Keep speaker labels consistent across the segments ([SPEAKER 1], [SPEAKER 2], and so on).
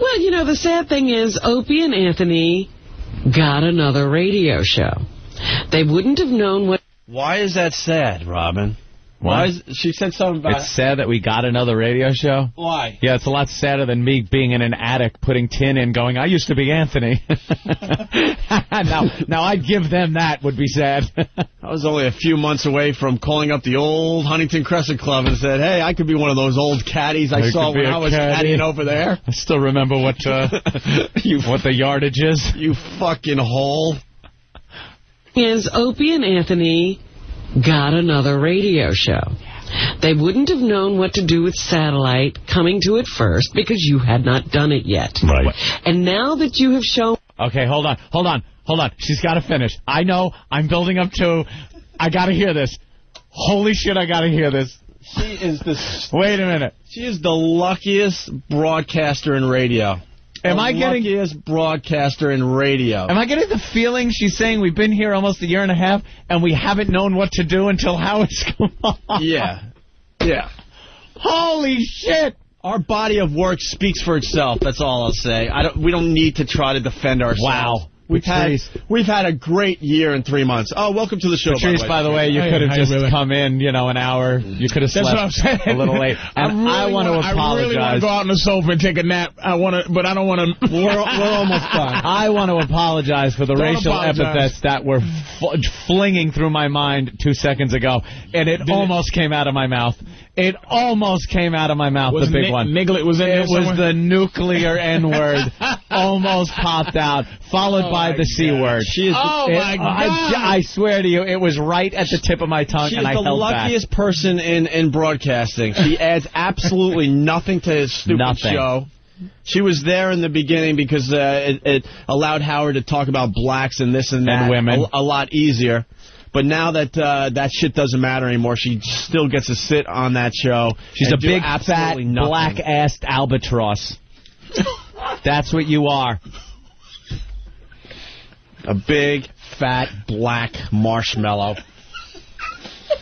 [SPEAKER 1] Well, you know, the sad thing is Opie and Anthony got another radio show. They wouldn't have known what...
[SPEAKER 2] Why is that sad, Robin? Why is, she said something about
[SPEAKER 3] It's sad that we got another radio show.
[SPEAKER 2] why?
[SPEAKER 3] Yeah, it's a lot sadder than me being in an attic putting tin in, going, "I used to be Anthony." now, now I'd give them that would be sad.
[SPEAKER 2] I was only a few months away from calling up the old Huntington Crescent Club and said, "Hey, I could be one of those old caddies I,
[SPEAKER 3] I
[SPEAKER 2] saw
[SPEAKER 3] could be
[SPEAKER 2] when
[SPEAKER 3] a
[SPEAKER 2] I was
[SPEAKER 3] caddy."
[SPEAKER 2] caddying over there."
[SPEAKER 3] I still remember what uh, what the yardage is.
[SPEAKER 2] You fucking hole.
[SPEAKER 1] is Opie and Anthony got another radio show. They wouldn't have known what to do with satellite coming to it first because you had not done it yet.
[SPEAKER 4] Right.
[SPEAKER 1] And now that you have shown
[SPEAKER 3] Okay, hold on, hold on, hold on. She's got to finish. I know. I'm building up to. I got to hear this. Holy shit! I got to hear this.
[SPEAKER 2] She is the
[SPEAKER 3] Wait a minute.
[SPEAKER 2] she is the luckiest broadcaster in radio.
[SPEAKER 3] Am
[SPEAKER 2] the
[SPEAKER 3] I getting?
[SPEAKER 2] luckiest broadcaster in radio?
[SPEAKER 3] Am I getting the feeling she's saying we've been here almost a year and a half and we haven't known what to do until Howard's come on?
[SPEAKER 2] yeah, yeah.
[SPEAKER 3] Holy shit!
[SPEAKER 2] Our body of work speaks for itself. That's all I'll say. I don't. We don't need to try to defend ourselves.
[SPEAKER 3] Wow.
[SPEAKER 2] We've
[SPEAKER 3] Patrice.
[SPEAKER 2] had we've had a great year and three months. Oh, welcome to the show.
[SPEAKER 3] Patrice, by the way, you
[SPEAKER 4] Hey,
[SPEAKER 3] could have
[SPEAKER 4] hey,
[SPEAKER 3] just
[SPEAKER 4] really.
[SPEAKER 3] come in, you know, an hour. You could have
[SPEAKER 4] That's
[SPEAKER 3] slept
[SPEAKER 4] what I'm saying.
[SPEAKER 3] a little late. And I,
[SPEAKER 4] really
[SPEAKER 3] want to
[SPEAKER 4] wanna- I really want to
[SPEAKER 3] apologize.
[SPEAKER 4] go out on the sofa and take a nap. I want to, but I don't want to.
[SPEAKER 2] we're, we're almost done.
[SPEAKER 3] I want to apologize for the racial
[SPEAKER 4] apologize.
[SPEAKER 3] epithets that were fl- flinging through my mind two seconds ago, and it almost came out of my mouth. It almost came out of my mouth.
[SPEAKER 4] Was
[SPEAKER 3] the big
[SPEAKER 4] Ni-
[SPEAKER 3] one.
[SPEAKER 4] Niglett was in there
[SPEAKER 3] It was
[SPEAKER 4] somewhere?
[SPEAKER 3] the nuclear N word. almost popped out, followed by
[SPEAKER 4] my
[SPEAKER 3] the C
[SPEAKER 4] God.
[SPEAKER 3] word.
[SPEAKER 2] She is.
[SPEAKER 4] Oh,
[SPEAKER 3] It-
[SPEAKER 4] my
[SPEAKER 3] I,
[SPEAKER 4] God.
[SPEAKER 3] I swear to you, it was right at the tip of my tongue,
[SPEAKER 2] She is
[SPEAKER 3] and I
[SPEAKER 2] the
[SPEAKER 3] held back.
[SPEAKER 2] luckiest person in, in broadcasting. She adds absolutely nothing to his stupid
[SPEAKER 3] Nothing.
[SPEAKER 2] show. She was there in the beginning because uh, it, it allowed Howard to talk about blacks and this and
[SPEAKER 3] And
[SPEAKER 2] that
[SPEAKER 3] women.
[SPEAKER 2] a, a lot easier. But now that uh, that shit doesn't matter anymore, she still gets to sit on that show.
[SPEAKER 3] She's
[SPEAKER 2] and
[SPEAKER 3] a
[SPEAKER 2] do
[SPEAKER 3] big fat
[SPEAKER 2] absolutely nothing.
[SPEAKER 3] black assed albatross. That's what you are.
[SPEAKER 2] a big fat black marshmallow.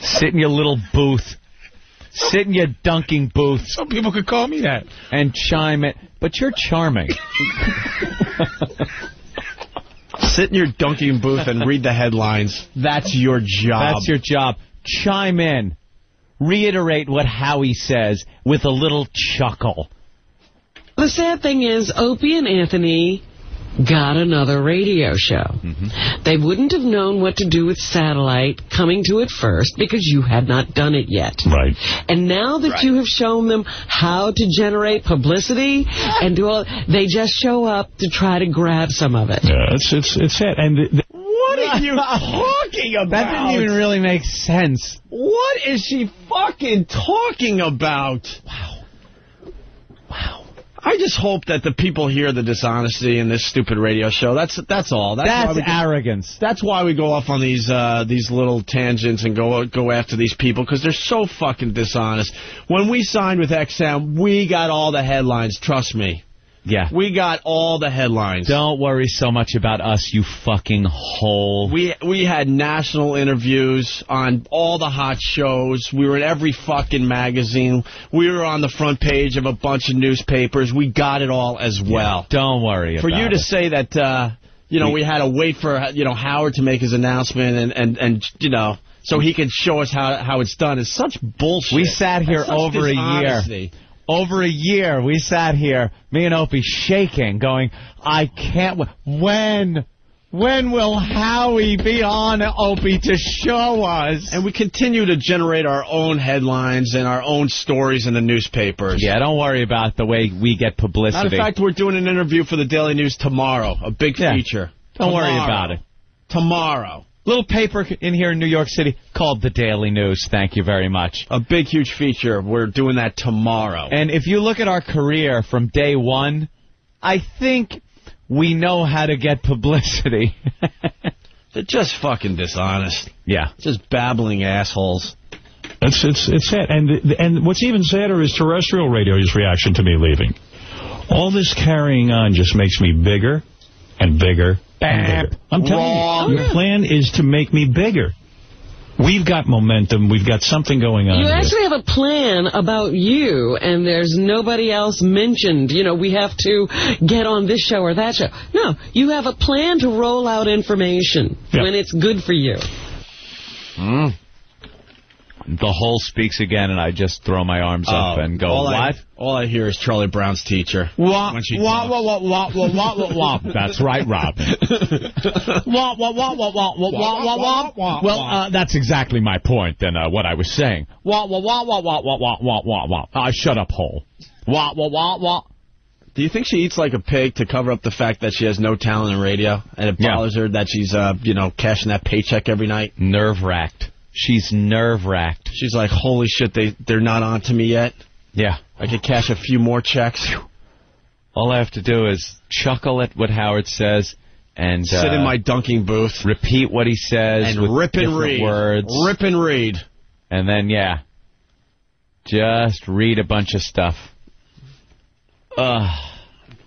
[SPEAKER 3] Sit in your little booth. Sit in your dunking booth
[SPEAKER 4] Some people could call me that.
[SPEAKER 3] and chime it. But you're charming.
[SPEAKER 2] Sit in your dunking booth and read the headlines. That's your job.
[SPEAKER 3] That's your job. Chime in. Reiterate what Howie says with a little chuckle.
[SPEAKER 1] The sad thing is, Opie and Anthony got another radio show.
[SPEAKER 4] Mm-hmm.
[SPEAKER 1] They wouldn't have known what to do with satellite coming to it first because you had not done it yet.
[SPEAKER 4] Right.
[SPEAKER 1] And now that you have shown them how to generate publicity and do all, they just show up to try to grab some of it.
[SPEAKER 4] Yeah, it's it's it's sad. And the, the,
[SPEAKER 2] What are you talking about?
[SPEAKER 3] That didn't even really make sense.
[SPEAKER 2] What is she fucking talking about? Wow. Wow. I just hope that the people hear the dishonesty in this stupid radio show. That's that's all. That's, why
[SPEAKER 3] That's
[SPEAKER 2] we go,
[SPEAKER 3] arrogance.
[SPEAKER 2] that's why we go off on these uh, these little tangents and go go after these people because they're so fucking dishonest. When we signed with XM, we got all the headlines. Trust me,
[SPEAKER 3] Yeah.
[SPEAKER 2] we got all the headlines.
[SPEAKER 3] Don't worry so much about us, you fucking hole.
[SPEAKER 2] We we had national interviews on all the hot shows. We were in every fucking magazine. We were on the front page of a bunch of newspapers. We got it all as well.
[SPEAKER 3] Don't worry
[SPEAKER 2] For
[SPEAKER 3] about
[SPEAKER 2] you
[SPEAKER 3] it.
[SPEAKER 2] to say that uh, you know we, had to wait for you know Howard to make his announcement and and and you know so he could show us how how it's done is such bullshit.
[SPEAKER 3] We sat here
[SPEAKER 2] That's such
[SPEAKER 3] over a year.
[SPEAKER 2] dishonesty.
[SPEAKER 3] Over a year, we sat here, me and Opie shaking, going, I can't. W- when? When will Howie be on Opie to show us?
[SPEAKER 2] And we continue to generate our own headlines and our own stories in the newspapers.
[SPEAKER 3] yeah, don't worry about the way we get
[SPEAKER 2] Matter
[SPEAKER 3] publicity.
[SPEAKER 2] of fact, we're doing an interview for the Daily News tomorrow. A big
[SPEAKER 3] Yeah.
[SPEAKER 2] feature.
[SPEAKER 3] don't worry
[SPEAKER 2] Tomorrow.
[SPEAKER 3] about it.
[SPEAKER 2] Tomorrow.
[SPEAKER 3] Little paper in here in New York City called the Daily News. Thank you very much.
[SPEAKER 2] A big, huge feature. We're doing that tomorrow.
[SPEAKER 3] And if you look at our career from day one, I think we know how to get publicity.
[SPEAKER 2] They're just fucking dishonest.
[SPEAKER 3] yeah.
[SPEAKER 2] Just babbling assholes.
[SPEAKER 4] it's it's it's sad. And the, the- and what's even sadder is terrestrial radio's reaction to me leaving. All this carrying on just makes me bigger and bigger and bigger. I'm telling
[SPEAKER 2] Wrong.
[SPEAKER 4] you, your plan is to make me bigger. We've got momentum. We've got something going on.
[SPEAKER 1] You
[SPEAKER 4] here.
[SPEAKER 1] actually have a plan about you, and there's nobody else mentioned. You know, we have to get on this show or that show. No, you have a plan to roll out information
[SPEAKER 4] Yeah.
[SPEAKER 1] when it's good for you.
[SPEAKER 2] hmm?
[SPEAKER 5] The whole speaks again, and I just throw my arms up
[SPEAKER 2] Oh,
[SPEAKER 5] and go,
[SPEAKER 2] all
[SPEAKER 5] what?
[SPEAKER 2] I, all I hear is Charlie Brown's teacher.
[SPEAKER 3] Wah,
[SPEAKER 2] When she
[SPEAKER 3] wah,
[SPEAKER 2] talks.
[SPEAKER 3] wah, wah, wah, wah, wah, wah, wah.
[SPEAKER 5] That's right, Robin.
[SPEAKER 3] Wah, wah, wah, wah, wah, wah, wah, wah, wah, wah. Well, uh,
[SPEAKER 5] that's exactly my point and uh, what I was saying.
[SPEAKER 3] wah, wah, wah, wah, wah, wah, wah, wah, wah, wah.
[SPEAKER 5] Uh, shut up, hole.
[SPEAKER 3] Wah, wah, wah, wah.
[SPEAKER 2] Do you think she eats like a pig to cover up the fact that she has no talent in radio, and it
[SPEAKER 5] Yeah.
[SPEAKER 2] bothers her that she's, uh, you know, cashing that paycheck every night?
[SPEAKER 5] Nerve wracked. She's nerve wracked.
[SPEAKER 2] She's like, holy shit, they they're not on to me yet.
[SPEAKER 5] Yeah.
[SPEAKER 2] I could cash a few more checks,
[SPEAKER 5] All I have to do is chuckle at what Howard says and uh,
[SPEAKER 2] sit in my dunking booth,
[SPEAKER 5] repeat what he says with
[SPEAKER 2] and rip and
[SPEAKER 5] different
[SPEAKER 2] read.
[SPEAKER 5] words.
[SPEAKER 2] Rip and read.
[SPEAKER 5] And then, yeah, just read a bunch of stuff.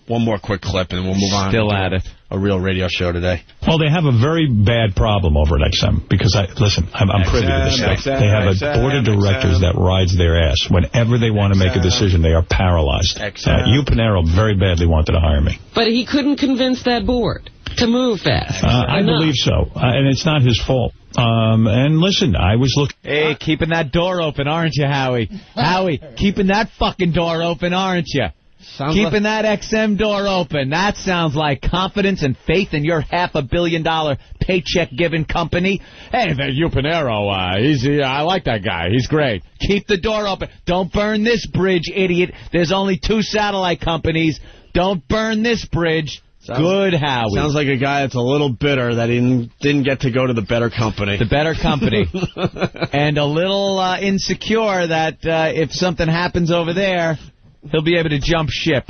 [SPEAKER 2] One more quick clip, and we'll move on.
[SPEAKER 5] Still
[SPEAKER 2] to
[SPEAKER 5] at it.
[SPEAKER 2] A real radio show today.
[SPEAKER 4] Well, they have a very bad problem over at XM because I listen. I'm, I'm privy to this
[SPEAKER 2] XM,
[SPEAKER 4] stuff. they have a board of directors that rides their ass. Whenever they want to make a decision, they are paralyzed.
[SPEAKER 2] XM.
[SPEAKER 4] Uh, you Panero very badly wanted to hire me.
[SPEAKER 1] But he couldn't convince that board to move fast.
[SPEAKER 4] Uh, I
[SPEAKER 1] Enough.
[SPEAKER 4] believe so, uh, and it's not his fault. Um, and listen, I was looking.
[SPEAKER 3] Hey, keeping that door open, aren't you, Howie? Howie, keeping that fucking door open, aren't you? keeping that XM door open. That sounds like confidence and faith in your half a billion dollar paycheck giving company. Hey, that Upanero, uh, he's, uh, I like that guy. He's great. Keep the door open. Don't burn this bridge, idiot. There's only two satellite companies. Don't burn this bridge.
[SPEAKER 2] Sounds-
[SPEAKER 3] Good, Howie.
[SPEAKER 2] Sounds like a guy that's a little bitter that he didn't, didn't get to go to the better company.
[SPEAKER 3] the better company, and a little uh, insecure that uh, if something happens over there, he'll be able to jump ship.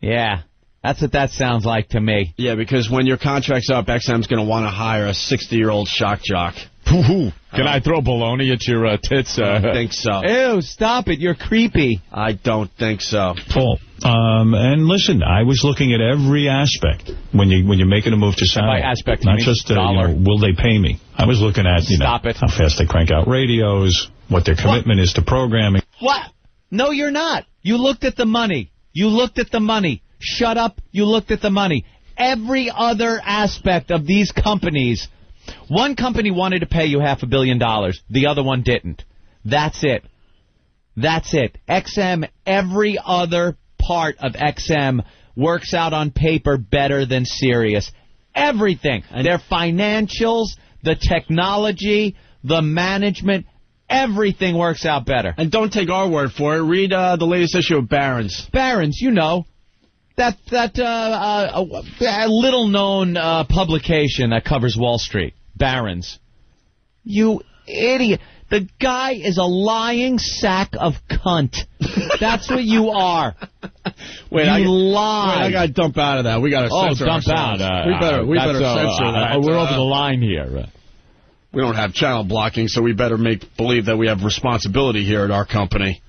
[SPEAKER 3] Yeah, that's what that sounds like to me.
[SPEAKER 2] yeah, because when your contract's up, XM's going to want to hire a 60-year-old shock jock.
[SPEAKER 5] Can I throw baloney at your uh, tits?
[SPEAKER 2] I don't think so.
[SPEAKER 3] Ew, stop it! You're creepy.
[SPEAKER 2] I don't think so.
[SPEAKER 4] Full. Um, and listen, I was looking at every aspect when you when you're making a move to satellite.
[SPEAKER 5] aspect, you
[SPEAKER 4] not
[SPEAKER 5] mean
[SPEAKER 4] just uh, you
[SPEAKER 5] dollar.
[SPEAKER 4] know, will they pay me? I was looking at you
[SPEAKER 5] Stop
[SPEAKER 4] know
[SPEAKER 5] it.
[SPEAKER 4] how fast they crank out radios, what their commitment is to programming.
[SPEAKER 3] What? No, you're not. You looked at the money. You looked at the money. Shut up. You looked at the money. Every other aspect of these companies, one company wanted to pay you half a billion dollars, the other one didn't. That's it. That's it. XM, every other part of XM works out on paper better than Sirius. Everything. Their financials, the technology, the management, everything works out better.
[SPEAKER 2] And don't take our word for it. Read uh, the latest issue of Barron's.
[SPEAKER 3] Barons, you know. That that uh, uh, uh, little known uh, publication that covers Wall Street, Barons. You idiot! The guy is a lying sack of cunt. That's what you are.
[SPEAKER 2] Wait,
[SPEAKER 3] you
[SPEAKER 2] I,
[SPEAKER 3] lie.
[SPEAKER 2] I got to dump out of that. We got to
[SPEAKER 3] oh,
[SPEAKER 2] censor
[SPEAKER 3] dump out!
[SPEAKER 2] ourselves. we better, we
[SPEAKER 3] that's,
[SPEAKER 2] better
[SPEAKER 3] uh,
[SPEAKER 2] censor
[SPEAKER 3] uh,
[SPEAKER 2] that.
[SPEAKER 3] we're
[SPEAKER 2] Uh,
[SPEAKER 3] over the line here.
[SPEAKER 2] We don't have channel blocking, so we better make believe that we have responsibility here at our company.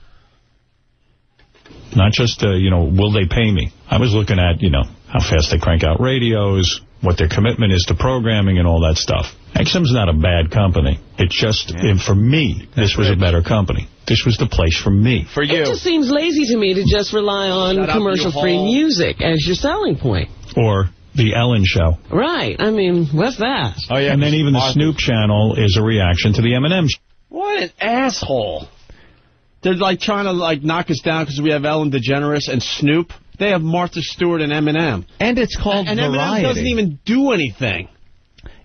[SPEAKER 4] Not just uh, you know will they pay me? I was looking at you know how fast they crank out radios, what their commitment is to programming, and all that stuff. XM's not a bad company. It just and for me, this was a better company. This was the place for me.
[SPEAKER 5] For you.
[SPEAKER 1] It just seems lazy to me to just rely on
[SPEAKER 2] Shut up,
[SPEAKER 1] commercial-free
[SPEAKER 2] you whore.
[SPEAKER 1] music as your selling point.
[SPEAKER 4] Or the Ellen Show.
[SPEAKER 1] Right. I mean, what's that?
[SPEAKER 5] oh, yeah.
[SPEAKER 4] and then even the Snoop channel is a reaction to the Eminem. sh-
[SPEAKER 2] What an asshole. They're like trying to like knock us down because we have Ellen DeGeneres and Snoop. They have Martha Stewart and Eminem.
[SPEAKER 3] And it's called
[SPEAKER 2] And Eminem
[SPEAKER 3] variety.
[SPEAKER 2] doesn't even do anything.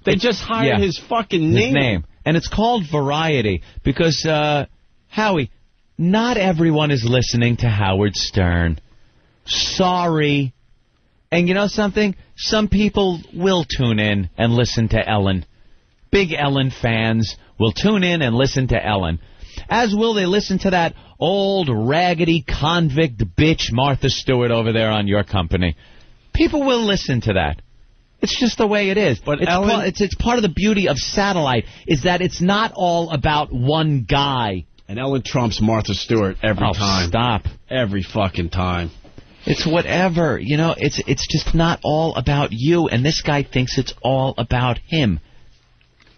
[SPEAKER 2] They just hired
[SPEAKER 3] yeah.
[SPEAKER 2] his fucking name.
[SPEAKER 3] his name. And it's called Variety because, uh, Howie, not everyone is listening to Howard Stern. Sorry. And you know something? Some people will tune in and listen to Ellen. Big Ellen fans will tune in and listen to Ellen. As will they listen to that old raggedy convict bitch Martha Stewart over there on your company. People will listen to that. It's just the way it is. But it's,
[SPEAKER 2] Ellen-
[SPEAKER 3] pa- it's it's part of the beauty of satellite is that it's not all about one guy.
[SPEAKER 2] And Ellen trumps Martha Stewart every
[SPEAKER 3] Oh,
[SPEAKER 2] time.
[SPEAKER 3] stop!
[SPEAKER 2] Every fucking time.
[SPEAKER 3] It's whatever you know. It's it's just not all about you. And this guy thinks it's all about him.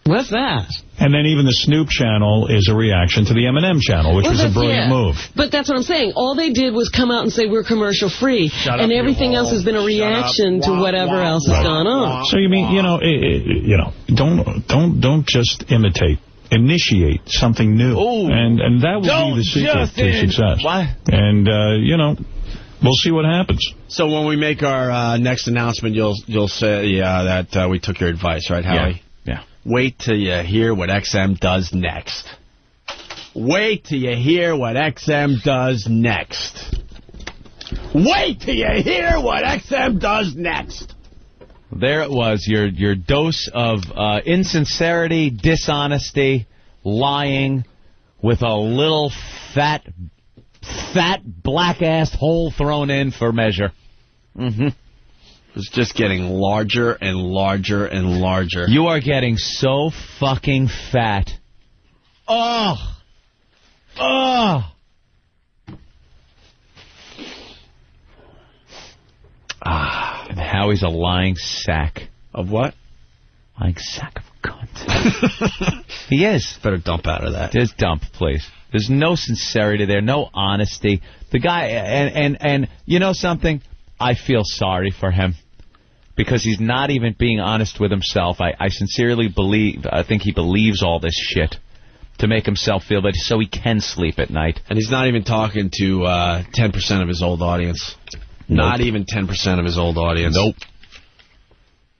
[SPEAKER 1] What's that?
[SPEAKER 4] And then even the Snoop channel is a reaction to the Eminem
[SPEAKER 2] Oh,
[SPEAKER 4] channel, which
[SPEAKER 1] Well,
[SPEAKER 4] was a
[SPEAKER 1] that's-
[SPEAKER 4] brilliant
[SPEAKER 1] yeah.
[SPEAKER 4] move.
[SPEAKER 1] But that's what I'm saying. All they did was come out and say we're commercial free,
[SPEAKER 2] Shut
[SPEAKER 1] and
[SPEAKER 2] up, you
[SPEAKER 1] everything else
[SPEAKER 2] all.
[SPEAKER 1] has been a
[SPEAKER 2] Shut up.
[SPEAKER 1] reaction to
[SPEAKER 2] Wah,
[SPEAKER 1] whatever
[SPEAKER 2] wah,
[SPEAKER 1] else
[SPEAKER 2] wah,
[SPEAKER 1] has gone on.
[SPEAKER 2] wah.
[SPEAKER 4] So you mean you know i i you know don't don't don't just imitate initiate something new
[SPEAKER 3] Ooh.
[SPEAKER 4] and and that would
[SPEAKER 3] Don't
[SPEAKER 4] be the secret
[SPEAKER 3] just
[SPEAKER 4] to
[SPEAKER 3] in-
[SPEAKER 4] success
[SPEAKER 3] Why?
[SPEAKER 4] and uh, you know we'll see what happens
[SPEAKER 2] So when we make our uh, next announcement, you'll you'll say yeah that uh, we took your advice, right, Howie?
[SPEAKER 3] Yeah.
[SPEAKER 2] Wait till you hear what XM does next. Wait till you hear what XM does next. Wait till you hear what XM does next.
[SPEAKER 3] There it was, your your dose of uh, insincerity, dishonesty, lying, with a little fat, fat black ass hole thrown in for measure.
[SPEAKER 2] Mm-hmm. It's just getting larger and larger and larger.
[SPEAKER 3] You are getting so fucking fat. Oh, oh. Ah, and Howie's a lying sack,
[SPEAKER 2] of what?
[SPEAKER 3] lying sack of a cunt. he is.
[SPEAKER 2] Better dump out of that.
[SPEAKER 3] There's dump, please. There's no sincerity there, no honesty. The guy, and and and you know something? I feel sorry for him because he's not even being honest with himself. I, I sincerely believe, I think he believes all this shit to make himself feel better, so he can sleep at night.
[SPEAKER 2] And he's not even talking to uh, 10% of his old audience. Not even 10% of his old audience. Nope.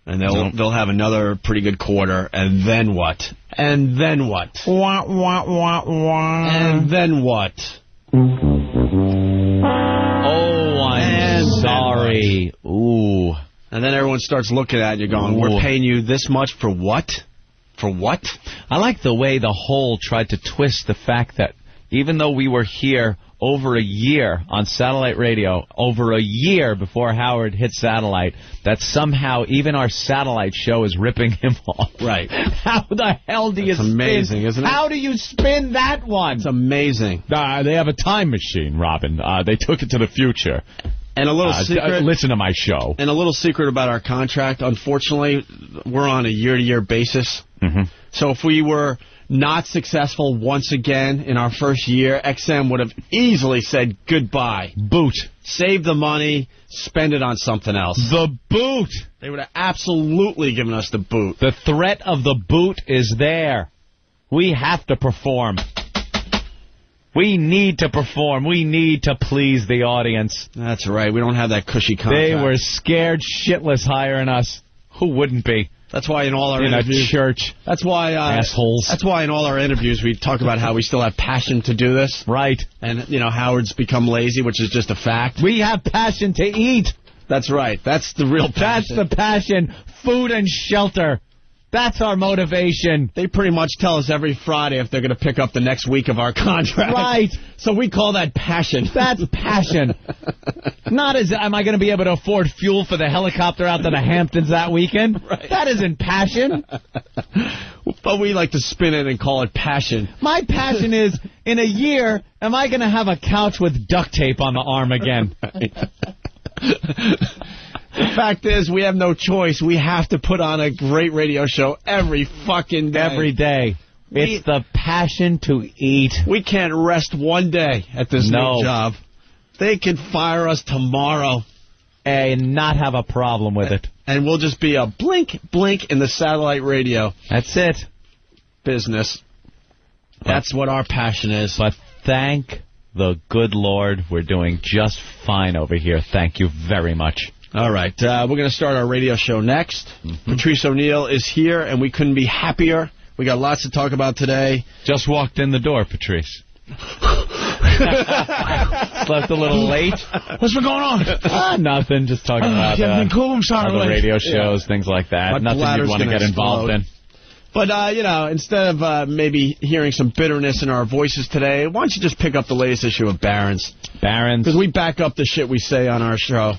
[SPEAKER 2] And they'll they'll have another pretty good quarter, and then what? And then what? Wah, wah, wah, wah. And then what?
[SPEAKER 3] Oh, I'm
[SPEAKER 2] And then
[SPEAKER 3] sorry. Ooh,
[SPEAKER 2] And then everyone starts looking at you going,
[SPEAKER 3] Ooh.
[SPEAKER 2] we're paying you this much for what? For what?
[SPEAKER 3] I like the way the whole tried to twist the fact that even though we were here over a year on satellite radio, over a year before Howard hit satellite, that somehow even our satellite show is ripping him off.
[SPEAKER 2] Right.
[SPEAKER 3] How the hell do you spin?
[SPEAKER 2] amazing, isn't it?
[SPEAKER 3] How do you spin that one?
[SPEAKER 2] It's amazing.
[SPEAKER 3] Uh, they have a time machine, Robin. Uh, they took it to the future.
[SPEAKER 2] And a little
[SPEAKER 3] Uh, d-
[SPEAKER 2] secret.
[SPEAKER 3] uh, listen to my show.
[SPEAKER 2] And a little secret about our contract. Unfortunately, we're on a year-to-year basis. Mm-hmm. So if we were not successful once again in our first year, XM would have easily said goodbye.
[SPEAKER 3] Boot.
[SPEAKER 2] Save the money, spend it on something else.
[SPEAKER 3] The boot.
[SPEAKER 2] They would have absolutely given us the boot.
[SPEAKER 3] The threat of the boot is there. We have to perform. We need to perform. We need to please the audience.
[SPEAKER 2] That's right. We don't have that cushy contract.
[SPEAKER 3] They were scared shitless hiring us. Who wouldn't be
[SPEAKER 2] That's why in all our
[SPEAKER 3] in a
[SPEAKER 2] interviews.
[SPEAKER 3] church?
[SPEAKER 2] That's why uh,
[SPEAKER 3] Assholes.
[SPEAKER 2] That's why in all our interviews we talk about how we still have passion to do this,
[SPEAKER 3] Right.
[SPEAKER 2] and you know Howard's become lazy, which is just a fact.
[SPEAKER 3] We have passion to eat.
[SPEAKER 2] That's right. That's the real
[SPEAKER 3] That's
[SPEAKER 2] passion.
[SPEAKER 3] the passion. Food and shelter. That's our motivation.
[SPEAKER 2] They pretty much tell us every Friday if they're going to pick up the next week of our contract.
[SPEAKER 3] Right.
[SPEAKER 2] So we call that passion.
[SPEAKER 3] That's passion. Not as am I going to be able to afford fuel for the helicopter out to the Hamptons that weekend. That isn't passion.
[SPEAKER 2] but we like to spin it and call it passion.
[SPEAKER 3] My passion is in a year, am I going to have a couch with duct tape on the arm again?
[SPEAKER 2] The fact is, we have no choice. We have to put on a great radio show every fucking day.
[SPEAKER 3] Every day. It's the passion to eat.
[SPEAKER 2] we can't rest one day at this
[SPEAKER 3] No.
[SPEAKER 2] new job. They can fire us tomorrow,
[SPEAKER 3] And not have a problem with it.
[SPEAKER 2] and we'll just be a blink, blink in the satellite radio
[SPEAKER 3] That's it.
[SPEAKER 2] business. That's what our passion is.
[SPEAKER 3] But thank the good Lord, we're doing just fine over here. Thank you very much.
[SPEAKER 2] All right, uh, we're going to start our radio show next.
[SPEAKER 3] Mm-hmm.
[SPEAKER 2] Patrice O'Neill is here, and we couldn't be happier. We got lots to talk about today.
[SPEAKER 3] Just walked in the door, Patrice. Slept a little late.
[SPEAKER 4] what's been going on
[SPEAKER 3] Ah, nothing. Just talking about uh,
[SPEAKER 4] cool I'm sorry
[SPEAKER 3] other radio shows, things like that.
[SPEAKER 2] My
[SPEAKER 3] nothing
[SPEAKER 2] bladder's
[SPEAKER 3] you'd want to
[SPEAKER 2] gonna
[SPEAKER 3] get involved in.
[SPEAKER 2] But uh, you know, instead of uh, maybe hearing some bitterness in our voices today, why don't you just pick up the latest issue of Barron's?
[SPEAKER 3] Barons.
[SPEAKER 2] Because we back up the shit we say on our show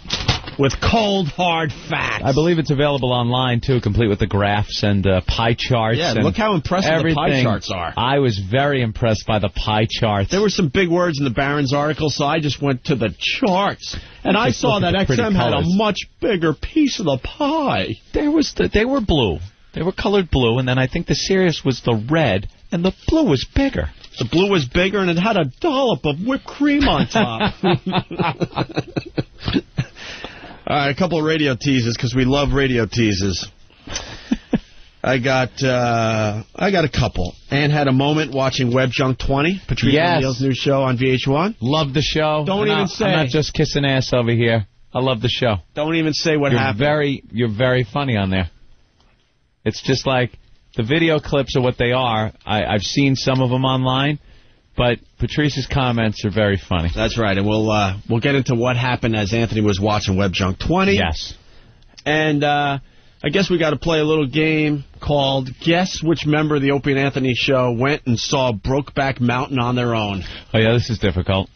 [SPEAKER 2] with cold, hard facts.
[SPEAKER 3] I believe it's available online too, complete with the graphs and uh, pie charts.
[SPEAKER 2] Yeah,
[SPEAKER 3] and
[SPEAKER 2] look how impressive the pie
[SPEAKER 3] everything.
[SPEAKER 2] charts are.
[SPEAKER 3] I was very impressed by the pie charts.
[SPEAKER 2] There were some big words in the Barron's article, so I just went to the charts. And I
[SPEAKER 3] Just
[SPEAKER 2] saw
[SPEAKER 3] look at
[SPEAKER 2] that
[SPEAKER 3] the pretty
[SPEAKER 2] XM had a
[SPEAKER 3] colors.
[SPEAKER 2] much bigger piece of the pie.
[SPEAKER 3] there was the, they were blue. They were colored blue, and then I think the Sirius was the red, and the blue was bigger.
[SPEAKER 2] The blue was bigger and it had a dollop of whipped cream on top. All right, a couple of radio teases because we love radio teases. I got uh, I got a couple. Anne had a moment watching Web Junk 20, Patrice
[SPEAKER 3] Yes.
[SPEAKER 2] O'Neal's new show on VH1.
[SPEAKER 3] Love the show.
[SPEAKER 2] Don't
[SPEAKER 3] I'm
[SPEAKER 2] even
[SPEAKER 3] not-
[SPEAKER 2] say.
[SPEAKER 3] I'm not just kissing ass over here. I love the show.
[SPEAKER 2] Don't even say what
[SPEAKER 3] you're
[SPEAKER 2] happened.
[SPEAKER 3] very you're very funny on there. It's just like the video clips are what they are. I, I've seen some of them online, but Patrice's comments are very funny.
[SPEAKER 2] That's right, and we'll uh, we'll get into what happened as Anthony was watching Web Junk 20.
[SPEAKER 3] Yes.
[SPEAKER 2] And uh, I guess we got to play a little game called Guess Which Member of the Opie and Anthony Show went and saw Brokeback Mountain on their own.
[SPEAKER 3] Oh yeah, this is difficult.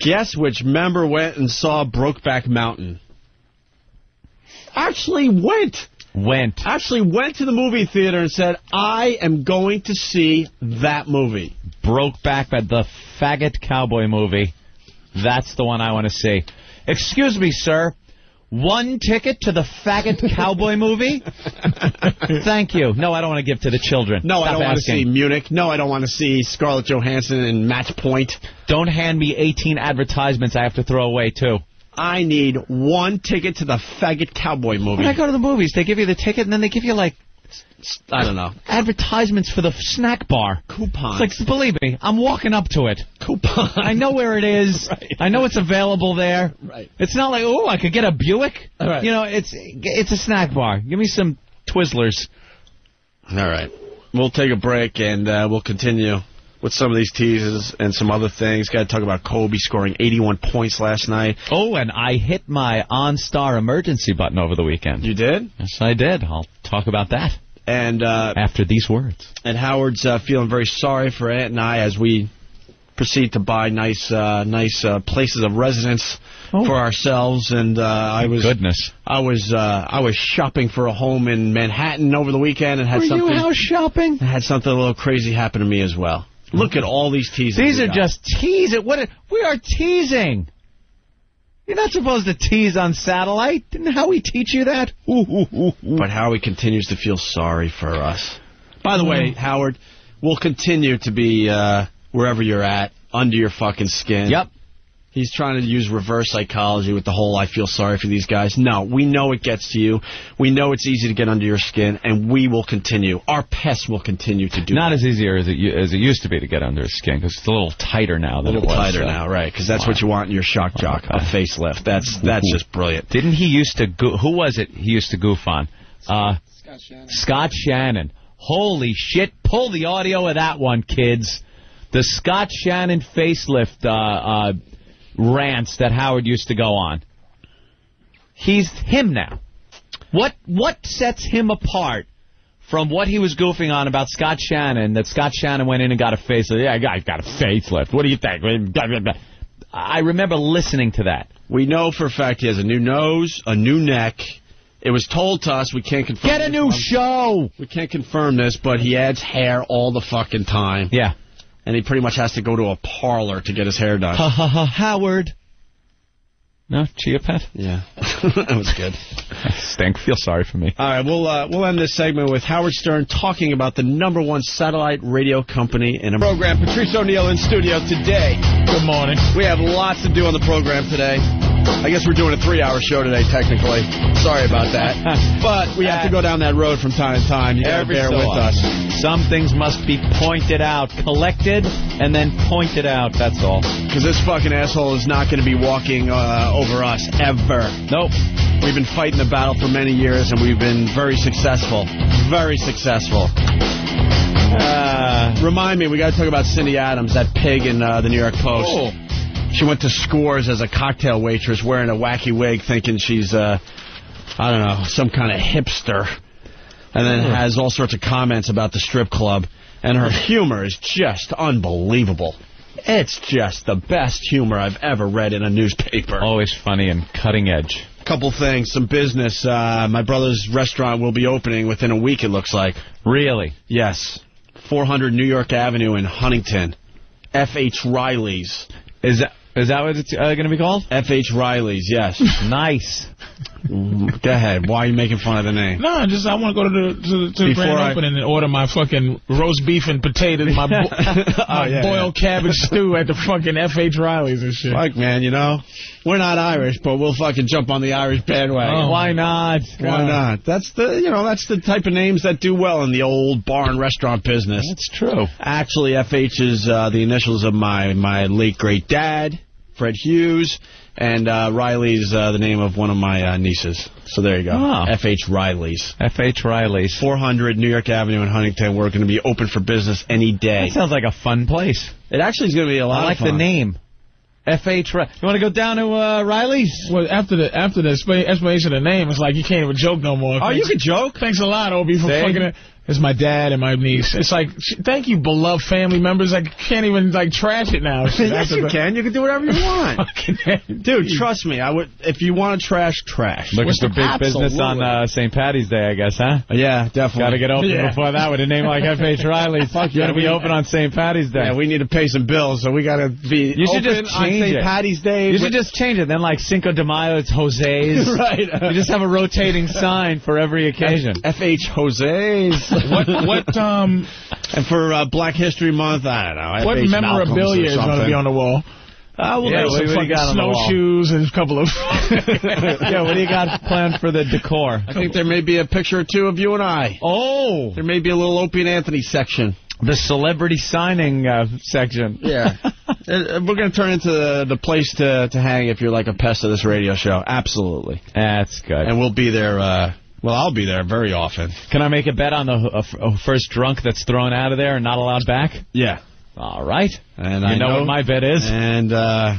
[SPEAKER 2] Guess which member went and saw Brokeback Mountain. Actually went.
[SPEAKER 3] Went.
[SPEAKER 2] Actually went to the movie theater and said, I am going to see that movie.
[SPEAKER 3] broke back by the faggot cowboy movie. That's the one I want to see. Excuse me, sir. One ticket to the faggot cowboy movie? Thank you. No, I don't want to give to the children.
[SPEAKER 2] No, I
[SPEAKER 3] Stop
[SPEAKER 2] don't want to
[SPEAKER 3] asking.
[SPEAKER 2] see Munich. No, I don't want to see Scarlett Johansson and Match Point.
[SPEAKER 3] Don't hand me 18 advertisements I have to throw away, too.
[SPEAKER 2] I need one ticket to the faggot cowboy movie.
[SPEAKER 3] When I go to the movies, they give you the ticket and then they give you, like,
[SPEAKER 2] I don't know.
[SPEAKER 3] advertisements for the snack bar.
[SPEAKER 2] Coupons.
[SPEAKER 3] It's like, believe me, I'm walking up to it.
[SPEAKER 2] coupon.
[SPEAKER 3] I know where it is. I know it's available there.
[SPEAKER 2] Right.
[SPEAKER 3] It's not like, oh, I could get a Buick.
[SPEAKER 2] Right.
[SPEAKER 3] You know, it's it's a snack bar. Give me some Twizzlers.
[SPEAKER 2] All right. We'll take a break and uh, we'll continue with some of these teases and some other things. Got to talk about Kobe scoring 81 points last night.
[SPEAKER 3] Oh, and I hit my OnStar emergency button over the weekend.
[SPEAKER 2] You did?
[SPEAKER 3] Yes, I did. I'll talk about that
[SPEAKER 2] And uh,
[SPEAKER 3] after these words.
[SPEAKER 2] and Howard's uh, feeling very sorry for Aunt and I as we proceed to buy nice uh, nice uh, places of residence
[SPEAKER 3] Oh.
[SPEAKER 2] for ourselves. And uh, I was
[SPEAKER 3] Goodness.
[SPEAKER 2] I was uh, I was shopping for a home in Manhattan over the weekend and had something
[SPEAKER 3] shopping?
[SPEAKER 2] had something a little crazy happen to me as well. Look at all these teases.
[SPEAKER 3] These
[SPEAKER 2] we
[SPEAKER 3] are
[SPEAKER 2] got.
[SPEAKER 3] just teasing. What are, we are teasing. You're not supposed to tease on satellite. Didn't Howie teach you that?
[SPEAKER 2] But Howie continues to feel sorry for us. By the way, Howard, we'll continue to be uh, wherever you're at, under your fucking skin.
[SPEAKER 3] Yep.
[SPEAKER 2] He's trying to use reverse psychology with the whole I feel sorry for these guys. No, we know it gets to you. We know it's easy to get under your skin, and we will continue. Our pest will continue to do
[SPEAKER 3] Not
[SPEAKER 2] that.
[SPEAKER 3] as easy as it as it used to be to get under his skin because it's a little tighter now
[SPEAKER 2] a
[SPEAKER 3] than
[SPEAKER 2] little
[SPEAKER 3] it was.
[SPEAKER 2] tighter
[SPEAKER 3] so.
[SPEAKER 2] now, right? Because that's what you want in your shock jock, a
[SPEAKER 3] okay.
[SPEAKER 2] facelift. That's that's just brilliant.
[SPEAKER 3] Didn't he used to? Go- who was it? He used to goof on. Uh,
[SPEAKER 6] Scott Shannon.
[SPEAKER 3] Scott Shannon. Holy shit! Pull the audio of that one, kids. The Scott Shannon facelift uh, uh, rants that Howard used to go on. He's him now. What what sets him apart from what he was goofing on about Scott Shannon? That Scott Shannon went in and got a facelift. Yeah, I got, I got a facelift. What do you think? Blah, blah, blah. I remember listening to that.
[SPEAKER 2] We know for a fact he has a new nose, a new neck. It was told to us. We can't confirm.
[SPEAKER 3] Get a new show.
[SPEAKER 2] We can't confirm this, but he adds hair all the fucking time.
[SPEAKER 3] Yeah.
[SPEAKER 2] And he pretty much has to go to a parlor to get his hair done.
[SPEAKER 3] Ha ha ha, Howard. No, Chia Pet.
[SPEAKER 2] Yeah. that was good.
[SPEAKER 3] Stink, feel sorry for me.
[SPEAKER 2] All right, we'll uh, we'll end this segment with Howard Stern talking about the number one satellite radio company in America. Program Patrice O'Neill in studio today.
[SPEAKER 4] Good morning.
[SPEAKER 2] We have lots to do on the program today. I guess we're doing a three-hour show today, technically. Sorry about that, but we have to go down that road from time to time. You gotta
[SPEAKER 3] Every
[SPEAKER 2] bear
[SPEAKER 3] so
[SPEAKER 2] with
[SPEAKER 3] often.
[SPEAKER 2] us.
[SPEAKER 3] Some things must be pointed out, collected, and then pointed out. That's all.
[SPEAKER 2] Because this fucking asshole is not going to be walking uh, over us ever.
[SPEAKER 3] Nope.
[SPEAKER 2] We've been fighting the battle for many years, and we've been very successful. Very successful. Uh, remind me, we got to talk about Cindy Adams, that pig in uh, the New York Post. She went to Scores as a cocktail waitress wearing a wacky wig, thinking she's, uh, I don't know, some kind of hipster. And then has all sorts of comments about the strip club. And her humor is just unbelievable. It's just the best humor I've ever read in a newspaper
[SPEAKER 3] Always funny and cutting edge.
[SPEAKER 2] couple things, some business. Uh, my brother's restaurant will be opening within a week, it looks like.
[SPEAKER 3] Really?
[SPEAKER 2] Yes. 400 New York Avenue in Huntington. F.H. Riley's.
[SPEAKER 3] Is that Is that what it's uh, going to be called?
[SPEAKER 2] F.H. Riley's, yes.
[SPEAKER 3] Nice.
[SPEAKER 2] Go ahead. Why are you making fun of the name?
[SPEAKER 6] No, I just I want to go to the to, the- to the
[SPEAKER 2] Before
[SPEAKER 6] grand
[SPEAKER 2] I-
[SPEAKER 6] opening and order my fucking roast beef and potatoes, my, bo- my
[SPEAKER 2] Oh, yeah,
[SPEAKER 6] boiled cabbage stew at the fucking F.H. Riley's and shit.
[SPEAKER 2] Fuck, man, you know? We're not Irish, but we'll fucking jump on the Irish bandwagon.
[SPEAKER 6] Oh.
[SPEAKER 3] Why not?
[SPEAKER 2] Why not? That's the you know that's the type of names that do well in the old bar and restaurant business.
[SPEAKER 3] It's true.
[SPEAKER 2] Actually, FH is uh, the initials of my my late great dad, Fred Hughes, and uh, Riley's uh, the name of one of my uh, nieces. So there you go.
[SPEAKER 3] Oh.
[SPEAKER 2] FH Riley's,
[SPEAKER 3] F.H. Riley's.
[SPEAKER 2] 400 New York Avenue in Huntington. We're going to be open for business any day.
[SPEAKER 3] That sounds like a fun place.
[SPEAKER 2] It actually is going to be a
[SPEAKER 3] I
[SPEAKER 2] lot
[SPEAKER 3] like
[SPEAKER 2] of
[SPEAKER 3] the
[SPEAKER 2] fun.
[SPEAKER 3] name. F.H. Riley. You want to go down to uh, Riley's?
[SPEAKER 6] Well, after the after the explain, explanation of the name, it's like you can't even joke no more.
[SPEAKER 2] Oh, you can joke.
[SPEAKER 6] Thanks a lot, Obi, for
[SPEAKER 3] See?
[SPEAKER 6] fucking it. It's my dad and my niece. It's like, sh- thank you, beloved family members. I can't even like trash it now. Shit,
[SPEAKER 2] yes,
[SPEAKER 6] after
[SPEAKER 2] you
[SPEAKER 6] the-
[SPEAKER 2] can. You can do whatever you want.
[SPEAKER 6] Fucking-
[SPEAKER 2] Dude, trust me. I would. If you want to trash, trash.
[SPEAKER 3] Looking
[SPEAKER 6] What's
[SPEAKER 3] for
[SPEAKER 6] the-
[SPEAKER 3] big business on
[SPEAKER 2] Absolutely.
[SPEAKER 3] uh, St. Patty's Day, I guess, huh?
[SPEAKER 2] yeah, definitely.
[SPEAKER 3] Got to get open before that with a name like F.H. Riley. Fuck, you got to be open on St. Patty's Day.
[SPEAKER 2] Yeah, we need to pay some bills, so we gotta be.
[SPEAKER 3] You should
[SPEAKER 2] open
[SPEAKER 3] just
[SPEAKER 2] on
[SPEAKER 3] change
[SPEAKER 2] St.
[SPEAKER 3] it.
[SPEAKER 2] Patty's Day.
[SPEAKER 3] you should
[SPEAKER 2] with-
[SPEAKER 3] just change it. Then, like Cinco de Mayo, it's Jose's.
[SPEAKER 2] right.
[SPEAKER 3] You just have a rotating sign for every occasion.
[SPEAKER 2] F H Jose's.
[SPEAKER 6] what what um
[SPEAKER 2] and for uh, Black History Month, I don't know.
[SPEAKER 6] what
[SPEAKER 2] FH Malcolm's
[SPEAKER 6] memorabilia
[SPEAKER 2] or
[SPEAKER 6] is going to
[SPEAKER 2] something.
[SPEAKER 6] be on the wall?
[SPEAKER 2] Uh, well,
[SPEAKER 3] Yeah,
[SPEAKER 2] there's
[SPEAKER 3] what- what
[SPEAKER 2] some
[SPEAKER 3] do you
[SPEAKER 2] fucking
[SPEAKER 3] got on the wall?
[SPEAKER 6] Snowshoes and a couple of.
[SPEAKER 3] yeah, what do you got planned for the decor?
[SPEAKER 2] I think there may be a picture or two of you and I.
[SPEAKER 3] Oh,
[SPEAKER 2] There may be a little Opie and Anthony section.
[SPEAKER 3] the celebrity signing uh, section.
[SPEAKER 2] Yeah. Uh, We're going to turn into the, the place to, to hang if you're like a pest of this radio show. Absolutely.
[SPEAKER 3] That's good.
[SPEAKER 2] And we'll be there, uh, well, I'll be there very often.
[SPEAKER 3] Can I make a bet on the uh, f- uh, first drunk that's thrown out of there and not allowed back?
[SPEAKER 2] Yeah.
[SPEAKER 3] All right.
[SPEAKER 2] And
[SPEAKER 3] you
[SPEAKER 2] I
[SPEAKER 3] know, what my bet is?
[SPEAKER 2] And, uh,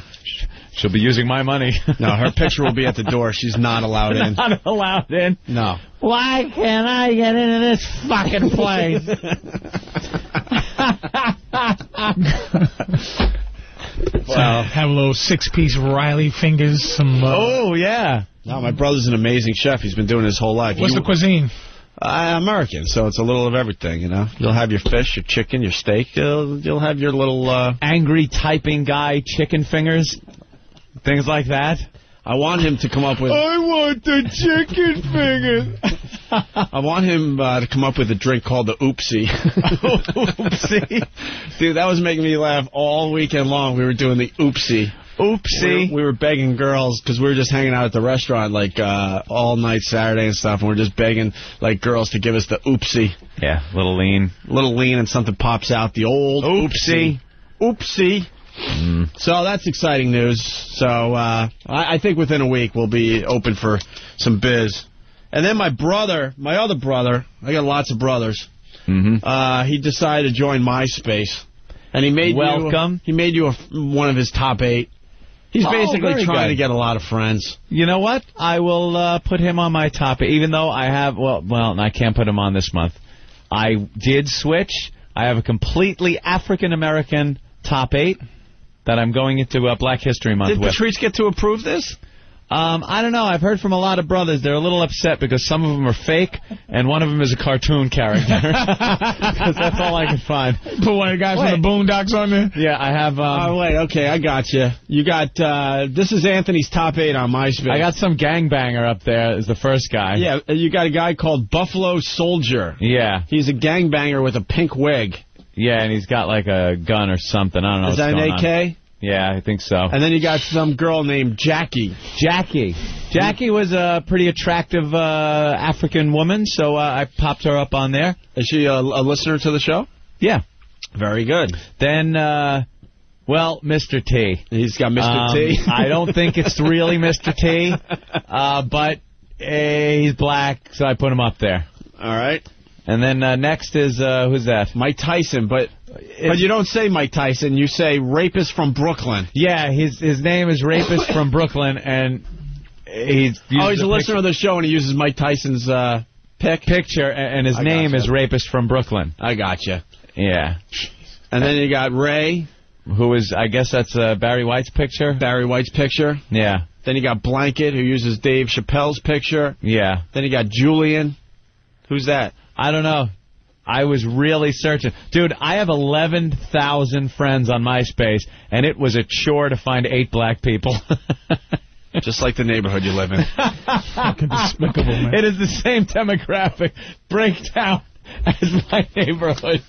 [SPEAKER 3] She'll be using my money.
[SPEAKER 2] no, her picture will be at the door. She's not allowed in.
[SPEAKER 3] not allowed in.
[SPEAKER 2] No.
[SPEAKER 3] Why can't I get into this fucking place?
[SPEAKER 6] have a little six piece Riley fingers. Some. Uh,
[SPEAKER 3] oh yeah.
[SPEAKER 2] No, my brother's an amazing chef. He's been doing it his whole life.
[SPEAKER 6] what's
[SPEAKER 2] You-
[SPEAKER 6] the cuisine?
[SPEAKER 2] Uh, American, so it's a little of everything, you know. You'll have your fish, your chicken, your steak. You'll, you'll have your little. Uh,
[SPEAKER 3] Angry typing guy, chicken fingers, things like that.
[SPEAKER 2] I want him to come up with.
[SPEAKER 3] I want the chicken fingers.
[SPEAKER 2] I want him uh, to come up with a drink called the Oopsie. oopsie, dude, that was making me laugh all weekend long. We were doing the Oopsie. We
[SPEAKER 3] Oopsie.
[SPEAKER 2] were, we were begging girls because we were just hanging out at the restaurant like uh, all night Saturday and stuff, and we are just begging like girls to give us the Oopsie.
[SPEAKER 3] Yeah, little lean.
[SPEAKER 2] little lean and something pops out. The old oopsie. Oopsie. So that's exciting news. So uh, I, I think within a week we'll be open for some biz. And then my brother, my other brother, I got lots of brothers.
[SPEAKER 3] Mhm.
[SPEAKER 2] Uh, he decided to join MySpace, and he made
[SPEAKER 3] Welcome.
[SPEAKER 2] You, he made you a, one of his top eight. He's
[SPEAKER 3] Oh,
[SPEAKER 2] basically
[SPEAKER 3] very
[SPEAKER 2] trying
[SPEAKER 3] good.
[SPEAKER 2] to get a lot of friends.
[SPEAKER 3] You know what? I will uh, put him on my top, even though I have well, well, I can't put him on this month. I did switch. I have a completely African American top eight that I'm going into uh, Black History Month
[SPEAKER 2] Did
[SPEAKER 3] with.
[SPEAKER 2] Patrice get to approve this?
[SPEAKER 3] Um, I don't know. I've heard from a lot of brothers. They're a little upset because some of them are fake and one of them is a cartoon character. 'Cause that's all I can find.
[SPEAKER 6] Put one of the guys from the Boondocks on there.
[SPEAKER 3] Yeah, I have. Um,
[SPEAKER 2] Oh wait, okay, I got you. You got uh, this is Anthony's top eight on MySpace.
[SPEAKER 3] I got some gangbanger up there. Is the first guy.
[SPEAKER 2] Yeah, uh, you got a guy called Buffalo Soldier.
[SPEAKER 3] Yeah.
[SPEAKER 2] He's a gangbanger with a pink wig.
[SPEAKER 3] Yeah, and he's got like a gun or something. I don't know.
[SPEAKER 2] Is
[SPEAKER 3] what's
[SPEAKER 2] that an
[SPEAKER 3] going
[SPEAKER 2] AK?
[SPEAKER 3] on. Yeah, I think so.
[SPEAKER 2] And then you got some girl named Jackie.
[SPEAKER 3] Jackie. Jackie was a pretty attractive uh, African woman, so uh, I popped her up on there.
[SPEAKER 2] Is she a, a listener to the show?
[SPEAKER 3] Yeah.
[SPEAKER 2] Very good.
[SPEAKER 3] Then, uh, well, Mr. T.
[SPEAKER 2] He's got Mr.
[SPEAKER 3] Um,
[SPEAKER 2] T.
[SPEAKER 3] I don't think it's really Mr. T, uh, but eh, he's black, so I put him up there.
[SPEAKER 2] All right.
[SPEAKER 3] And then uh, next is uh, who's that?
[SPEAKER 2] Mike Tyson, but but you don't say Mike Tyson. You say rapist from Brooklyn.
[SPEAKER 3] Yeah, his his name is Rapist from Brooklyn, and he's
[SPEAKER 2] Oh, he's
[SPEAKER 3] used the
[SPEAKER 2] a listener of the show and he uses Mike Tyson's. uh
[SPEAKER 3] pic- picture, and and his
[SPEAKER 2] I
[SPEAKER 3] name
[SPEAKER 2] gotcha.
[SPEAKER 3] is Rapist from Brooklyn.
[SPEAKER 2] I got you.
[SPEAKER 3] Yeah.
[SPEAKER 2] And then you got Ray
[SPEAKER 3] Who is? I guess that's uh, Barry White's picture.
[SPEAKER 2] Barry White's picture.
[SPEAKER 3] Yeah.
[SPEAKER 2] Then you got Blanket who uses Dave Chappelle's picture.
[SPEAKER 3] Yeah.
[SPEAKER 2] Then you got Julian. Who's that?
[SPEAKER 3] I don't know. I was really searching. Dude, I have 11,000 friends on MySpace, and it was a chore to find eight black people.
[SPEAKER 2] Just like the neighborhood you live in.
[SPEAKER 6] Despicable, man.
[SPEAKER 3] it is the same demographic breakdown as my neighborhood.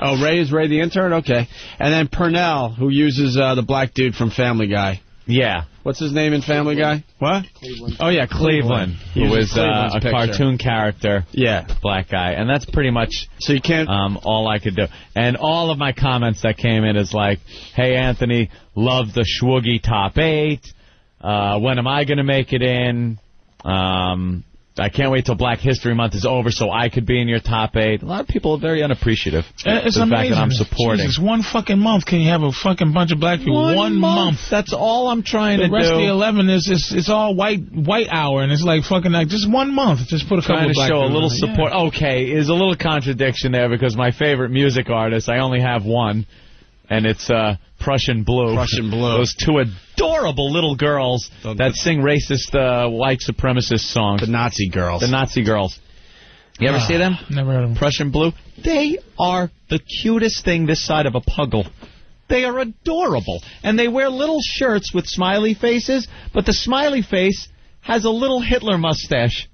[SPEAKER 2] Oh, Ray is Ray the intern? Okay. And then Purnell, who uses uh, the black dude from Family Guy.
[SPEAKER 3] Yeah.
[SPEAKER 2] What's his name in Family Guy? What? Cleveland. Oh, yeah, Cleveland.
[SPEAKER 3] Cleveland, who
[SPEAKER 2] Uses
[SPEAKER 3] was uh,
[SPEAKER 2] Cleveland's
[SPEAKER 3] a
[SPEAKER 2] picture.
[SPEAKER 3] cartoon character,
[SPEAKER 2] Yeah.
[SPEAKER 3] black guy. And that's pretty much
[SPEAKER 2] So you can't...
[SPEAKER 3] um, all I could do. And all of my comments that came in is like, hey, Anthony, love the Schwoogie top eight. Uh, when am I going to make it in? Um, I can't wait till Black History Month is over so I could be in your top eight. A lot of people are very unappreciative
[SPEAKER 6] Uh, It's
[SPEAKER 3] of the
[SPEAKER 6] amazing.
[SPEAKER 3] fact that I'm supporting.
[SPEAKER 6] Jesus, one fucking month can you have a fucking bunch of black people? One, month.
[SPEAKER 3] That's all I'm trying
[SPEAKER 6] The
[SPEAKER 3] to
[SPEAKER 6] rest
[SPEAKER 3] do.
[SPEAKER 6] of the eleven is it's, it's all white white hour, and it's like fucking like just one month. Just put a couple
[SPEAKER 3] trying to
[SPEAKER 6] of black
[SPEAKER 3] show a
[SPEAKER 6] dudes
[SPEAKER 3] little
[SPEAKER 6] in it.
[SPEAKER 3] support. Okay, is a little contradiction there because my favorite music artist, I only have one, and it's uh, Prussian Blue.
[SPEAKER 2] Prussian Blue.
[SPEAKER 3] Those two adorable little girls
[SPEAKER 2] The-
[SPEAKER 3] that sing racist uh, white supremacist songs.
[SPEAKER 2] The
[SPEAKER 3] The,
[SPEAKER 2] Nazi girls. Ah.
[SPEAKER 3] Nazi girls. You ever see them?
[SPEAKER 6] Yeah. Never heard of him.
[SPEAKER 3] Prussian Blue. They are the cutest thing this side of a puggle. They are adorable. And they wear little shirts with smiley faces, but the smiley face has a little Hitler mustache.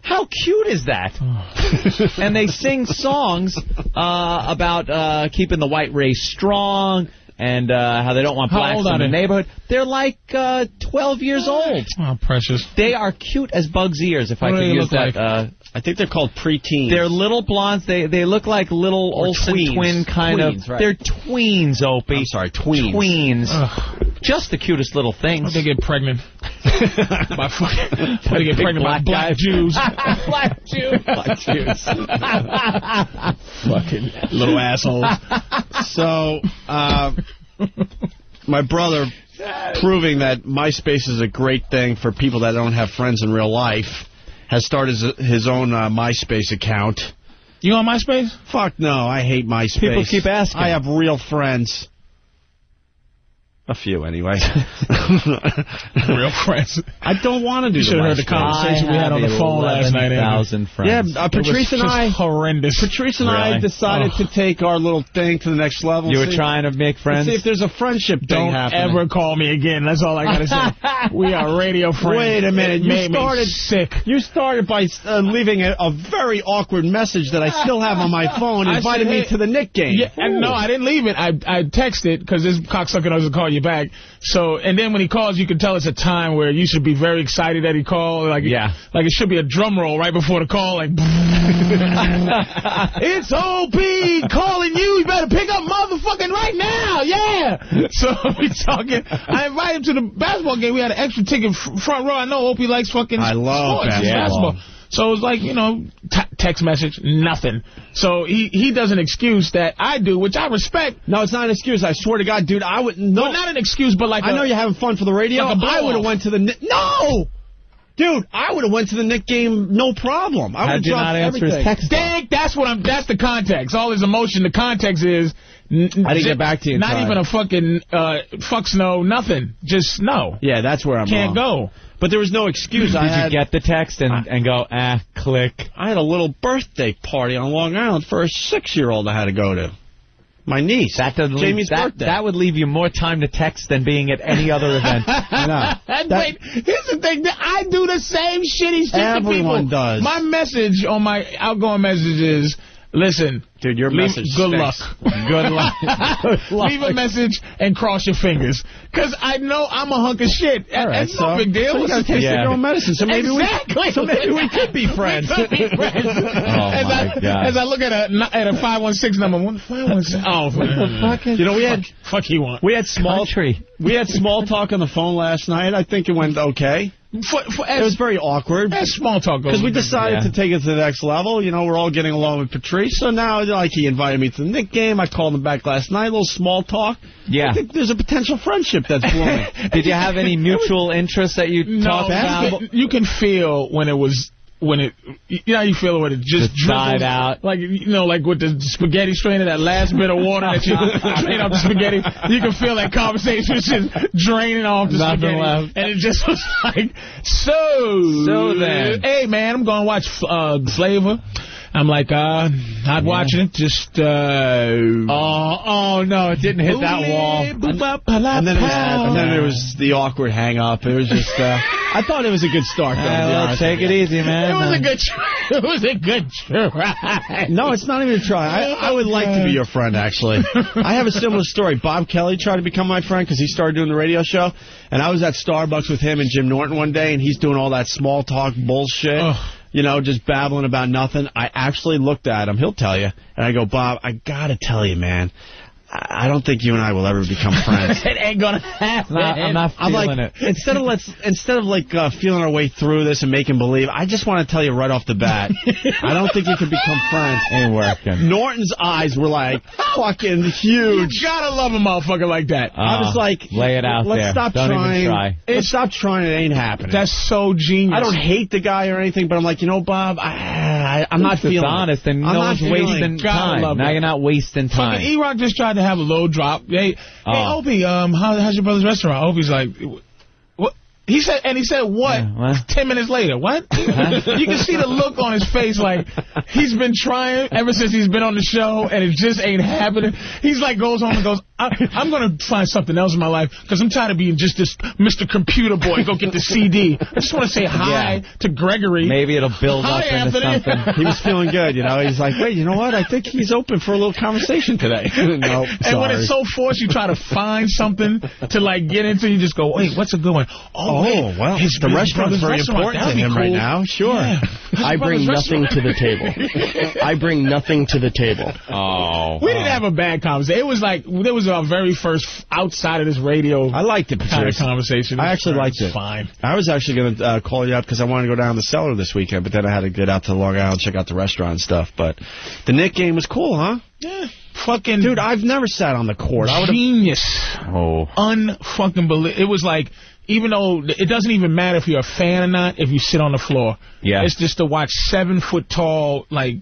[SPEAKER 3] How cute is that? and they sing songs uh, about uh, keeping the white race strong and uh, how they don't want
[SPEAKER 6] How
[SPEAKER 3] blacks
[SPEAKER 6] old
[SPEAKER 3] in
[SPEAKER 6] are
[SPEAKER 3] the
[SPEAKER 6] they?
[SPEAKER 3] neighborhood. They're like uh, 12 years old.
[SPEAKER 6] Oh, precious.
[SPEAKER 3] They are cute as bugs' ears, if
[SPEAKER 6] What
[SPEAKER 3] I
[SPEAKER 6] do
[SPEAKER 3] could
[SPEAKER 6] they
[SPEAKER 3] use
[SPEAKER 6] look
[SPEAKER 3] that
[SPEAKER 6] like?
[SPEAKER 3] uh,
[SPEAKER 2] I think they're called preteens.
[SPEAKER 3] they're little blondes. They they look like little Olsen
[SPEAKER 2] tweens.
[SPEAKER 3] twin kind
[SPEAKER 2] Tweens,
[SPEAKER 3] of.
[SPEAKER 2] right.
[SPEAKER 3] They're tweens, Opie.
[SPEAKER 2] I'm sorry, tweens.
[SPEAKER 3] Tweens.
[SPEAKER 6] Ugh.
[SPEAKER 3] Just the cutest little
[SPEAKER 6] How'd
[SPEAKER 3] things.
[SPEAKER 6] they get pregnant? by fucking, how'd they get pregnant by
[SPEAKER 3] black
[SPEAKER 6] black
[SPEAKER 3] guy.
[SPEAKER 6] Jews?
[SPEAKER 3] Black Jew.
[SPEAKER 2] Black Jews. Fucking little assholes. So, uh, my brother proving that MySpace is a great thing for people that don't have friends in real life has started his, his own uh, MySpace account.
[SPEAKER 6] You on MySpace?
[SPEAKER 2] Fuck no, I hate MySpace.
[SPEAKER 3] People keep asking.
[SPEAKER 2] I have real friends. A few, anyway.
[SPEAKER 6] Real friends.
[SPEAKER 2] I don't want to do
[SPEAKER 6] You
[SPEAKER 2] the
[SPEAKER 6] should have heard the
[SPEAKER 2] MySpace.
[SPEAKER 6] conversation we had on the phone last night. Andy.
[SPEAKER 2] Yeah,
[SPEAKER 3] friends.
[SPEAKER 2] uh, Patrice and
[SPEAKER 6] just
[SPEAKER 2] I
[SPEAKER 6] horrendous.
[SPEAKER 2] Patrice and I
[SPEAKER 3] Really? Oh.
[SPEAKER 2] decided to take our little thing to the next level.
[SPEAKER 3] you
[SPEAKER 2] and
[SPEAKER 3] were
[SPEAKER 2] see-
[SPEAKER 3] trying to make friends.
[SPEAKER 2] See if there's a friendship thing
[SPEAKER 6] Don't
[SPEAKER 2] happening.
[SPEAKER 6] ever call me again. That's all I gotta say. we are radio friends.
[SPEAKER 2] Wait a minute,
[SPEAKER 6] It
[SPEAKER 2] you
[SPEAKER 6] made me
[SPEAKER 2] started-
[SPEAKER 6] sick.
[SPEAKER 2] You started by uh, leaving a, a very awkward message that I still have on my phone,
[SPEAKER 6] I
[SPEAKER 2] invited
[SPEAKER 6] said,
[SPEAKER 2] me
[SPEAKER 6] hey-
[SPEAKER 2] to the Nick game.
[SPEAKER 6] Yeah, and no, I didn't leave it. I I texted because this cocksucker doesn't call you back. So, and then when he calls, you can tell it's a time where you should be very excited that he called. Like,
[SPEAKER 3] Yeah.
[SPEAKER 6] like it should be a drum roll right before the call. Like, it's OP calling you. You better pick up motherfucking right now. Yeah. So we talking. I invited him to the basketball game. We had an extra ticket fr- front row. I know OP likes fucking
[SPEAKER 2] I love
[SPEAKER 6] sports, it's
[SPEAKER 2] basketball.
[SPEAKER 6] So it was like, you know, t- text message, nothing. So he, he does an excuse that I do, which I respect.
[SPEAKER 2] No, it's not an excuse. I swear to God, dude, I would no.
[SPEAKER 6] Well, not an excuse, but like,
[SPEAKER 2] I
[SPEAKER 6] a-
[SPEAKER 2] know you're having fun for the radio.
[SPEAKER 6] Like a blow
[SPEAKER 2] I would have
[SPEAKER 6] off.
[SPEAKER 2] went to the Knick- no, dude. I would have went to the Nick game, no problem. I would
[SPEAKER 3] How'd
[SPEAKER 2] have
[SPEAKER 3] you
[SPEAKER 2] dropped
[SPEAKER 3] not answer his
[SPEAKER 2] everything.
[SPEAKER 3] text?
[SPEAKER 6] Dang, that's what I'm. That's the context. All his emotion. The context is. I
[SPEAKER 2] I didn't get back to you in
[SPEAKER 6] Not
[SPEAKER 2] time.
[SPEAKER 6] even a fucking uh, fucks no, nothing. Just no.
[SPEAKER 2] Yeah, that's where I'm.
[SPEAKER 6] Can't
[SPEAKER 2] wrong.
[SPEAKER 6] go.
[SPEAKER 2] But there was no excuse. I
[SPEAKER 3] Did
[SPEAKER 2] had,
[SPEAKER 3] you get the text and, and go ah click?
[SPEAKER 2] I had a little birthday party on Long Island for a six-year-old I had to go to. My niece.
[SPEAKER 3] That doesn't
[SPEAKER 2] Jamie's
[SPEAKER 3] leave, that,
[SPEAKER 2] birthday.
[SPEAKER 3] That would leave you more time to text than being at any other event.
[SPEAKER 2] I know.
[SPEAKER 6] And wait, here's the thing. that I do the same shitty shit
[SPEAKER 2] Everyone
[SPEAKER 6] to people.
[SPEAKER 2] does.
[SPEAKER 6] My message on my outgoing message is, listen,
[SPEAKER 2] Dude, your
[SPEAKER 6] leave-
[SPEAKER 2] message.
[SPEAKER 6] good
[SPEAKER 2] stinks.
[SPEAKER 6] luck.
[SPEAKER 3] Good luck.
[SPEAKER 6] Leave a message and cross your fingers. Because I know I'm a hunk of shit.
[SPEAKER 2] All right,
[SPEAKER 6] It's no big deal.
[SPEAKER 2] So you gotta taste
[SPEAKER 3] Yeah.
[SPEAKER 2] your own medicine. So maybe
[SPEAKER 6] Exactly.
[SPEAKER 2] we, so maybe we could be friends. Oh
[SPEAKER 6] We could be friends. as,
[SPEAKER 3] my
[SPEAKER 6] I,
[SPEAKER 3] God.
[SPEAKER 6] as I look at a at a five one six number, what the five one six? Oh, what the fuck?
[SPEAKER 2] you know, we had
[SPEAKER 6] Fuck he want.
[SPEAKER 2] we had small
[SPEAKER 3] Country.
[SPEAKER 2] we had small talk on the phone last night. I think it went okay.
[SPEAKER 6] For, for,
[SPEAKER 2] It was
[SPEAKER 6] as,
[SPEAKER 2] very awkward
[SPEAKER 6] as small talk goes.
[SPEAKER 2] because we decided
[SPEAKER 3] Yeah.
[SPEAKER 2] to take it to the next level. You know, we're all getting along with Patrice. So now, like, he invited me to the Nick game. I called him back last night. A little small talk.
[SPEAKER 3] Yeah.
[SPEAKER 2] I think there's a potential friendship that's blooming.
[SPEAKER 3] Did you have any mutual interests that you
[SPEAKER 6] no,
[SPEAKER 3] talked
[SPEAKER 6] you
[SPEAKER 3] about?
[SPEAKER 6] can, you can feel when it was. When it, you know, how you feel when it just
[SPEAKER 3] Just died
[SPEAKER 6] dribbles?
[SPEAKER 3] out.
[SPEAKER 6] like you know, like with the spaghetti strainer, that last bit of water that you drain off the spaghetti. You can feel that conversation was just draining off the
[SPEAKER 3] Nothing
[SPEAKER 6] spaghetti,
[SPEAKER 3] left.
[SPEAKER 6] and it just was like, so,
[SPEAKER 3] So then.
[SPEAKER 6] hey man, I'm going to watch uh, Flavor.
[SPEAKER 2] I'm like, uh, not watching it. Just, uh,
[SPEAKER 7] Oh, oh no, it didn't hit that wall.
[SPEAKER 8] And then, it was, and then it was the awkward hang up. It was just, uh,
[SPEAKER 2] I thought it was a good start. Though, to be honest with you.
[SPEAKER 3] easy, man.
[SPEAKER 6] good try. It was a good try.
[SPEAKER 2] No, it's not even a try. I, I would like to be your friend, actually. I have a similar story. Bob Kelly tried to become my friend because he started doing the radio show, and I was at Starbucks with him and Jim Norton one day, and he's doing all that small talk bullshit. You know, just babbling about nothing. I actually looked at him. He'll tell you. And I go, Bob, I gotta tell you, man. I I don't think you and I will ever become friends.
[SPEAKER 6] It ain't gonna happen.
[SPEAKER 3] I'm not
[SPEAKER 2] I'm
[SPEAKER 3] feeling it.
[SPEAKER 2] like, instead of let's, instead of like uh, feeling our way through this and making believe, I just want to tell you right off the bat, I don't think you can become friends.
[SPEAKER 3] Ain't working.
[SPEAKER 2] Norton's eyes were like fucking huge. Uh,
[SPEAKER 6] Gotta love a motherfucker like that.
[SPEAKER 2] I was like,
[SPEAKER 3] lay it out
[SPEAKER 2] let's
[SPEAKER 3] there.
[SPEAKER 2] Stop
[SPEAKER 3] Don't even
[SPEAKER 2] trying.
[SPEAKER 3] try.
[SPEAKER 2] Let's stop trying. It ain't happening.
[SPEAKER 6] That's so genius.
[SPEAKER 2] I don't hate the guy or anything, but I'm like, you know, Bob, I, I, I'm not
[SPEAKER 3] It's
[SPEAKER 2] feeling it.
[SPEAKER 3] honest, and
[SPEAKER 2] I'm
[SPEAKER 3] no
[SPEAKER 2] not
[SPEAKER 3] one's
[SPEAKER 2] feeling
[SPEAKER 3] wasting
[SPEAKER 2] it.
[SPEAKER 6] God, I
[SPEAKER 3] time.
[SPEAKER 6] love
[SPEAKER 3] Now
[SPEAKER 6] that.
[SPEAKER 3] you're not wasting
[SPEAKER 6] Fucking
[SPEAKER 3] time.
[SPEAKER 6] E-Rock just tried to have a low drop. Hey, hey,
[SPEAKER 3] Oh.
[SPEAKER 6] Opie, um, how, how's your brother's restaurant? Opie's like, what? He said, and he said, what?
[SPEAKER 3] Yeah, what?
[SPEAKER 6] Ten minutes later, what? you can see the look on his face, like he's been trying ever since he's been on the show, and it just ain't happening. He's like, goes home and goes, I, I'm gonna find something else in my life because I'm tired of being just this Mr. Computer Boy. Go get the CD. I just want to say hi to Gregory.
[SPEAKER 3] Maybe it'll build
[SPEAKER 6] Hi,
[SPEAKER 3] up into
[SPEAKER 6] Anthony.
[SPEAKER 3] something.
[SPEAKER 2] He was feeling good, you know. He's like, wait, you know what? I think he's open for a little conversation today. no,
[SPEAKER 6] And when
[SPEAKER 2] sorry.
[SPEAKER 6] it's so forced, you try to find something to like get into. You just go, wait, what's a good one?
[SPEAKER 2] Oh,
[SPEAKER 6] wait,
[SPEAKER 2] well,
[SPEAKER 6] his
[SPEAKER 2] the
[SPEAKER 6] his
[SPEAKER 2] restaurant's
[SPEAKER 6] brother's
[SPEAKER 2] very
[SPEAKER 6] restaurant,
[SPEAKER 2] important to
[SPEAKER 6] that'd be
[SPEAKER 2] him right
[SPEAKER 6] cool.
[SPEAKER 2] now. Sure.
[SPEAKER 6] Yeah.
[SPEAKER 9] I bring
[SPEAKER 6] brother's
[SPEAKER 9] nothing to the table. I bring nothing to the table.
[SPEAKER 3] Oh.
[SPEAKER 6] We didn't have a bad conversation. It was like there was our very first f- outside of this radio
[SPEAKER 2] I liked it,
[SPEAKER 6] kind of
[SPEAKER 2] Patrice.
[SPEAKER 6] conversation.
[SPEAKER 2] I actually liked
[SPEAKER 6] was
[SPEAKER 2] it.
[SPEAKER 6] Fine.
[SPEAKER 2] I was actually going to uh, call you up because I wanted to go down to the cellar this weekend, but then I had to get out to Long Island, check out the restaurant and stuff. But the Nick game was cool, huh?
[SPEAKER 6] Yeah. Fucking
[SPEAKER 2] Dude, I've never sat on the court. I would have.
[SPEAKER 6] genius.
[SPEAKER 3] Oh.
[SPEAKER 6] Unfucking believe. It was like. Even though it doesn't even matter if you're a fan or not, if you sit on the floor,
[SPEAKER 3] Yeah.
[SPEAKER 6] it's just to watch seven foot tall, like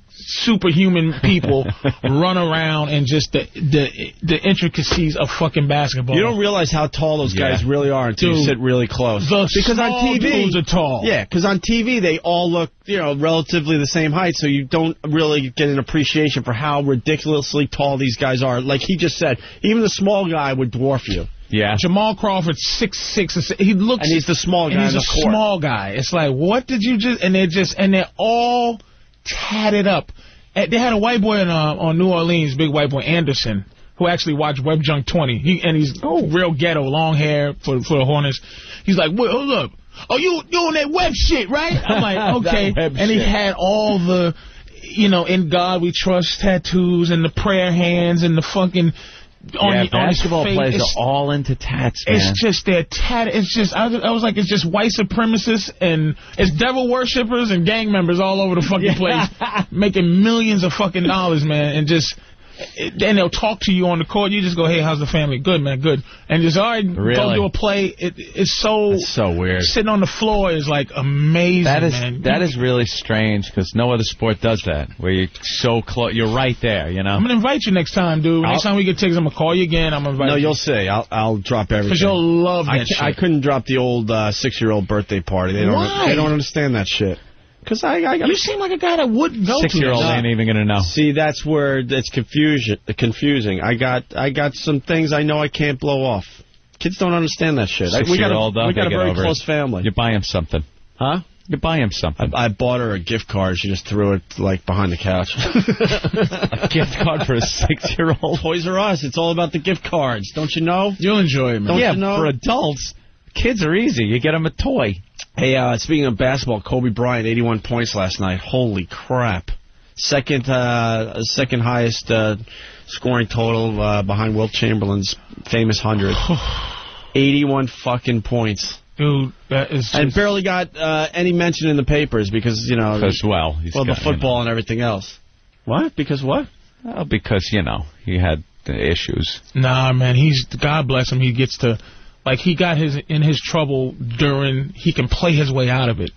[SPEAKER 6] superhuman people run around and just the the the intricacies of fucking basketball.
[SPEAKER 2] You don't realize how tall those guys
[SPEAKER 3] Yeah.
[SPEAKER 2] really are until you
[SPEAKER 6] Dude.
[SPEAKER 2] sit really close.
[SPEAKER 6] The
[SPEAKER 2] because on
[SPEAKER 6] small
[SPEAKER 2] TV,
[SPEAKER 6] dudes are tall.
[SPEAKER 2] yeah, because on TV they all look, you know, relatively the same height, so you don't really get an appreciation for how ridiculously tall these guys are. Like he just said, even the small guy would dwarf you,
[SPEAKER 3] Yeah.
[SPEAKER 6] Jamal Crawford six six. He looks
[SPEAKER 2] and he's the small
[SPEAKER 6] and
[SPEAKER 2] guy.
[SPEAKER 6] he's
[SPEAKER 2] on
[SPEAKER 6] a
[SPEAKER 2] the court.
[SPEAKER 6] small guy. It's like what did you just? And they're just and they're all tatted up. And They had a white boy in, uh, on New Orleans, big white boy Anderson, who actually watched Web Junk 20. He and he's
[SPEAKER 2] Oh.
[SPEAKER 6] real ghetto, long hair for for the Hornets. He's like, wait, hold up. Oh, you doing that web shit, right? I'm like, okay.
[SPEAKER 3] web
[SPEAKER 6] and he
[SPEAKER 3] shit.
[SPEAKER 6] had all the, you know, in God we trust tattoos and the prayer hands and the fucking on,
[SPEAKER 3] yeah,
[SPEAKER 6] your- on his
[SPEAKER 3] basketball
[SPEAKER 6] face.
[SPEAKER 3] players
[SPEAKER 6] It's-
[SPEAKER 3] are all into tats, man.
[SPEAKER 6] it's just they're tat. It's just I was, I was like, it's just white supremacists and it's devil worshippers and gang members all over the fucking place, making millions of fucking dollars, man, and just. it- And they'll talk to you on the court. You just go, hey, how's the family? Good, man, good. And just, all right,
[SPEAKER 3] Really?
[SPEAKER 6] go do a play. It, it's so,
[SPEAKER 3] That's so weird.
[SPEAKER 6] Sitting on the floor is like amazing,
[SPEAKER 3] That is
[SPEAKER 6] man.
[SPEAKER 3] that is really strange because no other sport does that where you're so close. You're right there, you know.
[SPEAKER 6] I'm gonna invite you next time, dude. Next time we get tickets, I'm gonna call you again. I'm gonna invite
[SPEAKER 2] No,
[SPEAKER 6] you.
[SPEAKER 2] you'll see. I'll I'll drop everything.
[SPEAKER 6] Cause you'll love that
[SPEAKER 2] I,
[SPEAKER 6] shit.
[SPEAKER 2] ca- I couldn't drop the old uh, six-year-old birthday party. They don't.
[SPEAKER 6] Why?
[SPEAKER 2] They don't understand that shit. Because I, I got
[SPEAKER 6] you seem like a guy that would go
[SPEAKER 3] Six
[SPEAKER 6] to
[SPEAKER 3] year
[SPEAKER 6] this.
[SPEAKER 3] old ain't even gonna know.
[SPEAKER 2] See, that's where it's confusion. Confusing. I got. I got some things I know I can't blow off. Kids don't understand that shit. I- we got
[SPEAKER 3] Six-year-old,
[SPEAKER 2] a,
[SPEAKER 3] though,
[SPEAKER 2] we got
[SPEAKER 3] they
[SPEAKER 2] a
[SPEAKER 3] get
[SPEAKER 2] very
[SPEAKER 3] over it.
[SPEAKER 2] close family.
[SPEAKER 3] You buy him something,
[SPEAKER 2] Huh?
[SPEAKER 3] You buy him
[SPEAKER 2] I,
[SPEAKER 3] something.
[SPEAKER 2] I bought her a gift card. She just threw it like behind the couch.
[SPEAKER 3] A gift card for a six year old.
[SPEAKER 2] Toys R Us. It's all about the gift cards. Don't you know?
[SPEAKER 6] You'll enjoy it, man.
[SPEAKER 2] Don't
[SPEAKER 3] Yeah,
[SPEAKER 2] you know?
[SPEAKER 3] for adults, kids are easy. You get them a toy.
[SPEAKER 2] Hey, uh, speaking of basketball, Kobe Bryant, 81 points last night. Holy crap! Second, uh, second highest uh, scoring total uh, behind Wilt Chamberlain's famous hundred. 81 fucking points,
[SPEAKER 6] Dude, that is
[SPEAKER 2] and
[SPEAKER 6] just-
[SPEAKER 2] barely got uh, any mention in the papers because you know,
[SPEAKER 3] Because well, he's
[SPEAKER 2] well, the
[SPEAKER 3] got,
[SPEAKER 2] football and everything else. What? Because what?
[SPEAKER 3] You know, well, because you know he had the issues.
[SPEAKER 6] Nah, man, he's God bless him. He gets to, like, he got his in his trouble during. He can play his way out of it.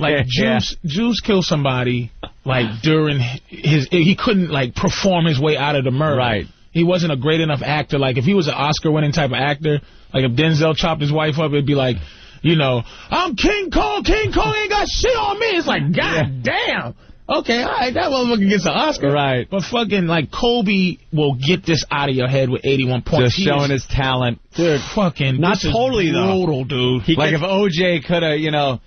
[SPEAKER 6] Like Juice, Juice killed somebody like during his. He couldn't like perform his way out of the murder.
[SPEAKER 3] Right.
[SPEAKER 6] He wasn't a great enough actor. Like if he was an Oscar-winning type of actor, like if Denzel chopped his wife up, it'd be like, you know, I'm King Kong. King Kong ain't got shit on me. It's like, God damn. Okay, all right, that motherfucker gets an Oscar.
[SPEAKER 3] Right.
[SPEAKER 6] But fucking, like, Kobe will get this out of your head with 81 points.
[SPEAKER 3] Just showing his talent.
[SPEAKER 6] Dude, fucking.
[SPEAKER 2] Not
[SPEAKER 6] this is
[SPEAKER 2] totally, though.
[SPEAKER 6] brutal, dude.
[SPEAKER 3] like if OJ could have, you know,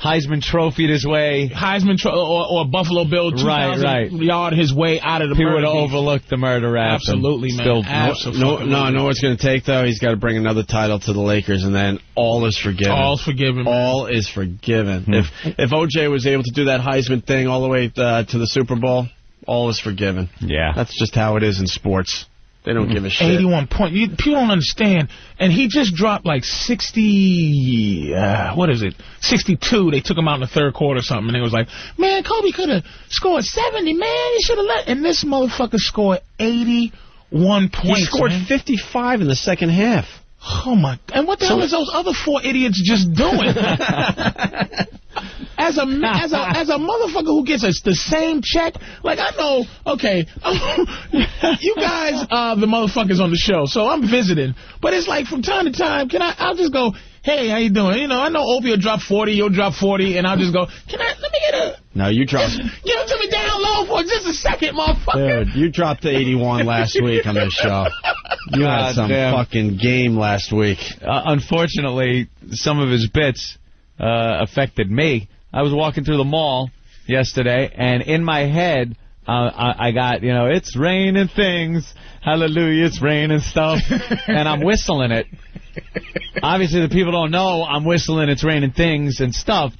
[SPEAKER 3] Heisman trophied his way,
[SPEAKER 6] Heisman tro- or, or Buffalo Bill 2,000
[SPEAKER 3] Right, right.
[SPEAKER 6] yard his way out of the
[SPEAKER 3] he
[SPEAKER 6] murder
[SPEAKER 3] would have
[SPEAKER 6] beat.
[SPEAKER 3] overlooked the murder rap. and
[SPEAKER 6] Absolutely, man.
[SPEAKER 3] Still,
[SPEAKER 6] Absolutely.
[SPEAKER 2] No, no, no. What's going to take though? He's got to bring another title to the Lakers, and then all is forgiven.
[SPEAKER 6] All's forgiven. man.
[SPEAKER 2] All is forgiven. If if OJ was able to do that Heisman thing all the way uh, to the Super Bowl, all is forgiven.
[SPEAKER 3] Yeah.
[SPEAKER 2] That's just how it is in sports. They don't give a shit.
[SPEAKER 6] 81 point. You, people don't understand. And he just dropped like 60. Uh, what is it? 62. They took him out in the third quarter or something. And they was like, man, Kobe could have scored 70. Man, he should have let. And this motherfucker scored 81
[SPEAKER 2] He
[SPEAKER 6] points.
[SPEAKER 2] scored
[SPEAKER 6] man.
[SPEAKER 2] 55 in the second half.
[SPEAKER 6] Oh my! And what the hell is those other four idiots just doing? as a ma- as a as a motherfucker who gets us the same check, like I know. Okay, you guys are the motherfuckers on the show, so I'm visiting. But it's like from time to time, can I? I'll just go. Hey, how you doing? You know, I know Opie will drop 40, you'll drop 40, and I'll just go, can I, let me get a,
[SPEAKER 2] No, you dropped.
[SPEAKER 6] give it to me down low for just a second, motherfucker.
[SPEAKER 2] Dude, you dropped to 81 last week on this show. You had
[SPEAKER 3] God
[SPEAKER 2] some
[SPEAKER 3] damn.
[SPEAKER 2] fucking game last week.
[SPEAKER 3] uh, unfortunately, some of his bits uh, affected me. I was walking through the mall yesterday, and in my head, uh, I, I got, you know, it's raining things, hallelujah, it's raining stuff, and I'm whistling it. Obviously, the people don't know I'm whistling it's raining things and stuff,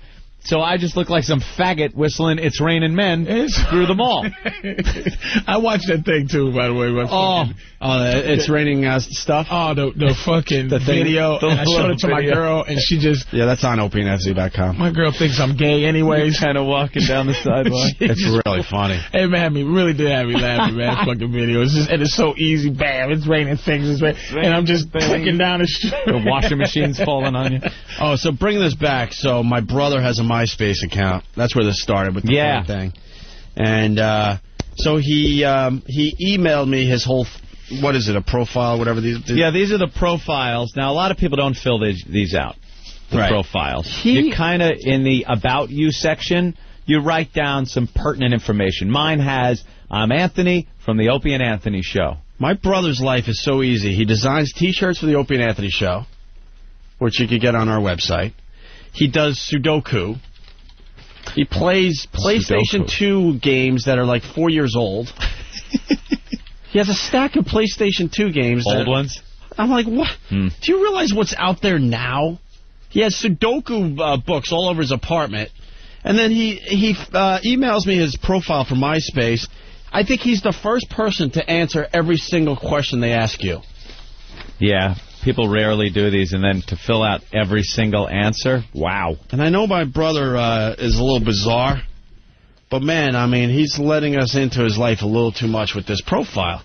[SPEAKER 3] so I just look like some faggot whistling it's raining men through the mall.
[SPEAKER 6] I watched that thing too, by the way. but-
[SPEAKER 3] Oh,
[SPEAKER 2] Uh, it's raining uh, stuff.
[SPEAKER 6] Oh, the the fucking
[SPEAKER 2] thing-
[SPEAKER 6] video.
[SPEAKER 2] the
[SPEAKER 6] and I showed it to my
[SPEAKER 2] video.
[SPEAKER 6] girl, and she just
[SPEAKER 2] Yeah, that's on opnfz.com.
[SPEAKER 6] my girl thinks I'm gay, anyways.
[SPEAKER 3] kind of walking down the sidewalk.
[SPEAKER 2] It's really funny.
[SPEAKER 6] Hey man, had me really did have me laughing, man. that fucking video. It's just and it's so easy. Bam, it's raining things, it's rain, and I'm just clicking down the street.
[SPEAKER 3] The washing machine's falling on you.
[SPEAKER 2] Oh, so bring this back. So my brother has a MySpace account. That's where this started with the
[SPEAKER 3] Yeah.
[SPEAKER 2] porn thing. And uh, so he um, he emailed me his whole f- what is it a profile whatever these, these
[SPEAKER 3] Yeah, these are the profiles. Now, a lot of people don't fill these, these out, the
[SPEAKER 2] Right.
[SPEAKER 3] profiles.
[SPEAKER 2] He-
[SPEAKER 3] you kind of, in the About You section, you write down some pertinent information. Mine has, I'm Anthony from the Opie and Anthony Show.
[SPEAKER 2] My brother's life is so easy. He designs T-shirts for the Opie and Anthony show, which you could get on our website. He does Sudoku. He plays PlayStation Two games that are like four years old. he has a stack of PlayStation Two games. that-
[SPEAKER 3] Old ones? Hmm.
[SPEAKER 2] I'm like, what? Do you realize what's out there now? He has Sudoku uh, books all over his apartment, and then he he uh, emails me his profile from MySpace. I think he's the first person to answer every single question they ask you.
[SPEAKER 3] Yeah, people rarely do these. And then to fill out every single answer, wow.
[SPEAKER 2] And I know my brother uh, is a little bizarre, but man, I mean, he's letting us into his life a little too much with this profile.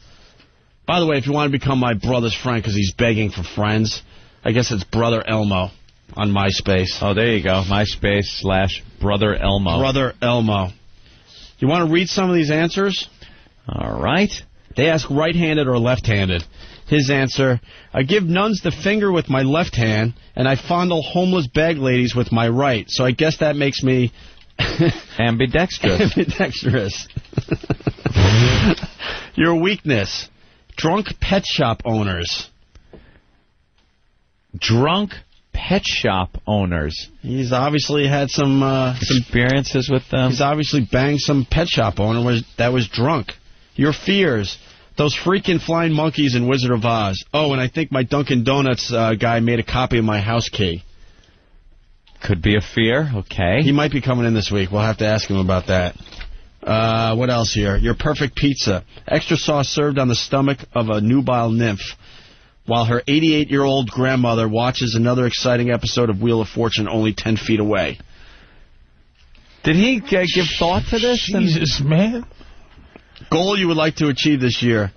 [SPEAKER 2] By the way, if you want to become my brother's friend because he's begging for friends, I guess it's Brother Elmo on MySpace.
[SPEAKER 3] Oh, there you go. MySpace slash Brother Elmo.
[SPEAKER 2] Brother Elmo. You want to read some of these answers?
[SPEAKER 3] All right.
[SPEAKER 2] They ask right handed or left handed. His answer I give nuns the finger with my left hand, and I fondle homeless bag ladies with my right. So I guess that makes me
[SPEAKER 3] Ambidextrous.
[SPEAKER 2] ambidextrous. Your weakness drunk pet shop owners.
[SPEAKER 3] Drunk pet shop owners.
[SPEAKER 2] He's obviously had some, uh, some
[SPEAKER 3] Experiences with them.
[SPEAKER 2] He's obviously banged some pet shop owner was, that was drunk. Your fears. Those freaking flying monkeys in Wizard of Oz. Oh, and I think my Dunkin' Donuts uh, guy made a copy of my house key.
[SPEAKER 3] Could be a fear. Okay.
[SPEAKER 2] He might be coming in this week. We'll have to ask him about that. Uh, what else here? Your perfect pizza. Extra sauce served on the stomach of a nubile nymph while her 88 year old grandmother watches another exciting episode of Wheel of Fortune only 10 feet away.
[SPEAKER 3] Did he uh, give thought to this? And-
[SPEAKER 6] Jesus, man.
[SPEAKER 2] goal you would like to achieve this year?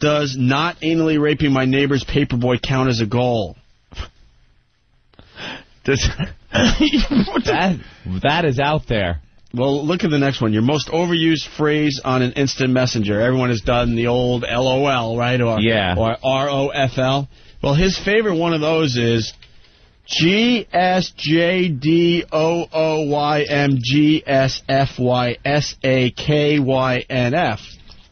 [SPEAKER 2] Does not anally raping my neighbor's paperboy count as a goal?
[SPEAKER 3] does- that, that is out there.
[SPEAKER 2] Well, look at the next one. Your most overused phrase on an instant messenger. Everyone has done the old LOL, right? Or,
[SPEAKER 3] Yeah.
[SPEAKER 2] Or ROFL. Well, his favorite one of those is G S J D O O Y M G S F Y S A K Y N F.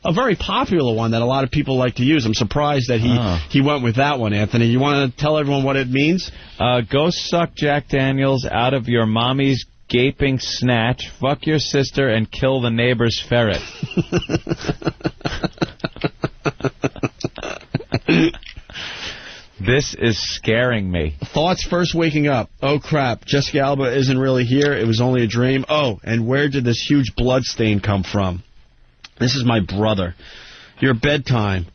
[SPEAKER 2] A very popular one that a lot of people like to use. I'm surprised that he
[SPEAKER 3] Oh.
[SPEAKER 2] he went with that one, Anthony. You want to tell everyone what it means?
[SPEAKER 3] Uh, go suck Jack Daniels out of your mommy's gaping snatch, fuck your sister, and kill the neighbor's ferret. this is scaring me.
[SPEAKER 2] Thoughts first waking up. Oh crap, Jessica Alba isn't really here. It was only a dream. Oh, and where did this huge blood stain come from? This is my brother. Your bedtime.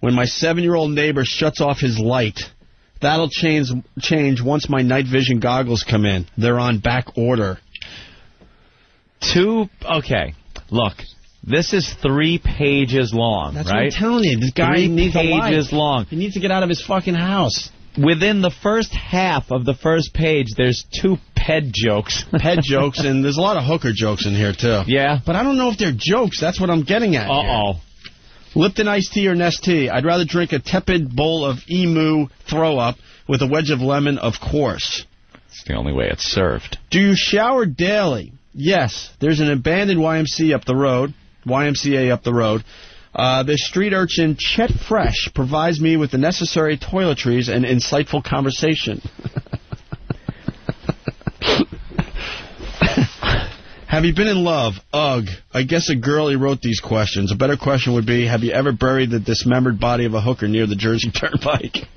[SPEAKER 2] When my seven year old neighbor shuts off his light. That'll change change once my night vision goggles come in. They're on back order.
[SPEAKER 3] Two. Okay, look. This is three pages long,
[SPEAKER 2] That's
[SPEAKER 3] right?
[SPEAKER 2] what I'm telling you. This guy
[SPEAKER 3] Three
[SPEAKER 2] needs a life.
[SPEAKER 3] pages long.
[SPEAKER 2] He needs to get out of his fucking house.
[SPEAKER 3] Within the first half of the first page, there's two ped jokes.
[SPEAKER 2] Pet jokes and there's a lot of hooker jokes in here too.
[SPEAKER 3] yeah.
[SPEAKER 2] But I don't know if they're jokes. That's what I'm getting at.
[SPEAKER 3] Uh
[SPEAKER 2] here.
[SPEAKER 3] oh.
[SPEAKER 2] Lipton iced tea or Nest tea. I'd rather drink a tepid bowl of emu throw up with a wedge of lemon, of course.
[SPEAKER 3] It's the only way it's served.
[SPEAKER 2] Do you shower daily? Yes. There's an abandoned YMCA up the road. YMCA up the road. Uh, this street urchin Chet Fresh provides me with the necessary toiletries and insightful conversation. Have you been in love? Ugh. I guess a girlie wrote these questions. A better question would be, have you ever buried the dismembered body of a hooker near the Jersey Turnpike?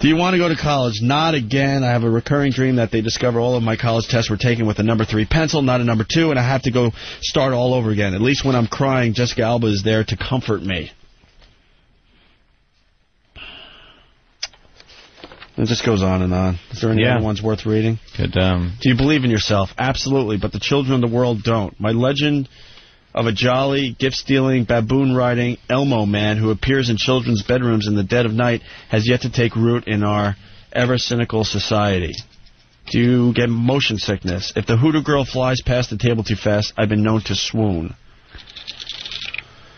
[SPEAKER 2] Do you want to go to college? Not again. I have a recurring dream that they discover all of my college tests were taken with a number three pencil, not a number two, and I have to go start all over again. At least when I'm crying, Jessica Alba is there to comfort me. It just goes on and on. Is there any
[SPEAKER 3] Yeah.
[SPEAKER 2] other ones worth reading?
[SPEAKER 3] Good. Um,
[SPEAKER 2] Do you believe in yourself? Absolutely, but the children of the world don't. My legend of a jolly, gift stealing, baboon riding Elmo man who appears in children's bedrooms in the dead of night has yet to take root in our ever cynical society. Do you get motion sickness? If the hoodoo girl flies past the table too fast, I've been known to swoon.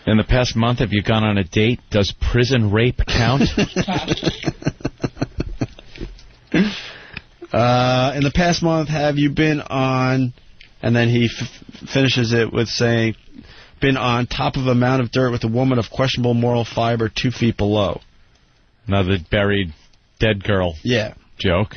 [SPEAKER 3] in the past month, have you gone on a date? Does prison rape count?
[SPEAKER 2] Uh, in the past month, have you been on? And then he f- finishes it with saying, "Been on top of a mound of dirt with a woman of questionable moral fiber, two feet below."
[SPEAKER 3] Another buried dead girl
[SPEAKER 2] Yeah.
[SPEAKER 3] joke.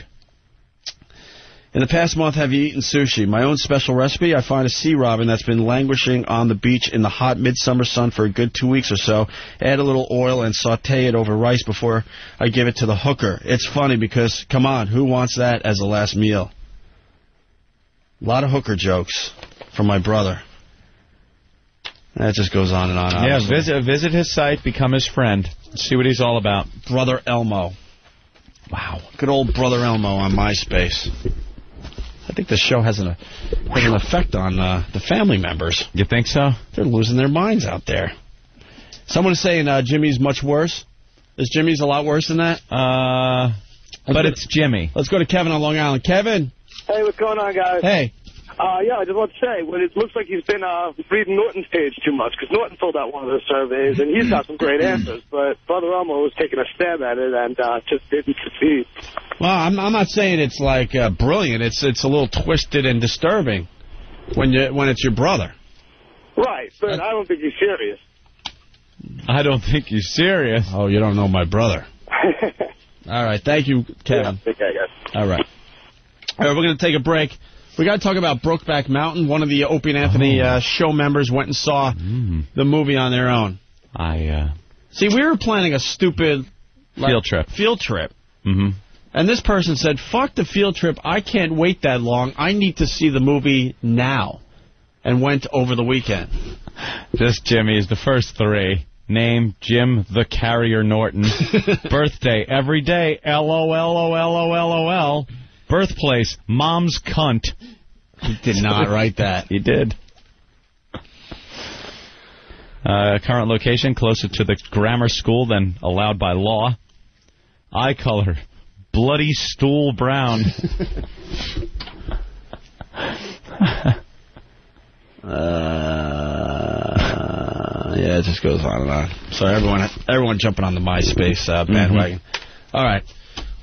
[SPEAKER 2] In the past month, have you eaten sushi? My own special recipe. I find a sea robin that's been languishing on the beach in the hot midsummer sun for a good two weeks or so. Add a little oil and saute it over rice before I give it to the hooker. It's funny because, come on, who wants that as a last meal? A lot of hooker jokes from my brother. That just goes on and on.
[SPEAKER 3] Yeah,
[SPEAKER 2] obviously.
[SPEAKER 3] uh, visit visit his site, become his friend, see what he's all about.
[SPEAKER 2] brother Elmo. Wow, good old brother Elmo on MySpace. I think the show has an, has an effect on uh, the family members.
[SPEAKER 3] You think so?
[SPEAKER 2] They're losing their minds out there. Someone's saying uh, Jimmy's much worse. Is Jimmy's a lot worse than that?
[SPEAKER 3] Uh, but it's Jimmy.
[SPEAKER 2] Let's go to Kevin on Long Island. Kevin,
[SPEAKER 10] Hey, what's going on, guys?
[SPEAKER 2] hey,
[SPEAKER 10] Uh, yeah, I just want to say, well, it looks like he's been uh, reading Norton's page too much because Norton filled out one of the surveys and he's got some great
[SPEAKER 11] Mm-hmm.
[SPEAKER 10] answers, but Brother Elmo was taking a stab at it and uh, just didn't succeed.
[SPEAKER 2] Well, I'm, I'm not saying it's like uh, brilliant. It's it's a little twisted and disturbing when you when it's your brother.
[SPEAKER 10] Right, but I don't think he's serious.
[SPEAKER 3] I don't think he's serious.
[SPEAKER 2] Oh, you don't know my brother. All right, thank you,
[SPEAKER 10] yeah,
[SPEAKER 2] Kevin.
[SPEAKER 10] okay, guys.
[SPEAKER 2] All right. All right, we're going to take a break. We got to talk about Brokeback Mountain. One of the Opie and Anthony
[SPEAKER 3] Oh.
[SPEAKER 2] uh, show members went and saw the movie on their own.
[SPEAKER 3] Mm. I uh,
[SPEAKER 2] See, we were planning a stupid like,
[SPEAKER 3] Field trip.
[SPEAKER 2] Field trip.
[SPEAKER 3] hmm
[SPEAKER 2] Mm-hmm. And this person said, "Fuck the field trip. I can't wait that long. I need to see the movie now." And went over the weekend.
[SPEAKER 3] This Jimmy is the first three. Name Jim the Carrier Norton. Birthday every day. LOLOLOLOL. Birthplace Mom's cunt.
[SPEAKER 2] He did not write that.
[SPEAKER 3] He did. Uh, current location closer to the grammar school than allowed by law. Eye color bloody stool brown.
[SPEAKER 2] Uh, yeah, it just goes on and on. So everyone, everyone jumping on the MySpace uh, bandwagon. All right.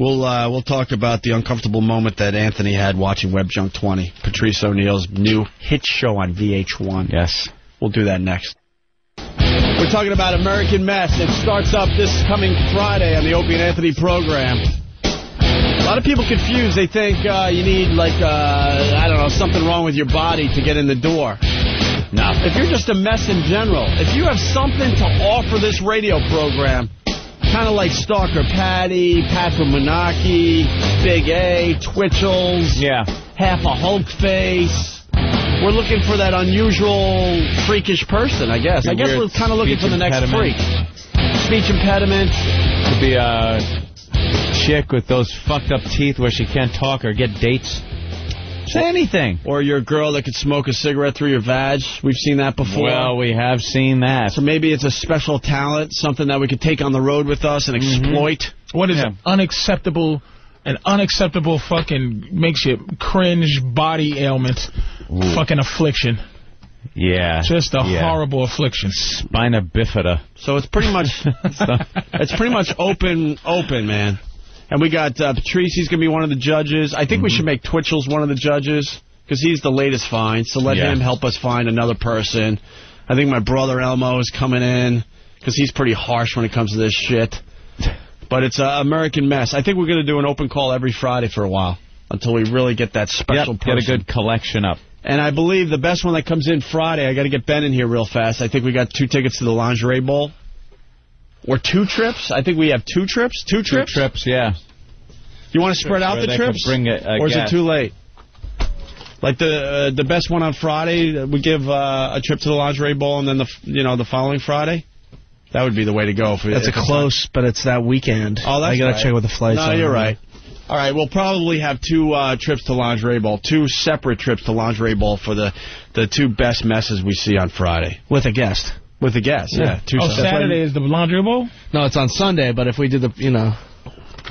[SPEAKER 2] We'll uh, we'll talk about the uncomfortable moment that Anthony had watching Web Junk 20, Patrice O'Neill's new hit show on VH1. Yes. We'll do that next. We're talking about American Mess. It starts up this coming Friday on the Opie and Anthony program. A lot of people confused. They think uh, you need, like, uh, I don't know, something wrong with your body to get in the door. No. If you're just a mess in general, if you have something to offer this radio program, kind of like Stalker Patty, Pat from Menaki, Big A, Twitchels, yeah. half a Hulk face. We're looking for that unusual, freakish person, I guess. I
[SPEAKER 3] Your
[SPEAKER 2] guess
[SPEAKER 3] weird
[SPEAKER 2] we're kind of looking for
[SPEAKER 3] speech
[SPEAKER 2] the next
[SPEAKER 3] impediment.
[SPEAKER 2] freak. Speech impediment.
[SPEAKER 3] Could be a chick with those fucked up teeth where she can't talk or get dates. Say anything.
[SPEAKER 2] Or your girl that could smoke a cigarette through your vag. We've seen that before.
[SPEAKER 3] Well, we have seen that.
[SPEAKER 2] So maybe it's a special talent, something that we could take on the road with us and exploit.
[SPEAKER 6] What is
[SPEAKER 3] Mm-hmm. Yeah.
[SPEAKER 6] an unacceptable, an unacceptable fucking makes you cringe body ailment, fucking affliction.
[SPEAKER 3] Yeah.
[SPEAKER 6] Just a
[SPEAKER 3] Yeah.
[SPEAKER 6] horrible affliction.
[SPEAKER 3] Spina bifida.
[SPEAKER 2] So it's pretty much it's pretty much open open, man. And we got uh, Patrice. He's gonna be one of the judges. I think
[SPEAKER 3] Mm-hmm.
[SPEAKER 2] we should make Twitchell's one of the judges because he's the latest find. So let
[SPEAKER 3] Yeah.
[SPEAKER 2] him help us find another person. I think my brother Elmo is coming in because he's pretty harsh when it comes to this shit. But it's uh, American mess. I think we're gonna do an open call every Friday for a while until we really get that
[SPEAKER 3] Yep,
[SPEAKER 2] special
[SPEAKER 3] get a
[SPEAKER 2] person.
[SPEAKER 3] good collection up.
[SPEAKER 2] And I believe the best one that comes in Friday, I got to get Ben in here real fast. I think we got two tickets to the Lingerie Bowl. Or two trips. I think we have two trips. Two
[SPEAKER 3] Two
[SPEAKER 2] trips.
[SPEAKER 3] trips, yeah.
[SPEAKER 2] You want to spread out
[SPEAKER 3] Where
[SPEAKER 2] the
[SPEAKER 3] they could
[SPEAKER 2] trips?
[SPEAKER 3] bring a- a
[SPEAKER 2] or is
[SPEAKER 3] guest.
[SPEAKER 2] it too late? Like the uh, the best one on Friday, uh, we give uh, a trip to the Lingerie Bowl, and then the f- you know the following Friday. That would be the way to go. If we-
[SPEAKER 11] That's a
[SPEAKER 2] if it's
[SPEAKER 11] close, but it's that weekend.
[SPEAKER 2] Oh, that's
[SPEAKER 11] I gotta
[SPEAKER 2] right.
[SPEAKER 11] check with the flights.
[SPEAKER 2] No,
[SPEAKER 11] on
[SPEAKER 2] you're
[SPEAKER 11] that.
[SPEAKER 2] right. All right, we'll probably have two uh, trips to Lingerie Bowl, two separate trips to Lingerie Bowl for the, the two best messes we see on Friday.
[SPEAKER 11] With a guest.
[SPEAKER 2] With the guests, yeah. Two
[SPEAKER 6] Oh,
[SPEAKER 2] separate-
[SPEAKER 6] Saturday is the laundry bowl.
[SPEAKER 11] No, it's on Sunday, but if we did the, you know,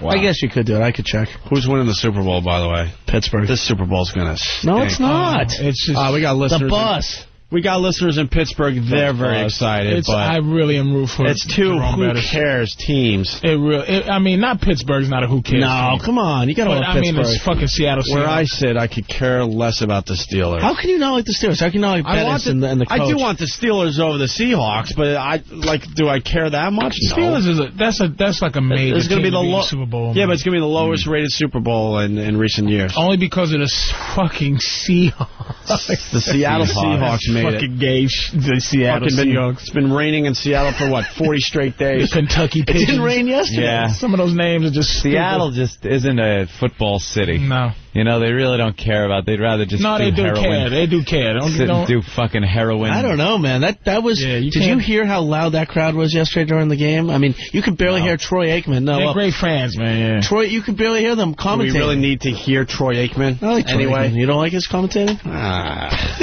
[SPEAKER 11] I guess you could do it. I could check.
[SPEAKER 2] Who's winning the Super Bowl, by the way?
[SPEAKER 11] Pittsburgh.
[SPEAKER 2] This Super Bowl's going to
[SPEAKER 11] no, it's not.
[SPEAKER 6] It's just.
[SPEAKER 2] Ah, we got listeners.
[SPEAKER 11] the
[SPEAKER 2] In,
[SPEAKER 11] bus.
[SPEAKER 2] we got listeners in Pittsburgh. They're very excited,
[SPEAKER 6] it's,
[SPEAKER 2] but
[SPEAKER 6] I really am rude for
[SPEAKER 2] it's two
[SPEAKER 6] Jerome
[SPEAKER 2] who
[SPEAKER 6] Bettis.
[SPEAKER 2] cares teams.
[SPEAKER 6] It real. It, I mean, not Pittsburgh's not a who cares.
[SPEAKER 11] No,
[SPEAKER 6] team.
[SPEAKER 11] come on. You gotta
[SPEAKER 6] But
[SPEAKER 11] love
[SPEAKER 6] I mean,
[SPEAKER 11] Pittsburgh.
[SPEAKER 6] it's fucking Seattle.
[SPEAKER 2] Where I
[SPEAKER 6] Seahawks.
[SPEAKER 2] sit, I could care less about the Steelers.
[SPEAKER 11] How can you not like the Steelers? How can you not like
[SPEAKER 2] I
[SPEAKER 11] Pettis
[SPEAKER 2] want
[SPEAKER 11] and, the, and the coach?
[SPEAKER 2] I do want the Steelers over the Seahawks, but I like. Do I care that much? No.
[SPEAKER 6] Steelers is a that's a that's like a major.
[SPEAKER 2] It's going to be
[SPEAKER 6] team
[SPEAKER 2] the
[SPEAKER 6] in
[SPEAKER 2] low.
[SPEAKER 6] Super Bowl.
[SPEAKER 2] Yeah,
[SPEAKER 6] man.
[SPEAKER 2] but it's going
[SPEAKER 11] Mm.
[SPEAKER 2] to be the lowest rated Super Bowl in, in recent years.
[SPEAKER 6] only because of the s- fucking Seahawks.
[SPEAKER 2] The Seattle Seahawks, made
[SPEAKER 6] fucking
[SPEAKER 2] it.
[SPEAKER 6] gay. sh- The Seattle
[SPEAKER 2] Fucking been-
[SPEAKER 6] Seahawks.
[SPEAKER 2] it's been raining in Seattle for what 40 straight
[SPEAKER 6] The
[SPEAKER 2] days.
[SPEAKER 6] Kentucky Pigeons.
[SPEAKER 11] It didn't rain yesterday.
[SPEAKER 3] Yeah.
[SPEAKER 6] Some of those names are just stupid.
[SPEAKER 3] Seattle just isn't a football city.
[SPEAKER 6] No,
[SPEAKER 3] You know, they really don't care about They'd rather just
[SPEAKER 6] no,
[SPEAKER 3] do
[SPEAKER 6] they do
[SPEAKER 3] heroin.
[SPEAKER 6] care. They do care. Don't,
[SPEAKER 3] Sit and
[SPEAKER 6] don't,
[SPEAKER 3] do fucking heroin.
[SPEAKER 11] I don't know, man. That that was.
[SPEAKER 6] Yeah, you
[SPEAKER 11] did you
[SPEAKER 6] can't-
[SPEAKER 11] hear how loud that crowd was yesterday during the game? I mean, you could barely hear Troy Aikman. No,
[SPEAKER 6] they're
[SPEAKER 11] well,
[SPEAKER 6] great fans, man. Yeah.
[SPEAKER 11] Troy, you could barely hear them
[SPEAKER 2] Do we
[SPEAKER 11] commentating.
[SPEAKER 2] really need to hear Troy Aikman.
[SPEAKER 11] I like Troy
[SPEAKER 2] anyway.
[SPEAKER 11] Aikman. you don't like his commentating?
[SPEAKER 2] Ah.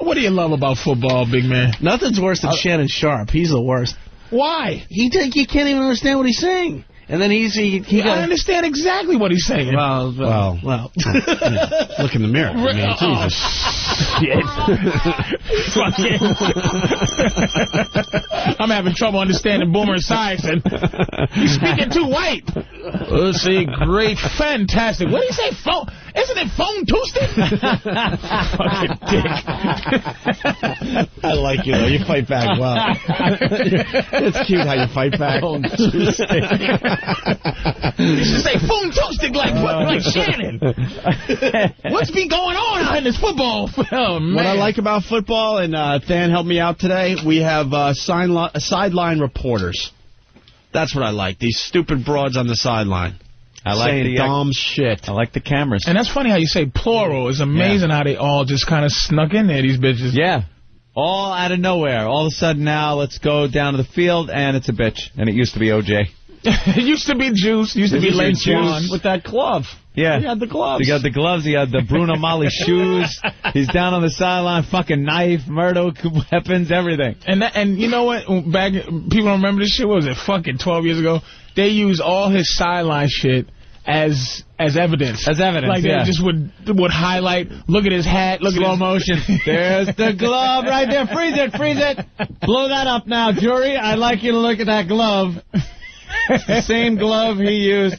[SPEAKER 6] what do you love about football, big man? Uh,
[SPEAKER 11] Nothing's worse than Shannon Sharp. He's the worst.
[SPEAKER 6] Why?
[SPEAKER 11] He did, you can't even understand what he's saying. And then he's he, he
[SPEAKER 6] I
[SPEAKER 11] got
[SPEAKER 6] understand exactly what he's saying.
[SPEAKER 11] well, well, well.
[SPEAKER 2] Look in the mirror. I mean,
[SPEAKER 6] Oh,
[SPEAKER 2] Jesus.
[SPEAKER 6] Fucking. oh. I'm having trouble understanding Boomer Esiason. He's speaking too white. Let's see, great, fantastic. What do you say, phone? Isn't it phone Tuesday? Fucking dick.
[SPEAKER 2] I like you though. You fight back well. it's cute how you fight back.
[SPEAKER 6] you should say phone Tuesday like what? Like Shannon. What's been going on out in this football? Oh man.
[SPEAKER 2] What I like about football, and uh, Than helped me out today, we have uh, sign li- sideline reporters. That's what I like. These stupid broads on the sideline.
[SPEAKER 3] I like
[SPEAKER 2] saying
[SPEAKER 3] the uh,
[SPEAKER 2] dumb shit.
[SPEAKER 3] I like the cameras.
[SPEAKER 6] And that's funny how you say plural. It's amazing how they all just kind of snuck in there. These bitches.
[SPEAKER 3] Yeah. All out of nowhere. All of a sudden now, let's go down to the field, and it's a bitch. And it used to be OJ.
[SPEAKER 6] it used to be Juice. Used to be Lane Swan.
[SPEAKER 2] with that glove.
[SPEAKER 3] Yeah.
[SPEAKER 2] He had the gloves.
[SPEAKER 3] He got the gloves. He had the Bruno Mali shoes. He's down on the sideline, fucking knife, murder, weapons, everything.
[SPEAKER 6] And that, and you know what? Back people don't remember this shit. What was it? Fucking twelve years ago. They used all his sideline shit as as evidence.
[SPEAKER 3] As evidence,
[SPEAKER 6] Like
[SPEAKER 3] yeah.
[SPEAKER 6] they just would would highlight. Look at his hat. Look
[SPEAKER 3] Slow
[SPEAKER 6] at
[SPEAKER 3] motion. There's the glove right there. Freeze it, freeze it. Blow that up now, jury. I'd like you to look at that glove. the same glove he used.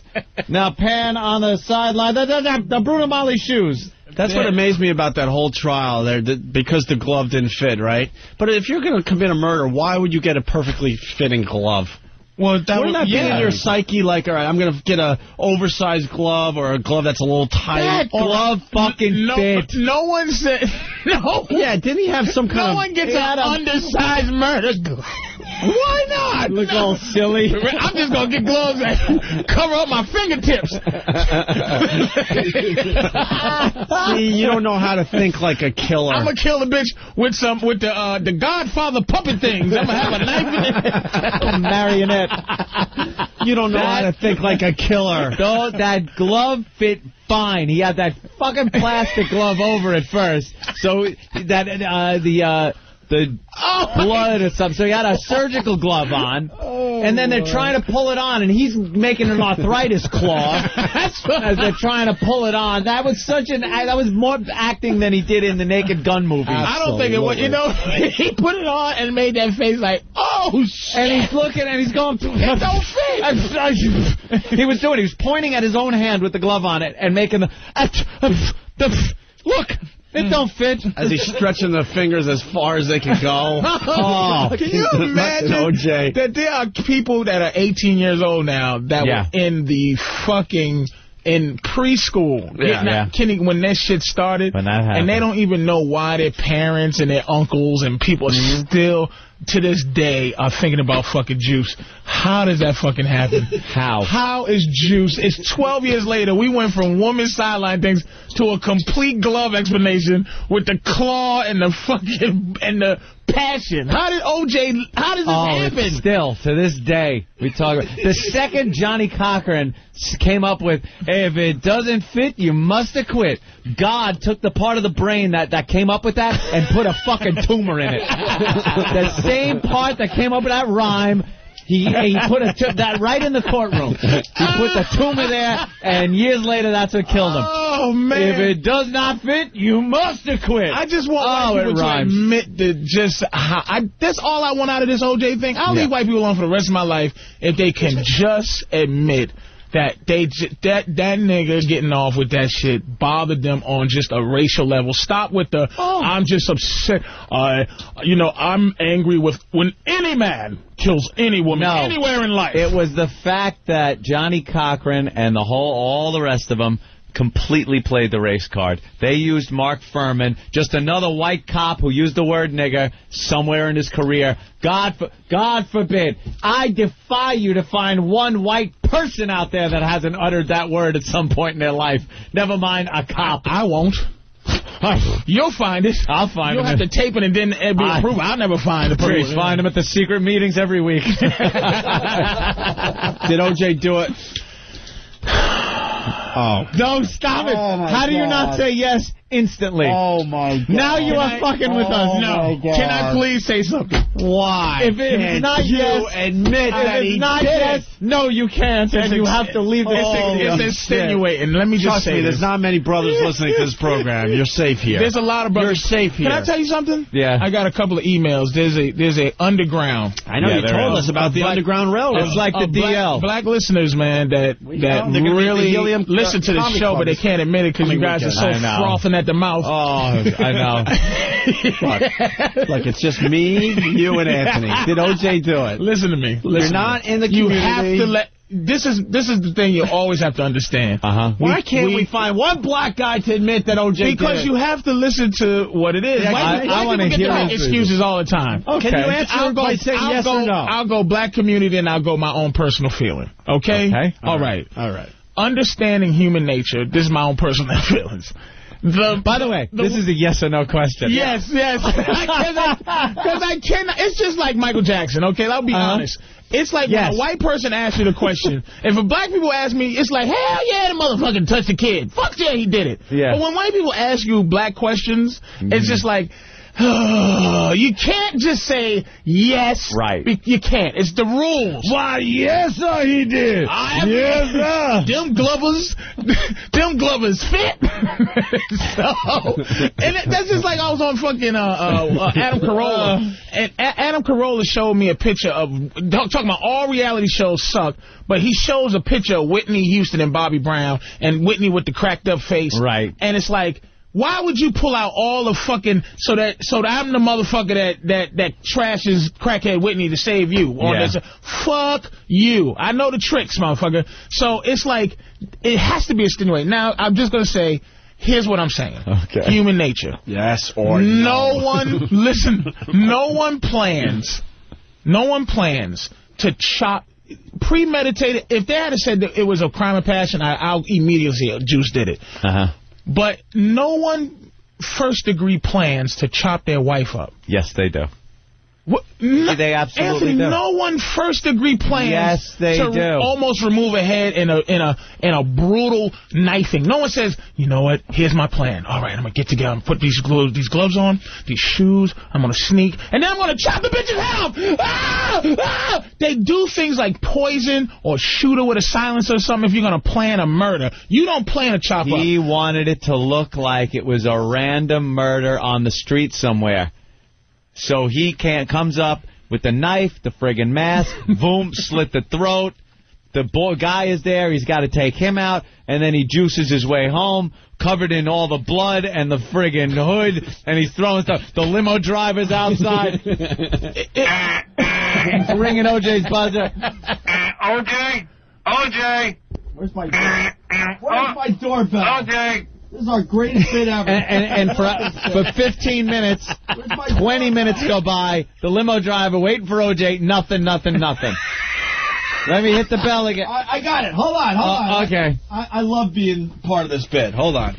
[SPEAKER 3] Now pan on the sideline. The, the, the Bruno Mali shoes.
[SPEAKER 2] That's what amazed me about that whole trial there, that, because the glove didn't fit, right? But if you're going to commit a murder, why would you get a perfectly fitting glove?
[SPEAKER 6] Well, that
[SPEAKER 2] Wouldn't
[SPEAKER 6] would-
[SPEAKER 2] that be
[SPEAKER 6] yeah.
[SPEAKER 2] in your psyche? Like, all right, I'm going to get a oversized glove or a glove that's a little tight.
[SPEAKER 6] That
[SPEAKER 2] Or-
[SPEAKER 6] glove
[SPEAKER 2] fucking
[SPEAKER 6] no,
[SPEAKER 2] fit.
[SPEAKER 6] No one said. No.
[SPEAKER 2] Yeah, didn't he have some kind
[SPEAKER 6] no
[SPEAKER 2] of-
[SPEAKER 6] one gets
[SPEAKER 2] He
[SPEAKER 6] an
[SPEAKER 2] had a-
[SPEAKER 6] undersized murder glove. Why not? Look all
[SPEAKER 3] silly.
[SPEAKER 6] I'm just gonna get gloves that cover up my fingertips.
[SPEAKER 2] See, you don't know how to think like a killer.
[SPEAKER 6] I'm gonna kill the bitch with some with the uh, the Godfather puppet things. I'm gonna have a knife in it.
[SPEAKER 3] Marionette.
[SPEAKER 2] You don't know how to think like a killer.
[SPEAKER 3] No, that glove fit fine. He had that fucking plastic glove over it first, so that uh, the uh, the
[SPEAKER 2] Oh.
[SPEAKER 3] blood or something. So he had a surgical glove on, and then they're trying to pull it on, and he's making an arthritis claw as they're trying to pull it on. That was such an act- that was more acting than he did in the Naked Gun movie.
[SPEAKER 6] I don't think it was. You know, he put it on and made that face like, oh shit.
[SPEAKER 3] And he's looking and he's going.
[SPEAKER 6] It don't fit.
[SPEAKER 3] he was doing. He was pointing at his own hand with the glove on it and making the. look,
[SPEAKER 6] Hmm.
[SPEAKER 3] it don't fit.
[SPEAKER 2] As he's stretching the fingers as far as they can go.
[SPEAKER 3] Oh,
[SPEAKER 6] Can you imagine
[SPEAKER 2] OJ.
[SPEAKER 6] that there are people that are 18 years old now that
[SPEAKER 12] Yeah.
[SPEAKER 6] were in the fucking in preschool,
[SPEAKER 12] Yeah.
[SPEAKER 6] Not
[SPEAKER 12] Yeah.
[SPEAKER 6] kidding, when that shit started,
[SPEAKER 12] When that happened.
[SPEAKER 6] and they don't even know why their parents and their uncles and people
[SPEAKER 12] Mm-hmm.
[SPEAKER 6] still to this day are thinking about fucking juice. How does that fucking happen?
[SPEAKER 12] How?
[SPEAKER 6] How is juice? It's 12 years later. We went from women's sideline things to a complete glove explanation with the claw and the fucking and the passion. How did OJ? How does this
[SPEAKER 3] Oh,
[SPEAKER 6] happen?
[SPEAKER 3] it's still to this day we talk about the second Johnny Cochran s- came up with if it doesn't fit you must have quit. God took the part of the brain that that came up with that and put a fucking tumor in it. the same part that came up with that rhyme. He, he put a tu- that right in the courtroom. He put the tumor there, and years later, that's what killed him.
[SPEAKER 6] Oh man!
[SPEAKER 3] If it does not fit, you must have quit.
[SPEAKER 6] I just want white
[SPEAKER 3] oh, it
[SPEAKER 6] people to
[SPEAKER 3] rhymes.
[SPEAKER 6] admit that just how I, that's all I want out of this OJ thing. I'll leave white people alone for the rest of my life if they can just admit that they j- that that nigga getting off with that shit bothered them on just a racial level. Stop with the
[SPEAKER 3] Oh.
[SPEAKER 6] I'm just upset. Uh, you know I'm angry with when any man kills any woman
[SPEAKER 12] No.
[SPEAKER 6] anywhere in life.
[SPEAKER 12] It was the fact that Johnny Cochran and the whole, all the rest of them completely played the race card. They used Mark Furman, just another white cop who used the word nigger somewhere in his career. God, for, God forbid.
[SPEAKER 3] I defy you to find one white person out there that hasn't uttered that word at some point in their life. Never mind a cop.
[SPEAKER 6] I won't. You'll find it.
[SPEAKER 3] I'll find
[SPEAKER 6] You'll
[SPEAKER 3] him.
[SPEAKER 6] have to tape it and then it'll be
[SPEAKER 3] I-
[SPEAKER 6] approved. I'll never find the
[SPEAKER 3] Please find him at the secret meetings every week.
[SPEAKER 2] Did OJ do it? Oh.
[SPEAKER 3] no, stop it.
[SPEAKER 13] Oh, my
[SPEAKER 3] How do you not
[SPEAKER 13] God.
[SPEAKER 3] say yes instantly?
[SPEAKER 13] Oh my god.
[SPEAKER 3] now you are fucking with us.
[SPEAKER 13] No.
[SPEAKER 6] Can I please say something?
[SPEAKER 13] Why?
[SPEAKER 3] If it's not yes,
[SPEAKER 13] admit
[SPEAKER 3] if it's not yes, no, you can't, and you have to leave
[SPEAKER 13] Oh,
[SPEAKER 3] this.
[SPEAKER 6] It's, it's insinuating. Let me just
[SPEAKER 2] Trust
[SPEAKER 6] say
[SPEAKER 2] me,
[SPEAKER 6] this.
[SPEAKER 2] there's not many brothers listening to this program. You're safe here.
[SPEAKER 6] There's a lot of brothers.
[SPEAKER 2] You're safe
[SPEAKER 6] Can I
[SPEAKER 2] here.
[SPEAKER 6] tell you something?
[SPEAKER 12] Yeah.
[SPEAKER 6] I got a couple of emails. There's a there's a underground.
[SPEAKER 2] I know
[SPEAKER 12] Yeah,
[SPEAKER 2] you
[SPEAKER 12] there
[SPEAKER 2] told
[SPEAKER 12] is.
[SPEAKER 2] us about the
[SPEAKER 6] Black-
[SPEAKER 2] Underground Railroad.
[SPEAKER 6] It's like
[SPEAKER 3] the DL.
[SPEAKER 6] Black, listeners, man, that that
[SPEAKER 2] know. They're gonna be at the
[SPEAKER 6] really
[SPEAKER 2] Helium, uh,
[SPEAKER 6] listen to the
[SPEAKER 2] Comedy
[SPEAKER 6] show,
[SPEAKER 2] Club
[SPEAKER 6] but they
[SPEAKER 2] this
[SPEAKER 6] can't admit it because you
[SPEAKER 2] coming
[SPEAKER 6] guys are so
[SPEAKER 2] weekend. I know.
[SPEAKER 6] frothing at the mouth.
[SPEAKER 2] Oh, I know. Look, look, it's just me, you, and Anthony. Did OJ do it?
[SPEAKER 6] Listen to me.
[SPEAKER 2] You're not in the
[SPEAKER 6] You
[SPEAKER 2] community.
[SPEAKER 6] have to let. This is this is the thing you always have to understand.
[SPEAKER 12] Uh huh.
[SPEAKER 2] Uh-huh. Why can't we,
[SPEAKER 6] we-
[SPEAKER 2] find one black guy to admit that OJ did
[SPEAKER 6] Because
[SPEAKER 2] it?
[SPEAKER 6] you have to listen to what it is.
[SPEAKER 2] Yeah, I-
[SPEAKER 6] Why,
[SPEAKER 2] I
[SPEAKER 6] why
[SPEAKER 2] wanna
[SPEAKER 6] people get
[SPEAKER 2] hear
[SPEAKER 6] to make
[SPEAKER 2] it.
[SPEAKER 6] excuses all the time?
[SPEAKER 2] Okay. Can you answer
[SPEAKER 6] I'll
[SPEAKER 2] it
[SPEAKER 6] go,
[SPEAKER 2] by saying
[SPEAKER 6] I'll
[SPEAKER 2] yes
[SPEAKER 6] go,
[SPEAKER 2] or no?
[SPEAKER 6] I'll go black community and I'll go my own personal feeling. Okay?
[SPEAKER 12] Okay.
[SPEAKER 6] All right.
[SPEAKER 2] All right.
[SPEAKER 6] Understanding human nature, this is my own personal feelings. The, By the way,
[SPEAKER 12] This is a yes or no question.
[SPEAKER 6] Yes, yes. Because I cannot. It's just like Michael Jackson, okay? I'll be
[SPEAKER 2] Uh-huh.
[SPEAKER 6] honest. It's like
[SPEAKER 3] Yes.
[SPEAKER 6] when a white person asks you the question. if a black people ask me, it's like, hell yeah, the motherfucker touched the kid. Fuck yeah, he did it.
[SPEAKER 12] Yeah.
[SPEAKER 2] Mm-hmm.
[SPEAKER 6] But when white people ask you black questions, it's just like, you can't just say yes.
[SPEAKER 3] Right.
[SPEAKER 6] Be- You can't. It's the rules.
[SPEAKER 2] Why, yes, sir, he did.
[SPEAKER 6] I,
[SPEAKER 2] Yes, sir.
[SPEAKER 6] Them glovers, them glovers fit. so, and it- that's just like I was on fucking uh, uh, uh, Adam
[SPEAKER 2] Uh-huh.
[SPEAKER 6] Carolla, and a- Adam Carolla showed me a picture of talk- talking about all reality shows suck, but he shows a picture of Whitney Houston and Bobby Brown, and Whitney with the cracked up face,
[SPEAKER 3] Right.
[SPEAKER 6] And it's like. Why would you pull out all the fucking so that so that I'm the motherfucker that that that trashes crackhead Whitney to save you on
[SPEAKER 3] Yeah.
[SPEAKER 6] this? Fuck you. I know the tricks, motherfucker. So it's like, it has to be extenuating. Now, I'm just going to say, here's what I'm saying.
[SPEAKER 3] Okay.
[SPEAKER 6] Human nature.
[SPEAKER 2] Yes or
[SPEAKER 6] No one, listen, no one plans, no one plans to chop, premeditated. If they had said that it was a crime of passion, I, I'll immediately say, oh, Juice did it.
[SPEAKER 3] Uh huh.
[SPEAKER 6] But no one first degree plans to chop their wife up.
[SPEAKER 3] Yes, they do.
[SPEAKER 6] What? No,
[SPEAKER 3] They absolutely
[SPEAKER 6] Anthony,
[SPEAKER 3] do.
[SPEAKER 6] No one first degree plans.
[SPEAKER 3] Yes, they
[SPEAKER 6] to
[SPEAKER 3] do.
[SPEAKER 6] Almost remove a head in a in a in a brutal knifing. No one says, you know what? Here's my plan. All right, I'm gonna get together and put these gloves these gloves on, these shoes. I'm gonna sneak, and then I'm gonna chop the bitch's head off. Ah! Ah! They do things like poison or shoot her with a silencer or something. If you're gonna plan a murder, you don't plan a chop up.
[SPEAKER 3] He wanted it to look like it was a random murder on the street somewhere. So he can't comes up with the knife, the friggin' mask, boom, slit the throat. The boy guy is there. He's got to take him out, and then he juices his way home, covered in all the blood and the friggin' hood, and he's throwing stuff. The limo driver's outside, ringing OJ's buzzer.
[SPEAKER 14] OJ, OJ,
[SPEAKER 9] Where's my
[SPEAKER 14] Where's my
[SPEAKER 9] doorbell?
[SPEAKER 14] OJ.
[SPEAKER 9] This is our greatest bit ever.
[SPEAKER 3] and, and, and for, for 15 minutes, 20 minutes go by. The limo driver waiting for OJ. Nothing, nothing, nothing. Let me hit the bell again.
[SPEAKER 9] I, I got it. Hold on, hold
[SPEAKER 3] Uh, okay.
[SPEAKER 9] I, I love being part of this bit. Hold on.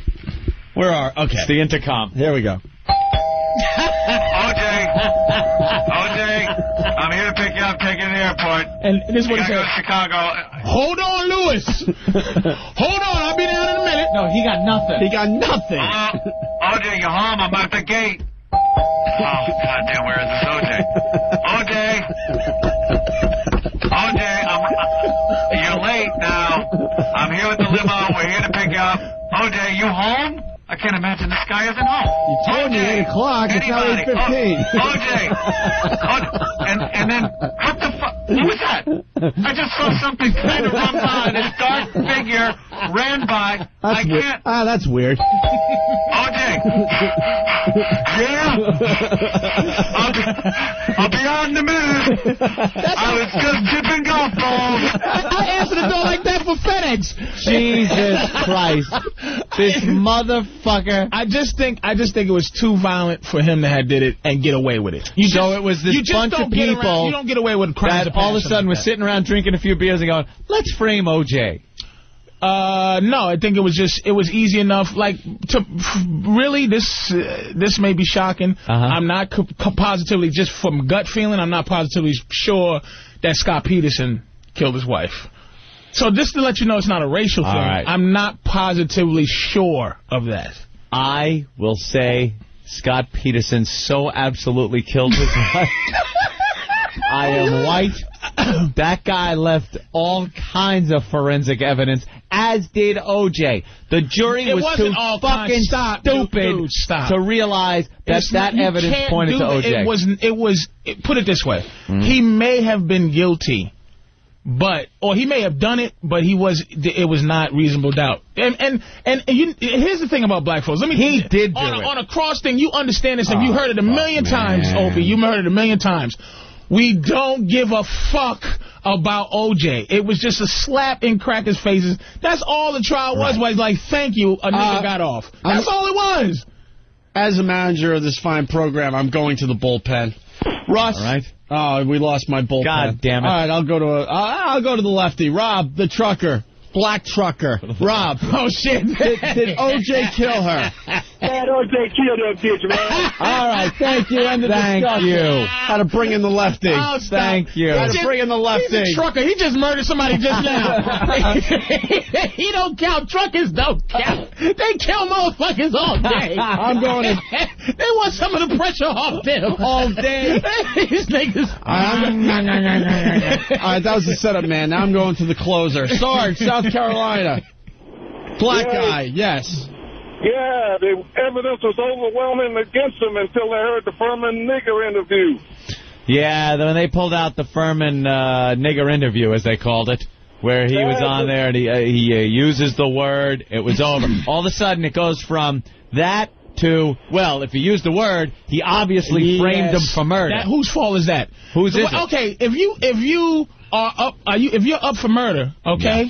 [SPEAKER 3] Where are? Okay. It's the intercom.
[SPEAKER 15] Here we go.
[SPEAKER 14] OJ, OJ, I'm here to pick you up, take you to the airport.
[SPEAKER 6] And this is
[SPEAKER 14] You
[SPEAKER 6] what he said.
[SPEAKER 14] gotta go to Chicago.
[SPEAKER 6] Hold on, Lewis. Hold on, I'll be down in a minute. No, he got nothing.
[SPEAKER 15] He got nothing.
[SPEAKER 14] Uh, OJ, you're home. I'm at the gate. Oh, goddamn, where is this OJ? OJ! OJ, I'm, you're late now. I'm here with the limo. We're here to pick you up. OJ, you home? I can't imagine this guy isn't home. You
[SPEAKER 9] told me 8 o'clock. It's now 8:15.
[SPEAKER 14] OJ! Oh, and, and then, what the fuck? What was that? I just saw something kind of run by. This dark figure ran by. I
[SPEAKER 15] That's weird.
[SPEAKER 14] can't.
[SPEAKER 15] Ah, that's weird.
[SPEAKER 14] OJ. Yeah. I'll be, I'll be on in a minute. I was just tipping golf balls.
[SPEAKER 6] I answered the door like that for FedEx.
[SPEAKER 3] Jesus Christ. This motherfucker.
[SPEAKER 6] I just think I just think it was too violent for him to have did it and get away with it. You
[SPEAKER 3] So it was this
[SPEAKER 6] you just
[SPEAKER 3] bunch
[SPEAKER 6] don't
[SPEAKER 3] of
[SPEAKER 6] get around-
[SPEAKER 3] people
[SPEAKER 6] you don't get away with crimes
[SPEAKER 3] That all of a
[SPEAKER 6] passion
[SPEAKER 3] sudden
[SPEAKER 6] like
[SPEAKER 3] was
[SPEAKER 6] that.
[SPEAKER 3] sitting around drinking a few beers and going, let's frame OJ.
[SPEAKER 6] Uh, no, I think it was just it was easy enough. Like to really this uh, this may be shocking.
[SPEAKER 3] Uh-huh.
[SPEAKER 6] I'm not co- co- positively just from gut feeling. I'm not positively sure that Scott Peterson killed his wife. So just to let you know, it's not a racial thing.
[SPEAKER 3] All right.
[SPEAKER 6] I'm not positively sure of that.
[SPEAKER 3] I will say Scott Peterson so absolutely killed his wife. I am white. That guy left all kinds of forensic evidence, as did OJ. The jury
[SPEAKER 6] It
[SPEAKER 3] was
[SPEAKER 6] wasn't
[SPEAKER 3] too
[SPEAKER 6] all kinds.
[SPEAKER 3] fucking
[SPEAKER 6] Stop, dude,
[SPEAKER 3] stupid
[SPEAKER 6] dude, stop.
[SPEAKER 3] to realize that
[SPEAKER 6] It's not-
[SPEAKER 3] that
[SPEAKER 6] you
[SPEAKER 3] evidence
[SPEAKER 6] can't
[SPEAKER 3] pointed
[SPEAKER 6] do
[SPEAKER 3] to Mm-hmm.
[SPEAKER 6] that.
[SPEAKER 3] OJ.
[SPEAKER 6] It was. It was. It, put it this way: he may have been guilty, but or he may have done it, but he was. It was not reasonable doubt. And and and you, here's the thing about black folks. Let me.
[SPEAKER 3] He did do
[SPEAKER 6] on a,
[SPEAKER 3] it. Oh,
[SPEAKER 6] on a cross thing. You understand this? If you heard it a million times, Opie, you heard it a million times. We don't give a fuck about OJ. It was just a slap in crackers' faces. That's all the trial was. Was like, thank you, a nigga
[SPEAKER 15] Uh,
[SPEAKER 6] got off.
[SPEAKER 15] I'm-
[SPEAKER 6] That's all it was.
[SPEAKER 15] As a manager of this fine program, I'm going to the bullpen. Russ.
[SPEAKER 3] All right.
[SPEAKER 15] Oh, we lost my bullpen.
[SPEAKER 3] God damn it.
[SPEAKER 15] uh, All right, I'll go to a, I'll I'll go to the lefty. Rob, the trucker. black trucker. Rob. oh, shit. Did, did OJ kill her?
[SPEAKER 16] That OJ killed her bitch, man.
[SPEAKER 15] All right, thank you. End of
[SPEAKER 16] Thank
[SPEAKER 15] discussion.
[SPEAKER 16] you.
[SPEAKER 15] How to bring in the lefty.
[SPEAKER 6] Oh, stop.
[SPEAKER 15] How
[SPEAKER 6] He
[SPEAKER 15] to
[SPEAKER 6] just-
[SPEAKER 15] bring in the lefty.
[SPEAKER 6] He's a trucker. He just murdered somebody just now. he don't count. Truckers don't count. They kill motherfuckers all day.
[SPEAKER 15] I'm going
[SPEAKER 6] they want some of the pressure off them all day. These niggas.
[SPEAKER 3] Ah,
[SPEAKER 15] All right, that was the setup, man. Now I'm going to the closer. Sarge, South Carolina. Black
[SPEAKER 16] Yes.
[SPEAKER 15] guy, yes.
[SPEAKER 16] Yeah, the evidence was overwhelming against him until they heard the Furman nigger interview.
[SPEAKER 3] Yeah, when they pulled out the Furman uh, nigger interview, as they called it, where he was on there and he, uh, he uh, uses the word, it was over. All of a sudden, it goes from that to, well, if he used the word, he obviously framed him for murder.
[SPEAKER 6] That, whose fault is that?
[SPEAKER 3] Whose is it?
[SPEAKER 6] Okay, if you if you are up, are you if you're up for murder, okay?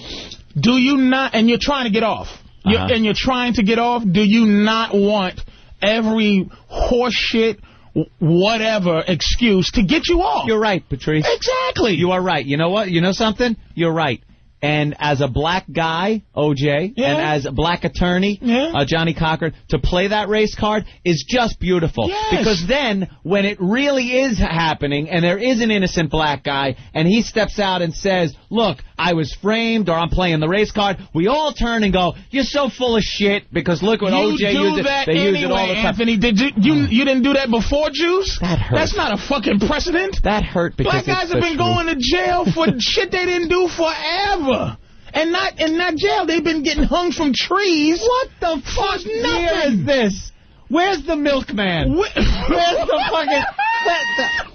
[SPEAKER 6] Do you not? And you're trying to get off. You're,
[SPEAKER 14] Uh-huh.
[SPEAKER 6] And you're trying to get off. Do you not want every horseshit, w- whatever excuse to get you off? You're
[SPEAKER 3] right, Patrice.
[SPEAKER 6] Exactly.
[SPEAKER 3] You are right. You know what? You know something? You're right. And as a black guy, OJ, and as a black attorney, uh, Johnny Cochran, to play that race card is just beautiful. Because then, when it really is happening, and there is an innocent black guy, and he steps out and says, "Look, I was framed, or I'm playing the race card," we all turn and go, "You're so full of shit!" Because look what
[SPEAKER 6] you
[SPEAKER 3] OJ
[SPEAKER 6] do
[SPEAKER 3] used. it-
[SPEAKER 6] that
[SPEAKER 3] they
[SPEAKER 6] anyway,
[SPEAKER 3] use it all the time.
[SPEAKER 6] Anthony. Did you, you you didn't do that before, Jews? That
[SPEAKER 3] Hmm. hurt.
[SPEAKER 6] That's not a fucking precedent.
[SPEAKER 3] That hurt because
[SPEAKER 6] black
[SPEAKER 3] it's
[SPEAKER 6] guys
[SPEAKER 3] the
[SPEAKER 6] have been
[SPEAKER 3] truth.
[SPEAKER 6] going to jail for shit they didn't do forever. And not and not jail. They've been getting hung from trees. What
[SPEAKER 3] the
[SPEAKER 6] fuck nothing.
[SPEAKER 3] is this? Where's the milkman?
[SPEAKER 6] Where's
[SPEAKER 3] the fucking?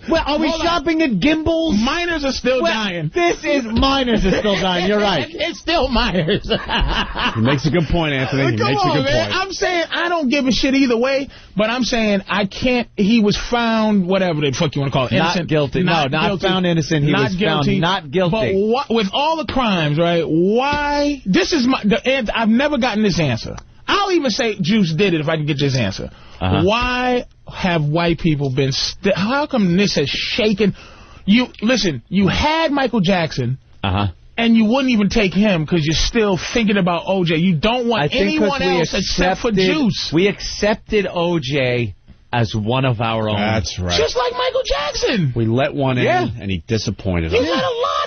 [SPEAKER 3] Well, are we shopping at Gimbals?
[SPEAKER 6] Miners are still
[SPEAKER 3] Well,
[SPEAKER 6] dying.
[SPEAKER 3] this is- miners are still dying, you're right.
[SPEAKER 6] it's still miners.
[SPEAKER 15] He makes a good point, Anthony. He
[SPEAKER 6] Come
[SPEAKER 15] makes a
[SPEAKER 6] on,
[SPEAKER 15] good
[SPEAKER 6] man.
[SPEAKER 15] point.
[SPEAKER 6] I'm saying I don't give a shit either way, but I'm saying I can't. He was found, whatever the fuck you want to call it,
[SPEAKER 3] Not
[SPEAKER 6] innocent.
[SPEAKER 3] guilty. No, not found innocent. He
[SPEAKER 6] not
[SPEAKER 3] was found
[SPEAKER 6] guilty.
[SPEAKER 3] not guilty.
[SPEAKER 6] But what, with all the crimes, right? Why? This is my. The, and I've never gotten this answer. I'll even say Juice did it if I can get this answer.
[SPEAKER 14] Uh-huh.
[SPEAKER 6] Why have white people been? St- how come this has shaken? You listen. You had Michael Jackson.
[SPEAKER 3] Uh huh.
[SPEAKER 6] And you wouldn't even take him because you're still thinking about OJ. You don't want anyone else except for Juice.
[SPEAKER 3] We accepted OJ as one of our own.
[SPEAKER 15] That's right.
[SPEAKER 6] Just like Michael Jackson.
[SPEAKER 15] We let one in,
[SPEAKER 3] Yeah.
[SPEAKER 15] and he disappointed
[SPEAKER 6] You
[SPEAKER 15] us.
[SPEAKER 6] let a lot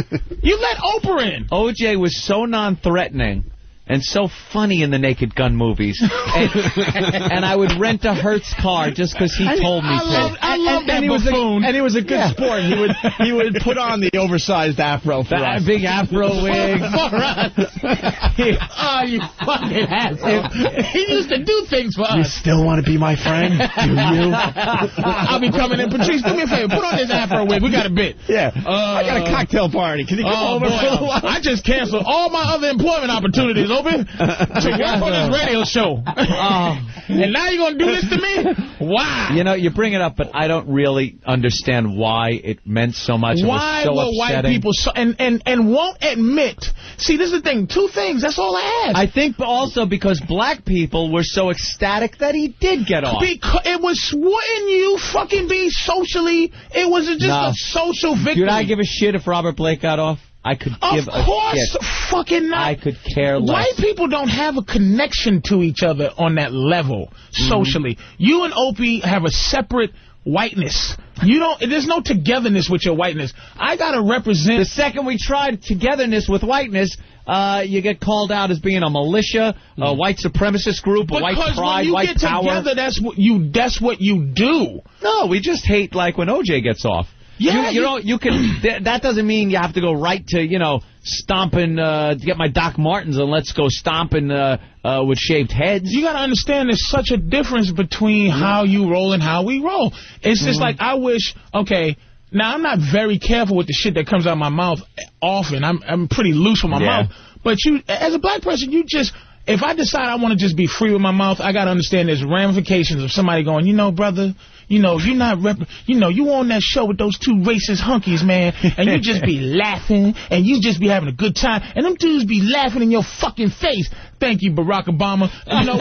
[SPEAKER 6] in. you let Oprah in.
[SPEAKER 3] OJ was so non-threatening and so funny in the Naked Gun movies, and, and I would rent a Hertz car just because he told me to.
[SPEAKER 15] and, and he was a, and he was a good
[SPEAKER 3] Yeah.
[SPEAKER 15] sport. He would he would put on the oversized afro for
[SPEAKER 3] That
[SPEAKER 15] us.
[SPEAKER 3] big afro wig.
[SPEAKER 6] oh, you fucking asshole. he used to do things for
[SPEAKER 15] You
[SPEAKER 6] us.
[SPEAKER 15] still want to be my friend? Do you?
[SPEAKER 6] I'll be coming in. Patrice, do me a favor. Put on this afro wig. We got a bit. Uh,
[SPEAKER 15] Yeah. I got a cocktail party. Can you come
[SPEAKER 6] Oh,
[SPEAKER 15] over
[SPEAKER 6] boy.
[SPEAKER 15] for a while?
[SPEAKER 6] I just canceled all my other employment opportunities, open, to work on this radio show.
[SPEAKER 15] Um,
[SPEAKER 6] and now you're going to do this to me? Why?
[SPEAKER 3] You know, you bring it up, but I don't really understand why it meant so much. It was
[SPEAKER 6] Why
[SPEAKER 3] so
[SPEAKER 6] were
[SPEAKER 3] upsetting.
[SPEAKER 6] white people so, and, and and won't admit? See, this is the thing. Two things. That's all I ask.
[SPEAKER 3] I think also because black people were so ecstatic that he did get off.
[SPEAKER 6] because it was wouldn't you fucking be socially? It was just
[SPEAKER 3] No.
[SPEAKER 6] a social victory.
[SPEAKER 3] Dude, I give a shit if Robert Blake got off. I could
[SPEAKER 6] Of
[SPEAKER 3] give a
[SPEAKER 6] course,
[SPEAKER 3] shit.
[SPEAKER 6] fucking not.
[SPEAKER 3] I could care less.
[SPEAKER 6] White people don't have a connection to each other on that level
[SPEAKER 3] Mm-hmm.
[SPEAKER 6] socially. You and Opie have a separate whiteness. You don't. There's no togetherness with your whiteness. I gotta represent.
[SPEAKER 3] The second we tried togetherness with whiteness, uh, you get called out as being a militia, a white supremacist group, a white
[SPEAKER 6] Mm. Because
[SPEAKER 3] pride,
[SPEAKER 6] when you
[SPEAKER 3] white
[SPEAKER 6] get
[SPEAKER 3] power.
[SPEAKER 6] together, that's what you that's what you do.
[SPEAKER 3] No, we just hate like when OJ gets off.
[SPEAKER 6] Yeah,
[SPEAKER 3] you, you
[SPEAKER 6] you-
[SPEAKER 3] know you can. Th- that doesn't mean you have to go right to you know stomping uh, to get my Doc Martens and let's go stomping uh, uh, with shaved heads.
[SPEAKER 6] You got to understand there's such a difference between how you roll and how we roll. It's
[SPEAKER 3] Mm-hmm.
[SPEAKER 6] just like I wish. Okay, now I'm not very careful with the shit that comes out of my mouth often. I'm I'm pretty loose with my
[SPEAKER 3] Yeah.
[SPEAKER 6] mouth. But you, as a black person, you just if I decide I want to just be free with my mouth, I got to understand there's ramifications of somebody going, you know, brother, you know, you're not rep, you know, you on that show with those two racist hunkies, man, and you just be laughing and you just be having a good time, and them dudes be laughing in your fucking face. Thank you, Barack Obama. You know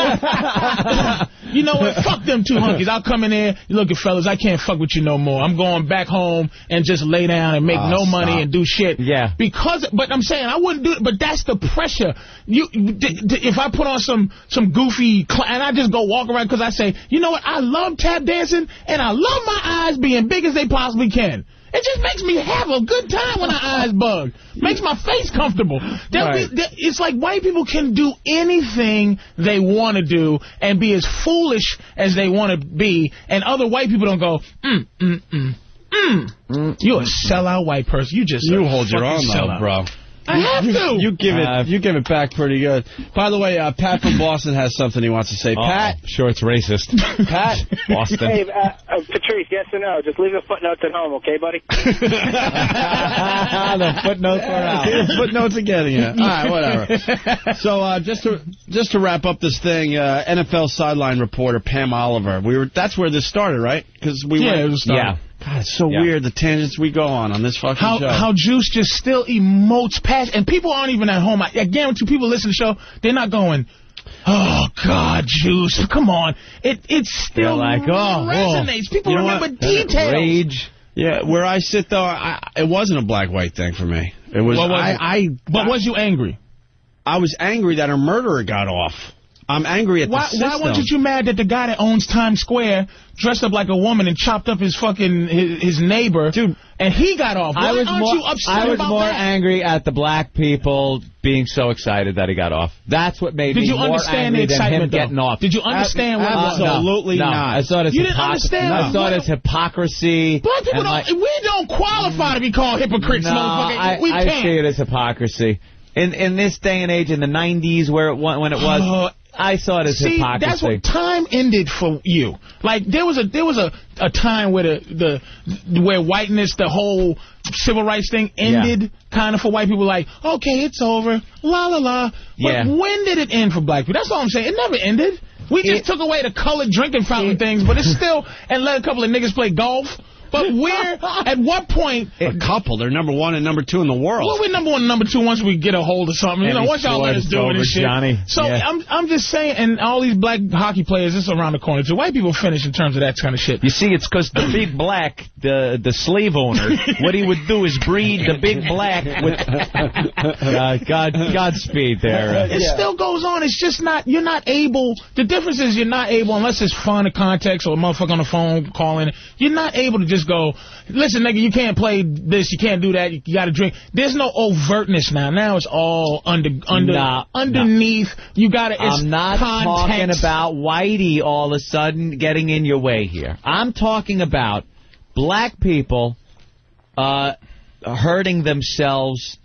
[SPEAKER 6] what? you know what? Fuck them two hunkies. I'll come in there. Look, fellas, I can't fuck with you no more. I'm going back home and just lay down and make
[SPEAKER 3] Oh,
[SPEAKER 6] no
[SPEAKER 3] stop.
[SPEAKER 6] money and do shit.
[SPEAKER 3] Yeah.
[SPEAKER 6] Because, but I'm saying I wouldn't do it. But that's the pressure. You, d- d- if I put on some some goofy cl- and I just go walk around because I say, you know what? I love tap dancing and I love my eyes being big as they possibly can. It just makes me have a good time when my eyes bug. Makes my face comfortable. They'll be- they- it's like white people can do anything they want to do and be as foolish as they want to be, and other white people don't go, mm, mm, mm, mm. You're a sellout white person. You just
[SPEAKER 15] You
[SPEAKER 6] a
[SPEAKER 15] hold your own
[SPEAKER 6] fucking
[SPEAKER 15] though,
[SPEAKER 6] sellout.
[SPEAKER 15] bro.
[SPEAKER 6] I have to.
[SPEAKER 15] You give it,
[SPEAKER 6] Uh,
[SPEAKER 15] you give it back pretty good. By the way, uh, Pat from Boston has something he wants to say. Pat,
[SPEAKER 3] sure it's racist.
[SPEAKER 15] Pat,
[SPEAKER 16] Hey, uh, uh, Patrice, yes or no? Just leave your footnotes at home, okay, buddy?
[SPEAKER 15] the footnotes are out. footnotes are getting it. All right, whatever. So uh, just to just to wrap up this thing, uh, NFL sideline reporter Pam Oliver. We were that's where this started, right? Because we
[SPEAKER 6] Yeah,
[SPEAKER 15] went,
[SPEAKER 6] it was started.
[SPEAKER 15] God, it's so weird the tangents we go on on this fucking
[SPEAKER 6] How
[SPEAKER 15] show.
[SPEAKER 6] how Juice just still emotes past, and people aren't even at home. I, I guarantee people listen to the show, they're not going. Oh God, Juice! Come on, it it still
[SPEAKER 15] like, oh, whoa.
[SPEAKER 6] resonates. People
[SPEAKER 15] You know
[SPEAKER 6] remember
[SPEAKER 15] what?
[SPEAKER 6] details.
[SPEAKER 15] Yeah, where I sit though, I, it wasn't a black white thing for me. It was,
[SPEAKER 6] What was
[SPEAKER 15] I,
[SPEAKER 6] it?
[SPEAKER 15] I. But
[SPEAKER 6] was you angry?
[SPEAKER 15] I was angry that her murderer got off. I'm angry at
[SPEAKER 6] Why,
[SPEAKER 15] the system.
[SPEAKER 6] why wasn't you mad that the guy that owns Times Square dressed up like a woman and chopped up his fucking his, his neighbor, dude, and he got off? Why
[SPEAKER 3] I was
[SPEAKER 6] aren't
[SPEAKER 3] more,
[SPEAKER 6] you upset
[SPEAKER 3] I was
[SPEAKER 6] about
[SPEAKER 3] more
[SPEAKER 6] that?
[SPEAKER 3] angry at the black people being so excited that he got off. That's what made
[SPEAKER 6] Did
[SPEAKER 3] me
[SPEAKER 6] you
[SPEAKER 3] more
[SPEAKER 6] understand the
[SPEAKER 3] angry than him
[SPEAKER 6] excitement, though?
[SPEAKER 3] getting off.
[SPEAKER 6] Did you understand what it was?
[SPEAKER 15] Absolutely
[SPEAKER 3] no, no.
[SPEAKER 15] not.
[SPEAKER 3] I saw it as
[SPEAKER 6] You didn't
[SPEAKER 3] hypocr-
[SPEAKER 6] understand
[SPEAKER 3] I saw
[SPEAKER 6] what-
[SPEAKER 3] it as hypocrisy.
[SPEAKER 6] Black people
[SPEAKER 3] and
[SPEAKER 6] don't.
[SPEAKER 3] like-
[SPEAKER 6] we don't qualify to be called hypocrites,
[SPEAKER 3] no,
[SPEAKER 6] motherfucker.
[SPEAKER 3] I,
[SPEAKER 6] we
[SPEAKER 3] I
[SPEAKER 6] can't.
[SPEAKER 3] see it as hypocrisy. In in this day and age, in the '90s, where it wa- when it was, I saw it as
[SPEAKER 6] See,
[SPEAKER 3] hypocrisy.
[SPEAKER 6] that's what time ended for you. Like there was a there was a, a time where the the where whiteness, the whole civil rights thing ended kind of for white people. Like okay, it's over, la la la.
[SPEAKER 14] Yeah.
[SPEAKER 6] But when did it end for black people? That's all I'm saying. It never ended. We just took away the colored drinking fountain things, but it's still and let a couple of niggas play golf. But where at what point?
[SPEAKER 15] a couple? They're number one and number two in the world.
[SPEAKER 6] Well, we're number one, number two. Once we get a hold of something, you
[SPEAKER 15] And
[SPEAKER 6] know,
[SPEAKER 15] he
[SPEAKER 6] once y'all let us
[SPEAKER 15] scored
[SPEAKER 6] do it
[SPEAKER 15] over
[SPEAKER 6] and shit.
[SPEAKER 15] Johnny.
[SPEAKER 6] So
[SPEAKER 15] Yeah.
[SPEAKER 6] I'm, I'm just saying, and all these black hockey players, it's around the corner too. White people finish in terms of that kind of shit.
[SPEAKER 3] You see, it's because the big black, the the slave owner, what he would do is breed the big black with uh, God Godspeed there. uh,
[SPEAKER 6] It still goes on. It's just not, you're not able, the difference is you're not able, unless it's fun in context or a motherfucker on the phone calling, you're not able to just go, listen, nigga, you can't play this, you can't do that, you gotta drink. There's no overtness now. Now it's all under, under,
[SPEAKER 3] Nah, nah.
[SPEAKER 6] underneath. You gotta, it's
[SPEAKER 3] I'm not talking
[SPEAKER 6] context.
[SPEAKER 3] about Whitey all of a sudden getting in your way here. I'm talking about black people uh, hurting themselves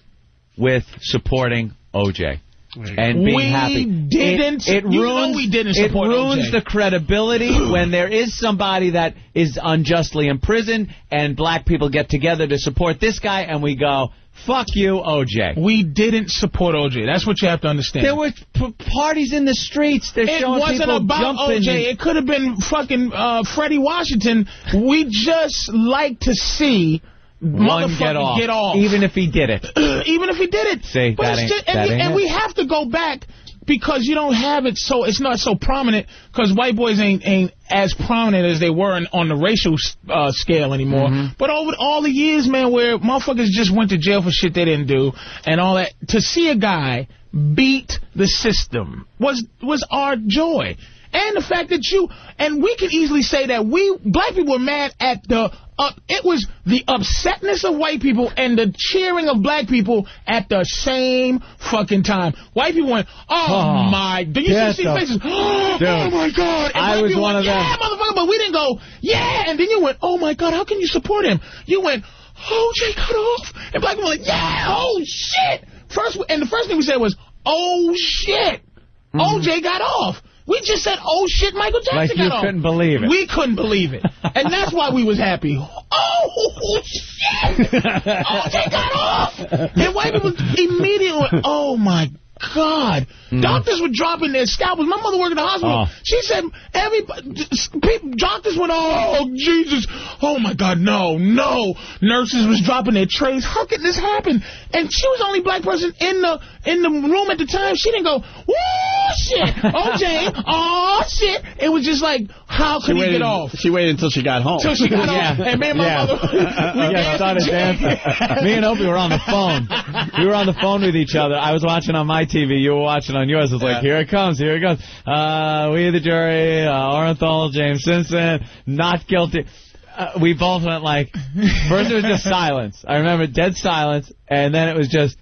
[SPEAKER 3] with supporting OJ and being
[SPEAKER 6] We
[SPEAKER 3] happy.
[SPEAKER 6] didn't-
[SPEAKER 3] It, it
[SPEAKER 6] you know
[SPEAKER 3] ruins.
[SPEAKER 6] we didn't
[SPEAKER 3] it
[SPEAKER 6] support
[SPEAKER 3] ruins
[SPEAKER 6] OJ.
[SPEAKER 3] the credibility when there is somebody that is unjustly imprisoned, and black people get together to support this guy, and we go, "Fuck you, OJ."
[SPEAKER 6] We didn't support OJ. That's what you have to understand.
[SPEAKER 3] There were p- parties in the streets. They're
[SPEAKER 6] It
[SPEAKER 3] showing
[SPEAKER 6] wasn't
[SPEAKER 3] people
[SPEAKER 6] about
[SPEAKER 3] jumping.
[SPEAKER 6] OJ. It could have been fucking uh, Freddie Washington. We just like to see
[SPEAKER 3] One
[SPEAKER 6] motherfucker
[SPEAKER 3] get off,
[SPEAKER 6] get off.
[SPEAKER 3] even if he did it.
[SPEAKER 6] even if he did it.
[SPEAKER 3] See, that
[SPEAKER 6] it's
[SPEAKER 3] ain't-
[SPEAKER 6] just- and,
[SPEAKER 3] that
[SPEAKER 6] we,
[SPEAKER 3] ain't
[SPEAKER 6] and
[SPEAKER 3] it.
[SPEAKER 6] we have to go back because you don't have it so it's not so prominent because white boys ain't ain't as prominent as they were in, on the racial uh, scale anymore.
[SPEAKER 3] Mm-hmm.
[SPEAKER 6] But over all the years, man, where motherfuckers just went to jail for shit they didn't do and all that, to see a guy beat the system was was our joy. And the fact that you and we can easily say that we black people were mad at the up. It was the upsetness of white people and the cheering of black people at the same fucking time. White people went, "Oh,
[SPEAKER 14] Oh,
[SPEAKER 6] my!" Do you
[SPEAKER 14] get
[SPEAKER 6] see
[SPEAKER 14] the-
[SPEAKER 6] these faces? Oh, my god! And
[SPEAKER 14] I
[SPEAKER 6] white
[SPEAKER 14] was
[SPEAKER 6] people
[SPEAKER 14] one
[SPEAKER 6] went,
[SPEAKER 14] of them.
[SPEAKER 6] Yeah, motherfucker! But we didn't go, "Yeah!" And then you went, "Oh my god! How can you support him?" You went, "Oh, Jay cut off," and black people were like, "Yeah! Oh shit!" First, and the first thing we said was, "Oh shit!" OJ got off. We just said, oh shit, Michael Jackson
[SPEAKER 3] Hmm. Like you
[SPEAKER 6] got off.
[SPEAKER 3] couldn't believe it.
[SPEAKER 6] We couldn't believe it. And that's why we was happy. Oh shit! OJ got off! And white people immediately went, oh my God,
[SPEAKER 2] Mm.
[SPEAKER 6] doctors were dropping their scalpels. My mother worked in the hospital.
[SPEAKER 17] Oh.
[SPEAKER 6] She said everybody, people, doctors went, oh Jesus, oh my God, no, no. Nurses was dropping their trays. How could this happen? And she was the only black person in the in the room at the time. She didn't go, woo shit, OJ, oh shit. It was just like, how could
[SPEAKER 2] She
[SPEAKER 6] he
[SPEAKER 2] waited,
[SPEAKER 6] get off?
[SPEAKER 2] She waited until she got home.
[SPEAKER 6] Till she got home. And me and my
[SPEAKER 15] Uh,
[SPEAKER 6] mother-
[SPEAKER 3] we guys started dancing. Me and Opie were on the phone. We were on the phone with each other. I was watching on my TV. You were watching on yours. It's like, here it comes, here it goes. Uh, we the jury, uh, Orenthal, James Simpson, not guilty. Uh, we both went like, first it was just silence. I remember dead silence, and then it was just,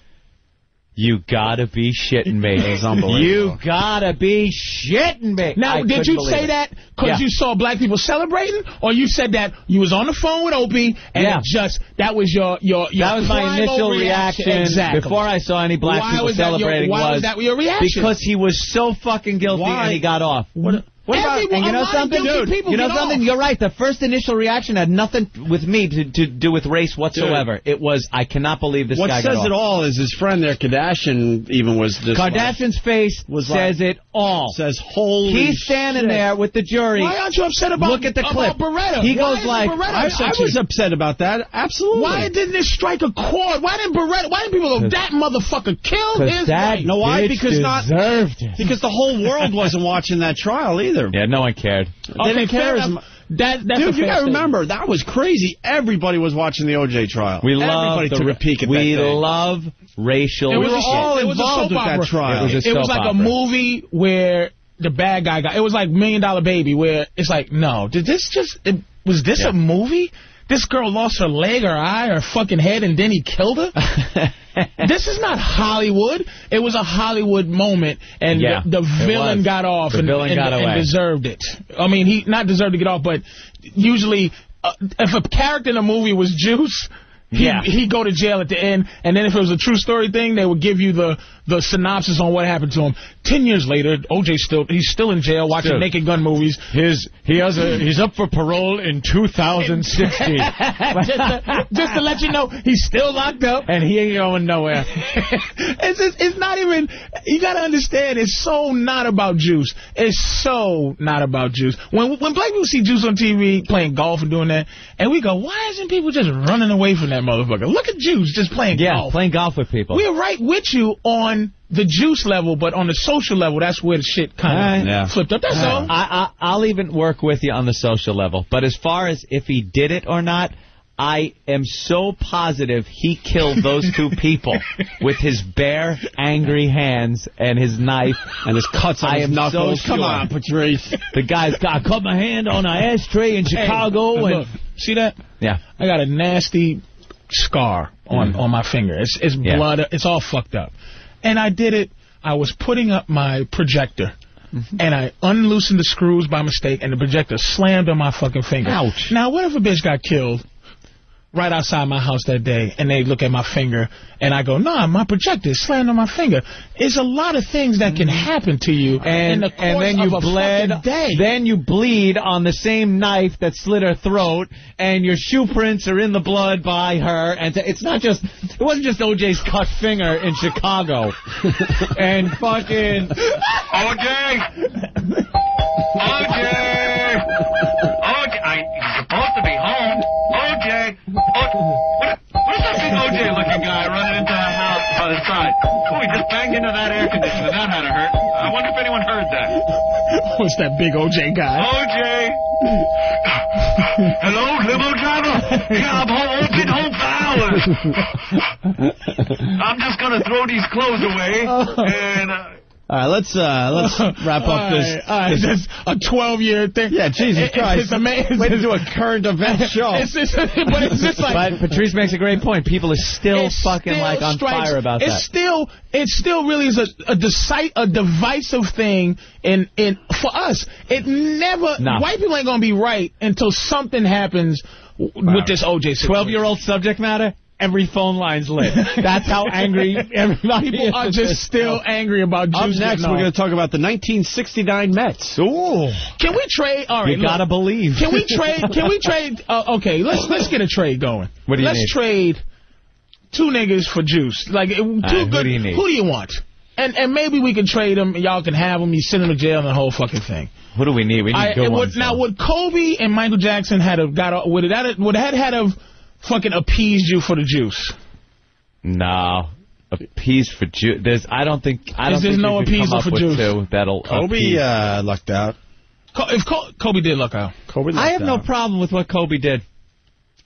[SPEAKER 3] you gotta be shitting me.
[SPEAKER 18] It's unbelievable.
[SPEAKER 3] You gotta be shitting me.
[SPEAKER 6] Oh. Now,
[SPEAKER 3] I
[SPEAKER 6] did
[SPEAKER 3] couldn't
[SPEAKER 6] you
[SPEAKER 3] believe
[SPEAKER 6] say
[SPEAKER 3] it.
[SPEAKER 6] that because
[SPEAKER 3] Yeah.
[SPEAKER 6] you saw black people celebrating, or you said that you was on the phone with Opie and
[SPEAKER 3] Yeah.
[SPEAKER 6] it just that was your your, your
[SPEAKER 3] that was my
[SPEAKER 6] primal
[SPEAKER 3] initial reaction,
[SPEAKER 6] Exactly.
[SPEAKER 3] before I saw any black
[SPEAKER 6] Why
[SPEAKER 3] people
[SPEAKER 6] was that your-
[SPEAKER 3] celebrating.
[SPEAKER 6] why was that your reaction?
[SPEAKER 3] Because he was so fucking guilty
[SPEAKER 6] Why?
[SPEAKER 3] and he got off. What?
[SPEAKER 6] what about- Everyone-
[SPEAKER 3] and you
[SPEAKER 6] a
[SPEAKER 3] know
[SPEAKER 6] lot of
[SPEAKER 3] something,
[SPEAKER 6] guilty people
[SPEAKER 3] You know
[SPEAKER 6] get
[SPEAKER 3] something.
[SPEAKER 6] off.
[SPEAKER 3] You're right. The first initial reaction had nothing with me to, to do with race whatsoever. It was I cannot believe this
[SPEAKER 2] What
[SPEAKER 3] guy
[SPEAKER 2] says
[SPEAKER 3] got off.
[SPEAKER 2] it all is his friend there, Kardashian, even was just. like-
[SPEAKER 3] Kardashian's face
[SPEAKER 2] Was
[SPEAKER 3] says
[SPEAKER 2] like-
[SPEAKER 3] it all.
[SPEAKER 2] Says holy.
[SPEAKER 3] He's standing
[SPEAKER 2] shit.
[SPEAKER 3] there with the jury.
[SPEAKER 6] Why aren't you upset about-
[SPEAKER 3] Look at the clip.
[SPEAKER 6] about Beretta? Why
[SPEAKER 3] He goes
[SPEAKER 6] is
[SPEAKER 3] like,
[SPEAKER 6] Beretta
[SPEAKER 3] I,
[SPEAKER 6] upset
[SPEAKER 3] I
[SPEAKER 6] you?
[SPEAKER 3] was
[SPEAKER 2] upset about that. Absolutely.
[SPEAKER 6] Why didn't it strike a chord? Why didn't Beretta? Why didn't people go? That motherfucker killed his. wife."
[SPEAKER 2] no, why? Because not because the whole world wasn't watching that trial either.
[SPEAKER 18] Yeah, no one cared.
[SPEAKER 2] They didn't care as mu-
[SPEAKER 6] That, that's
[SPEAKER 2] Dude,
[SPEAKER 6] a fair
[SPEAKER 2] you gotta
[SPEAKER 6] statement.
[SPEAKER 2] remember that was crazy. Everybody was watching the OJ trial.
[SPEAKER 18] We love
[SPEAKER 2] Everybody
[SPEAKER 18] the
[SPEAKER 2] took
[SPEAKER 18] ra-
[SPEAKER 2] a peek at
[SPEAKER 18] we
[SPEAKER 2] that. thing.
[SPEAKER 18] love racial.
[SPEAKER 2] It was
[SPEAKER 18] shit.
[SPEAKER 2] a- all
[SPEAKER 6] it was a soap
[SPEAKER 2] involved with that
[SPEAKER 6] opera.
[SPEAKER 2] trial.
[SPEAKER 18] It was a soap
[SPEAKER 6] like a
[SPEAKER 18] opera.
[SPEAKER 6] movie where the bad guy got. It was like Million Dollar Baby, where it's like, no, did this just? It, was this a movie? This girl lost her leg, her eye, her fucking head, and then he killed her. this is not Hollywood. It was a Hollywood moment, and
[SPEAKER 18] Yeah,
[SPEAKER 6] the, the
[SPEAKER 18] it
[SPEAKER 6] villain
[SPEAKER 18] was.
[SPEAKER 6] got off
[SPEAKER 18] The
[SPEAKER 6] and,
[SPEAKER 18] villain
[SPEAKER 6] and-
[SPEAKER 18] got
[SPEAKER 6] and
[SPEAKER 18] away.
[SPEAKER 6] deserved it. I mean, he not deserved to get off, but usually, uh, if a character in a movie was Juice, he
[SPEAKER 18] Yeah.
[SPEAKER 6] he go to jail at the end, and then if it was a true story thing, they would give you the the synopsis on what happened to him. Ten years later, OJ still he's still in jail watching
[SPEAKER 4] Still.
[SPEAKER 6] Naked Gun movies.
[SPEAKER 4] His he has a he's up for parole in 2060.
[SPEAKER 6] just, to, just to let you know, he's still locked up,
[SPEAKER 4] and he ain't going nowhere.
[SPEAKER 6] it's just, it's not even. You gotta understand. It's so not about juice. It's so not about juice. When when black people see juice on TV playing golf and doing that, and we go, why isn't people just running away from that motherfucker? Look at juice just playing
[SPEAKER 18] yeah,
[SPEAKER 6] golf.
[SPEAKER 18] playing golf with people.
[SPEAKER 6] We're right with you on the juice level, but on the social level, that's where the shit kind of flipped up. That's all.
[SPEAKER 18] I, I, I'll even work with you on the social level. But as far as if he did it or not, I am so positive he killed those two people with his bare, angry hands and his knife
[SPEAKER 2] and his cuts on
[SPEAKER 18] I
[SPEAKER 2] his
[SPEAKER 18] am
[SPEAKER 2] knuckles.
[SPEAKER 18] So
[SPEAKER 2] Come
[SPEAKER 18] sure.
[SPEAKER 2] on, Patrice.
[SPEAKER 18] The guy's got I cut my hand on an ashtray in Chicago
[SPEAKER 6] Hey,
[SPEAKER 18] and
[SPEAKER 6] look, see that?
[SPEAKER 18] yeah.
[SPEAKER 6] I got a nasty scar on on my finger. It's it's
[SPEAKER 18] Yeah.
[SPEAKER 6] blood. It's all fucked up. And I did it. I was putting up my projector. And I unloosened the screws by mistake, and the projector slammed on my fucking finger. Ouch! Now, what if a bitch got killed right outside my house that day, and they look at my finger, and I go, "Nah, my projector is slammed on my finger." It's a lot of things that can happen to you Mm-hmm. in
[SPEAKER 3] and
[SPEAKER 6] the
[SPEAKER 3] and
[SPEAKER 6] course
[SPEAKER 3] then you
[SPEAKER 6] of a
[SPEAKER 3] bled.
[SPEAKER 6] fucking day.
[SPEAKER 3] Then you bleed on the same knife that slit her throat, and your shoe prints are in the blood by her. And t- it's not just it wasn't just OJ's cut finger in Chicago, and fucking
[SPEAKER 17] OJ! OJ! OJ! I, he's supposed to be home. OJ! O- What, what is that big OJ looking guy running into that house by the side? Oh, he just banged into that air conditioner. That had to hurt. I wonder if anyone heard that.
[SPEAKER 6] What's that big OJ guy?
[SPEAKER 17] OJ! Hello, limo driver? Yeah, I'm home. I've been home for hours. I'm just gonna throw these clothes away
[SPEAKER 6] Oh.
[SPEAKER 17] and. Uh,
[SPEAKER 2] All right, let's uh, let's wrap
[SPEAKER 6] All
[SPEAKER 2] up this.
[SPEAKER 6] right, all right,
[SPEAKER 2] this-
[SPEAKER 6] that's a 12 year thing.
[SPEAKER 2] yeah, Jesus
[SPEAKER 6] It-
[SPEAKER 2] Christ!
[SPEAKER 6] It's, it's amazing.
[SPEAKER 2] Way to do a current event show.
[SPEAKER 6] It's just, but it's just like.
[SPEAKER 18] But Patrice makes a great point. People are still
[SPEAKER 6] it
[SPEAKER 18] fucking
[SPEAKER 6] still
[SPEAKER 18] like on
[SPEAKER 6] strikes-
[SPEAKER 18] fire about
[SPEAKER 6] it's
[SPEAKER 18] that.
[SPEAKER 6] still, it still really is a a, deci- a divisive thing, in in for us, it never.
[SPEAKER 18] Nah.
[SPEAKER 6] White people ain't gonna be right until something happens w- with this OJ situation.
[SPEAKER 3] twelve-year-old subject matter. Every phone line's lit. That's how angry everybody
[SPEAKER 6] People are
[SPEAKER 3] is.
[SPEAKER 6] just still angry about
[SPEAKER 2] Up
[SPEAKER 6] Jews.
[SPEAKER 2] next,
[SPEAKER 6] getting
[SPEAKER 2] we're
[SPEAKER 6] off.
[SPEAKER 2] going to talk about the 1969 Mets. Ooh.
[SPEAKER 6] Can we trade? All right,
[SPEAKER 2] You gotta
[SPEAKER 6] believe. Can we trade? Can we trade? Uh, okay, let's let's get a trade going.
[SPEAKER 18] What do you
[SPEAKER 6] let's
[SPEAKER 18] need?
[SPEAKER 6] trade two niggas for juice. Like it- two
[SPEAKER 18] right, who
[SPEAKER 6] good.
[SPEAKER 18] do you need?
[SPEAKER 6] Who do you want? and and maybe we can trade him. and Y'all can have him. You send him to jail and the whole fucking thing.
[SPEAKER 3] Who do we need? We need
[SPEAKER 6] I,
[SPEAKER 3] good
[SPEAKER 6] it would-
[SPEAKER 3] ones.
[SPEAKER 6] now, would Kobe and Michael Jackson had have got a- would that would that had have fucking appeased you for the juice?
[SPEAKER 3] No. Appease for Jew. There's. I don't think. I
[SPEAKER 6] There's-
[SPEAKER 3] don't
[SPEAKER 6] there's
[SPEAKER 3] think
[SPEAKER 6] no
[SPEAKER 3] we could come
[SPEAKER 6] appeasal
[SPEAKER 3] up
[SPEAKER 6] for
[SPEAKER 3] with
[SPEAKER 6] Jews.
[SPEAKER 3] two that'll.
[SPEAKER 6] Kobe,
[SPEAKER 3] uh, lucked out.
[SPEAKER 6] Co- if Co- Kobe did luck out.
[SPEAKER 3] Kobe. I have no problem with what Kobe did.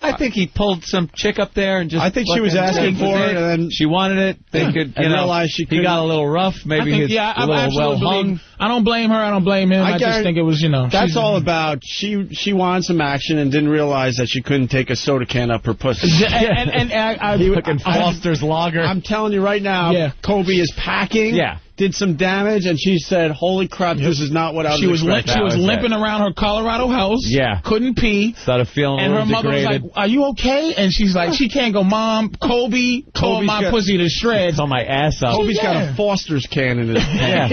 [SPEAKER 3] I think he pulled some chick up there and just.
[SPEAKER 2] I think she was
[SPEAKER 3] fucking-
[SPEAKER 2] asking for it, and
[SPEAKER 3] she wanted it. They could. You
[SPEAKER 2] And
[SPEAKER 3] know,
[SPEAKER 2] realized she
[SPEAKER 3] he got a
[SPEAKER 2] couldn't-
[SPEAKER 3] little rough. Maybe
[SPEAKER 6] I think,
[SPEAKER 3] his
[SPEAKER 6] yeah, I, I
[SPEAKER 3] little well
[SPEAKER 6] absolutely
[SPEAKER 3] hung.
[SPEAKER 6] believe. I don't blame her. I don't blame him. I, just
[SPEAKER 2] guarantee-
[SPEAKER 6] think it was you know.
[SPEAKER 2] That's
[SPEAKER 6] she's-
[SPEAKER 2] all about. She she wanted some action and didn't realize that she couldn't take a soda can up her pussy.
[SPEAKER 6] And, and, and I,
[SPEAKER 3] uh,
[SPEAKER 6] I,
[SPEAKER 2] Fucking Foster's
[SPEAKER 3] Lager.
[SPEAKER 2] I'm telling you right now,
[SPEAKER 6] Yeah.
[SPEAKER 2] Kobe is packing.
[SPEAKER 6] Yeah.
[SPEAKER 2] Did some damage, and she said, "Holy crap, this is not what I was."
[SPEAKER 6] she was limp-
[SPEAKER 2] expecting."
[SPEAKER 6] she was limping around her Colorado house.
[SPEAKER 2] Yeah.
[SPEAKER 6] couldn't pee.
[SPEAKER 3] Started feeling
[SPEAKER 6] And
[SPEAKER 3] a
[SPEAKER 6] her
[SPEAKER 3] little
[SPEAKER 6] mother was
[SPEAKER 3] degraded.
[SPEAKER 6] like, "Are you okay?" And she's like, "She can't go, mom. Kobe tore
[SPEAKER 3] Kobe's
[SPEAKER 6] my
[SPEAKER 3] got-
[SPEAKER 6] pussy to shreds.
[SPEAKER 3] Tore my ass up.
[SPEAKER 2] Kobe's
[SPEAKER 6] yeah.
[SPEAKER 2] got a Foster's can in his
[SPEAKER 3] Yeah.
[SPEAKER 2] hand.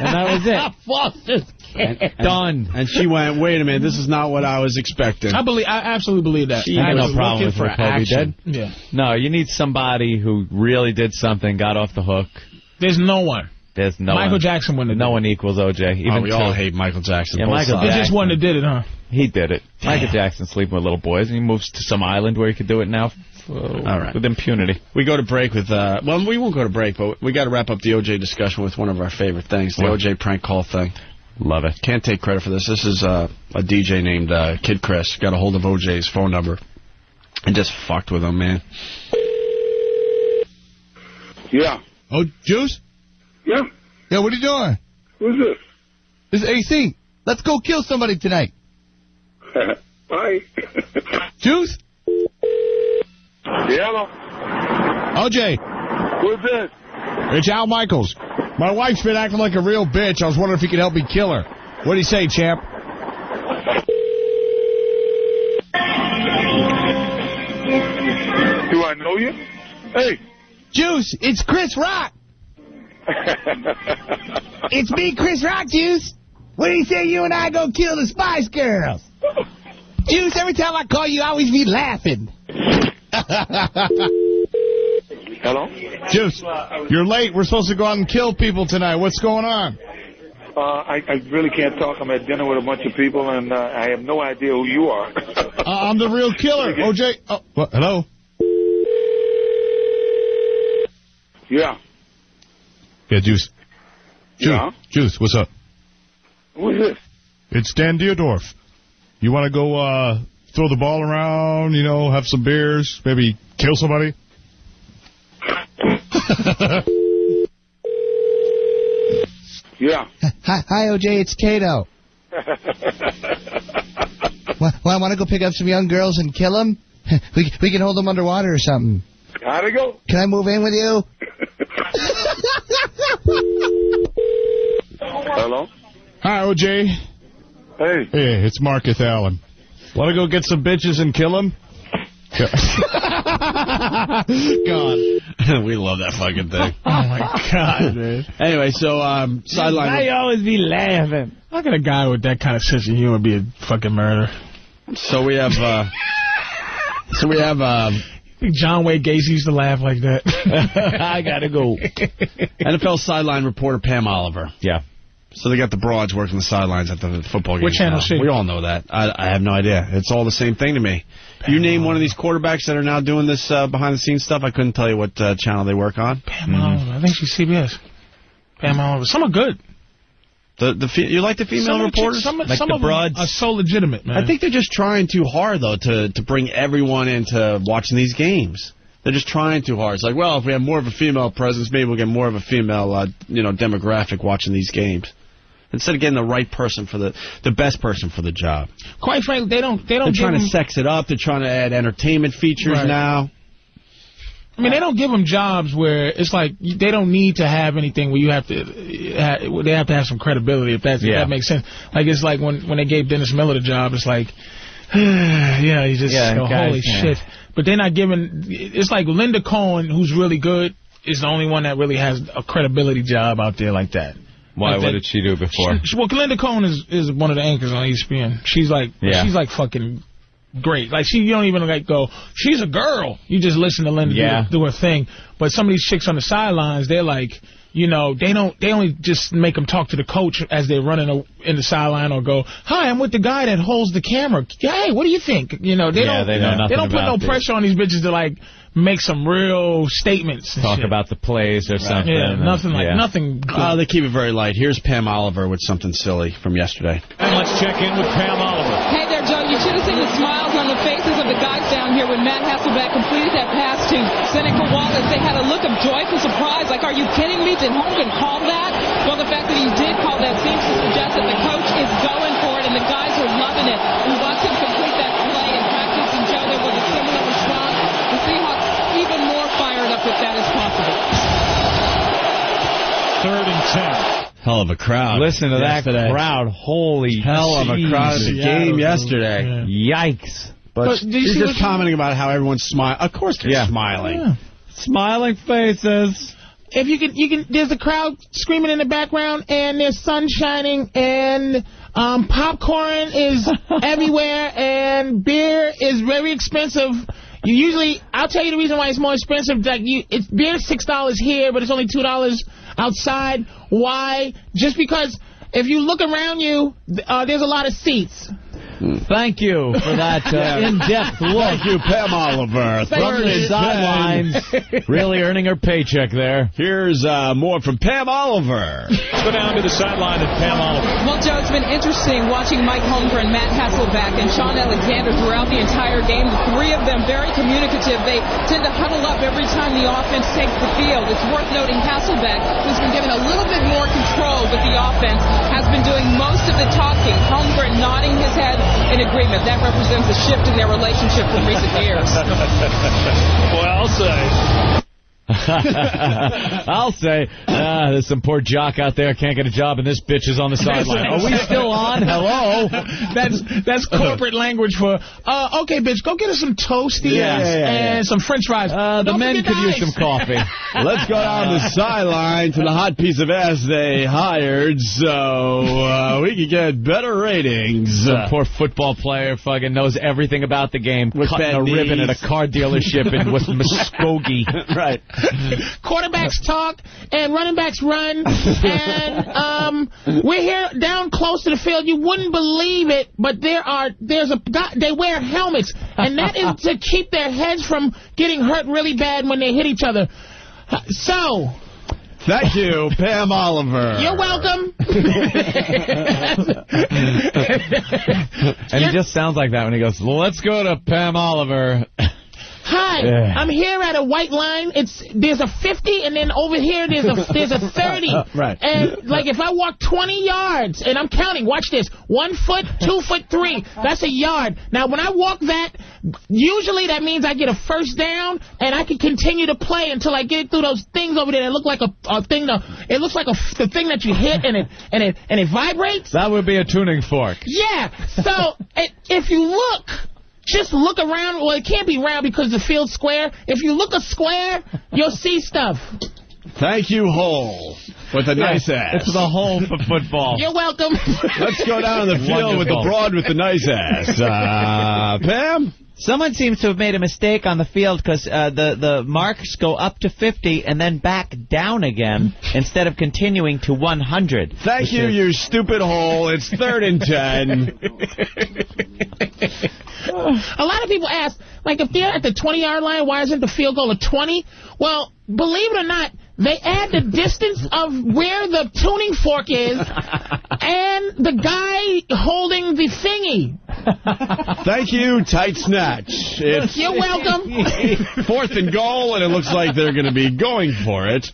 [SPEAKER 3] And that was it.
[SPEAKER 6] Foster's
[SPEAKER 2] And,
[SPEAKER 6] can.
[SPEAKER 2] and- And she went, "Wait a minute, this is not what I was expecting."
[SPEAKER 6] I believe. I absolutely believe that.
[SPEAKER 2] She
[SPEAKER 3] I have
[SPEAKER 2] was
[SPEAKER 3] no problem
[SPEAKER 2] looking
[SPEAKER 3] with
[SPEAKER 2] for
[SPEAKER 3] what Kobe
[SPEAKER 2] action.
[SPEAKER 3] did.
[SPEAKER 6] Yeah.
[SPEAKER 3] No, you need somebody who really did something, got off the hook.
[SPEAKER 6] There's no one.
[SPEAKER 3] There's no
[SPEAKER 6] Michael
[SPEAKER 3] one.
[SPEAKER 6] Jackson wouldn't.
[SPEAKER 3] No one equals OJ. Even
[SPEAKER 2] we all
[SPEAKER 3] two.
[SPEAKER 2] hate Michael Jackson.
[SPEAKER 3] Yeah,
[SPEAKER 2] both
[SPEAKER 3] Michael
[SPEAKER 2] sides.
[SPEAKER 6] It just one that did it, huh?
[SPEAKER 3] He did it. Michael Jackson sleeping with little boys, and he moves to some island where he could do it now uh, with impunity.
[SPEAKER 2] We go to break with, uh, well, we won't go to break, but we got to wrap up the OJ discussion with one of our favorite things, the
[SPEAKER 3] What?
[SPEAKER 2] OJ prank call thing.
[SPEAKER 3] Love it.
[SPEAKER 2] Can't take credit for this. This is uh, a DJ named uh, Kid Chris. Got a hold of OJ's phone number and just fucked with him, man.
[SPEAKER 18] Yeah.
[SPEAKER 19] Oh, Juice?
[SPEAKER 18] Yeah.
[SPEAKER 19] Yeah, what are you doing?
[SPEAKER 18] Who's this?
[SPEAKER 19] This is AC. Let's go kill somebody tonight.
[SPEAKER 18] Hi.
[SPEAKER 19] Juice?
[SPEAKER 18] Hello.
[SPEAKER 19] OJ.
[SPEAKER 18] Who's this?
[SPEAKER 19] It's Al Michaels. My wife's been acting like a real bitch. I was wondering if you could help me kill her. What do you say, champ?
[SPEAKER 18] Do I know you? Hey.
[SPEAKER 19] Juice, it's Chris Rock.
[SPEAKER 18] it's
[SPEAKER 19] It's me, Chris Rock Juice. What do you say you and I go kill the Spice Girls? Juice, every time I call you, I always be laughing.
[SPEAKER 18] Hello?
[SPEAKER 3] Uh,
[SPEAKER 19] Juice, you're late. We're supposed to go out and kill people tonight. What's going on?
[SPEAKER 18] Uh, I, I really can't talk. I'm at dinner with a bunch of people, and uh, I have no idea who you are.
[SPEAKER 19] Uh, I'm the real killer. OJ. Oh, what, hello?
[SPEAKER 18] yeah.
[SPEAKER 19] Yeah, Juice. Juice,
[SPEAKER 18] Yeah.
[SPEAKER 19] Juice what's up?
[SPEAKER 18] Who's this?
[SPEAKER 19] It's Dan Diodorf. You want to go uh, throw the ball around, you know, have some beers, maybe kill somebody?
[SPEAKER 18] Yeah.
[SPEAKER 20] Hi, hi, OJ. It's Tato. Well, well, I want to go pick up some young girls and kill them. We we can hold them underwater or something.
[SPEAKER 18] How'd it go?
[SPEAKER 20] Can I move in with you?
[SPEAKER 18] Hello?
[SPEAKER 19] Hi, OJ.
[SPEAKER 18] Hey.
[SPEAKER 19] Hey, it's Marcus Allen. Want to go get some bitches and kill them?
[SPEAKER 2] God. we love that fucking thing. Oh, my God, man. Anyway, so um, sideline.
[SPEAKER 6] Why you
[SPEAKER 2] always be laughing?
[SPEAKER 6] How can a guy with that kind of sense of humor be a fucking murderer?
[SPEAKER 2] So we have. Uh, so we have. Um,
[SPEAKER 6] John Wayne Gacy used to laugh like that. I
[SPEAKER 2] gotta go. NFL sideline reporter Pam Oliver.
[SPEAKER 3] Yeah.
[SPEAKER 2] So they got the broads working the sidelines at the football game.
[SPEAKER 6] What channel is she?
[SPEAKER 2] We all know that. I, I have no idea. It's all the same thing to me. you name one of these quarterbacks that are now doing this uh, behind-the-scenes stuff. I couldn't tell you what uh, channel they work on.
[SPEAKER 6] Pam Oliver. I think she's CBS. Pam Oliver. Some are good.
[SPEAKER 2] The the fe- you like the female
[SPEAKER 6] Some of the
[SPEAKER 2] reporters?
[SPEAKER 6] chicks- some- Like some the of them broads? are so legitimate, man.
[SPEAKER 2] I think they're just trying too hard though to to bring everyone into watching these games. They're just trying too hard. It's like, well, if we have more of a female presence, maybe we'll get more of a female, uh, you know, demographic watching these games. Instead of getting the right person for the the best person for the job.
[SPEAKER 6] Quite frankly, they don't. They
[SPEAKER 2] They're
[SPEAKER 6] don't.
[SPEAKER 2] trying
[SPEAKER 6] give
[SPEAKER 2] to
[SPEAKER 6] 'em-
[SPEAKER 2] sex it up. They're trying to add entertainment features
[SPEAKER 6] Right.
[SPEAKER 2] now.
[SPEAKER 6] I mean, they don't give them jobs where it's like you- they don't need to have anything where you have to. uh, ha- They have to have some credibility if that's, if
[SPEAKER 3] Yeah.
[SPEAKER 6] that makes sense. Like it's like when when they gave Dennis Miller the job, it's like, you know, you just
[SPEAKER 3] Yeah,
[SPEAKER 6] go,
[SPEAKER 3] guys,
[SPEAKER 6] holy
[SPEAKER 3] yeah.
[SPEAKER 6] shit. But they're not giving. It's like Linda Cohen, who's really good, is the only one that really has a credibility job out there like that.
[SPEAKER 3] Why?
[SPEAKER 6] Like
[SPEAKER 3] What
[SPEAKER 6] that-
[SPEAKER 3] did she do before?
[SPEAKER 6] She- Well, Linda Cohen is is one of the anchors
[SPEAKER 18] E
[SPEAKER 6] on ESPN. She's like
[SPEAKER 3] Yeah.
[SPEAKER 6] she's like fucking great. Like she you don't even like go. She's a girl. You just listen to Linda do-
[SPEAKER 3] Yeah.
[SPEAKER 6] do, her thing. But some of these chicks on the sidelines, they're like.
[SPEAKER 18] you know, they don't. They only just make them talk to the coach as they're running a, in the sideline or go, "Hi, I'm with the guy that holds the camera. Hey, what do you think?" You know, they
[SPEAKER 3] Yeah,
[SPEAKER 18] don't.
[SPEAKER 3] they know nothing
[SPEAKER 18] don't put
[SPEAKER 3] about
[SPEAKER 18] no
[SPEAKER 3] this.
[SPEAKER 18] pressure on these bitches to like make some real statements. and shit.
[SPEAKER 3] Talk about the plays or something.
[SPEAKER 18] Yeah, nothing like
[SPEAKER 3] Yeah.
[SPEAKER 18] nothing.
[SPEAKER 2] Uh, they keep it very light. Here's Pam Oliver with something silly from yesterday.
[SPEAKER 19] And let's check in with Pam Oliver.
[SPEAKER 21] Hey there, Joe. You should have seen the smiles on the faces of the guys down here when Matt Hasselbeck completed that pass to Seneca Wallace. They had a look of joyful surprise. Like, are you kidding me? Did Holmgren call that? Well, the fact that he did call that seems to suggest that the coach is going for it, and the guys are loving it. We watched him complete that play in practice, and Joe, there was a similar response. The Seahawks even more fired up if that is possible.
[SPEAKER 19] Third and ten.
[SPEAKER 2] Hell of a crowd.
[SPEAKER 3] Listen to that
[SPEAKER 2] Yesterday.
[SPEAKER 3] crowd. Holy
[SPEAKER 2] Hell of a crowd at the
[SPEAKER 3] jeez.
[SPEAKER 2] game yesterday.
[SPEAKER 3] Yikes.
[SPEAKER 2] But,
[SPEAKER 3] But did you
[SPEAKER 2] she's
[SPEAKER 3] see
[SPEAKER 2] just
[SPEAKER 3] what-
[SPEAKER 2] commenting about how everyone's smiling. Of course they're
[SPEAKER 3] Yeah.
[SPEAKER 2] smiling.
[SPEAKER 3] Smiling faces.
[SPEAKER 18] If you can, you can. There's a crowd screaming in the background, and there's sun shining, and um, popcorn is everywhere, and beer is very expensive. You usually, I'll tell you the reason why it's more expensive. Like you, it's beer's six dollars here, but it's only two dollars outside. Why? Just because if you look around you, th- uh, there's a lot of seats.
[SPEAKER 3] Hmm. Thank you for that uh,
[SPEAKER 18] Yeah.
[SPEAKER 3] in-depth look.
[SPEAKER 2] Thank you, Pam Oliver.
[SPEAKER 3] From the sidelines, really earning her paycheck there.
[SPEAKER 2] Here's uh, more from Pam Oliver.
[SPEAKER 19] Let's go down to the sideline of Pam Oliver.
[SPEAKER 21] Well, Joe, it's been interesting watching Mike Holmgren, Matt Hasselback, and Sean Alexander throughout the entire game. The three of them very communicative. They tend to huddle up every time the offense takes the field. It's worth noting Hasselback, who's been given a little bit more control with the offense, has been doing most of the talking. Holmgren nodding his head in agreement. That represents a shift in their relationship from recent years.
[SPEAKER 19] well said.
[SPEAKER 3] I'll say, ah, there's some poor jock out there can't get a job, and this bitch is on the sideline. Are we still on? Hello.
[SPEAKER 18] That's that's
[SPEAKER 3] Uh-huh.
[SPEAKER 18] corporate language for. Uh, okay, bitch, go get us some toasties
[SPEAKER 3] Yeah, yeah, yeah.
[SPEAKER 18] and some French fries. Uh,
[SPEAKER 3] the men could use some coffee.
[SPEAKER 2] Let's go down the sideline to the hot piece of ass they hired so uh, we could get better ratings.
[SPEAKER 3] Some poor football player fucking knows everything about the game, cutting
[SPEAKER 2] bad
[SPEAKER 3] a ribbon at
[SPEAKER 2] knees.
[SPEAKER 3] a car dealership in West Muskogee.
[SPEAKER 2] right.
[SPEAKER 18] Quarterbacks talk and running backs run, and um, we're here down close to the field. You wouldn't believe it, but there are there's a guy- they wear helmets, and that is to keep their heads from getting hurt really bad when they hit each other. So
[SPEAKER 2] Thank you, Pam Oliver.
[SPEAKER 18] you're welcome.
[SPEAKER 3] And he just sounds like that when he goes, let's go to Pam Oliver.
[SPEAKER 18] Hi,
[SPEAKER 3] Yeah.
[SPEAKER 18] I'm here at a white line. It's there's a 50, and then over here there's a there's a 30.
[SPEAKER 3] Right.
[SPEAKER 18] And like if I walk 20 yards, and I'm counting. Watch this: one foot, two foot, three. That's a yard. Now when I walk that, usually that means I get a first down, and I can continue to play until I get through those things over there that look like a, a thing. To, it looks like a the thing that you hit, and it and it and it vibrates.
[SPEAKER 3] That would be a tuning fork.
[SPEAKER 18] Yeah. So i- if you look, just look around. Well, it can't be round because the field's square. If you look a square, you'll see stuff.
[SPEAKER 2] Thank you, Hole, with a nice ass.
[SPEAKER 3] It's the hole for football.
[SPEAKER 18] You're welcome.
[SPEAKER 2] Oh. Let's go down to the field with the
[SPEAKER 3] Wonderful.
[SPEAKER 2] broad with the nice ass. Uh, Pam?
[SPEAKER 22] Someone seems to have made a mistake on the field because uh, the the marks go up to 50 and then back down again instead of continuing to 100.
[SPEAKER 2] Thank you, you stupid hole. It's third and ten.
[SPEAKER 18] A lot of people ask, like, if they're at the 20 yard line, why isn't the field goal a 20? Well, believe it or not, they add the distance of where the tuning fork is and the guy holding the thingy.
[SPEAKER 2] Thank you, tight snatch. It's
[SPEAKER 18] You're welcome.
[SPEAKER 2] fourth and goal, and it looks like they're going to be going for it.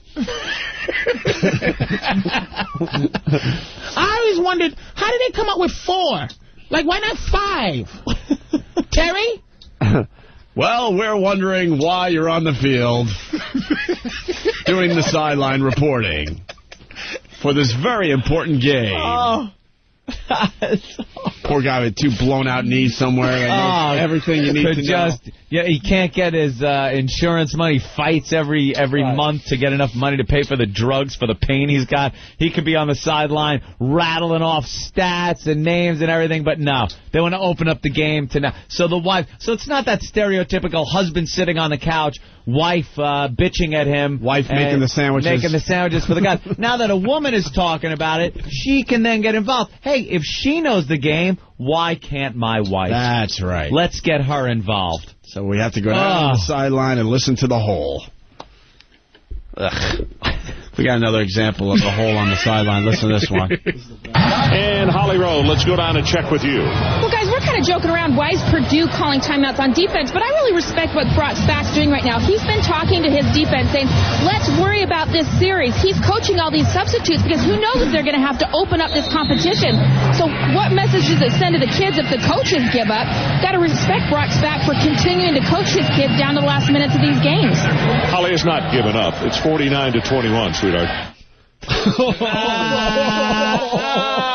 [SPEAKER 18] I always wondered how did they come up with four? Like, why not five? Terry,
[SPEAKER 2] Well, we're wondering why you're on the field doing the sideline
[SPEAKER 18] Oh.
[SPEAKER 2] reporting for this very important game.
[SPEAKER 22] Oh.
[SPEAKER 2] Poor guy with two blown out knees somewhere. And
[SPEAKER 18] Oh.
[SPEAKER 2] knows everything you need
[SPEAKER 3] but
[SPEAKER 2] to
[SPEAKER 3] Oh, just,
[SPEAKER 2] know.
[SPEAKER 3] Yeah, he can't get his uh, insurance money. Fights every every month to get enough money to pay for the drugs for the pain he's got. He could be on the sideline rattling off stats and names and everything, but no, they want to open up the game to now. So the wife. So it's not that stereotypical husband sitting on the couch, wife uh, bitching at him, wife
[SPEAKER 2] making the sandwiches.
[SPEAKER 3] making the sandwiches for the guy. now that a woman is talking about it, she can then get involved. Hey, if she knows the game, why can't my wife?
[SPEAKER 2] That's right.
[SPEAKER 3] Let's get her involved.
[SPEAKER 2] So we have to go down
[SPEAKER 3] Ah.
[SPEAKER 2] to the sideline and listen to the hole. Ugh. We got another example of the hole on the sideline. Listen to this one.
[SPEAKER 19] And Holly Rowe, let's go down and check with you.
[SPEAKER 11] Well, guys, we're kind of joking around. Why is Purdue calling timeouts on defense? But I really respect what Brock Spack's doing right now. He's been talking to his defense, saying, let's worry about this series. He's coaching all these substitutes because who knows if they're going to have to open up this competition. So what message does it send to the kids if the coaches give up? Got to respect Brock Spack for continuing to coach his kids down to the last minutes of these games.
[SPEAKER 19] Holly has not given up. It's 49 to 21, sweetheart.
[SPEAKER 3] Ah.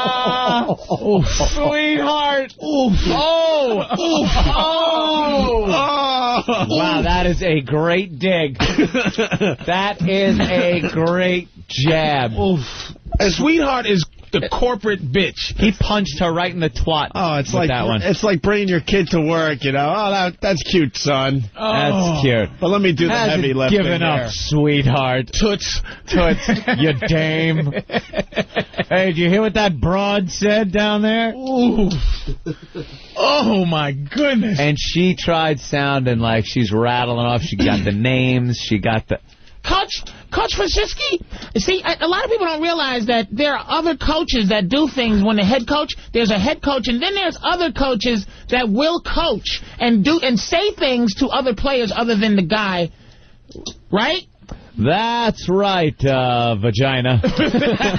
[SPEAKER 2] Oh.
[SPEAKER 3] Sweetheart. Oh. Oh. Wow, that is a great dig. that is a great jab.
[SPEAKER 6] Sweetheart is the corporate bitch.
[SPEAKER 3] He punched her right in the twat.
[SPEAKER 2] Oh, it's like
[SPEAKER 3] that one.
[SPEAKER 2] It's like bringing your kid to work. You know, oh, that, that's cute, son. Oh.
[SPEAKER 3] That's cute.
[SPEAKER 2] But let me do the
[SPEAKER 3] Hasn't
[SPEAKER 2] heavy lifting.
[SPEAKER 3] given up,
[SPEAKER 2] there.
[SPEAKER 3] sweetheart.
[SPEAKER 6] Toots.
[SPEAKER 3] Toots, you dame. hey, did you hear what that broad said down there?
[SPEAKER 6] Oh my goodness.
[SPEAKER 3] And she tried sounding like she's rattling off. She got the names. She got the.
[SPEAKER 18] Coach, Coach Franciski, see, a, a lot of people don't realize that there are other coaches that do things. When the head coach, there's a head coach, and then there's other coaches that will coach and do and say things to other players other than the guy, right?
[SPEAKER 3] That's right, uh, vagina.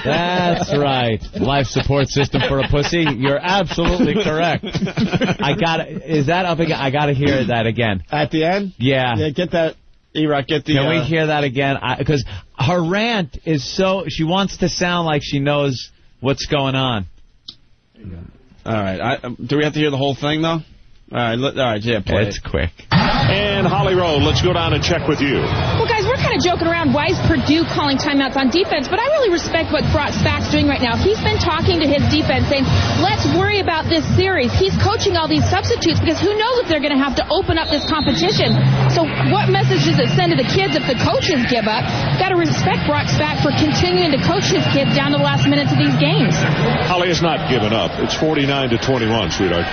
[SPEAKER 3] That's right. Life support system for a pussy. You're absolutely correct. I got to Is that up again? I got to hear that again.
[SPEAKER 2] At the end?
[SPEAKER 3] Yeah.
[SPEAKER 2] Yeah, get that. E-Rock, get the.
[SPEAKER 3] Can we
[SPEAKER 2] uh,
[SPEAKER 3] hear that again? Because her rant is so. She wants to sound like she knows what's going on.
[SPEAKER 2] All right. I, um, do we have to hear the whole thing though? All right. Let, all right. Yeah. Play
[SPEAKER 3] It's quick.
[SPEAKER 19] And Holly Rowe, let's go down and check with you.
[SPEAKER 11] Well, guys, we're kind of joking around. Why is Purdue calling timeouts on defense? But I really respect what Brock Spack's doing right now. He's been talking to his defense, saying, let's worry about this series. He's coaching all these substitutes because who knows if they're going to have to open up this competition. So what message does it send to the kids if the coaches give up? Got to respect Brock Spack for continuing to coach his kids down to the last minutes of these games.
[SPEAKER 19] Holly has not given up. It's 49 to 21, sweetheart.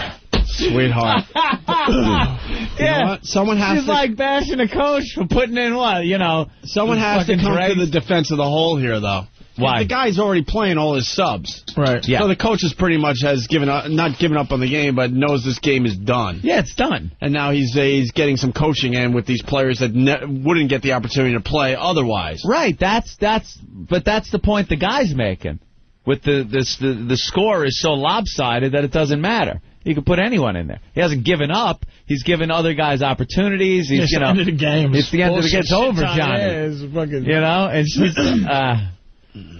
[SPEAKER 2] Sweetheart.
[SPEAKER 3] Ah! yeah.
[SPEAKER 2] Someone has
[SPEAKER 3] She's
[SPEAKER 2] to-
[SPEAKER 3] like bashing a coach for putting in what you know.
[SPEAKER 2] Someone has to
[SPEAKER 3] fucking
[SPEAKER 2] come
[SPEAKER 3] dregs.
[SPEAKER 2] to the defense of the whole here, though.
[SPEAKER 3] Why?
[SPEAKER 2] The guy's already playing all his subs.
[SPEAKER 3] Right. Yeah.
[SPEAKER 2] So the coach is pretty much has given up, not given up on the game, but knows this game is done.
[SPEAKER 3] Yeah, it's done.
[SPEAKER 2] And now he's uh, he's getting some coaching in with these players that ne- wouldn't get the opportunity to play otherwise.
[SPEAKER 3] Right. That's that's. But that's the point the guy's making. With the this the, the score is so lopsided that it doesn't matter. You can put anyone in there. He hasn't given up. He's given other guys opportunities. He's
[SPEAKER 6] It's
[SPEAKER 3] you
[SPEAKER 6] the
[SPEAKER 3] know
[SPEAKER 6] end of the game.
[SPEAKER 3] It's the end of the game. It's
[SPEAKER 6] Bullshit
[SPEAKER 3] over,
[SPEAKER 6] time.
[SPEAKER 3] Johnny.
[SPEAKER 6] Yeah, it's fucking-
[SPEAKER 3] You know, and she's uh,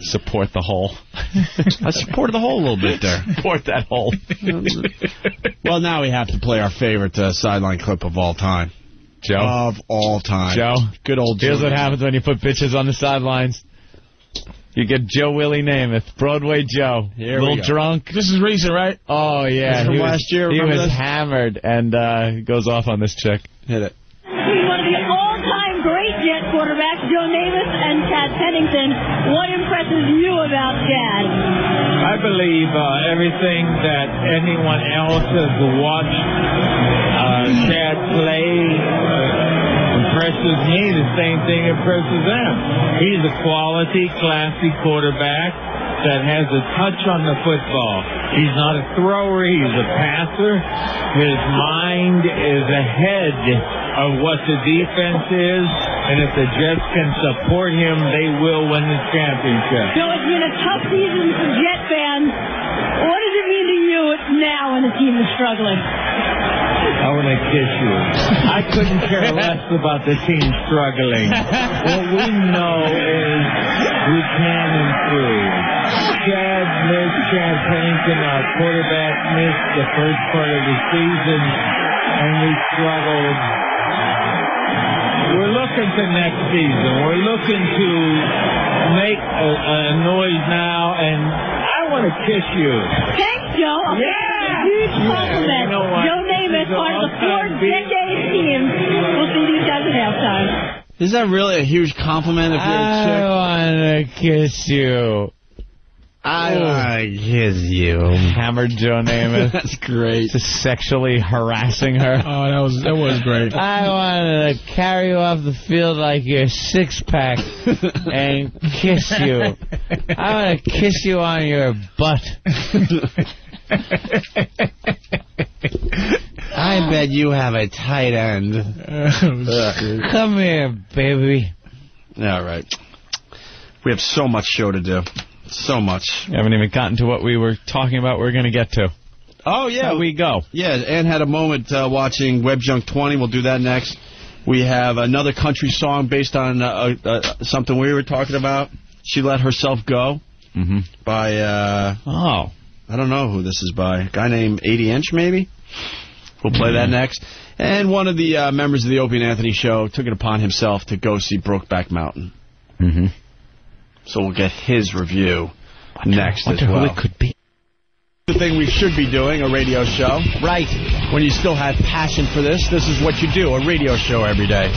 [SPEAKER 3] support the hole.
[SPEAKER 2] I supported the whole a little bit there.
[SPEAKER 3] Support that hole.
[SPEAKER 2] well, now we have to play our favorite uh, sideline clip of all time.
[SPEAKER 3] Joe?
[SPEAKER 2] Of all time.
[SPEAKER 3] Joe.
[SPEAKER 2] Good old Joe.
[SPEAKER 3] Here's what happens when you put bitches on the sidelines. You get Joe Willie Namath, Broadway Joe,
[SPEAKER 2] Here we
[SPEAKER 3] little
[SPEAKER 2] go.
[SPEAKER 3] drunk.
[SPEAKER 6] This is recent, right?
[SPEAKER 3] Oh yeah,
[SPEAKER 2] This is from
[SPEAKER 3] he was,
[SPEAKER 2] last year,
[SPEAKER 3] He
[SPEAKER 2] remember
[SPEAKER 3] was
[SPEAKER 2] this?
[SPEAKER 3] hammered and uh, goes off on this chick.
[SPEAKER 2] Hit it.
[SPEAKER 16] Between one of the all-time great Jet quarterbacks, Joe Namath and Chad Pennington, what impresses you about Chad?
[SPEAKER 12] I believe uh, everything that anyone else has watched uh, Chad play uh, impresses me. The same thing impresses them. He's a quality, classy quarterback that has a touch on the football. He's not a thrower. He's a passer. His mind is ahead of what the defense is, and if the Jets can support him, they will win the championship.
[SPEAKER 16] So it's been a tough season for Jet fans. What does it mean to you now when the team is struggling?
[SPEAKER 12] I want to kiss you. I couldn't care less about the team struggling. what we know is we can improve. Chad missed, Chad Pennington, our quarterback, missed the first part of the season, and we struggled. We're looking to next season. We're looking to make a, a noise now, and I want to kiss you.
[SPEAKER 10] Thanks, Joe. I'm
[SPEAKER 12] Yeah.
[SPEAKER 10] getting a huge compliment.
[SPEAKER 12] You know what?
[SPEAKER 10] Joe Namath,
[SPEAKER 12] This is
[SPEAKER 10] part of the
[SPEAKER 12] all
[SPEAKER 10] four
[SPEAKER 12] time beat.
[SPEAKER 10] decade team, will see these guys at halftime.
[SPEAKER 2] Is that really a huge compliment if you're a chick?
[SPEAKER 3] I want to kiss you.
[SPEAKER 2] I wanna
[SPEAKER 3] kiss you. Oh. Hammered Joe Namath.
[SPEAKER 2] That's great.
[SPEAKER 3] Just sexually harassing her.
[SPEAKER 6] Oh, that was that was great.
[SPEAKER 3] I wanted to carry you off the field like your six pack and kiss you. I want to kiss you on your butt.
[SPEAKER 2] I bet you have a tight end.
[SPEAKER 3] Come here, baby.
[SPEAKER 2] All right. We have so much show to do. So much.
[SPEAKER 3] We haven't even gotten to what we were talking about. We're going to get to.
[SPEAKER 2] Oh yeah,
[SPEAKER 3] we go.
[SPEAKER 2] Yeah, Anne had a moment uh, watching Web Junk 20. We'll do that next. We have another country song based on uh, uh, uh, something we were talking about. She let herself go
[SPEAKER 3] Mhm.
[SPEAKER 2] by uh,
[SPEAKER 3] oh,
[SPEAKER 2] I don't know who this is by. A guy named 80 Inch maybe. We'll play
[SPEAKER 3] Mm-hmm.
[SPEAKER 2] that next. And one of the uh, members of the Opie and Anthony show took it upon himself to go see Brokeback Mountain.
[SPEAKER 3] Mm-hmm.
[SPEAKER 2] So we'll get his review next
[SPEAKER 3] wonder
[SPEAKER 2] as
[SPEAKER 3] who
[SPEAKER 2] well.
[SPEAKER 3] it could be.
[SPEAKER 2] The thing we should be doing, a radio show. Right. When you still have passion for this, this is what you do, a radio show every day.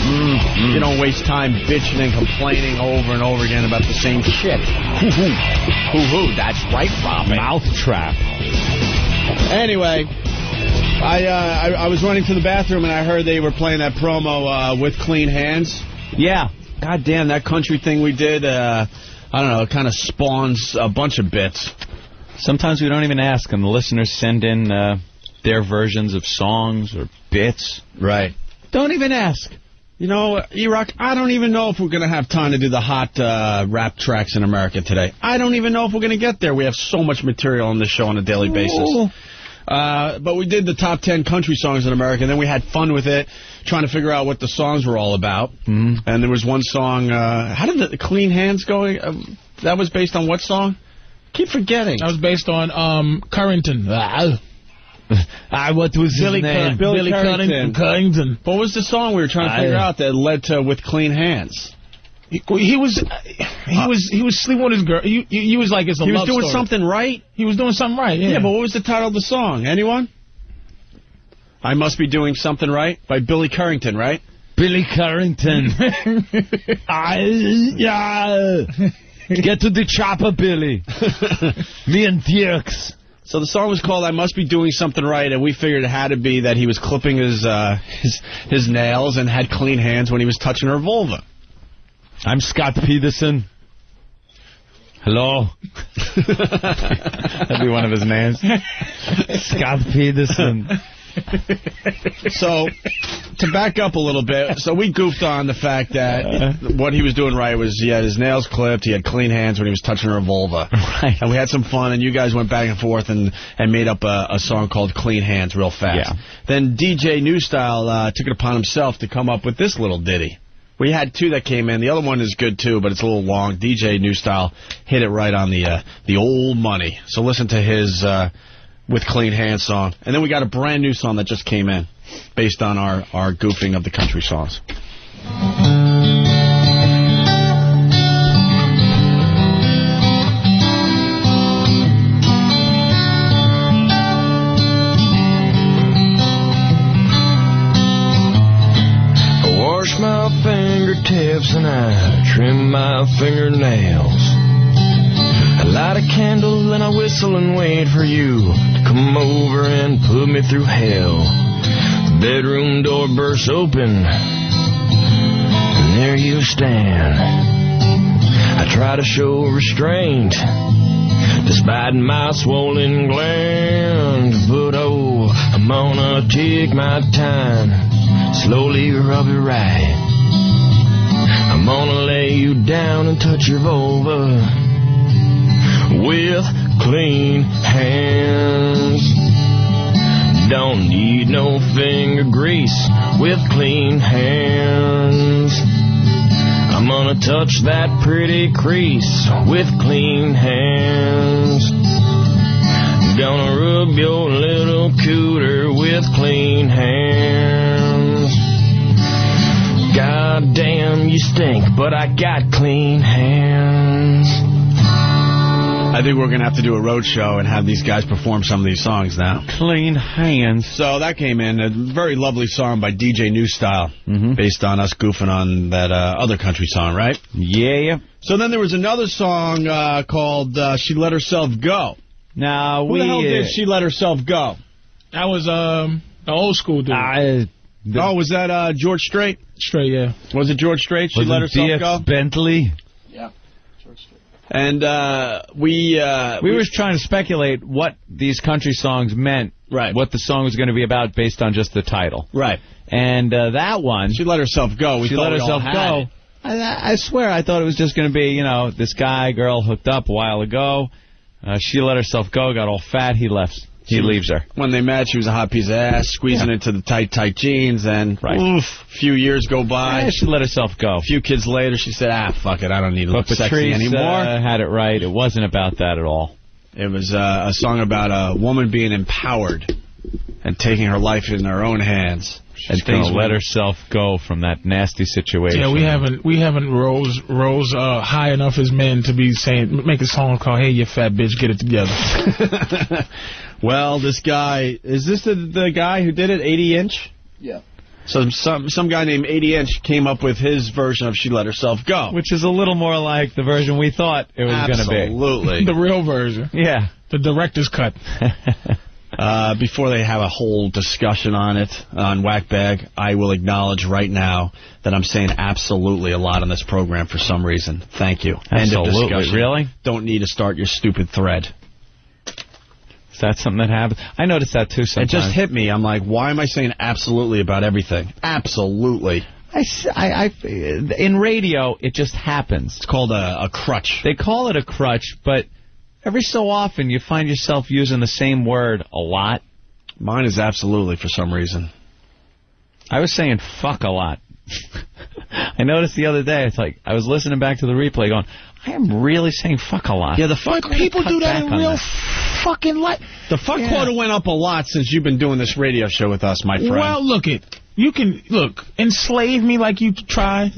[SPEAKER 2] You don't waste time bitching and complaining over and over again about the same shit. Hoo-hoo. Hoo-hoo, that's right, Robin.
[SPEAKER 3] Mouth trap.
[SPEAKER 2] Anyway, I, uh, I I was running to the bathroom and I heard they were playing that promo uh, with clean hands.
[SPEAKER 3] Yeah.
[SPEAKER 2] God damn, that country thing we did. Uh, I don't know. It kind of spawns a bunch of bits.
[SPEAKER 3] Sometimes we don't even ask, and the listeners send in uh, their versions of songs or bits.
[SPEAKER 2] Right.
[SPEAKER 23] Don't even ask.
[SPEAKER 2] You know, Iraq, I don't even know if we're going to have time to do the hot uh, rap tracks in America today. I don't even know if we're going to get there. We have so much material on this show on a daily basis. Uh, but we did the top 10 country songs in America, and then we had fun with it, trying to figure out what the songs were all about.
[SPEAKER 6] Mm-hmm.
[SPEAKER 2] Mm. And there was one song, uh, how did the, the Clean Hands go? Uh, that was based on what song? Keep forgetting.
[SPEAKER 6] That was based on um Currington. Ah,
[SPEAKER 3] I Ah, what was
[SPEAKER 6] Billy Cur- Billy, Currington. Currington.
[SPEAKER 2] What was the song we were trying to
[SPEAKER 6] I-
[SPEAKER 2] figure out that led to With Clean Hands?
[SPEAKER 6] He, he was he was he was sleeping with his girl. He, he, he was like it's a
[SPEAKER 2] Uh, He was
[SPEAKER 6] love
[SPEAKER 2] doing
[SPEAKER 6] story.
[SPEAKER 2] something right?
[SPEAKER 6] He was doing something right. Yeah,
[SPEAKER 2] Yeah, but what was the title of the song? Anyone? I Must Be Doing Something Right by Billy Currington, right?
[SPEAKER 3] Billy Currington. I, yeah. Get to the chopper, Billy. Me and Dirks.
[SPEAKER 2] So the song was called "I Must Be Doing Something Right," and we figured it had to be that he was clipping his uh, his his nails and had clean hands when he was touching her vulva.
[SPEAKER 3] I'm Scott Peterson. Hello. That'd be one of his names. Scott Peterson.
[SPEAKER 2] So to back up a little bit, so we goofed on the fact that what he was doing right was he had his nails clipped, he had clean hands when he was touching her vulva,
[SPEAKER 3] right.
[SPEAKER 2] and we had some fun, and you guys went back and forth and and made up a, a song called "Clean Hands" real fast.
[SPEAKER 3] Yeah.
[SPEAKER 2] Then DJ Newstyle uh, took it upon himself to come up with this little ditty. We had two that came in. The other one is good too, but it's a little long. DJ Newstyle hit it right on the uh, the old money. So listen to his uh, with clean hands song, and then we got a brand new song that just came in, based on our our goofing of the country songs.
[SPEAKER 9] I wash my fingertips and I trim my fingernails. I light a candle and I whistle and wait for you to come over and put me through hell. The bedroom door bursts open, and there you stand. I try to show restraint, despite my swollen glands, but oh, I'm gonna take my time slowly rub it right. I'm gonna lay you down and touch your vulva with clean hands. Don't need no finger grease with clean hands. I'm gonna touch that pretty crease with clean hands.
[SPEAKER 1] stink, but I got clean hands.
[SPEAKER 2] I think we're going to have to do a road show and have these guys perform some of these songs now.
[SPEAKER 3] Clean hands.
[SPEAKER 2] So that came in a very lovely song by DJ New Style,
[SPEAKER 3] Mm-hmm.
[SPEAKER 2] based on us goofing on that uh, other country song, right?
[SPEAKER 3] Yeah.
[SPEAKER 2] So then there was another song uh, called uh, "She Let Herself Go."
[SPEAKER 3] Now uh,
[SPEAKER 2] Who the hell did she let herself go?
[SPEAKER 6] That was um the old school dude.
[SPEAKER 2] oh, was that uh, George Strait?
[SPEAKER 6] Strait, yeah.
[SPEAKER 2] Was it George Strait? She
[SPEAKER 6] Was
[SPEAKER 2] let
[SPEAKER 6] it
[SPEAKER 2] herself
[SPEAKER 6] DX
[SPEAKER 2] go.
[SPEAKER 3] Bentley.
[SPEAKER 2] And uh, we uh,
[SPEAKER 3] we, were trying to speculate what these country songs meant, right? What the song was going to be about based on just the title,
[SPEAKER 2] right?
[SPEAKER 3] And uh, that one, she
[SPEAKER 2] let herself go. We
[SPEAKER 3] she
[SPEAKER 2] thought
[SPEAKER 3] let
[SPEAKER 2] we all
[SPEAKER 3] herself
[SPEAKER 2] had
[SPEAKER 3] go.
[SPEAKER 2] it.
[SPEAKER 3] I, I swear, I thought it was just going to be, you know, this guy girl hooked up a while ago. Uh, she let herself go, got all fat. He left. He leaves her.
[SPEAKER 2] When they met, she was a hot piece of ass, squeezing into the tight, tight jeans, and oof, few years go by.
[SPEAKER 3] Yeah, she let herself go. A
[SPEAKER 2] few kids later, she said, ah, fuck it, I don't need to
[SPEAKER 3] But
[SPEAKER 2] look sexy
[SPEAKER 3] Patrice
[SPEAKER 2] anymore.
[SPEAKER 3] uh, had it right. It wasn't about that at all.
[SPEAKER 2] It was uh, a song about a woman being empowered and taking her life in her own hands.
[SPEAKER 3] She's
[SPEAKER 2] and things
[SPEAKER 3] gonna let herself go from that nasty situation.
[SPEAKER 6] Yeah, we haven't we haven't rose rose uh, high enough as men to be saying make a song called "Hey, you fat bitch, get it together."
[SPEAKER 2] Well, this guy is this the the guy who did it, 80 inch?
[SPEAKER 9] Yeah.
[SPEAKER 2] So some some guy named 80 inch came up with his version of "She Let Herself Go,"
[SPEAKER 3] which is a little more like the version we thought it was going to be.
[SPEAKER 2] Absolutely.
[SPEAKER 6] the real version.
[SPEAKER 3] Yeah,
[SPEAKER 6] the director's cut.
[SPEAKER 2] Uh, before they have a whole discussion on it on Whackbag, I will acknowledge right now that I'm saying absolutely a lot on this program for some reason. Thank you. End
[SPEAKER 3] Absolutely.
[SPEAKER 2] of discussion.
[SPEAKER 3] Really?
[SPEAKER 2] Don't need to start your stupid thread.
[SPEAKER 3] Is that something that happens? I noticed that too sometimes.
[SPEAKER 2] It just hit me. I'm like, why am I saying absolutely about everything? Absolutely.
[SPEAKER 3] I, s- I- I- in radio, it just happens. It's
[SPEAKER 2] called a, a crutch.
[SPEAKER 3] They call it a crutch, but every so often you find yourself using the same word a lot.
[SPEAKER 2] Mine is absolutely for some reason.
[SPEAKER 3] I was saying fuck a lot. I noticed the other day. It's like I was listening back to the replay, going, I am really saying fuck a lot.
[SPEAKER 2] Yeah, the fuck-
[SPEAKER 3] I'm
[SPEAKER 18] But
[SPEAKER 3] gonna
[SPEAKER 18] people
[SPEAKER 3] cut
[SPEAKER 18] do that
[SPEAKER 3] back
[SPEAKER 18] in
[SPEAKER 3] on
[SPEAKER 18] real
[SPEAKER 3] that.
[SPEAKER 18] fucking life.
[SPEAKER 2] The fuck quota went up a lot since you've been doing this radio show with us, my friend.
[SPEAKER 6] Well, look it. You can look enslave me like you try.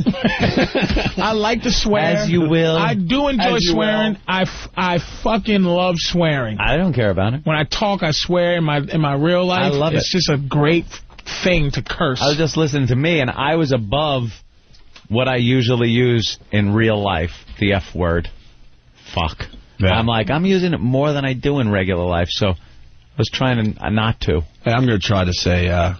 [SPEAKER 6] I like to swear.
[SPEAKER 3] As you will.
[SPEAKER 6] I do enjoy
[SPEAKER 3] As you
[SPEAKER 6] swearing. I, f- I fucking love swearing.
[SPEAKER 3] I don't care about it.
[SPEAKER 6] When I talk, I swear. In my in my real life,
[SPEAKER 3] I love
[SPEAKER 6] it's
[SPEAKER 3] it.
[SPEAKER 6] just a great thing to curse.
[SPEAKER 3] I was just listening to me, and I was above what I usually use in real life, the F word. Fuck. I'm like, I'm using it more than I do in regular life, so I was trying to, uh, not to.
[SPEAKER 2] Hey, I'm going to try to say, uh,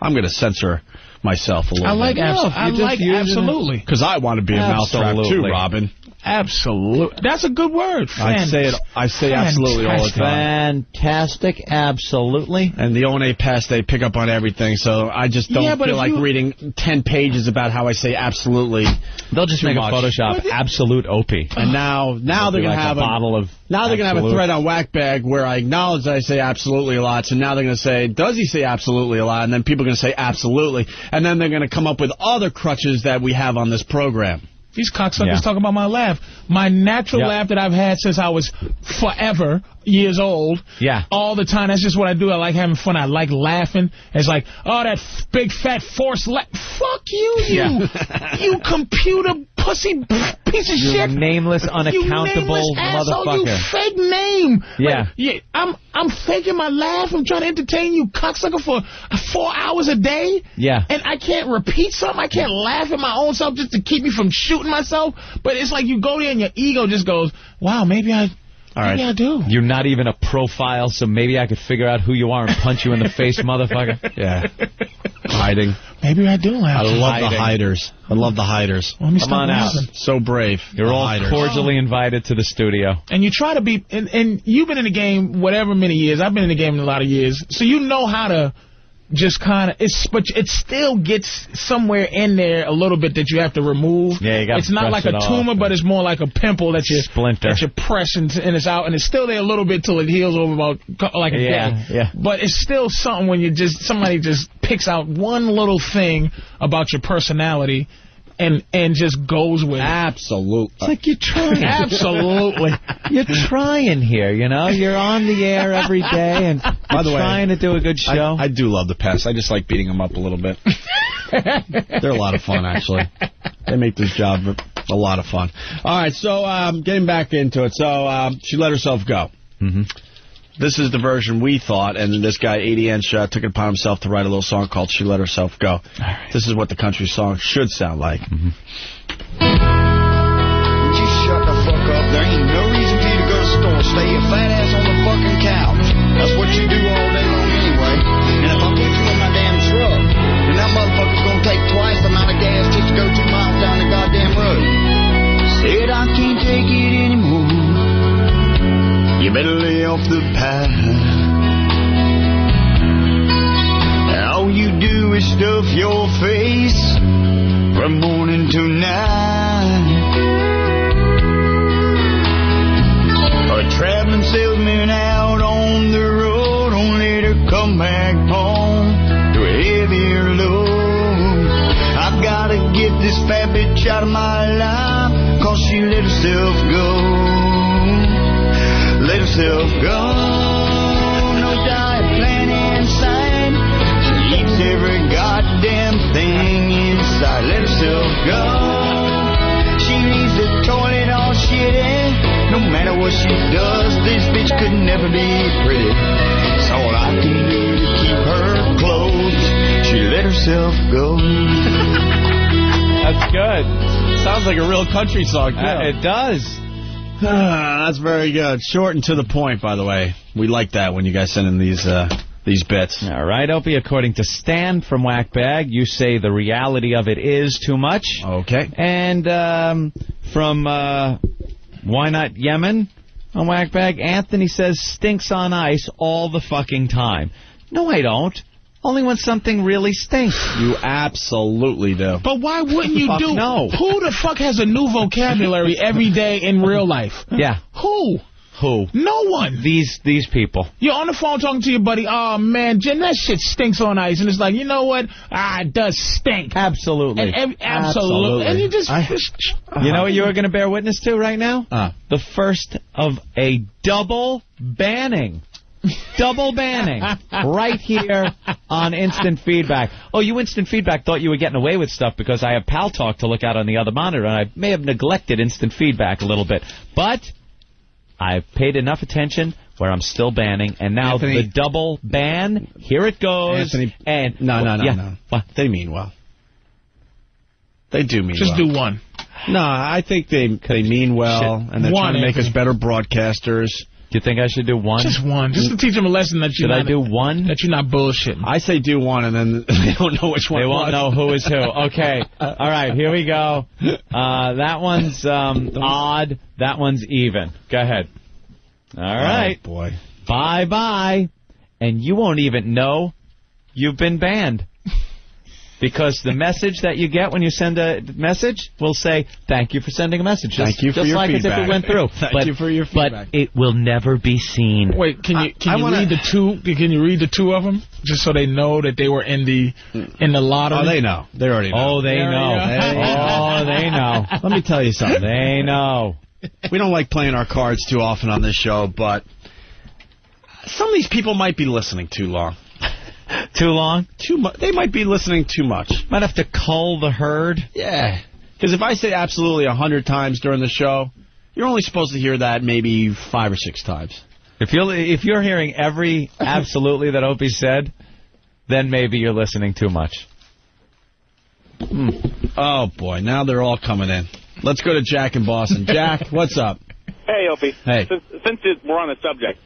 [SPEAKER 2] I'm going to censor myself a little
[SPEAKER 6] I like
[SPEAKER 2] bit.
[SPEAKER 6] abs- No, I you're just like using it. absolutely.
[SPEAKER 2] Because I want to be a mousetrap too,
[SPEAKER 3] Absolutely.
[SPEAKER 2] Robin.
[SPEAKER 6] Absolutely. That's a good word.
[SPEAKER 2] I say it. I say absolutely all the time.
[SPEAKER 24] Fantastic, absolutely.
[SPEAKER 2] And the ONA pass, they pick up on everything, so I just don't
[SPEAKER 24] Yeah, but
[SPEAKER 2] feel
[SPEAKER 24] if
[SPEAKER 2] like
[SPEAKER 24] you-
[SPEAKER 2] reading ten pages about how I say absolutely.
[SPEAKER 3] They'll just
[SPEAKER 2] too
[SPEAKER 3] make
[SPEAKER 2] much.
[SPEAKER 3] a Photoshop absolute opie.
[SPEAKER 2] And now, now they're
[SPEAKER 3] It'll be
[SPEAKER 2] gonna
[SPEAKER 3] like a
[SPEAKER 2] have a
[SPEAKER 3] bottle of
[SPEAKER 2] Now they're gonna have a
[SPEAKER 3] Absolute.
[SPEAKER 2] thread on Whackbag where I acknowledge that I say absolutely a lot. So now they're gonna say, does he say absolutely a lot? And then people are gonna say absolutely, and then they're gonna come up with other crutches that we have on this program.
[SPEAKER 6] These cocksuckers
[SPEAKER 2] Yeah.
[SPEAKER 6] talk about my laugh. My natural
[SPEAKER 2] Yeah.
[SPEAKER 6] laugh that I've had since I was forever years old.
[SPEAKER 3] Yeah.
[SPEAKER 6] All the time. That's just what I do. I like having fun. I like laughing. It's like, oh, that f- big fat force laugh. Fuck you, you. you computer pussy piece of
[SPEAKER 3] You
[SPEAKER 6] shit.
[SPEAKER 3] nameless,
[SPEAKER 6] you nameless
[SPEAKER 3] unaccountable
[SPEAKER 6] asshole, You
[SPEAKER 3] motherfucker.
[SPEAKER 6] fake name.
[SPEAKER 3] Yeah.
[SPEAKER 6] Like, yeah. I'm I'm faking my laugh. I'm trying to entertain you, cocksucker, for four hours a day.
[SPEAKER 3] Yeah.
[SPEAKER 6] And I can't repeat something. I can't laugh at my own self just to keep me from shooting myself. But it's like you go there and your ego just goes, wow, maybe I, maybe I do.
[SPEAKER 3] You're not even a profile, so maybe I could figure out who you are and punch you in the face, motherfucker.
[SPEAKER 2] Yeah. Hiding.
[SPEAKER 6] Maybe I do laugh.
[SPEAKER 2] I love the
[SPEAKER 3] Hiding.
[SPEAKER 2] hiders. I love the hiders.
[SPEAKER 6] Let me
[SPEAKER 3] Come
[SPEAKER 6] stop
[SPEAKER 3] on out.
[SPEAKER 6] laughing.
[SPEAKER 2] So brave.
[SPEAKER 3] You're
[SPEAKER 2] The
[SPEAKER 3] all
[SPEAKER 2] hiders.
[SPEAKER 3] cordially invited to the studio.
[SPEAKER 6] And you try to be, and, and you've been in the game whatever many years. I've been in the game a lot of years, so you know how to just kind of. It's but it still gets somewhere in there a little bit that you have to remove.
[SPEAKER 3] Yeah, you gotta
[SPEAKER 6] It's not
[SPEAKER 3] brush
[SPEAKER 6] like a
[SPEAKER 3] it off
[SPEAKER 6] tumor, but it's more like a pimple that you
[SPEAKER 3] Splinter.
[SPEAKER 6] that you press and, and it's out, and it's still there a little bit till it heals over about co- like a
[SPEAKER 3] Yeah,
[SPEAKER 6] day.
[SPEAKER 3] yeah.
[SPEAKER 6] But it's still something when you just somebody just picks out one little thing about your personality. And and just goes with it.
[SPEAKER 2] Absolutely. It's
[SPEAKER 24] like you're trying.
[SPEAKER 6] Absolutely.
[SPEAKER 24] You're trying here, you know. You're on the air every day, and
[SPEAKER 2] By the
[SPEAKER 24] you're
[SPEAKER 2] way,
[SPEAKER 24] trying to do a good
[SPEAKER 2] I-
[SPEAKER 24] show.
[SPEAKER 2] I, do love the past. I just like beating them up a little bit. They're a lot of fun, actually. They make this job a lot of fun. All right, so um, getting back into it. So um, she let herself go. Mm-hmm. This is the version we thought, and this guy, ADN Shot, uh, took it upon himself to write a little song called She Let Herself Go. This is what the country song should sound like.
[SPEAKER 14] Just shut the fuck up. There ain't no reason for you to go to the store. Stay your fat ass on the fucking couch. That's what you do all day long anyway. And if I put you in my damn truck, then that motherfucker's gonna take twice the amount of gas just to go two miles down the goddamn road. Said I can't take it anymore. You better lay off the pie. All you do is stuff your face from morning to night. A traveling salesman out on the road, only to come back home to a heavier load. I've gotta get this fat bitch out of my life, cause she let herself go. Let herself go. No diet plan in sight. She eats every goddamn thing inside. Let herself go. She leaves the toilet all shitty. No matter what she does, this bitch could never be pretty. It's all I can do to keep her clothes. She let herself go.
[SPEAKER 2] That's good. Sounds like a real country song, too.
[SPEAKER 25] Uh,
[SPEAKER 2] it does. That's very good. Short and to the point, by the way. We like that when you guys send in these uh, these bits.
[SPEAKER 3] All right, Opie, according to Stan from Whack Bag, you say the reality of it is too much.
[SPEAKER 2] Okay.
[SPEAKER 3] And um, from uh, Why Not Yemen on Whack Bag, Anthony says stinks on ice all the fucking time. No, I don't. Only when something really stinks.
[SPEAKER 2] You absolutely do.
[SPEAKER 6] But why wouldn't you
[SPEAKER 3] Fuck
[SPEAKER 6] do?
[SPEAKER 3] no.
[SPEAKER 6] Who the fuck has a new vocabulary every day in real life?
[SPEAKER 3] Yeah.
[SPEAKER 6] Who?
[SPEAKER 3] Who?
[SPEAKER 6] No one.
[SPEAKER 3] These these people.
[SPEAKER 6] You're on the phone talking to your buddy. Oh man, Jim, that shit stinks on ice, and it's like, you know what? Ah, it does stink.
[SPEAKER 3] Absolutely.
[SPEAKER 6] And ev- absolutely. And you just,
[SPEAKER 3] You know what you are going to bear witness to right now?
[SPEAKER 2] Uh.
[SPEAKER 3] The first of a double banning. Double banning right here on instant feedback. Oh, you instant feedback thought you were getting away with stuff because I have pal talk to look out on the other monitor, and I may have neglected instant feedback a little bit. But I've paid enough attention where I'm still banning, and now
[SPEAKER 2] Anthony-
[SPEAKER 3] the double ban. Here it goes.
[SPEAKER 2] Anthony-
[SPEAKER 3] and
[SPEAKER 2] No, no, no,
[SPEAKER 3] Yeah.
[SPEAKER 2] no. They mean well. They do mean
[SPEAKER 6] just
[SPEAKER 2] well.
[SPEAKER 6] do one.
[SPEAKER 2] No, I think they they mean well,
[SPEAKER 6] Shit.
[SPEAKER 2] and they're
[SPEAKER 6] One,
[SPEAKER 2] trying to make
[SPEAKER 6] Anthony.
[SPEAKER 2] us better broadcasters.
[SPEAKER 3] Do you think I should do one?
[SPEAKER 6] Just one. Just to teach them a lesson that you're
[SPEAKER 2] Should I
[SPEAKER 6] not,
[SPEAKER 2] do
[SPEAKER 3] one?
[SPEAKER 6] That you're not bullshit.
[SPEAKER 2] I say do one, and then they don't know which one.
[SPEAKER 3] They
[SPEAKER 2] it
[SPEAKER 3] won't
[SPEAKER 2] was.
[SPEAKER 3] know who is who. Okay. All right. Here we go. Uh, that one's um, odd. That one's even. Go ahead. All right.
[SPEAKER 2] Oh, boy.
[SPEAKER 3] Bye bye. And you won't even know you've been banned. Because the message that you get when you send a message will say, "Thank you for sending a message." Just,
[SPEAKER 2] Thank you for
[SPEAKER 3] just
[SPEAKER 2] your
[SPEAKER 3] like as if
[SPEAKER 2] feedback.
[SPEAKER 3] it went through.
[SPEAKER 2] Thank
[SPEAKER 3] but,
[SPEAKER 2] you for your feedback.
[SPEAKER 3] But it will never be seen.
[SPEAKER 6] Wait, can you can
[SPEAKER 3] I
[SPEAKER 6] you
[SPEAKER 3] wanna-
[SPEAKER 6] read the two? Can you read the two of them just so they know that they were in the in the lottery?
[SPEAKER 2] Oh, they know. They already know.
[SPEAKER 3] Oh, they know. Oh, they know.
[SPEAKER 2] Let me tell you something.
[SPEAKER 3] They know.
[SPEAKER 2] We don't like playing our cards too often on this show, but some of these people might be listening too long.
[SPEAKER 3] Too long.
[SPEAKER 2] Too much. They might be listening too much.
[SPEAKER 3] Might have to cull the herd.
[SPEAKER 2] Yeah. Because if I say absolutely a hundred times during the show, you're only supposed to hear that maybe five or six times.
[SPEAKER 3] If you're if you're hearing every absolutely that Opie said, then maybe you're listening too much. Hmm.
[SPEAKER 2] Oh boy, now they're all coming in. Let's go to Jack in Boston. Jack, what's up?
[SPEAKER 26] Hey, Opie.
[SPEAKER 2] Hey.
[SPEAKER 26] Since, since it, we're on the subject,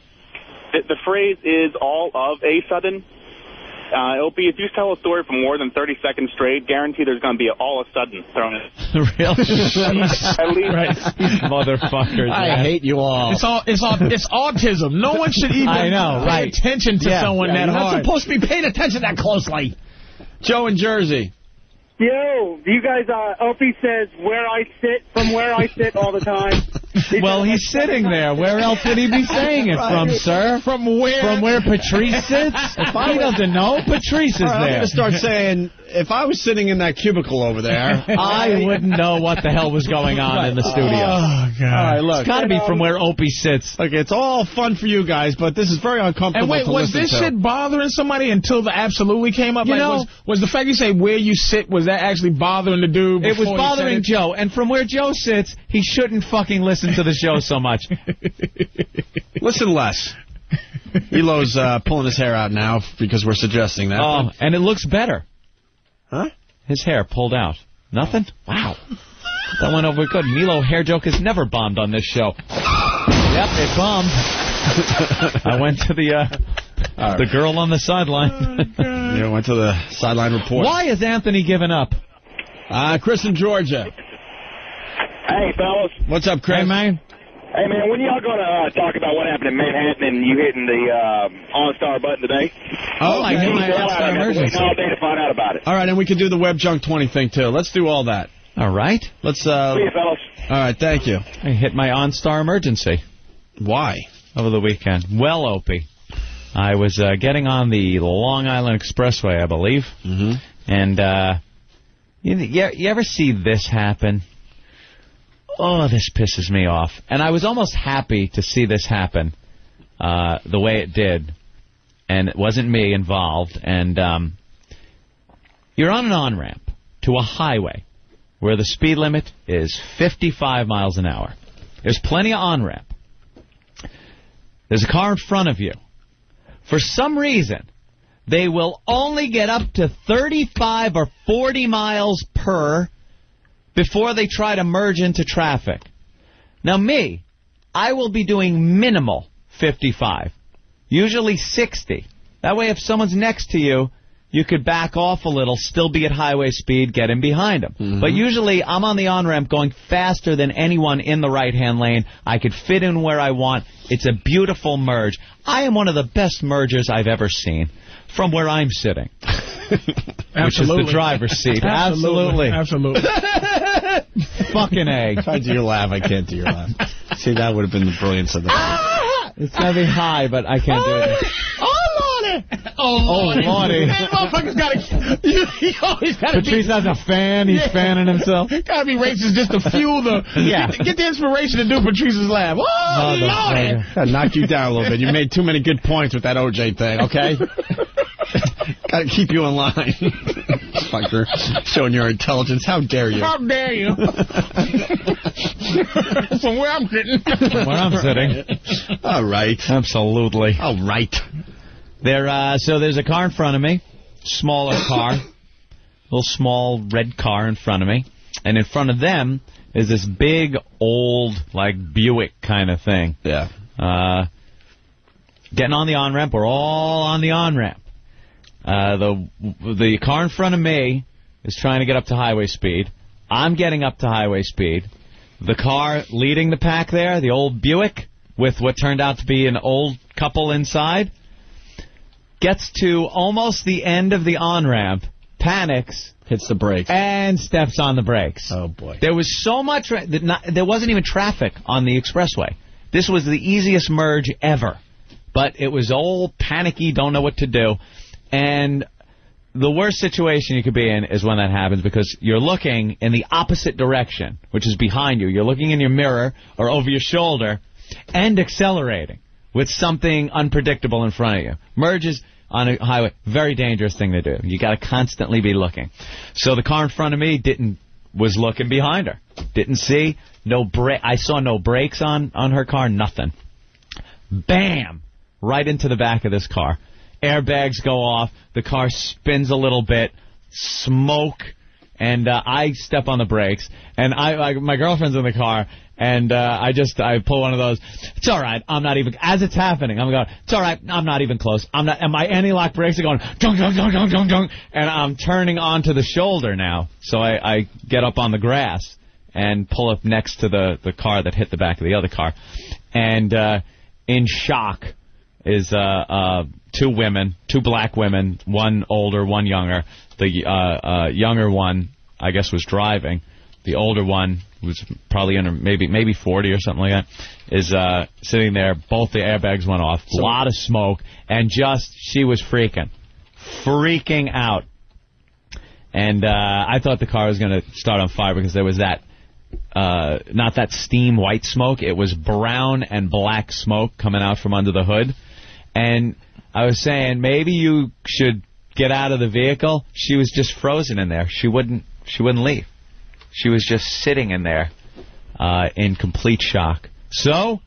[SPEAKER 26] the, the phrase is all of a sudden. Uh, Opie, if you tell a story for more than 30 seconds straight, guarantee there's going to be a all of a sudden thrown in.
[SPEAKER 6] Oh,
[SPEAKER 3] Really?
[SPEAKER 26] At least
[SPEAKER 3] Motherfuckers.
[SPEAKER 26] I
[SPEAKER 3] man.
[SPEAKER 2] hate you all.
[SPEAKER 6] It's all it's all it's autism. No one should even
[SPEAKER 3] I know,
[SPEAKER 6] pay
[SPEAKER 3] right.
[SPEAKER 6] attention to
[SPEAKER 3] Yeah,
[SPEAKER 6] someone
[SPEAKER 3] yeah,
[SPEAKER 6] that
[SPEAKER 3] you're not
[SPEAKER 6] hard.
[SPEAKER 2] supposed to be paying attention that closely. Joe in Jersey.
[SPEAKER 16] Yo, you guys, uh, Opie says where I sit from where I sit all the time.
[SPEAKER 3] Well, he's sitting there. Where else would he be saying it from, sir?
[SPEAKER 6] From where?
[SPEAKER 3] From where Patrice sits?
[SPEAKER 2] If I
[SPEAKER 3] he
[SPEAKER 2] were-
[SPEAKER 3] doesn't know. Patrice is
[SPEAKER 2] All right, I'm
[SPEAKER 3] there.
[SPEAKER 2] gonna start saying if I was sitting in that cubicle over there,
[SPEAKER 3] I wouldn't know what the hell was going on in the studio.
[SPEAKER 2] Oh, God. All right, look.
[SPEAKER 3] It's got to be from where Opie sits.
[SPEAKER 2] Look, it's all fun for you guys, but this is very uncomfortable.
[SPEAKER 6] And wait,
[SPEAKER 2] to
[SPEAKER 6] was
[SPEAKER 2] listen
[SPEAKER 6] this
[SPEAKER 2] to.
[SPEAKER 6] shit bothering somebody until the absolutely came up?
[SPEAKER 3] You
[SPEAKER 6] like,
[SPEAKER 3] know-
[SPEAKER 6] was, was the fact you say where you sit was that actually bothering the dude?
[SPEAKER 3] It was
[SPEAKER 6] before he said
[SPEAKER 3] bothering
[SPEAKER 6] it?
[SPEAKER 3] Joe, and from where Joe sits, he shouldn't fucking listen to the show so much.
[SPEAKER 2] Listen less. Elo's uh, pulling his hair out now because we're suggesting that.
[SPEAKER 3] Oh, and it looks better.
[SPEAKER 2] Huh?
[SPEAKER 3] His hair pulled out. Nothing? Wow. That went over good. Milo hair joke has never bombed on this show. Yep, it bombed. I went to the uh, the girl on the sideline.
[SPEAKER 2] yeah, went to the sideline report.
[SPEAKER 3] Why is Anthony giving up?
[SPEAKER 2] Uh, Chris in Georgia.
[SPEAKER 16] Hey, fellas.
[SPEAKER 2] What's up, Chris? Hey, man.
[SPEAKER 16] Hey, man, when y'all going to uh, talk about what happened in Manhattan and you hitting the uh, OnStar button today?
[SPEAKER 2] Oh, I hit my OnStar
[SPEAKER 16] Well, I got to wait
[SPEAKER 2] emergency.
[SPEAKER 16] all day to find out about it.
[SPEAKER 2] All right, and we could do the Web Junk 20 thing, too. Let's do all that.
[SPEAKER 3] All right.
[SPEAKER 2] Let's, uh...
[SPEAKER 16] See you, fellas.
[SPEAKER 2] All right, thank you.
[SPEAKER 3] I hit my OnStar emergency.
[SPEAKER 2] Why?
[SPEAKER 3] Over the weekend. Well, Opie, I was uh, getting on the Long Island Expressway, I believe. Mm-hmm. And uh, you, you, you ever see this happen? Oh, this pisses me off. And I was almost happy to see this happen uh, the way it did. And it wasn't me involved. And um, you're on an on ramp to a highway where the speed limit is 55 miles an hour. There's plenty of on ramp. There's a car in front of you. For some reason, they will only get up to 35 or 40 miles per before they try to merge into traffic. Now, me, I will be doing minimal 55, usually 60. That way, if someone's next to you, you could back off a little, still be at highway speed, get in behind them. But usually, I'm on the on ramp going faster than anyone in the right hand lane. I could fit in where I want. It's a beautiful merge. I am one of the best mergers I've ever seen from where I'm sitting, which is the
[SPEAKER 6] Absolutely.
[SPEAKER 3] driver's seat.
[SPEAKER 6] Absolutely. Absolutely.
[SPEAKER 3] Fucking egg.
[SPEAKER 2] If I do your laugh, I can't do your laugh. Ah, See, that would have been the brilliance of that.
[SPEAKER 3] It's gonna be high, but I can't do it.
[SPEAKER 18] Oh, Lordy! Oh, Lordy!
[SPEAKER 3] Lordy.
[SPEAKER 18] That motherfucker's got to. He always got to be.
[SPEAKER 3] Patrice has a fan. He's
[SPEAKER 18] Yeah.
[SPEAKER 3] fanning himself.
[SPEAKER 18] Gotta be racist just to fuel the.
[SPEAKER 3] Yeah.
[SPEAKER 18] Get, get the inspiration to do Patrice's laugh. Oh, Lordy!
[SPEAKER 2] Gotta knock you down a little bit. You made too many good points with that OJ thing, okay? Gotta keep you in line. Fucker. Showing your intelligence. How dare you?
[SPEAKER 18] How dare you? From where I'm sitting.
[SPEAKER 3] Where I'm sitting.
[SPEAKER 2] All right.
[SPEAKER 3] Absolutely.
[SPEAKER 2] All right.
[SPEAKER 3] There. Uh, so there's a car in front of me, smaller car, little small red car in front of me, and in front of them is this big old like Buick kind of thing.
[SPEAKER 2] Yeah.
[SPEAKER 3] Uh, getting on the on ramp. We're all on the on ramp. Uh, the the car in front of me is trying to get up to highway speed. I'm getting up to highway speed. The car leading the pack there, the old Buick with what turned out to be an old couple inside, gets to almost the end of the on ramp, panics,
[SPEAKER 2] hits the brakes,
[SPEAKER 3] and steps on the brakes.
[SPEAKER 2] Oh boy!
[SPEAKER 3] There was so much. Tra- that not, there wasn't even traffic on the expressway. This was the easiest merge ever, but it was all panicky, don't know what to do, and the worst situation you could be in is when that happens because you're looking in the opposite direction, which is behind you. You're looking in your mirror or over your shoulder and accelerating with something unpredictable in front of you. Merges on a highway, very dangerous thing to do. You got to constantly be looking. So the car in front of me didn't was looking behind her. Didn't see no brake. I saw no brakes on on her car, nothing bam, right into the back of this car. Airbags go off. The car spins a little bit, smoke, and uh, I step on the brakes. And I, I my girlfriend's in the car, and uh, I just I pull one of those. It's all right. I'm not even as it's happening. I'm going. It's all right. I'm not even close. I'm not. And my anti-lock brakes are going. Dunk, dunk, dunk, dunk, dunk, dunk. And I'm turning onto the shoulder now. So I, I get up on the grass and pull up next to the the car that hit the back of the other car, and. uh in shock is uh, uh, two women, two black women, one older, one younger. The uh, uh, younger one, I guess, was driving. The older one was probably under maybe maybe 40 or something like that. Is uh, sitting there. Both the airbags went off. A lot of smoke, and just she was freaking, freaking out. and uh, I thought the car was going to start on fire because there was that uh, not that steam white smoke. It was brown and black smoke coming out from under the hood. And I was saying maybe you should get out of the vehicle. She was just frozen in there. She wouldn't. She wouldn't leave. She was just sitting in there uh, in complete shock. So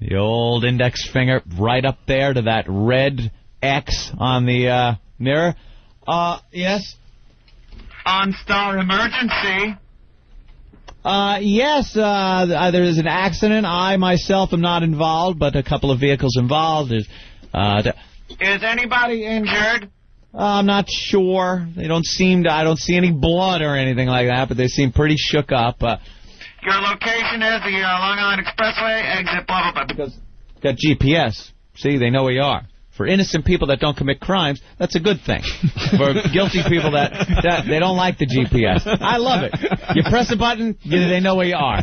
[SPEAKER 3] the old index finger right up there to that red X on the uh, mirror. Uh, yes.
[SPEAKER 14] OnStar emergency.
[SPEAKER 24] Uh, yes, uh, th- uh, there is an accident. I myself am not involved, but a couple of vehicles involved. There's, uh, th-
[SPEAKER 14] Is anybody injured?
[SPEAKER 24] I'm not sure. They don't seem to. I don't see any blood or anything like that, but they seem pretty shook up. Uh,
[SPEAKER 14] Your location is the uh, Long Island Expressway, exit blah blah blah. Because
[SPEAKER 24] got GPS. See, they know where you are. For innocent people that don't commit crimes, that's a good thing. For guilty people that, that they don't like the GPS, I love it. You press a button, you, they know where you are.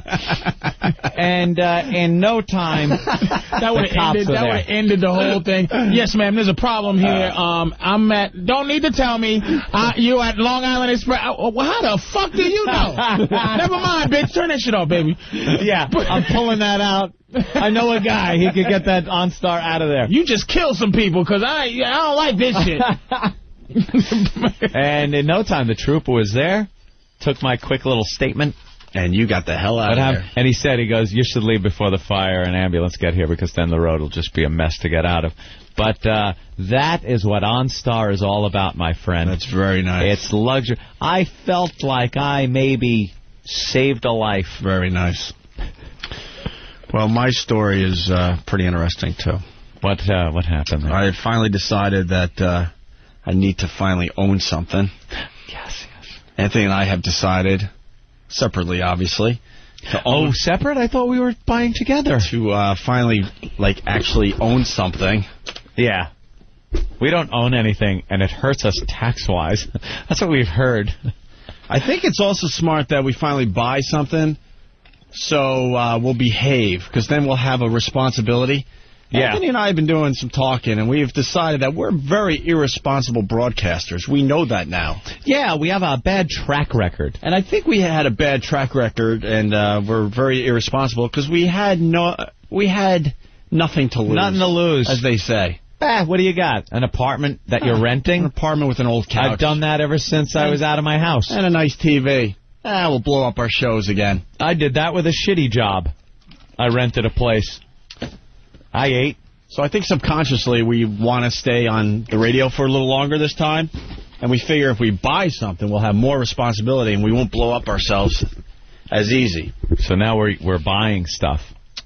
[SPEAKER 24] And uh, in no time,
[SPEAKER 6] That would
[SPEAKER 24] the cops
[SPEAKER 6] have ended.
[SPEAKER 24] are
[SPEAKER 6] That
[SPEAKER 24] there.
[SPEAKER 6] would have ended the whole thing. Yes, ma'am. There's a problem here.
[SPEAKER 24] Uh.
[SPEAKER 6] um, I'm at. Don't need to tell me. Uh, you at Long Island Express? Uh, well, how the fuck do you know? Never mind, bitch. Turn that shit off, baby.
[SPEAKER 24] Yeah, I'm pulling that out. I know a guy. He could get that OnStar out of there.
[SPEAKER 6] You just killed some people because I I don't like this shit.
[SPEAKER 3] and in no time, the trooper was there, took my quick little statement.
[SPEAKER 2] And you got the hell out of there.
[SPEAKER 3] And he said, he goes, you should leave before the fire and ambulance get here because then the road will just be a mess to get out of. But uh, that is what OnStar is all about, my friend. That's
[SPEAKER 2] very nice.
[SPEAKER 3] It's luxury. I felt like I maybe saved a life.
[SPEAKER 2] Very nice. Well, my story is uh, pretty interesting too.
[SPEAKER 3] What uh, what happened?
[SPEAKER 2] I had finally decided that uh, I need to finally own something. Yes, yes. Anthony and I have decided, separately, obviously. To own, oh,
[SPEAKER 3] separate? I thought we were buying together.
[SPEAKER 2] To uh, finally, like, actually own something.
[SPEAKER 3] Yeah. We don't own anything, and it hurts us tax wise. That's what we've heard.
[SPEAKER 2] I think it's also smart that we finally buy something, so uh, we'll behave because then we'll have a responsibility.
[SPEAKER 3] Yeah.
[SPEAKER 2] Anthony and I have been doing some talking, and we have decided that we're very irresponsible broadcasters. We know that now.
[SPEAKER 3] Yeah, we have a bad track record,
[SPEAKER 2] and I think we had a bad track record, and uh, we're very irresponsible because we had no, we had nothing to lose.
[SPEAKER 3] Nothing to lose.
[SPEAKER 2] as they say.
[SPEAKER 3] Bah, Eh, what do you got? An apartment that you're renting? An
[SPEAKER 2] apartment with an old couch.
[SPEAKER 3] I've done that ever since I was out of my house. Eh,
[SPEAKER 2] And a nice TV. Ah, we'll blow up our shows again.
[SPEAKER 3] I did that with a shitty job. I rented a place. I ate.
[SPEAKER 2] So I think subconsciously we want to stay on the radio for a little longer this time, and we figure if we buy something, we'll have more responsibility and we won't blow up ourselves as easy.
[SPEAKER 3] So now we're we're buying stuff.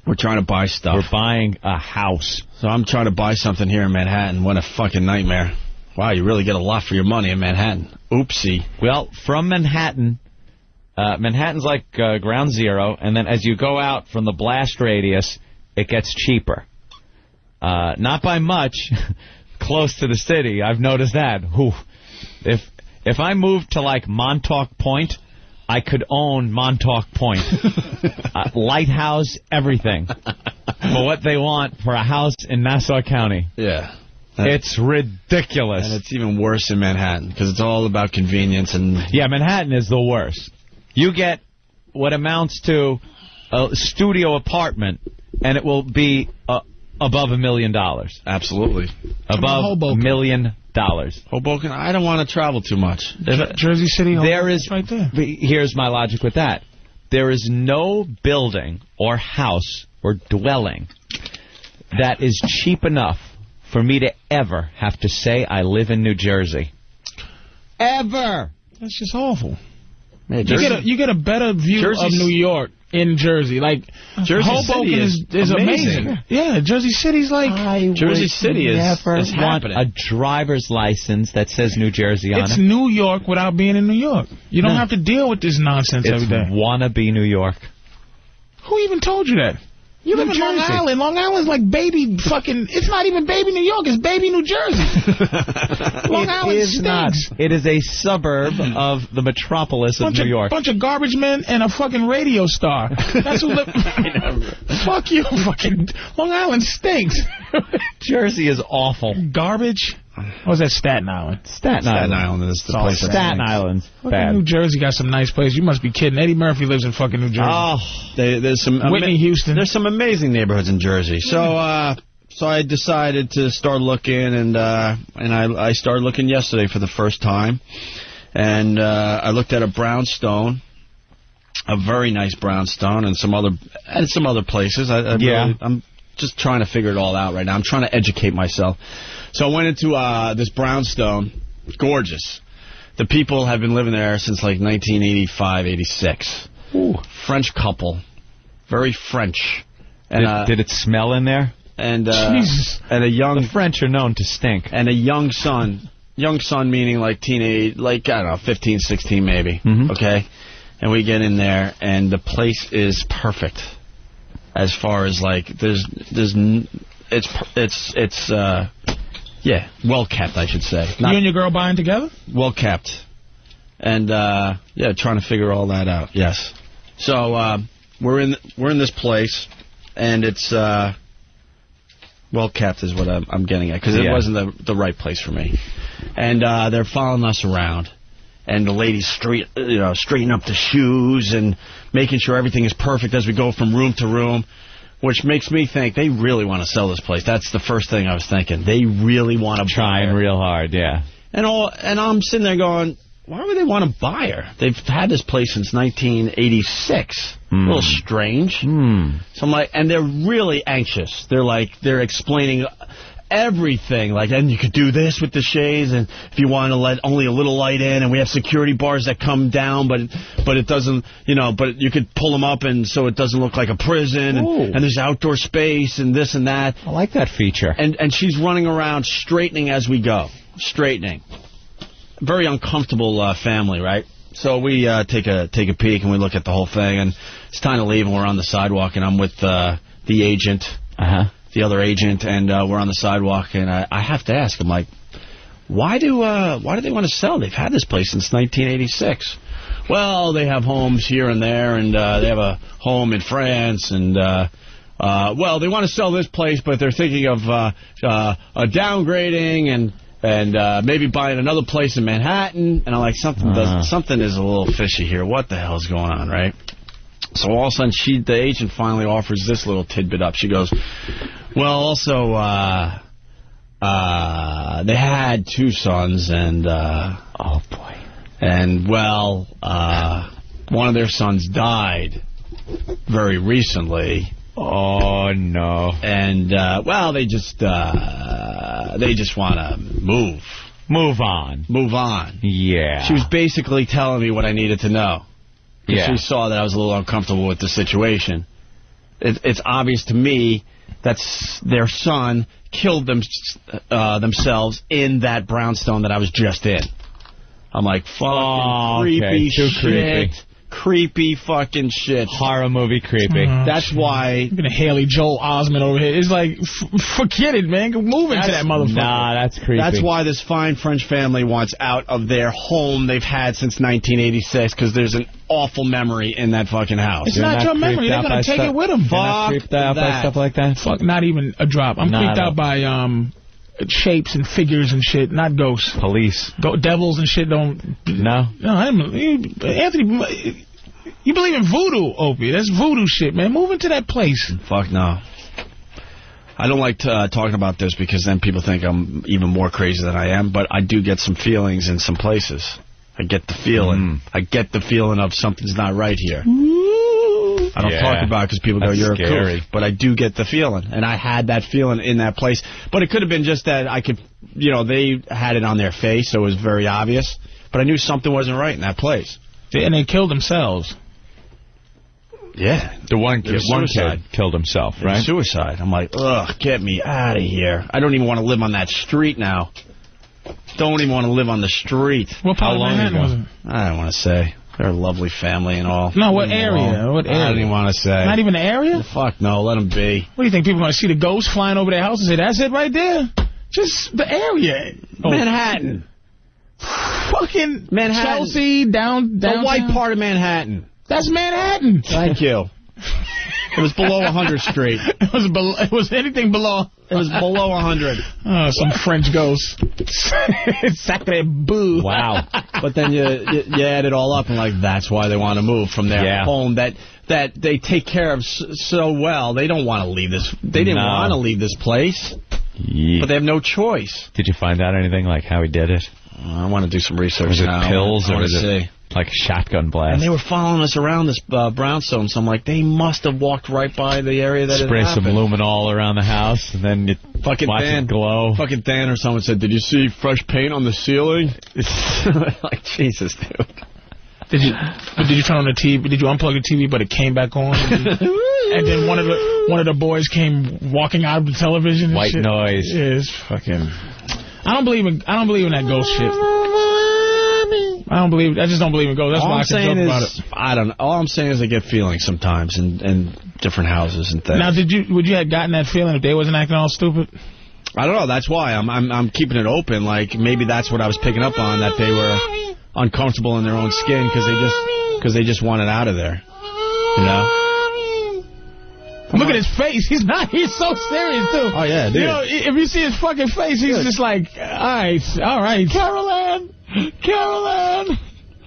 [SPEAKER 2] We're trying to buy stuff. We're
[SPEAKER 3] buying a house.
[SPEAKER 2] So I'm trying to buy something here in Manhattan. What a fucking nightmare! Wow, you really get a lot for your money in Manhattan. Oopsie.
[SPEAKER 3] Well, from Manhattan, uh, Manhattan's like uh, ground zero, and then as you go out from the blast radius, it gets cheaper. Uh, not by much, close to the city. I've noticed that. Whew. If if I moved to like Montauk Point, I could own Montauk Point, uh, lighthouse, everything, for what they want for a house in Nassau County.
[SPEAKER 2] Yeah.
[SPEAKER 3] It's ridiculous.
[SPEAKER 2] And it's even worse in Manhattan because it's all about convenience and
[SPEAKER 3] Yeah, Manhattan is the worst. You get what amounts to a studio apartment, and it will be uh, above a million dollars.
[SPEAKER 2] Absolutely.
[SPEAKER 3] Above a million dollars.
[SPEAKER 2] Hoboken, I don't want to travel too much.
[SPEAKER 3] Jersey
[SPEAKER 6] City,
[SPEAKER 3] there is right there. Here's my logic with that. There is no building or house or dwelling that is cheap enough for me to ever have to say I live in New Jersey. Ever.
[SPEAKER 6] That's just awful.
[SPEAKER 2] Man,
[SPEAKER 6] you
[SPEAKER 3] Jersey-
[SPEAKER 6] get a you get a better view
[SPEAKER 3] Jersey
[SPEAKER 6] of
[SPEAKER 3] c-
[SPEAKER 6] New York in Jersey. Like
[SPEAKER 2] Jersey
[SPEAKER 6] Hoboken
[SPEAKER 2] City
[SPEAKER 6] is,
[SPEAKER 2] is
[SPEAKER 6] is amazing.
[SPEAKER 2] amazing.
[SPEAKER 6] Yeah, Jersey City's like
[SPEAKER 3] would never want a driver's license that says New Jersey on
[SPEAKER 6] It's
[SPEAKER 3] it.
[SPEAKER 6] New York without being in New York. You don't
[SPEAKER 3] No.
[SPEAKER 6] have to deal with this nonsense
[SPEAKER 3] It's
[SPEAKER 6] every day.
[SPEAKER 3] wannabe New York.
[SPEAKER 6] Who even told you that? You live in Long
[SPEAKER 3] Jersey.
[SPEAKER 6] Island. Long Island's like baby fucking. It's not even baby New York. It's baby New Jersey. Long Island
[SPEAKER 3] is
[SPEAKER 6] stinks.
[SPEAKER 3] not. It is a suburb of the metropolis of
[SPEAKER 6] bunch
[SPEAKER 3] New
[SPEAKER 6] of,
[SPEAKER 3] York.
[SPEAKER 6] bunch of garbage men and a fucking radio star. That's who live. Fuck you, fucking Long Island stinks.
[SPEAKER 3] Jersey is awful.
[SPEAKER 6] Garbage. What was that Staten Island?
[SPEAKER 27] Staten Island. Staten Island
[SPEAKER 2] is
[SPEAKER 27] the place that Staten stinks. Island.
[SPEAKER 6] Fucking
[SPEAKER 27] Bad.
[SPEAKER 6] New Jersey got some nice places. You must be kidding. Eddie Murphy lives in fucking New Jersey.
[SPEAKER 2] Oh, they, there's some
[SPEAKER 6] Whitney Houston.
[SPEAKER 2] There's some amazing neighborhoods in Jersey. So, uh, so I decided to start looking, and uh, and I I started looking yesterday for the first time, and uh, I looked at a brownstone, a very nice brownstone, and some other and some other places. I, I
[SPEAKER 27] Yeah.
[SPEAKER 2] really- I'm just trying to figure it all out right now. I'm trying to educate myself. So I went into uh, this brownstone, gorgeous. The people have been living there since like 1985, 86. French couple, very French.
[SPEAKER 3] Did-
[SPEAKER 2] uh,
[SPEAKER 3] did it smell in there?
[SPEAKER 2] And uh,
[SPEAKER 3] Jesus.
[SPEAKER 2] and a young the
[SPEAKER 3] French are known to stink.
[SPEAKER 2] And a young son, young son meaning like teenage, like I don't know, 15, 16 maybe.
[SPEAKER 3] Mm-hmm.
[SPEAKER 2] Okay, and we get in there, and the place is perfect. As far as like, there's there's n- it's per- it's it's uh yeah, well kept I should say. Not
[SPEAKER 6] you and your girl buying together?
[SPEAKER 2] well kept. And uh yeah, trying to figure all that out. Yes. So uh, we're in we're in this place, and it's uh well kept is what I'm, I'm getting at because it
[SPEAKER 15] Yeah.
[SPEAKER 2] wasn't the the right place for me. And uh they're following us around. And the ladies straight, you know, straighten up the shoes and making sure everything is perfect as we go from room to room, which makes me think they really want to sell this place. That's the first thing I was thinking. They really want to trying
[SPEAKER 3] real hard, yeah.
[SPEAKER 2] And all, and I'm sitting there going, why would they want a buyer? They've had this place since 1986. A little strange. So I'm like, and they're really anxious. They're like, they're explaining everything. Like, and you could do this with the shades, and if you want to let only a little light in, and we have security bars that come down, but but it doesn't, you know, but you could pull them up, and so it doesn't look like a prison, and, and there's outdoor space, and this and that. I
[SPEAKER 3] like that feature.
[SPEAKER 2] And and she's running around straightening as we go, straightening very uncomfortable uh, family, right? So we uh, take a take a peek and we look at the whole thing, and it's time to leave, and we're on the sidewalk, and I'm with uh, the agent,
[SPEAKER 3] uh-huh.
[SPEAKER 2] the other agent, and uh, we're on the sidewalk, and I, I have to ask, I'm like, why do uh, why do they want to sell? They've had this place since 1986. Well, they have homes here and there, and uh, they have a home in France, and uh, uh, well, they want to sell this place, but they're thinking of uh, uh, uh, downgrading and and uh, maybe buying another place in Manhattan. And I'm like, something does, something is a little fishy here. What the hell's going on, right? So all of a sudden, she the agent finally offers this little tidbit up. She goes, well, also. Uh, uh, they had two sons, and uh, oh boy, and well, uh, one of their sons died very recently.
[SPEAKER 3] Oh no!
[SPEAKER 2] And uh, well, they just uh, they just want to move,
[SPEAKER 3] move on,
[SPEAKER 2] move on.
[SPEAKER 3] Yeah.
[SPEAKER 2] She was basically telling me what I needed to know. 'Cause
[SPEAKER 3] Yeah.
[SPEAKER 2] She saw that I was a little uncomfortable with the situation. It, it's obvious to me that s- their son killed them, uh, themselves in that brownstone that I was just in. I'm like, fucking
[SPEAKER 3] okay,
[SPEAKER 2] creepy
[SPEAKER 3] too
[SPEAKER 2] shit.
[SPEAKER 3] creepy.
[SPEAKER 2] Creepy fucking shit.
[SPEAKER 3] Horror movie creepy.
[SPEAKER 2] That's why.
[SPEAKER 6] You're gonna Haley Joel Osment over here. It's like, f- forget it, man. Go Move into that motherfucker.
[SPEAKER 3] that's
[SPEAKER 6] creepy.
[SPEAKER 2] That's why this fine French family wants out of their home they've had since 1986 because there's an awful memory in that fucking
[SPEAKER 3] Oh,
[SPEAKER 2] house.
[SPEAKER 6] It's not, your memory. They're gonna take it with them.
[SPEAKER 3] like that.
[SPEAKER 6] Fuck, not even a drop. I'm
[SPEAKER 3] Not
[SPEAKER 6] creeped
[SPEAKER 3] at all.
[SPEAKER 6] out by um shapes and figures and shit, not ghosts.
[SPEAKER 3] Police,
[SPEAKER 6] Go, devils and shit. Don't.
[SPEAKER 3] No.
[SPEAKER 6] No, I'm Anthony. You believe in voodoo, Opie? That's voodoo shit, man. Move into that place.
[SPEAKER 2] Fuck no. I don't like uh, talking about this because then people think I'm even more crazy than I am, but I do get some feelings in some places. I get the
[SPEAKER 6] Mm.
[SPEAKER 2] feeling. I get the feeling of something's not right here. I don't
[SPEAKER 15] Yeah.
[SPEAKER 2] talk about it because people go,
[SPEAKER 15] That's
[SPEAKER 2] you're a
[SPEAKER 15] scary.
[SPEAKER 2] kook. But I do get the feeling. And I had that feeling in that place. But it could have been just that I could, you know, they had it on their face, so it was very obvious. But I knew something wasn't right in that place.
[SPEAKER 6] And they killed themselves.
[SPEAKER 2] Yeah.
[SPEAKER 3] The one
[SPEAKER 2] It
[SPEAKER 3] kid,
[SPEAKER 2] was
[SPEAKER 3] one
[SPEAKER 2] suicide.
[SPEAKER 3] kid killed himself,
[SPEAKER 2] It was
[SPEAKER 3] right?
[SPEAKER 2] Suicide. I'm like, ugh, get me out of here. I don't even want to live on that street now. Don't even want to live on the street.
[SPEAKER 6] What part of Manhattan was
[SPEAKER 2] it? I don't want to say. They're a lovely family and all.
[SPEAKER 6] No, what
[SPEAKER 2] Leave them
[SPEAKER 6] area?
[SPEAKER 2] alone.
[SPEAKER 6] What
[SPEAKER 2] I don't
[SPEAKER 6] area?
[SPEAKER 2] even want to say.
[SPEAKER 6] Not even the area?
[SPEAKER 2] Fuck no, let them be.
[SPEAKER 6] What do you think? People gonna see the ghosts flying over their house and say, "That's it right there." Just the area, Oh.
[SPEAKER 2] Manhattan,
[SPEAKER 6] fucking
[SPEAKER 2] Manhattan.
[SPEAKER 6] Chelsea down
[SPEAKER 2] The
[SPEAKER 6] downtown.
[SPEAKER 2] white part of Manhattan.
[SPEAKER 6] That's Manhattan.
[SPEAKER 2] Thank you. It was below 100 straight.
[SPEAKER 6] It was below. It was anything below.
[SPEAKER 2] It was below 100.
[SPEAKER 6] Oh, some French ghost. Sacre boo.
[SPEAKER 2] Wow. But then you, you you add it all up and like that's why they want to move from their
[SPEAKER 6] Yeah.
[SPEAKER 2] home that that they take care of s- so well. They don't want to leave this. They didn't
[SPEAKER 3] No.
[SPEAKER 2] want to leave this place. But they have no choice.
[SPEAKER 3] Did you find out anything like how he did it?
[SPEAKER 2] I want to do some research.
[SPEAKER 3] Was it
[SPEAKER 2] now.
[SPEAKER 3] pills or
[SPEAKER 2] I wanna
[SPEAKER 3] was
[SPEAKER 2] see.
[SPEAKER 3] it like a shotgun blast?
[SPEAKER 2] And they were following us around this uh, brownstone, so I'm like, they must have walked right by the area that
[SPEAKER 3] Spray
[SPEAKER 2] it
[SPEAKER 3] some
[SPEAKER 2] happened.
[SPEAKER 3] luminol around the house, and then you
[SPEAKER 2] Fucking
[SPEAKER 3] watch
[SPEAKER 2] Dan.
[SPEAKER 3] it glow.
[SPEAKER 2] Fucking Dan or someone said, "Did you see fresh paint on the ceiling?" like Jesus, dude.
[SPEAKER 6] Did you but did you turn on the TV? Did you unplug the TV? But it came back on. and then one of the one of the boys came walking out of the television. And
[SPEAKER 3] White
[SPEAKER 6] shit.
[SPEAKER 3] noise.
[SPEAKER 6] Yeah, it's fucking. I don't believe in I don't believe in that ghost shit. I don't believe. I just don't believe in ghosts. That's
[SPEAKER 2] all
[SPEAKER 6] why
[SPEAKER 2] I'm
[SPEAKER 6] I can
[SPEAKER 2] saying
[SPEAKER 6] joke about
[SPEAKER 2] is,
[SPEAKER 6] it.
[SPEAKER 2] I don't. All I'm saying is, I get feelings sometimes in in different houses and things.
[SPEAKER 6] Now, did you would you have gotten that feeling if they wasn't acting all stupid?
[SPEAKER 2] I don't know. That's why I'm I'm I'm keeping it open. Like maybe that's what I was picking up on that they were uncomfortable in their own skin because they just because they just wanted out of there. You know.
[SPEAKER 6] Look at his face. He's not. He's so serious too. Oh
[SPEAKER 2] yeah, dude.
[SPEAKER 6] You know, i- if you see his fucking face, he's just like, all right, all right, Carol Ann, Carol Ann.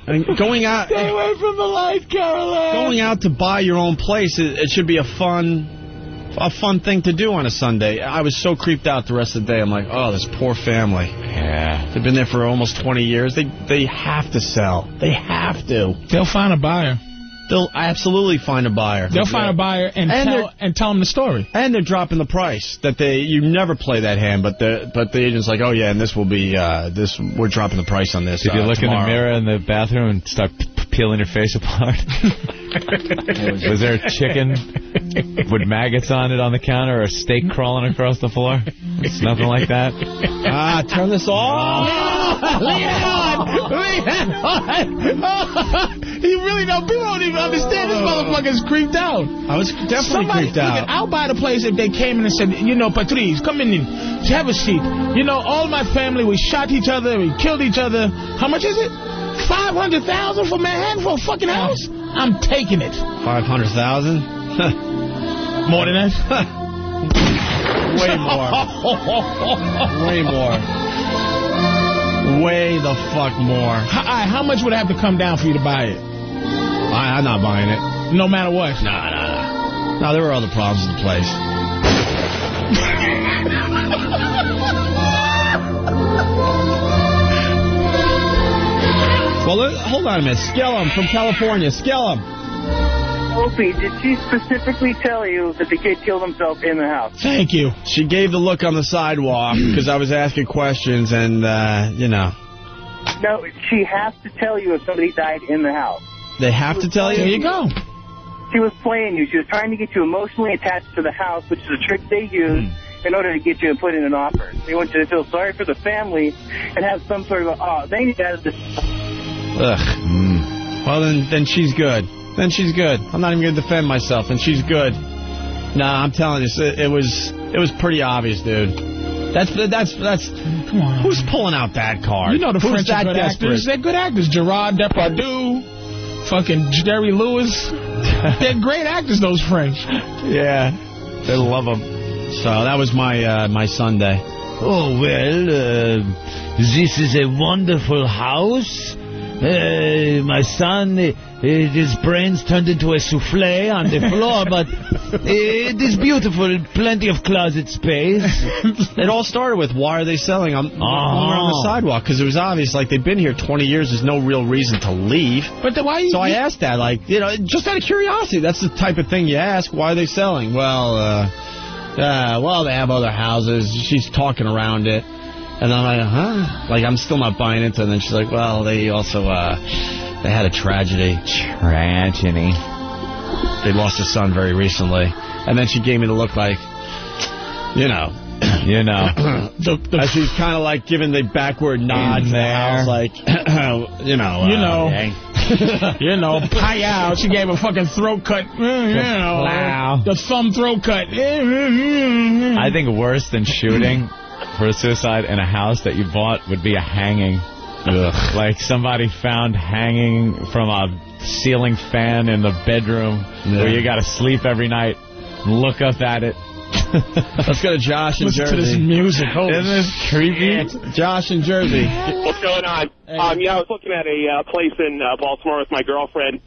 [SPEAKER 2] I mean, going out.
[SPEAKER 6] Stay away from the light, Carol Ann.
[SPEAKER 2] Going out to buy your own place, it, it should be a fun, a fun thing to do on a Sunday. I was so creeped out the rest of the day. I'm like, oh, this poor family.
[SPEAKER 3] Yeah.
[SPEAKER 2] They've been there for almost 20 years. They they have to sell. They have to.
[SPEAKER 6] They'll find a buyer.
[SPEAKER 2] They'll absolutely find a buyer.
[SPEAKER 6] They'll find a buyer and, tell
[SPEAKER 2] they're-
[SPEAKER 6] and tell him the story.
[SPEAKER 2] And they're dropping the price that they you never play that hand, but the but the agent's like, oh yeah, and this will be uh, this we're dropping the price on this.
[SPEAKER 3] Did you
[SPEAKER 2] uh,
[SPEAKER 3] look in
[SPEAKER 2] tomorrow."
[SPEAKER 3] the mirror in the bathroom and start p- p- peeling your face apart? Was there a chicken with maggots on it on the counter or a steak crawling across the floor? It's nothing like that.
[SPEAKER 2] Ah, turn this off.
[SPEAKER 6] Lean on! Lean on! you really don't. People don't even understand. This motherfucker's creeped out.
[SPEAKER 2] Oh. I was definitely
[SPEAKER 6] Somebody,
[SPEAKER 2] creeped out.
[SPEAKER 6] Look, I'll buy the place if they came in and said, you know, Patrice, come in and have a seat. You know, all my family, we shot each other, we killed each other. How much is it? 500000 for Manhattan for a fucking house? I'm taking it.
[SPEAKER 2] Five hundred thousand.
[SPEAKER 6] More than that?
[SPEAKER 2] Way more. Way more. Way the fuck more.
[SPEAKER 6] How, all right, how much would it have to come down for you to buy it?
[SPEAKER 2] I, I'm not buying it.
[SPEAKER 6] No matter what.
[SPEAKER 2] Nah, nah, nah. No, there were other problems in the place. Well, let- hold on a minute. Skellum from California. Skellum.
[SPEAKER 16] Opie, did she specifically tell you that the kid killed himself in the house?
[SPEAKER 6] Thank you.
[SPEAKER 2] She gave the look on the sidewalk because I was asking questions and, uh, you know,
[SPEAKER 16] No, she has to tell you if somebody died in the house.
[SPEAKER 2] they have to tell you.
[SPEAKER 6] There you go.
[SPEAKER 16] She was playing you. She was trying to get you emotionally attached to the house, which is a trick they use in order to get you to put in an offer. They want you to feel sorry for the family and have some sort of, oh, they need out of this.
[SPEAKER 2] Ugh. Well, then, then she's good. Then she's good. I'm not even going to defend myself, and she's good. Nah, I'm telling you, it, it was it was pretty obvious, dude. That's that's that's. Who's pulling out that card?
[SPEAKER 6] You know the
[SPEAKER 2] Who's
[SPEAKER 6] French
[SPEAKER 2] that
[SPEAKER 6] are good
[SPEAKER 2] desperate?
[SPEAKER 6] actors. They're good actors. Gerard Depardieu, fucking Jerry Lewis. They're great actors, those French.
[SPEAKER 2] Yeah, they love them. So that was my uh, my Sunday.
[SPEAKER 28] Oh, well, uh, this is a wonderful house. Uh, my son, uh, uh, his brains turned into a souffle on the floor, but uh, it is beautiful. Plenty of closet space.
[SPEAKER 2] It all started with why are they selling on, on
[SPEAKER 6] Oh.
[SPEAKER 2] the sidewalk? Because it was obvious, like they've been here 20 years. There's no real reason to leave.
[SPEAKER 6] But then why?
[SPEAKER 2] So I asked that, like, you know, just out of curiosity. That's the type of thing you ask. Why are they selling? Well, uh, uh, well, they have other houses. She's talking around it. And I'm like, huh? Like, I'm still not buying into it. And then she's like, well, they also, uh, they had a tragedy.
[SPEAKER 3] Tragedy.
[SPEAKER 2] They lost a son very recently. And then she gave me the look like, you know.
[SPEAKER 3] You know.
[SPEAKER 6] the, the,
[SPEAKER 2] as she's kind of like giving the backward nod to the house, like, you know.
[SPEAKER 6] You
[SPEAKER 2] uh,
[SPEAKER 6] know.
[SPEAKER 2] hey.
[SPEAKER 6] you know, pie out. She gave a fucking throat cut. Mm, You know,
[SPEAKER 3] Wow.
[SPEAKER 6] the thumb throat cut. I
[SPEAKER 3] I think worse than shooting for a suicide in a house that you bought would be a hanging. Like somebody found hanging from a ceiling fan in the bedroom where you got to sleep every night. Look up at it.
[SPEAKER 2] Let's go to Josh in
[SPEAKER 3] Listen to this
[SPEAKER 2] Jersey.
[SPEAKER 3] music. Holy
[SPEAKER 2] Isn't this creepy? Josh in Jersey.
[SPEAKER 26] What's going on? Um, yeah, I was looking at a uh, place in uh, Baltimore with my girlfriend,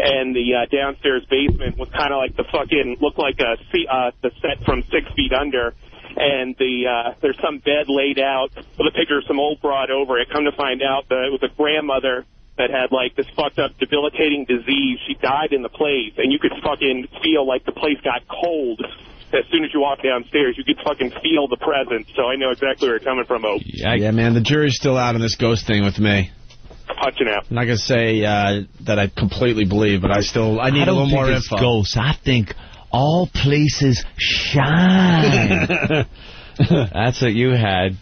[SPEAKER 26] and the uh, downstairs basement was kind of like the fucking looked like a se- uh, the set from Six Feet Under. And the uh, there's some bed laid out with a picture of some old broad over it. Come to find out that it was a grandmother that had like this fucked up debilitating disease. She died in the place, and you could fucking feel like the place got cold. As soon as you walk downstairs, you could fucking feel the presence. So I know exactly where you're coming from, Ope.
[SPEAKER 2] yeah, man, the jury's still out on this ghost thing with me.
[SPEAKER 26] Punching out.
[SPEAKER 2] I'm not gonna say uh, that I completely believe, but I still I need
[SPEAKER 27] I
[SPEAKER 2] a
[SPEAKER 27] don't
[SPEAKER 2] little
[SPEAKER 27] think
[SPEAKER 2] more
[SPEAKER 27] it's
[SPEAKER 2] info.
[SPEAKER 27] ghosts. I think all places shine.
[SPEAKER 3] That's what you had.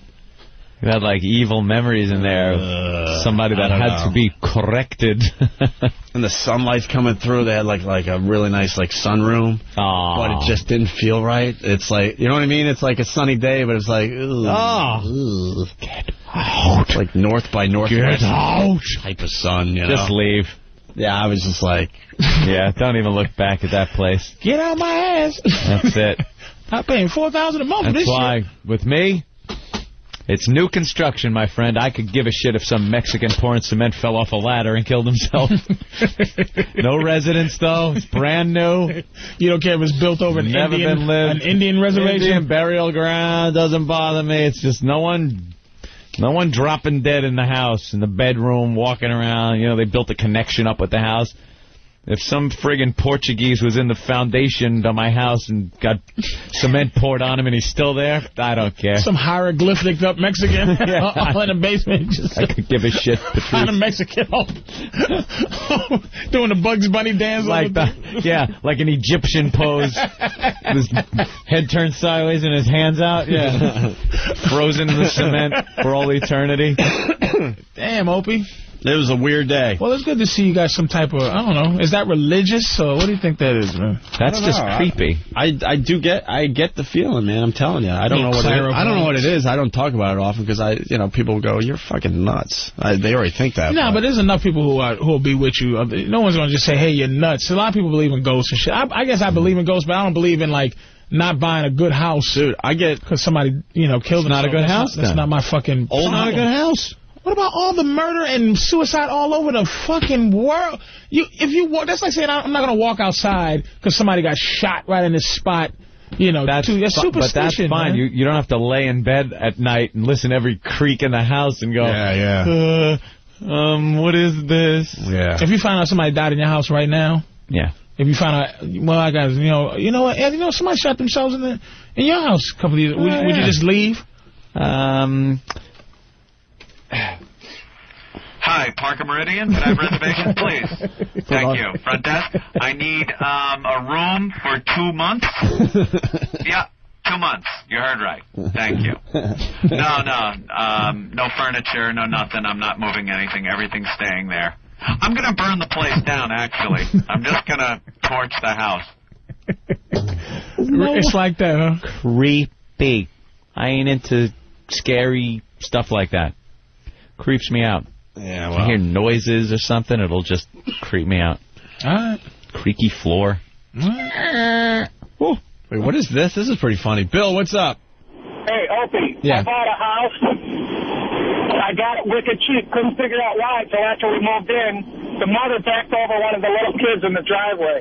[SPEAKER 3] You had like evil memories in there. of Somebody that
[SPEAKER 2] Uh, I don't
[SPEAKER 3] had
[SPEAKER 2] know.
[SPEAKER 3] to be corrected.
[SPEAKER 2] and the sunlight's coming through. They had like like a really nice like sunroom, but it just didn't feel right. It's like you know what I mean. It's like a sunny day, but it's like ooh, ooh. get out. Like north by northwest
[SPEAKER 3] out.
[SPEAKER 2] type of sun. You
[SPEAKER 3] Just
[SPEAKER 2] know?
[SPEAKER 3] leave.
[SPEAKER 2] Yeah, I was just like,
[SPEAKER 3] yeah, don't even look back at that place.
[SPEAKER 6] Get out my ass.
[SPEAKER 3] That's it.
[SPEAKER 6] I'm paying four thousand a month for
[SPEAKER 3] That's
[SPEAKER 6] Oh, this
[SPEAKER 3] why,
[SPEAKER 6] shit.
[SPEAKER 3] with me, it's new construction, my friend. I could give a shit if some Mexican pouring cement fell off a ladder and killed himself. no residence, though. It's brand new.
[SPEAKER 6] You don't care if it's built over an
[SPEAKER 3] Never
[SPEAKER 6] Indian,
[SPEAKER 3] been
[SPEAKER 6] an
[SPEAKER 3] lived.
[SPEAKER 6] Indian reservation.
[SPEAKER 3] Indian burial ground doesn't bother me. It's just no one, no one dropping dead in the house, in the bedroom, walking around. You know, they built a connection up with the house. If some friggin' Portuguese was in the foundation of my house and got cement poured on him and he's still there, I don't care.
[SPEAKER 6] Some hieroglyphic up Mexican all in the basement. Just
[SPEAKER 3] I could give a shit.
[SPEAKER 6] find a Mexican all- doing the Bugs Bunny dance.
[SPEAKER 3] Like
[SPEAKER 6] over
[SPEAKER 3] the, yeah, like an Egyptian pose. his head turned sideways and his hands out. Yeah, frozen in the cement for all eternity.
[SPEAKER 6] Damn, Opie.
[SPEAKER 2] It was a weird day.
[SPEAKER 6] Well, it's good to see you guys some type of, I don't know, is that religious or what do you think that is, man?
[SPEAKER 2] I don't know. I, I do get I get the feeling, man. I'm telling you, I don't
[SPEAKER 6] Yeah,
[SPEAKER 2] know what it,
[SPEAKER 6] Clara
[SPEAKER 2] I don't know what
[SPEAKER 6] Bones.
[SPEAKER 2] it is. I don't talk about it often because I you know people go you're fucking nuts. I, they already think that.
[SPEAKER 6] No, but there's enough people who are, who will be with you. Uh, No one's gonna just say, "Hey, you're nuts." A lot of people believe in ghosts and shit. I, I guess I believe in ghosts, but I don't believe in like not buying a good house. Dude,
[SPEAKER 2] I get
[SPEAKER 6] because somebody you know killed.
[SPEAKER 3] It's not
[SPEAKER 6] themselves.
[SPEAKER 3] a good
[SPEAKER 6] That's
[SPEAKER 3] house,
[SPEAKER 6] That's
[SPEAKER 3] then.
[SPEAKER 6] not my fucking.
[SPEAKER 3] Old- not a
[SPEAKER 6] problem.
[SPEAKER 3] good house.
[SPEAKER 6] What about all the murder and suicide all over the fucking world? You, if you walk, that's like saying I- I'm not gonna walk outside because somebody got shot right in this spot. You know, that's, too, that's
[SPEAKER 3] Fi- But
[SPEAKER 6] superstition.
[SPEAKER 3] that's fine.
[SPEAKER 6] man.
[SPEAKER 3] You you don't have to lay in bed at night and listen to every creak in the house and go.
[SPEAKER 6] Yeah,
[SPEAKER 3] yeah. um, what is this?
[SPEAKER 2] Yeah.
[SPEAKER 6] If you find out somebody died in your house right now,
[SPEAKER 3] Yeah.
[SPEAKER 6] If you find out, well, I guys, you know, you know what, Ed, you know, somebody shot themselves in the in your house a couple of years. Would,
[SPEAKER 3] Oh,
[SPEAKER 6] would you
[SPEAKER 3] yeah.
[SPEAKER 6] just leave?
[SPEAKER 3] Um,
[SPEAKER 14] Hi, Parker Meridian. Can I have reservations, please? Thank you. Front desk. I need um, a room for two months. Yeah, two months. You heard right. Thank you. No, no, um, no furniture, no nothing. I'm not moving anything. Everything's staying there. I'm gonna burn the place down. Actually, I'm just gonna torch the house.
[SPEAKER 6] It's like that, huh?
[SPEAKER 3] Creepy. I ain't into scary stuff like that. Creeps me out.
[SPEAKER 2] Yeah,
[SPEAKER 3] If I hear noises or something, it'll just creep me out.
[SPEAKER 6] Alright.
[SPEAKER 3] Creaky floor.
[SPEAKER 2] Wait, what is this? This is pretty funny. Bill, what's up?
[SPEAKER 16] Hey, Opie,
[SPEAKER 2] Yeah.
[SPEAKER 16] I bought a house. I got it wicked cheap. Couldn't figure out why until after we moved in. The mother backed over one of the little kids in the driveway.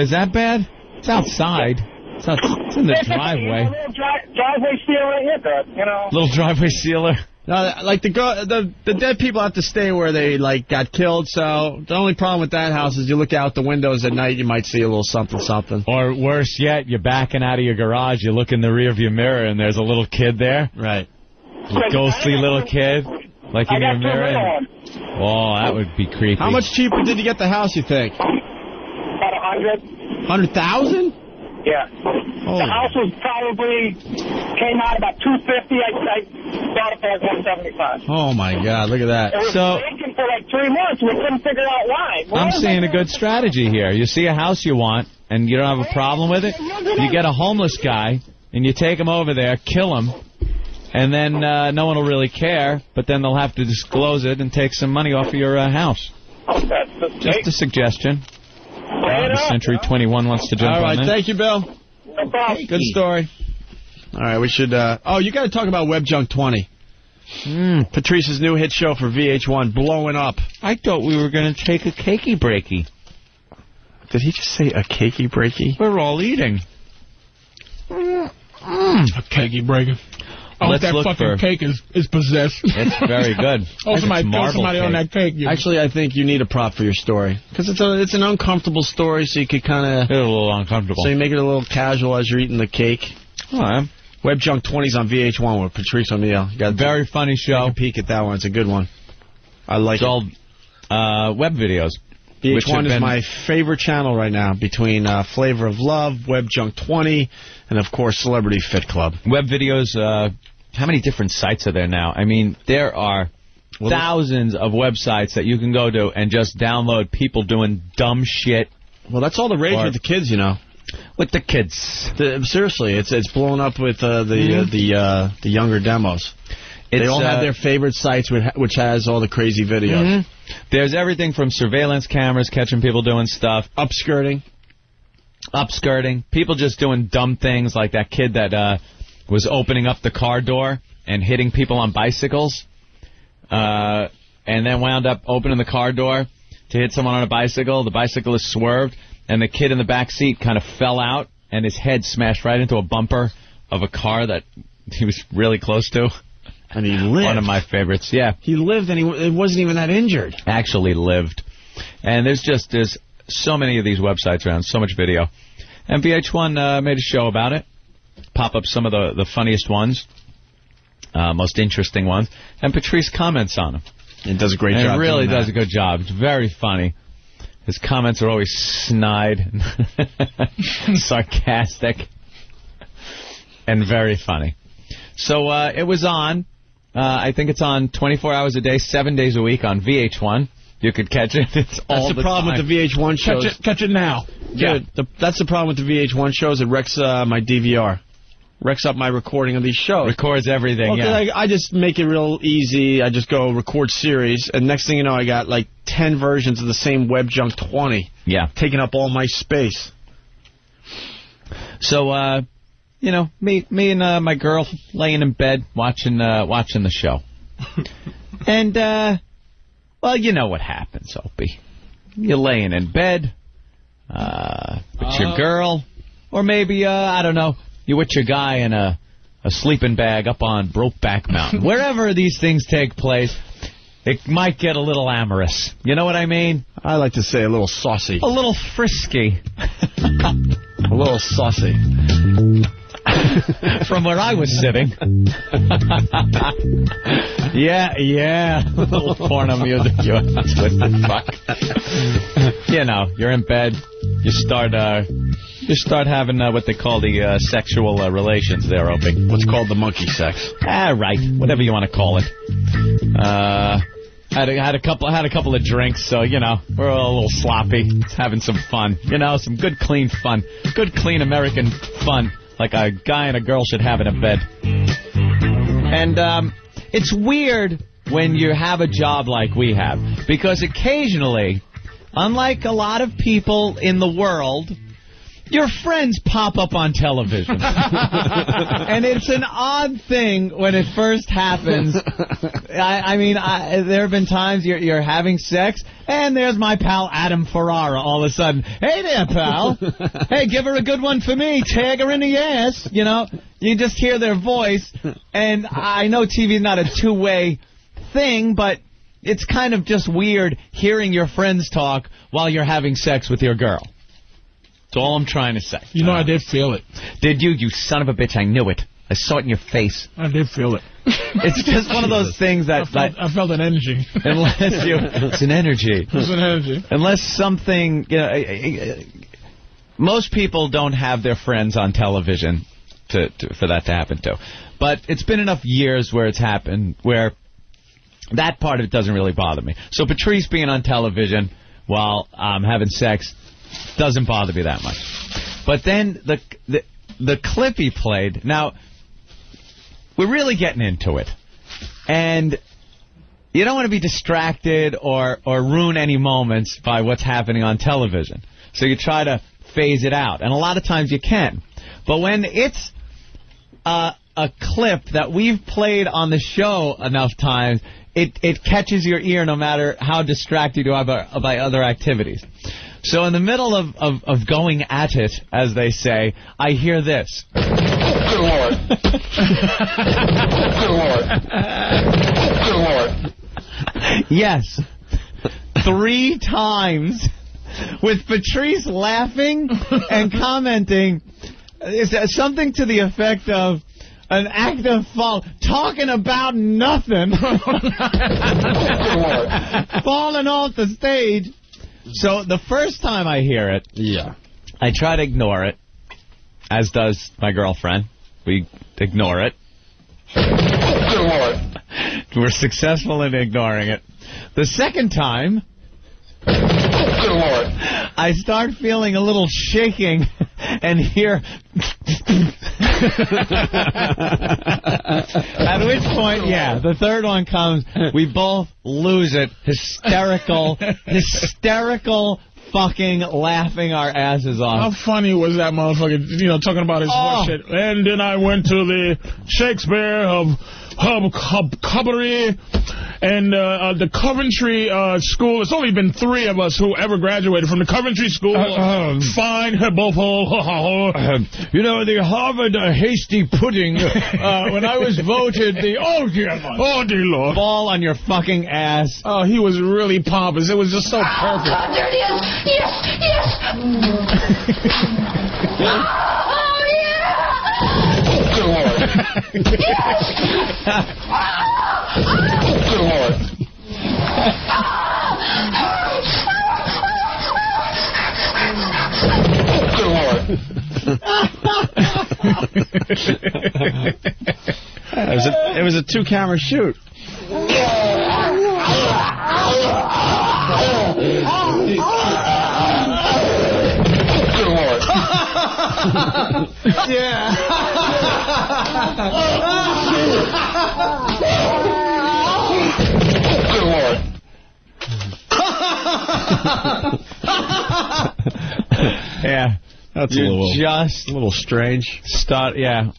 [SPEAKER 3] Is that bad? It's outside. It's, out, it's in the driveway.
[SPEAKER 16] You know, little dri- driveway seal right here, Doug, you know.
[SPEAKER 3] Little driveway sealer.
[SPEAKER 2] No, like the go the the dead people have to stay where they like got killed. So the only problem with that house is you look out the windows at night, you might see a little something something.
[SPEAKER 3] Or worse yet, you're backing out of your garage, you look in the rearview mirror, and there's a little kid there.
[SPEAKER 2] Right.
[SPEAKER 3] ghostly little kid, like
[SPEAKER 2] I
[SPEAKER 3] in
[SPEAKER 2] got
[SPEAKER 3] your
[SPEAKER 2] two
[SPEAKER 3] mirror.
[SPEAKER 2] little
[SPEAKER 3] and- Oh, that would be creepy.
[SPEAKER 2] How much cheaper did you get the house? You think?
[SPEAKER 16] About a hundred.
[SPEAKER 2] Hundred thousand?
[SPEAKER 16] Yeah. The house was probably came out about two fifty. I, I bought it for like one seventy five.
[SPEAKER 2] Oh my God! Look at that.
[SPEAKER 16] It was vacant for like three months. We couldn't figure out why. Why
[SPEAKER 3] I'm
[SPEAKER 16] is
[SPEAKER 3] seeing
[SPEAKER 16] it-
[SPEAKER 3] a good strategy here. You see a house you want, and you don't have a problem with it. You get a homeless guy, and you take him over there, kill him, and then uh, no one will really care. But then they'll have to disclose it and take some money off of your uh, house. Just a suggestion. Uh, Century 21 wants to jump
[SPEAKER 2] All right,
[SPEAKER 3] on that.
[SPEAKER 2] thank you, Bill. Good story. All right, we should. Uh, oh, you got to talk about Web Junk 20. Hmm, Patrice's new hit show for VH1, blowing up.
[SPEAKER 3] I thought we were going to take a cakey breaky.
[SPEAKER 2] Did he just say a cakey breaky? Mm,
[SPEAKER 3] We're all eating.
[SPEAKER 6] A cakey breaker. Oh,
[SPEAKER 2] Let's
[SPEAKER 6] that
[SPEAKER 2] look
[SPEAKER 6] fucking
[SPEAKER 2] for-
[SPEAKER 6] cake is, is possessed.
[SPEAKER 3] It's very good.
[SPEAKER 6] oh, somebody, throw somebody on that cake. you-
[SPEAKER 2] Actually, I think you need a prop for your story because it's a it's an uncomfortable story, so you could kind of
[SPEAKER 3] a little uncomfortable.
[SPEAKER 2] So you make it a little casual as you're eating the cake.
[SPEAKER 3] All right.
[SPEAKER 2] Web Junk 20s on VH1 with Patrice O'Neill. You got
[SPEAKER 3] very funny show.
[SPEAKER 2] Take a peek at that one. It's a good one. I like
[SPEAKER 3] it's all uh, web videos. which have
[SPEAKER 2] VH1 is
[SPEAKER 3] been-
[SPEAKER 2] my favorite channel right now between uh, Flavor of Love, Web Junk 20, and of course Celebrity Fit Club.
[SPEAKER 3] web videos. Uh, how many different sites are there now? I mean, there are thousands of websites that you can go to and just download people doing dumb shit.
[SPEAKER 2] Well, that's all the rage with the kids, you know.
[SPEAKER 3] With the kids,
[SPEAKER 2] The, seriously, it's it's blown up with uh, the uh, the uh, the younger demos. they
[SPEAKER 3] It's,
[SPEAKER 2] all
[SPEAKER 3] uh,
[SPEAKER 2] have their favorite sites, which ha- which has all the crazy videos.
[SPEAKER 3] Mhm. There's everything from surveillance cameras catching people doing stuff,
[SPEAKER 2] upskirting,
[SPEAKER 3] upskirting, people just doing dumb things like that kid that uh, was opening up the car door and hitting people on bicycles, uh, and then wound up opening the car door to hit someone on a bicycle. The bicyclist swerved, and the kid in the back seat kind of fell out, and his head smashed right into a bumper of a car that he was really close to.
[SPEAKER 2] And he lived.
[SPEAKER 3] One of my favorites, yeah.
[SPEAKER 2] He lived, and he w- it wasn't even that injured.
[SPEAKER 3] Actually lived. And there's just there's so many of these websites around, so much video. And VH1 uh, made a show about it. Pop up some of the the funniest ones, uh, most interesting ones, and Patrice comments on them.
[SPEAKER 2] It does a great
[SPEAKER 3] and
[SPEAKER 2] job
[SPEAKER 3] It really
[SPEAKER 2] doing
[SPEAKER 3] does
[SPEAKER 2] that.
[SPEAKER 3] a good job. It's very funny. His comments are always snide, sarcastic, and very funny. So uh, it was on. Uh, I think it's on 24 hours a day, seven days a week on VH1. You could catch it. It's all
[SPEAKER 2] That's the problem with the VH1 shows.
[SPEAKER 6] Catch it, catch it now.
[SPEAKER 2] Yeah, the, that's the problem with the VH1 shows. It wrecks uh, my DVR, wrecks up my recording of these shows.
[SPEAKER 3] Records everything.
[SPEAKER 2] Well, 'cause
[SPEAKER 3] yeah.
[SPEAKER 2] I, I just make it real easy. I just go record series, and next thing you know, I got like ten versions of the same Web Junk 20.
[SPEAKER 3] Yeah.
[SPEAKER 2] taking up all my space.
[SPEAKER 3] So, uh, you know, me, me and uh, my girl laying in bed watching, uh, watching the show, and uh, well, you know what happens, Opie. You're laying in bed uh, with your girl, or maybe uh, I don't know, you're with your guy in a a sleeping bag up on Brokeback Mountain, wherever these things take place. It might get a little amorous. You know what I mean?
[SPEAKER 2] I like to say a little saucy.
[SPEAKER 3] A little frisky.
[SPEAKER 2] A little saucy.
[SPEAKER 3] from where I was sitting. yeah, yeah. Little porno music. you what the fuck? you know, you're in bed. You start uh, you start having uh, what they call the uh, sexual uh, relations there, Opie.
[SPEAKER 2] What's called the monkey sex.
[SPEAKER 3] Ah, right. Whatever you want to call it. Uh, had a, had a couple had a couple of drinks, so you know we're all a little sloppy. It's having some fun, you know, some good clean fun, good clean American fun, like a guy and a girl should have in a bed. And um, it's weird when you have a job like we have, because occasionally, unlike a lot of people in the world, your friends pop up on television. and it's an odd thing when it first happens. I, I mean, I, there have been times you're, you're having sex, and there's my pal Adam Ferrara all of a sudden. Hey there, pal. hey, give her a good one for me. Tag her in the ass. You know, you just hear their voice, and I know TV's not a two way thing, but. It's kind of just weird hearing your friends talk while you're having sex with your girl. That's all I'm trying to say. Uh,
[SPEAKER 6] You know, I did feel it.
[SPEAKER 3] Did you, you son of a bitch? I knew it. I saw it in your face.
[SPEAKER 6] I did feel it.
[SPEAKER 3] It's just one of those things that,
[SPEAKER 6] I,
[SPEAKER 3] that
[SPEAKER 6] I felt an energy.
[SPEAKER 3] unless you, it's an energy.
[SPEAKER 6] It was an energy.
[SPEAKER 3] Unless something, you know, I- I- I- most people don't have their friends on television to, to for that to happen to. But it's been enough years where it's happened where that part of it doesn't really bother me. So Patrice being on television while I'm having sex doesn't bother me that much. But then the the, the clip he played now we're really getting into it. And you don't want to be distracted or, or ruin any moments by what's happening on television. So you try to phase it out. And a lot of times you can. But when it's uh, a clip that we've played on the show enough times, it, it catches your ear no matter how distracted you are by, by other activities. So in the middle of, of, of going at it, as they say, I hear this.
[SPEAKER 4] Good lord. Good lord. Good lord.
[SPEAKER 3] yes. Three times with Patrice laughing and commenting is that something to the effect of an act of fall talking about nothing falling off the stage. So the first time I hear it, yeah, I try to ignore it, as does my girlfriend. We ignore it. We're successful in ignoring it. The second time, I start feeling a little shaking and hear. At which point, yeah, the third one comes. We both lose it. Hysterical, hysterical, fucking laughing our asses off.
[SPEAKER 6] How funny was that motherfucker, you know, talking about his
[SPEAKER 3] Oh.
[SPEAKER 6] bullshit. And then I went to the Shakespeare of Hub Cub Cubbery and uh, uh, the Coventry uh, School. It's only been three of us who ever graduated from the Coventry School.
[SPEAKER 29] Uh, um, uh,
[SPEAKER 6] Fine, Hibopo.
[SPEAKER 29] You know, the Harvard uh, hasty pudding, uh, when I was voted the... Oh, dear Lord.
[SPEAKER 6] Oh, dear Lord.
[SPEAKER 3] Ball on your fucking ass.
[SPEAKER 6] Oh, he was really pompous. It was just so perfect.
[SPEAKER 4] There it is. Yes, yes. oh, yeah. Good lord. yes. Good lord. Good lord.
[SPEAKER 15] It was a, it was a two camera shoot.
[SPEAKER 4] Good lord. Good lord.
[SPEAKER 3] Yeah,
[SPEAKER 15] that's
[SPEAKER 3] You're
[SPEAKER 15] a little
[SPEAKER 3] just
[SPEAKER 15] a little strange.
[SPEAKER 3] Start, yeah.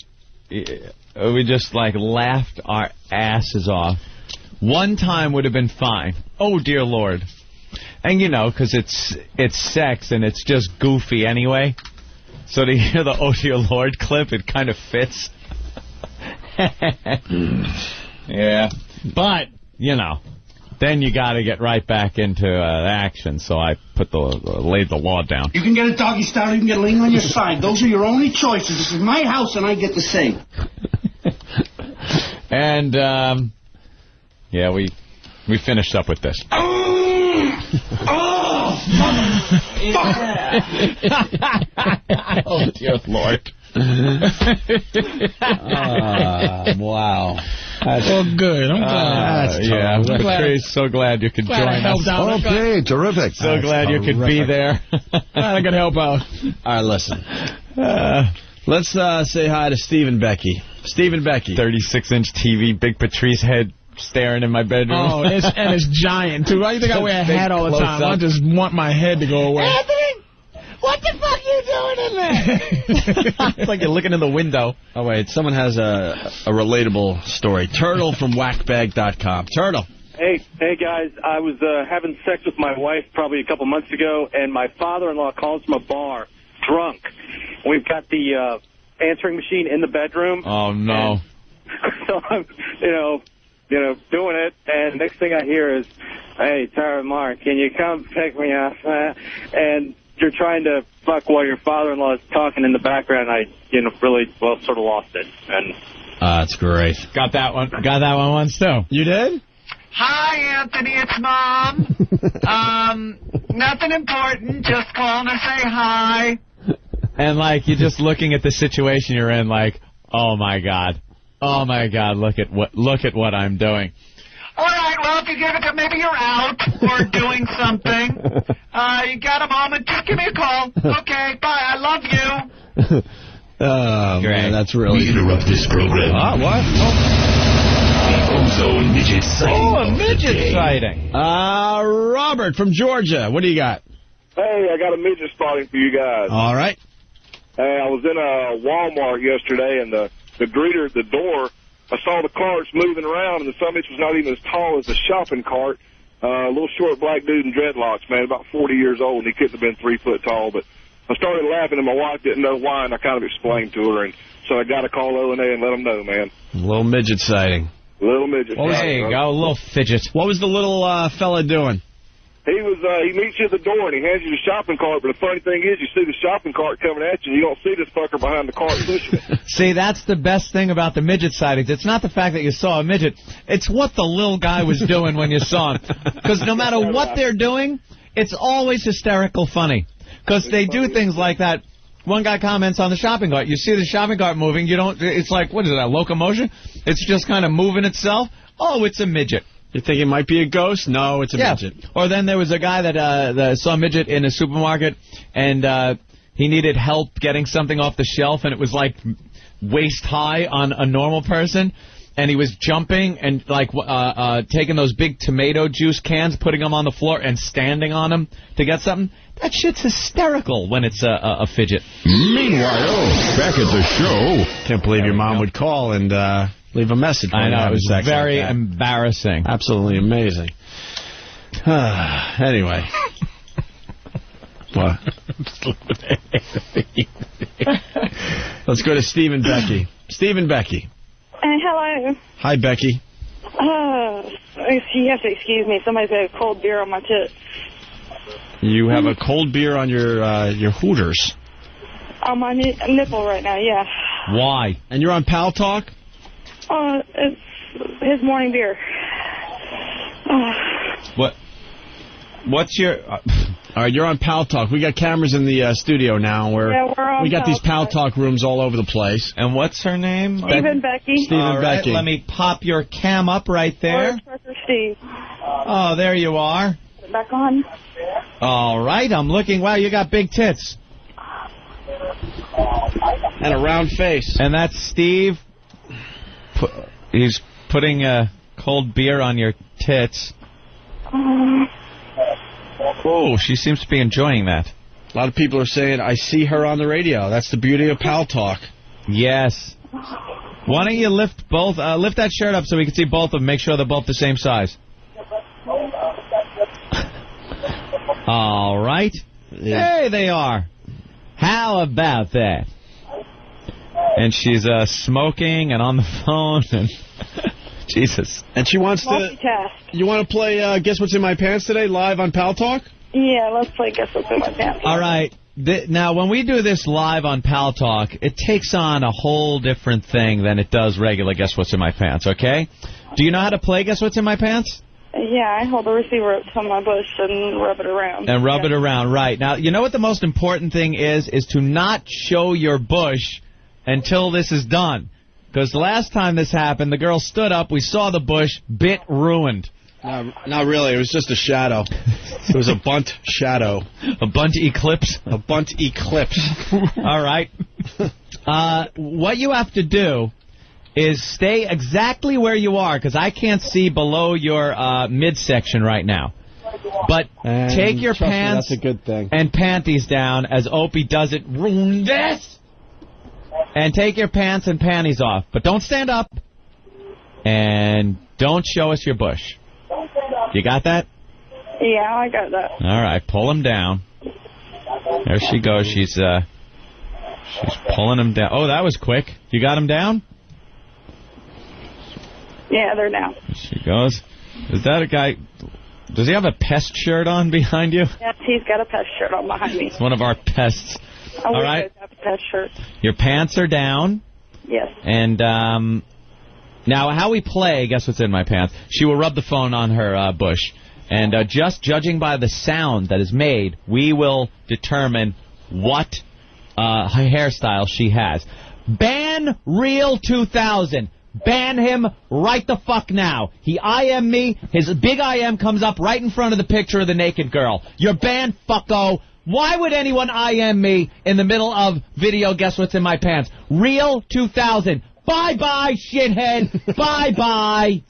[SPEAKER 3] Uh, We just like laughed our asses off. One time would have been fine. Oh dear lord. And you know, 'cause it's it's sex and it's just goofy anyway. So to hear the oh dear lord clip, it kind of fits. yeah, but you know, then you got to get right back into uh, action. So I put the laid the law down.
[SPEAKER 30] You can get a doggy style, or you can get a ling on your side. Those are your only choices. This is my house, and I get to say.
[SPEAKER 3] And um, yeah, we we finished up with this.
[SPEAKER 4] Oh, motherfucker!
[SPEAKER 3] oh, dear Lord.
[SPEAKER 4] Ah,
[SPEAKER 3] wow. That's,
[SPEAKER 6] well, good. I'm
[SPEAKER 4] glad.
[SPEAKER 3] That's
[SPEAKER 4] terrific.
[SPEAKER 3] yeah, I'm
[SPEAKER 4] Glad-
[SPEAKER 3] Patrice, so glad you could
[SPEAKER 4] glad I
[SPEAKER 3] join
[SPEAKER 4] helped
[SPEAKER 3] us.
[SPEAKER 4] out. Okay,
[SPEAKER 3] terrific. So
[SPEAKER 4] That's
[SPEAKER 3] glad you could be
[SPEAKER 4] terrific.
[SPEAKER 3] there.
[SPEAKER 6] glad I could help out.
[SPEAKER 15] All right, listen. Uh, let's uh, say hi to Steve and Becky. Steve and Becky.
[SPEAKER 3] 36-inch TV, big Patrice head staring in my bedroom.
[SPEAKER 6] Oh, it's, and it's giant, too. Why do you think I wear a
[SPEAKER 3] Big
[SPEAKER 6] hat all the time?
[SPEAKER 3] close-up.
[SPEAKER 6] I just want my head to go away.
[SPEAKER 4] Anthony, what the fuck you doing in there?
[SPEAKER 3] it's like you're looking in the window.
[SPEAKER 15] Oh, wait. Someone has a, a relatable story. Turtle from whackbag.com. Turtle.
[SPEAKER 10] Hey, hey guys, I was uh, having sex with my wife probably a couple months ago, and my father-in-law calls from a bar, drunk. We've got the uh, answering machine in the bedroom,
[SPEAKER 3] Oh no.
[SPEAKER 10] so I'm, you know, you know, doing it, and next thing I hear is, "Hey, Tara, Mark, can you come pick me up?" Uh, And you're trying to fuck while your father-in-law is talking in the background. I, you know, really, well, sort of lost it, and
[SPEAKER 15] Uh, that's great.
[SPEAKER 3] Got that one. Got that one once too.
[SPEAKER 15] You did?
[SPEAKER 14] Hi, Anthony. It's Mom. um, nothing important. Just calling to say hi.
[SPEAKER 3] And like you're just looking at the situation you're in, like, oh my god, oh my god, look at what look at what I'm doing.
[SPEAKER 14] All right. Well, if you give it to maybe you're out or doing something. Uh, you got a moment? Just give me a call. Okay. Bye. I love you.
[SPEAKER 2] Oh,
[SPEAKER 15] Um,
[SPEAKER 2] man, that's really.
[SPEAKER 31] We interrupt this program.
[SPEAKER 2] Ah, what?
[SPEAKER 31] Ozone midget sighting.
[SPEAKER 2] Oh,
[SPEAKER 31] of
[SPEAKER 2] a
[SPEAKER 31] the day.
[SPEAKER 2] midget sighting. Uh, Robert from Georgia, what do you got?
[SPEAKER 19] Hey, I got a midget spotting for you guys.
[SPEAKER 2] All right.
[SPEAKER 19] Hey, I was in a Walmart yesterday, and the, the greeter at the door, I saw the carts moving around, and the summit was not even as tall as the shopping cart. Uh, a little short black dude in dreadlocks, man, about 40 years old, and he couldn't have been three foot tall. But I started laughing, and my wife didn't know why, and I kind of explained to her. And so I got to call O&A and let them know, man.
[SPEAKER 2] little midget sighting.
[SPEAKER 19] Little midget.
[SPEAKER 2] there you
[SPEAKER 19] sighting,
[SPEAKER 2] go, a little fidget. What was the little uh, fella doing?
[SPEAKER 19] He was uh, he meets you at the door and he hands you the shopping cart. But the funny thing is, you see the shopping cart coming at you, and you don't see this fucker behind the cart pushing it.
[SPEAKER 3] See, that's the best thing about the midget sightings. It's not the fact that you saw a midget. It's what the little guy was doing when you saw him. Because no matter what they're doing, it's always hysterical funny. Because they do things like that. One guy comments on the shopping cart. You see the shopping cart moving. You don't. It's like what is that locomotion? It's just kind of moving itself. Oh, it's a midget.
[SPEAKER 2] You think it might be a ghost? No, it's a
[SPEAKER 3] yeah.
[SPEAKER 2] midget.
[SPEAKER 3] Or then there was a guy that uh, that saw a midget in a supermarket, and uh, he needed help getting something off the shelf, and it was like waist high on a normal person. And he was jumping and like w- uh, uh, taking those big tomato juice cans, putting them on the floor, and standing on them to get something. That shit's hysterical when it's a, a, a fidget.
[SPEAKER 2] Meanwhile,
[SPEAKER 31] back at the show.
[SPEAKER 2] Can't believe your mom would call and uh, leave a message. when
[SPEAKER 3] I know,
[SPEAKER 2] you're
[SPEAKER 3] it
[SPEAKER 2] having
[SPEAKER 3] was
[SPEAKER 2] sex
[SPEAKER 3] very
[SPEAKER 2] like that.
[SPEAKER 3] embarrassing.
[SPEAKER 2] Absolutely amazing. anyway. what? Let's go to Steve and Becky. Steve and Becky.
[SPEAKER 16] Uh, hello.
[SPEAKER 2] Hi, Becky.
[SPEAKER 16] Uh, you have to excuse me. Somebody's got a cold beer on my tip.
[SPEAKER 2] You have a cold beer on your uh, your Hooters.
[SPEAKER 16] On my ni- nipple right now, yeah.
[SPEAKER 2] Why? And you're on Pal Talk?
[SPEAKER 16] Uh, it's his morning beer. Uh,
[SPEAKER 2] What? What's your? Uh, all right, you're on Pal Talk. We got cameras in the uh, studio now. and We're,
[SPEAKER 16] Yeah, we're on
[SPEAKER 2] we got
[SPEAKER 16] Pal
[SPEAKER 2] these Pal Talk rooms all over the place. And what's her name?
[SPEAKER 16] Steve and Becky.
[SPEAKER 2] Steve
[SPEAKER 3] All
[SPEAKER 2] and
[SPEAKER 3] right,
[SPEAKER 2] Becky.
[SPEAKER 3] let me pop your cam up right there.
[SPEAKER 16] Orange Trucker Steve.
[SPEAKER 3] Oh, there you are.
[SPEAKER 16] Put it Back on.
[SPEAKER 3] All right, I'm looking. Wow, you got big tits.
[SPEAKER 2] And a round face.
[SPEAKER 3] And that's Steve. Pu- he's putting uh, cold beer on your tits.
[SPEAKER 16] Um,
[SPEAKER 3] Oh, she seems to be enjoying that.
[SPEAKER 2] A lot of people are saying I see her on the radio. That's the beauty of Pal Talk.
[SPEAKER 3] Yes. Why don't you lift both? Uh, lift that shirt up so we can see both of them. Make sure they're both the same size. All right. There they are. How about that? And she's uh, smoking and on the phone and Jesus.
[SPEAKER 2] And she wants to.
[SPEAKER 16] multitask.
[SPEAKER 2] You want to play uh, Guess What's in My Pants today live on Pal Talk?
[SPEAKER 16] Yeah, let's play Guess What's in My Pants.
[SPEAKER 3] All right. Th- now, when we do this live on Pal Talk, it takes on a whole different thing than it does regular Guess What's in My Pants, okay? Do you know how to play Guess What's in My Pants?
[SPEAKER 16] Yeah, I hold the receiver up to my bush and rub it around.
[SPEAKER 3] And rub it around, right. Now, you know what the most important thing is, is to not show your bush until this is done. Because last time this happened, the girl stood up, we saw the bush, bit ruined.
[SPEAKER 2] Not, not really. It was just a shadow. it was a bunt shadow.
[SPEAKER 3] A bunt eclipse?
[SPEAKER 2] A bunt eclipse.
[SPEAKER 3] All right. Uh, what you have to do is stay exactly where you are because I can't see below your uh, midsection right now. But
[SPEAKER 2] And
[SPEAKER 3] take your
[SPEAKER 2] trust me,
[SPEAKER 3] pants
[SPEAKER 2] that's a good thing.
[SPEAKER 3] and panties down as Opie does it. Ruin this! And take your pants and panties off. But don't stand up. And don't show us your bush. You got that?
[SPEAKER 16] Yeah, I got that.
[SPEAKER 3] All right, pull him down. There she goes. She's uh, she's pulling him down. Oh, that was quick. You got him down.
[SPEAKER 16] Yeah, they're now.
[SPEAKER 3] She goes. Is that a guy? Does he have a pest shirt on behind you?
[SPEAKER 16] Yes, he's got a pest shirt on behind me.
[SPEAKER 3] It's one of our pests.
[SPEAKER 16] I
[SPEAKER 3] All
[SPEAKER 16] wish
[SPEAKER 3] right.
[SPEAKER 16] I'd have a pest shirt.
[SPEAKER 3] Your pants are down,
[SPEAKER 16] Yes.
[SPEAKER 3] and um, now how we play? Guess what's in my pants? She will rub the phone on her uh, bush, and uh, just judging by the sound that is made, we will determine what uh, hairstyle she has. Ban Real 2000. Ban him right the fuck now. He IM me. His big IM comes up right in front of the picture of the naked girl. You're banned, fucko. Why would anyone IM me in the middle of video? Guess what's in my pants? Real 2000. Bye bye, shithead. bye bye.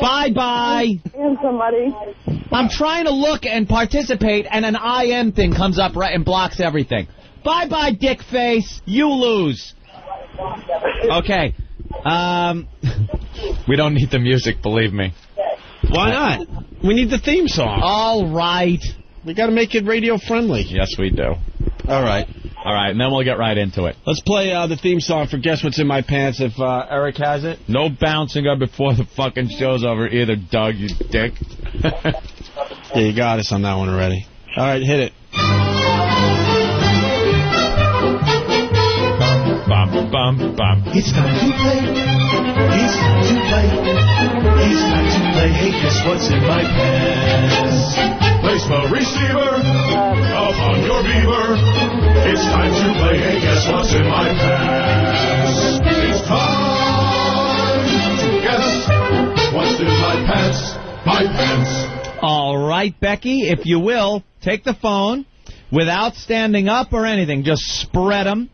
[SPEAKER 3] bye bye.
[SPEAKER 16] And somebody.
[SPEAKER 3] I'm trying to look and participate, and an IM thing comes up right and blocks everything. Bye bye, dick face. You lose. Okay. Um,
[SPEAKER 32] We don't need the music, believe me.
[SPEAKER 2] Why not? We need the theme song.
[SPEAKER 3] All right.
[SPEAKER 2] We got to make it radio friendly.
[SPEAKER 32] Yes, we do.
[SPEAKER 2] All right.
[SPEAKER 32] All right, and then we'll get right into it.
[SPEAKER 2] Let's play uh, the theme song for Guess What's in My Pants if uh, Eric has it.
[SPEAKER 32] No bouncing up before the fucking show's over either, Doug, you dick.
[SPEAKER 2] Yeah, you got us on that one already. All right, hit it.
[SPEAKER 32] Bum, bum, bum.
[SPEAKER 19] It's time to play. It's time to play. It's time to play. Hey, guess what's in my pants? Place the receiver up on your beaver. It's time to play. Hey, guess what's in my pants? It's time to guess what's in my pants. My pants.
[SPEAKER 3] All right, Becky, if you will, take the phone without standing up or anything. Just spread them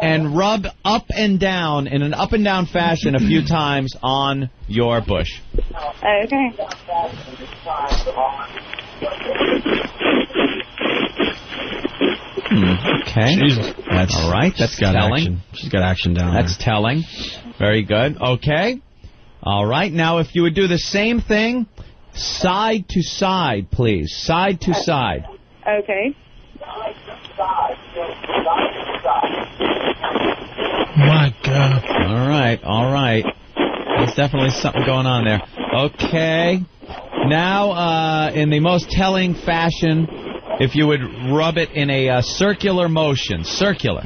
[SPEAKER 3] and rub up and down in an up and down fashion a few times on your bush.
[SPEAKER 16] Okay.
[SPEAKER 3] Okay. That's all right. That's
[SPEAKER 2] got
[SPEAKER 3] telling.
[SPEAKER 2] action. She's got action down
[SPEAKER 3] That's telling. Very good. Okay. All right. Now, if you would do the same thing, side to side, please. Side to side.
[SPEAKER 16] Okay.
[SPEAKER 6] My God.
[SPEAKER 32] All right, all right. There's definitely something going on there.
[SPEAKER 3] Okay. Now, uh, in the most telling fashion, if you would rub it in a uh, circular motion, circular.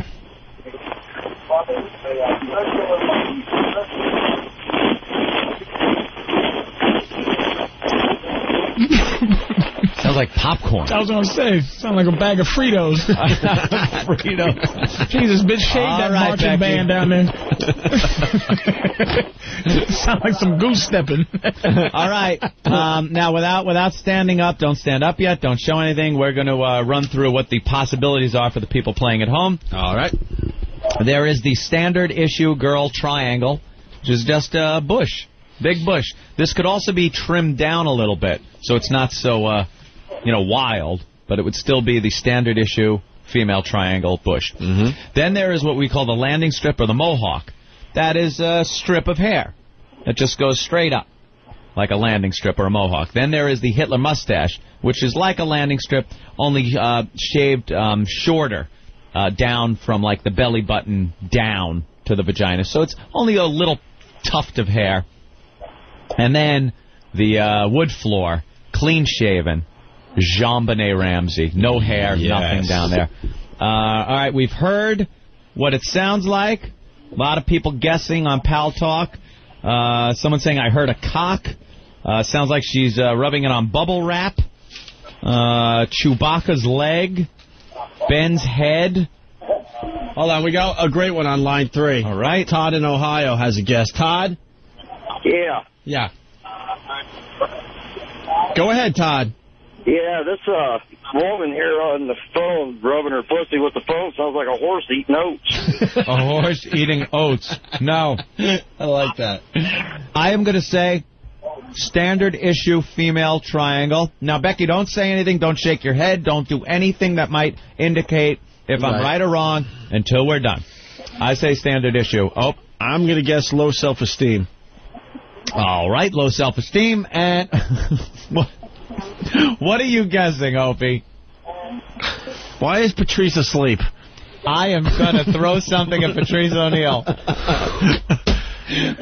[SPEAKER 3] Sounds like popcorn.
[SPEAKER 6] I was gonna say, sound like a bag of Fritos.
[SPEAKER 3] Fritos.
[SPEAKER 6] Jesus, bitch, shade
[SPEAKER 3] All
[SPEAKER 6] that
[SPEAKER 3] right,
[SPEAKER 6] marching
[SPEAKER 3] Becky.
[SPEAKER 6] band down there. sound like some goose stepping.
[SPEAKER 3] All right. Um, now, without without standing up, don't stand up yet. Don't show anything. We're going to uh, run through what the possibilities are for the people playing at home.
[SPEAKER 2] All right.
[SPEAKER 3] There is the standard issue girl triangle, which is just a bush, big bush. This could also be trimmed down a little bit, so it's not so uh, you know wild, but it would still be the standard issue female triangle bush. Mm-hmm. Then there is what we call the landing strip or the mohawk. That is a strip of hair that just goes straight up like a landing strip or a mohawk. Then there is the Hitler mustache, which is like a landing strip, only uh, shaved um, shorter uh, down from like the belly button down to the vagina. So it's only a little tuft of hair. And then the uh, wood floor, clean shaven, Jean Benet Ramsey, no hair,
[SPEAKER 32] Yes.
[SPEAKER 3] nothing down there. Uh, all right, we've heard what it sounds like. A lot of people guessing on Pal Talk. Uh, someone saying, I heard a cock. Uh, sounds like she's uh, rubbing it on bubble wrap. Uh, Chewbacca's leg. Ben's head.
[SPEAKER 2] Hold on, we got a great one on line three. All
[SPEAKER 3] right.
[SPEAKER 2] Todd in Ohio has a guess. Todd?
[SPEAKER 10] Yeah.
[SPEAKER 2] Yeah. Go ahead, Todd.
[SPEAKER 10] Yeah, this uh woman here on the phone rubbing her pussy with the phone sounds like a horse eating oats.
[SPEAKER 32] A horse eating oats. No.
[SPEAKER 2] I like that.
[SPEAKER 3] I am going to say standard issue female triangle. Now, Becky, don't say anything. Don't shake your head. Don't do anything that might indicate if I'm right or wrong until we're done. I say standard issue. Oh,
[SPEAKER 2] I'm going to guess low self esteem.
[SPEAKER 3] all right. Low self esteem. And what, what are you guessing, Opie?
[SPEAKER 2] Why is Patrice asleep?
[SPEAKER 3] I am going to throw something at Patrice O'Neill.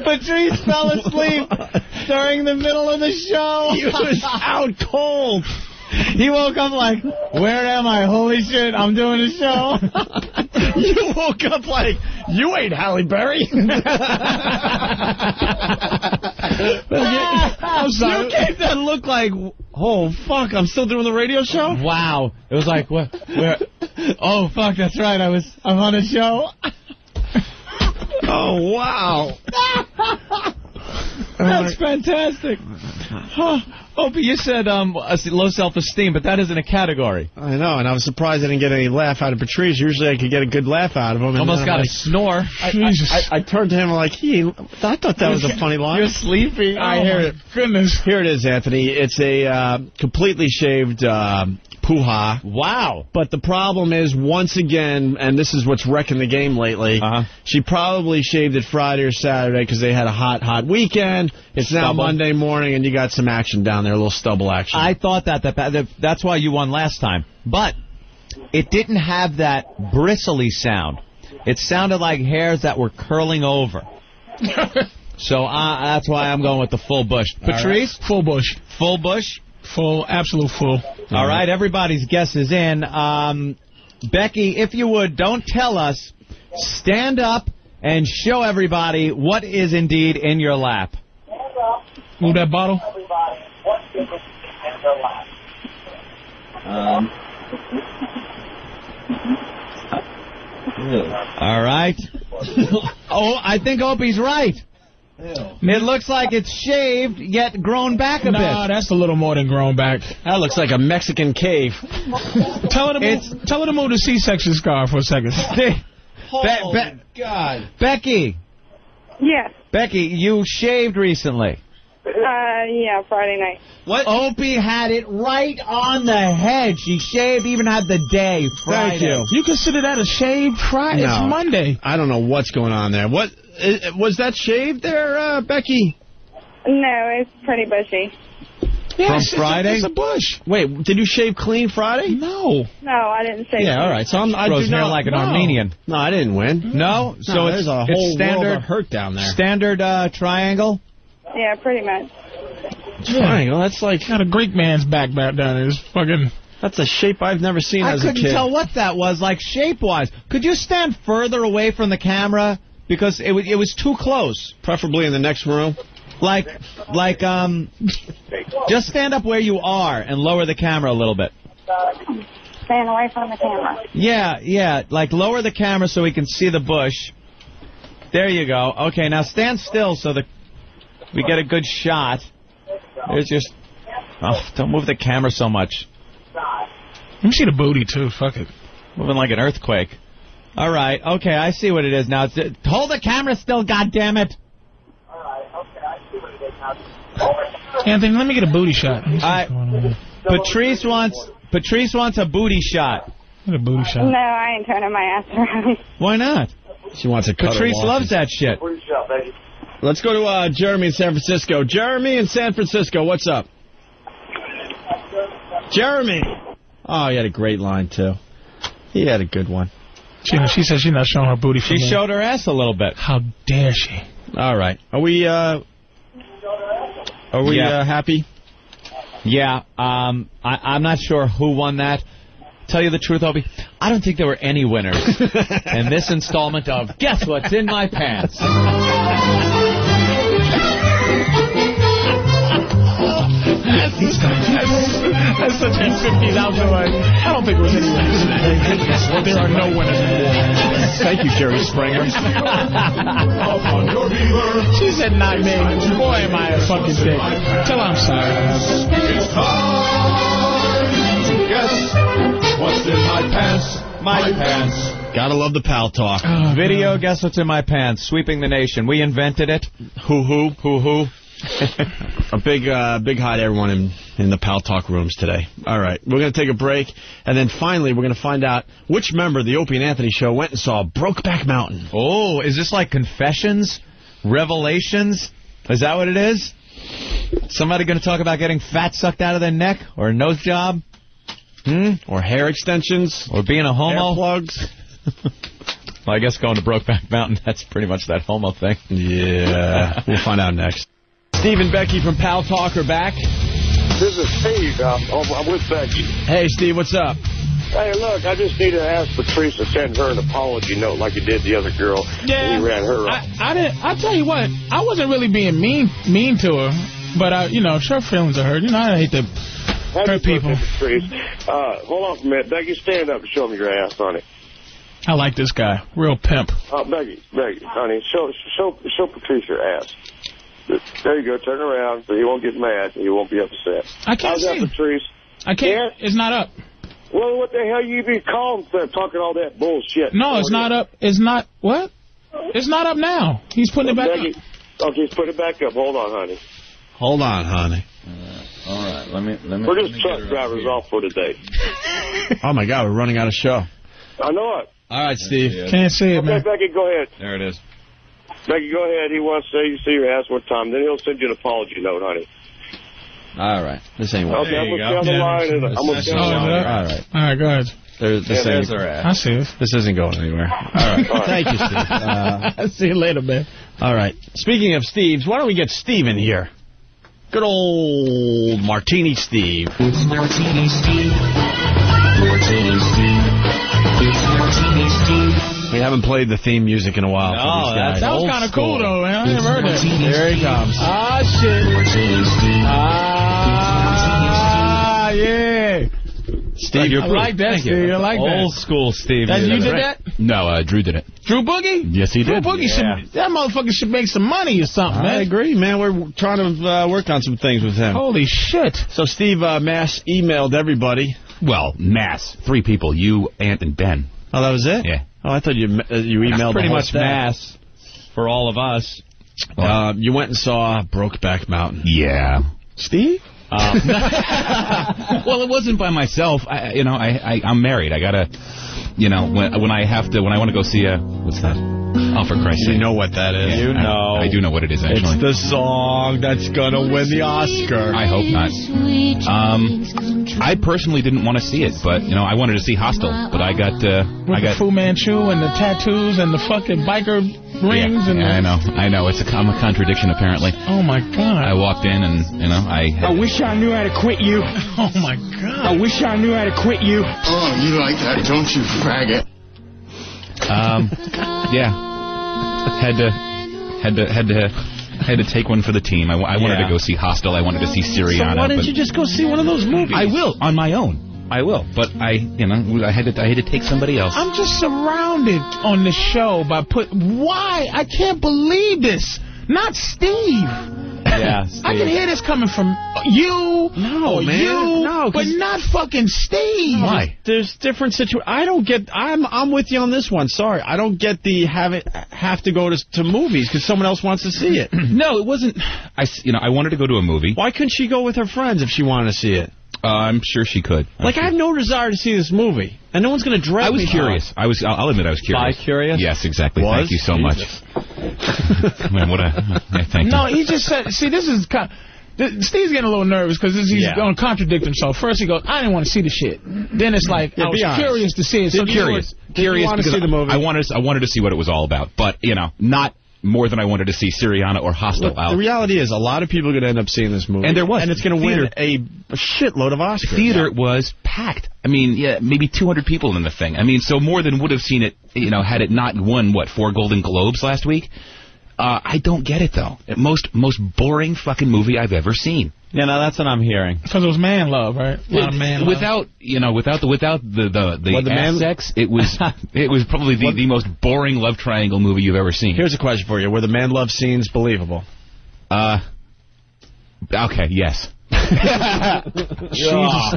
[SPEAKER 3] Patrice fell asleep during the middle of the show.
[SPEAKER 2] He was out cold.
[SPEAKER 3] He woke up like, where am I? Holy shit, I'm doing a show.
[SPEAKER 2] You woke up like, you ain't Halle Berry.
[SPEAKER 3] I'm sorry. You gave that look like, oh, fuck, I'm still doing the radio show? Wow. It was like, what? Where, oh, fuck, that's right. I was, I'm on a show.
[SPEAKER 2] oh, wow.
[SPEAKER 3] That's fantastic. Huh. Opie, you said um, uh, low self-esteem, but that isn't a category.
[SPEAKER 2] I know, and I was surprised I didn't get any laugh out of Patrice. Usually I could get a good laugh out of him. and
[SPEAKER 3] Almost
[SPEAKER 2] then
[SPEAKER 3] got
[SPEAKER 2] I'm
[SPEAKER 3] a snore.
[SPEAKER 2] I, I, I, I turned to him like, he. I thought that was a funny line.
[SPEAKER 3] You're
[SPEAKER 14] Oh,
[SPEAKER 3] sleepy.
[SPEAKER 2] I hear it.
[SPEAKER 6] Oh, Goodness.
[SPEAKER 2] Here it is, Anthony. It's a uh, completely shaved uh, hoo-ha.
[SPEAKER 3] Wow.
[SPEAKER 2] But the problem is, once again, and this is what's wrecking the game lately.
[SPEAKER 6] Uh-huh.
[SPEAKER 2] She probably shaved it Friday or Saturday because they had a hot, hot weekend. It's now
[SPEAKER 3] Stubble.
[SPEAKER 2] Monday morning, and you got some action down there, a little stubble action.
[SPEAKER 3] I thought that, that that that's why you won last time. But it didn't have that bristly sound. It sounded like hairs that were curling over. so uh, that's why I'm going with the full bush. Patrice,
[SPEAKER 6] full bush,
[SPEAKER 3] full bush,
[SPEAKER 6] full, absolute full.
[SPEAKER 3] All right, everybody's guess is in. Um, Becky, if you would, don't tell us. Stand up and show everybody what is indeed in your lap.
[SPEAKER 6] Move that bottle.
[SPEAKER 3] Um, all right. oh, I think Opie's right. It looks like it's shaved yet grown back a
[SPEAKER 6] Nah,
[SPEAKER 3] bit.
[SPEAKER 6] that's a little more than grown back.
[SPEAKER 2] That looks like a Mexican cave.
[SPEAKER 6] tell her to move, tell her to move the C-section scar for a second.
[SPEAKER 3] Be- Be-
[SPEAKER 2] God.
[SPEAKER 3] Becky,
[SPEAKER 16] Yes.
[SPEAKER 3] Becky, you shaved recently.
[SPEAKER 16] Uh, yeah, Friday night.
[SPEAKER 3] What? Opie had it right on the head. She shaved, even had the day Friday.
[SPEAKER 6] You consider that a shaved fry? It's
[SPEAKER 2] No.
[SPEAKER 6] Monday.
[SPEAKER 2] I don't know what's going on there. What i- was that shaved there, uh, Becky?
[SPEAKER 16] No, it's pretty bushy.
[SPEAKER 6] Yeah,
[SPEAKER 2] From
[SPEAKER 6] it's just a-
[SPEAKER 2] Friday?
[SPEAKER 6] it's a bush.
[SPEAKER 2] Wait, did you shave clean Friday?
[SPEAKER 6] No.
[SPEAKER 16] No, I didn't say.
[SPEAKER 2] Yeah, all right. So I'm, I
[SPEAKER 3] Frozen
[SPEAKER 2] do
[SPEAKER 3] hair
[SPEAKER 2] not,
[SPEAKER 3] like an
[SPEAKER 2] no.
[SPEAKER 3] Armenian.
[SPEAKER 2] No, I didn't win.
[SPEAKER 3] No, so
[SPEAKER 2] No,
[SPEAKER 3] it's
[SPEAKER 2] there's a whole
[SPEAKER 3] it's
[SPEAKER 2] world of
[SPEAKER 3] standard
[SPEAKER 2] hurt down there.
[SPEAKER 3] Standard uh, triangle.
[SPEAKER 16] Yeah, pretty much.
[SPEAKER 2] Triangle. That's like
[SPEAKER 6] got a Greek man's back back down there. It's fucking.
[SPEAKER 2] That's a shape I've never seen
[SPEAKER 3] I
[SPEAKER 2] as a
[SPEAKER 3] couldn't
[SPEAKER 2] kid.
[SPEAKER 3] tell what that was like shape wise. Could you stand further away from the camera because it was it was too close.
[SPEAKER 2] Preferably in the next room.
[SPEAKER 3] Like like um, just stand up where you are and lower the camera a little bit.
[SPEAKER 16] Staying away from the camera.
[SPEAKER 3] Yeah, yeah. Like lower the camera so we can see the bush. There you go. Okay, now stand still so the we get a good shot. There's just oh, don't move the camera so much.
[SPEAKER 6] Let me see the booty too. Fuck it.
[SPEAKER 3] Moving like an earthquake. All right. Okay, I see what it is now. It's, uh, hold the camera still, goddamn it.
[SPEAKER 6] Anthony, let me get a booty shot. Let me see
[SPEAKER 3] I-
[SPEAKER 6] what's going on here.
[SPEAKER 3] Patrice wants Patrice wants a booty shot.
[SPEAKER 6] Get a booty shot.
[SPEAKER 16] No, I ain't turning my ass around.
[SPEAKER 3] Why not?
[SPEAKER 2] She wants a cut.
[SPEAKER 3] Patrice loves that shit.
[SPEAKER 2] Let's go to uh, Jeremy in San Francisco. Jeremy in San Francisco, what's up? Jeremy. Oh, he had a great line too. He had a good one.
[SPEAKER 6] She, she says she's not showing her booty. For
[SPEAKER 3] She
[SPEAKER 6] me.
[SPEAKER 3] showed her ass a little bit.
[SPEAKER 6] How dare she?
[SPEAKER 2] All right. Are we? uh Are we
[SPEAKER 3] Yeah.
[SPEAKER 2] uh, happy?
[SPEAKER 3] Yeah. Um. I, I'm not sure who won that. Tell you the truth, Obi, I don't think there were any winners in this installment of Guess What's in My Pants.
[SPEAKER 14] He's got
[SPEAKER 6] That's such a 50s outfit. Like, I don't think it was anyone. there are no winners anymore.
[SPEAKER 2] Thank you, Jerry Springer.
[SPEAKER 14] up on your beaver.
[SPEAKER 6] She said not me. Boy, am I a fucking dick. Tell her I'm sorry.
[SPEAKER 14] It's time to guess what's in my pants. My pants.
[SPEAKER 2] Gotta love the pal talk.
[SPEAKER 3] Uh, Video Guess What's in My Pants, sweeping the nation. We invented it.
[SPEAKER 2] Hoo hoo hoo hoo. a big uh, big hi to everyone in in the pal talk rooms today. All right, we're gonna take a break, and then finally we're gonna find out which member of the Opie and Anthony show went and saw Brokeback Mountain.
[SPEAKER 3] Oh, is this like confessions? Revelations? Is that what it is? Somebody going to talk about getting fat sucked out of their neck or a nose job
[SPEAKER 2] Hmm? Or hair extensions?
[SPEAKER 3] or being a homo?
[SPEAKER 2] Hair plugs?
[SPEAKER 3] Well, I guess going to Brokeback Mountain, that's pretty much that homo thing.
[SPEAKER 2] Yeah, we'll find out next. Steve and Becky from Pal Talk are back.
[SPEAKER 19] This is Steve. Um, I'm I'm with Becky.
[SPEAKER 2] Hey, Steve, what's up?
[SPEAKER 19] Hey, look, I just need to ask Patrice to send her an apology note like you did the other girl.
[SPEAKER 6] Yeah.
[SPEAKER 19] And you ran her up.
[SPEAKER 6] I, I didn't. I tell you what, I wasn't really being mean mean to her, but I, you know, sure feelings are hurt. You know, I hate to hurt
[SPEAKER 19] Have your
[SPEAKER 6] people.
[SPEAKER 19] birthday, Patrice. Uh, hold on for a minute. Becky, stand up and show me your ass, honey.
[SPEAKER 6] I like this guy, real pimp.
[SPEAKER 19] Uh, Becky, Becky, honey, show, show, show Patrice your ass.
[SPEAKER 21] There you go. Turn around so he won't get mad and you won't be upset.
[SPEAKER 6] I can't
[SPEAKER 21] How's that,
[SPEAKER 6] see.
[SPEAKER 21] Patrice?
[SPEAKER 6] I can't. It's not up.
[SPEAKER 21] Well, what the hell you be calling for talking all that bullshit?
[SPEAKER 6] No, it's not up. It's not what? It's not up now. He's putting it back up.
[SPEAKER 21] Okay, let's put it back up. Hold on, honey.
[SPEAKER 2] Hold on, honey.
[SPEAKER 21] All right, let me let me. We're just truck drivers off for today.
[SPEAKER 2] oh my God, we're running out of show.
[SPEAKER 21] I know it.
[SPEAKER 2] All right, Steve.
[SPEAKER 6] Can't see it,
[SPEAKER 21] okay,
[SPEAKER 6] man.
[SPEAKER 21] Becky, go ahead.
[SPEAKER 2] There it is.
[SPEAKER 21] Becky, go ahead. He wants to you see your ass one time. Then he'll send you an apology note, honey.
[SPEAKER 2] All right, this ain't
[SPEAKER 21] Okay,
[SPEAKER 2] working.
[SPEAKER 21] I'm gonna stay on the line and I'm gonna stay on the line.
[SPEAKER 2] All right.
[SPEAKER 6] Oh, All right, go ahead.
[SPEAKER 2] There, this
[SPEAKER 21] Yeah, there's
[SPEAKER 2] ain't,
[SPEAKER 21] our ass.
[SPEAKER 6] I see it.
[SPEAKER 2] This isn't going anywhere. All right. Thank you, Steve. Uh,
[SPEAKER 6] see you later, man.
[SPEAKER 2] all right. Speaking of Steve's, why don't we get Steve in here? Good old Martini Steve.
[SPEAKER 19] Martini Steve. Martini Steve. It's Martini Steve.
[SPEAKER 2] We haven't played the theme music in a while.
[SPEAKER 6] No,
[SPEAKER 2] for these guys.
[SPEAKER 6] Oh, that was kind of cool though, man. I never heard that.
[SPEAKER 2] There he comes.
[SPEAKER 6] Ah, shit. Uh, Ah, yeah.
[SPEAKER 2] Steve, you're
[SPEAKER 6] I
[SPEAKER 2] pretty.
[SPEAKER 6] like that,
[SPEAKER 2] Thank you.
[SPEAKER 6] Steve. I like that.
[SPEAKER 24] Old school Steve.
[SPEAKER 6] That- you
[SPEAKER 24] That's
[SPEAKER 6] did
[SPEAKER 24] right.
[SPEAKER 31] No, uh, Drew did it.
[SPEAKER 6] Drew Boogie?
[SPEAKER 31] Yes, he
[SPEAKER 6] Drew
[SPEAKER 31] did.
[SPEAKER 6] Boogie
[SPEAKER 31] Yeah.
[SPEAKER 6] should. That motherfucker should make some money or something,
[SPEAKER 2] I
[SPEAKER 6] man.
[SPEAKER 2] agree, man. We're trying to uh, work on some things with him.
[SPEAKER 6] Holy shit.
[SPEAKER 2] So Steve uh, Mass emailed everybody.
[SPEAKER 31] Well, mass. Three people. You, Ant, and Ben.
[SPEAKER 2] Oh, that was it.
[SPEAKER 31] Yeah.
[SPEAKER 2] Oh, I thought you uh, you emailed
[SPEAKER 24] pretty
[SPEAKER 2] the whole
[SPEAKER 24] much
[SPEAKER 2] staff.
[SPEAKER 24] mass for all of us.
[SPEAKER 2] Uh, you went and saw Brokeback Mountain.
[SPEAKER 31] Yeah.
[SPEAKER 2] Steve?
[SPEAKER 31] well, it wasn't by myself. I, I- you know, I, I I'm married. I gotta, you know, when when I have to, when I want to go see a what's that? Oh, for Christ's sake!
[SPEAKER 2] You know what that is.
[SPEAKER 31] Yeah, I- I, do know what it is actually.
[SPEAKER 2] It's the song that's gonna win the Oscar.
[SPEAKER 31] I hope not. Um, I personally didn't want to see it, but you know, I wanted to see Hostel, but I got uh,
[SPEAKER 6] With
[SPEAKER 31] I
[SPEAKER 6] the
[SPEAKER 31] got.
[SPEAKER 6] Fu Manchu and the tattoos and the fucking biker rings
[SPEAKER 31] Yeah,
[SPEAKER 6] and.
[SPEAKER 31] yeah, I know, I know. It's a, com- a contradiction apparently.
[SPEAKER 6] Oh my
[SPEAKER 31] I
[SPEAKER 6] god.
[SPEAKER 31] walked in and you know I. Had,
[SPEAKER 30] wish I knew how to quit you.
[SPEAKER 6] Oh my god.
[SPEAKER 30] wish I knew how to quit you. Oh, you like that, don't you, faggot?
[SPEAKER 31] Um, yeah, had to, had to, had to, had to take one for the team. I, I wanted
[SPEAKER 2] Yeah.
[SPEAKER 31] to go see Hostel. I wanted to see Syriana.
[SPEAKER 2] why didn't
[SPEAKER 31] but
[SPEAKER 2] you just go see one of those movies?
[SPEAKER 31] I will on my own. I will, but I, you know, I had to, I had to take somebody else.
[SPEAKER 6] I'm just surrounded on the show by put. Why? I can't believe this. Not Steve.
[SPEAKER 24] Yeah,
[SPEAKER 6] I can
[SPEAKER 24] Steve.
[SPEAKER 6] hear this coming from you
[SPEAKER 2] No,
[SPEAKER 31] Oh,
[SPEAKER 6] or
[SPEAKER 2] Oh, man.
[SPEAKER 6] you,
[SPEAKER 2] No, 'cause-
[SPEAKER 6] but not fucking Steve.
[SPEAKER 31] Why?
[SPEAKER 2] There's different situ. I don't get. I'm I'm with you on this one. Sorry, I don't get the have it have to go to to movies because someone else wants to see it.
[SPEAKER 31] No, it wasn't. I, s- you know, I wanted to go to a movie.
[SPEAKER 2] Why couldn't she go with her friends if she wanted to see it?
[SPEAKER 31] Uh, I'm sure she could. I'm
[SPEAKER 2] Like I
[SPEAKER 31] sure-
[SPEAKER 2] have no desire to see this movie, and no one's gonna drag
[SPEAKER 31] I was
[SPEAKER 2] me.
[SPEAKER 31] curious. I was. I'll, I'll admit, I was curious.
[SPEAKER 24] Bi-curious?
[SPEAKER 31] Yes, exactly.
[SPEAKER 2] Was?
[SPEAKER 31] Thank you so much. Man, what a. yeah, thank
[SPEAKER 6] No,
[SPEAKER 31] you.
[SPEAKER 6] he just said. See, this is kind. th- Steve's getting a little nervous because he's
[SPEAKER 2] Yeah.
[SPEAKER 6] going to contradict himself. First he goes, I didn't want to see the shit. Then it's like, I was
[SPEAKER 2] be honest.
[SPEAKER 6] curious to see it. So
[SPEAKER 31] I'm curious.
[SPEAKER 2] Did you
[SPEAKER 31] curious
[SPEAKER 2] wanna
[SPEAKER 31] because
[SPEAKER 2] see the movie?
[SPEAKER 31] I wanted. I wanted to see what it was all about, but you know, not more than I wanted to see Syriana or Hostile
[SPEAKER 2] Look,
[SPEAKER 31] out.
[SPEAKER 2] the reality is, a lot of people are going to end up seeing this movie,
[SPEAKER 31] And there was.
[SPEAKER 2] and it's going to win
[SPEAKER 31] Theater-
[SPEAKER 2] a shitload of Oscars.
[SPEAKER 31] theater was packed. I mean, yeah, maybe 200 people in the thing. I mean, so more than would have seen it, you know, had it not won what four Golden Globes last week. Uh, I don't get it though. Most most boring fucking movie I've ever seen.
[SPEAKER 24] Yeah, now that's what I'm hearing.
[SPEAKER 6] Because it was man love, right? A lot of man uh, love.
[SPEAKER 31] without you know, without the without the the the,
[SPEAKER 2] Well, the
[SPEAKER 31] ass
[SPEAKER 2] man-
[SPEAKER 31] sex, it was it was probably the, the most boring love triangle movie you've ever seen.
[SPEAKER 2] Here's a question for you: Were the man love scenes believable?
[SPEAKER 31] Uh, okay, yes.
[SPEAKER 6] Jesus.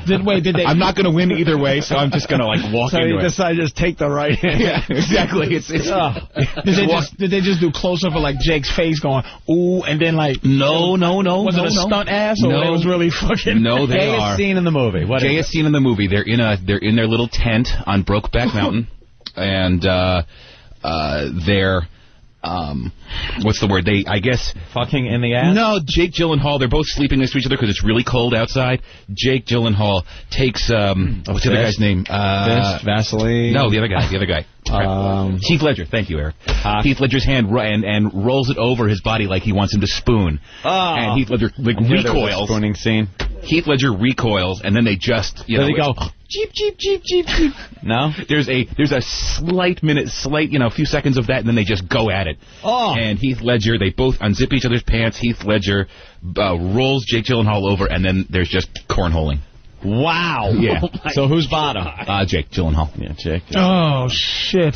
[SPEAKER 6] Did, wait, did they?
[SPEAKER 31] I'm not going to win either way, so I'm just going to like walk
[SPEAKER 2] So you
[SPEAKER 31] into it.
[SPEAKER 2] decided to just take the right hand. Oh.
[SPEAKER 31] Yeah, exactly. It's it's.
[SPEAKER 6] Did they
[SPEAKER 31] walk-
[SPEAKER 6] just did they just do close up of like Jake's face going ooh and then like
[SPEAKER 31] No, no, no.
[SPEAKER 6] was
[SPEAKER 31] no,
[SPEAKER 6] it a
[SPEAKER 31] no.
[SPEAKER 6] stunt ass or
[SPEAKER 31] No.
[SPEAKER 6] it was really fucking
[SPEAKER 31] No, they
[SPEAKER 24] Gayest
[SPEAKER 31] are.
[SPEAKER 24] scene in the movie. What is
[SPEAKER 31] Gayest scene in the movie. They're in a they're in their little tent on Brokeback Mountain, and uh, uh, they're um, what's the word? They I guess.
[SPEAKER 24] it? Fucking in the ass?
[SPEAKER 31] No, Jake Gyllenhaal. They're both sleeping next to each other because it's really cold outside. Jake Gyllenhaal takes um,
[SPEAKER 24] Oh,
[SPEAKER 31] what's the other
[SPEAKER 2] fist?
[SPEAKER 31] guy's name? Uh,
[SPEAKER 2] Fist, Vaseline.
[SPEAKER 31] No, the other guy. The other guy.
[SPEAKER 2] Um,
[SPEAKER 31] Heath Ledger. Thank you, Eric. Heath Ledger's hand ro- and and rolls it over his body like he wants him to spoon.
[SPEAKER 24] Ah.
[SPEAKER 31] And Heath Ledger like
[SPEAKER 24] Yeah, there was a
[SPEAKER 31] recoils.
[SPEAKER 24] Spooning scene.
[SPEAKER 31] Heath Ledger recoils, and then they just you
[SPEAKER 24] There
[SPEAKER 31] know
[SPEAKER 24] they go.
[SPEAKER 31] it's-
[SPEAKER 24] Jeep, jeep, jeep, jeep, jeep. No?
[SPEAKER 31] There's a there's a slight minute, slight you know, a few seconds of that, and then they just go at it.
[SPEAKER 24] Oh.
[SPEAKER 31] And Heath Ledger, they both unzip each other's pants. Heath Ledger uh, rolls Jake Gyllenhaal over, and then there's just cornholing.
[SPEAKER 24] Wow.
[SPEAKER 31] Yeah.
[SPEAKER 24] so who's bottom?
[SPEAKER 31] Uh, Jake Gyllenhaal.
[SPEAKER 24] Yeah, Jake.
[SPEAKER 6] oh shit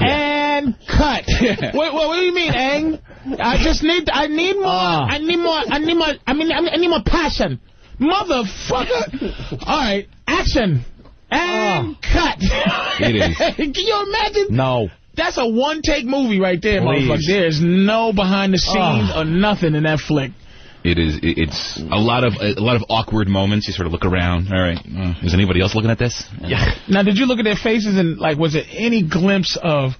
[SPEAKER 6] and cut wait, what, what do you mean Ang
[SPEAKER 18] I just need. I need more.
[SPEAKER 31] Ah.
[SPEAKER 18] I need more. I need more. I mean, I mean, I need more passion. Motherfucker. All right, action and
[SPEAKER 31] Ah.
[SPEAKER 18] cut.
[SPEAKER 19] It is.
[SPEAKER 18] Can you imagine?
[SPEAKER 3] No.
[SPEAKER 18] That's a one take movie right there,
[SPEAKER 31] Please. Ah.
[SPEAKER 18] motherfucker. There's no behind the scenes or nothing in that flick.
[SPEAKER 31] It is. it- It's a lot of a lot of awkward moments. You sort of look around. All right, uh, is anybody else looking at this? Yeah.
[SPEAKER 6] Now, did you look at their faces and like, was it any glimpse of,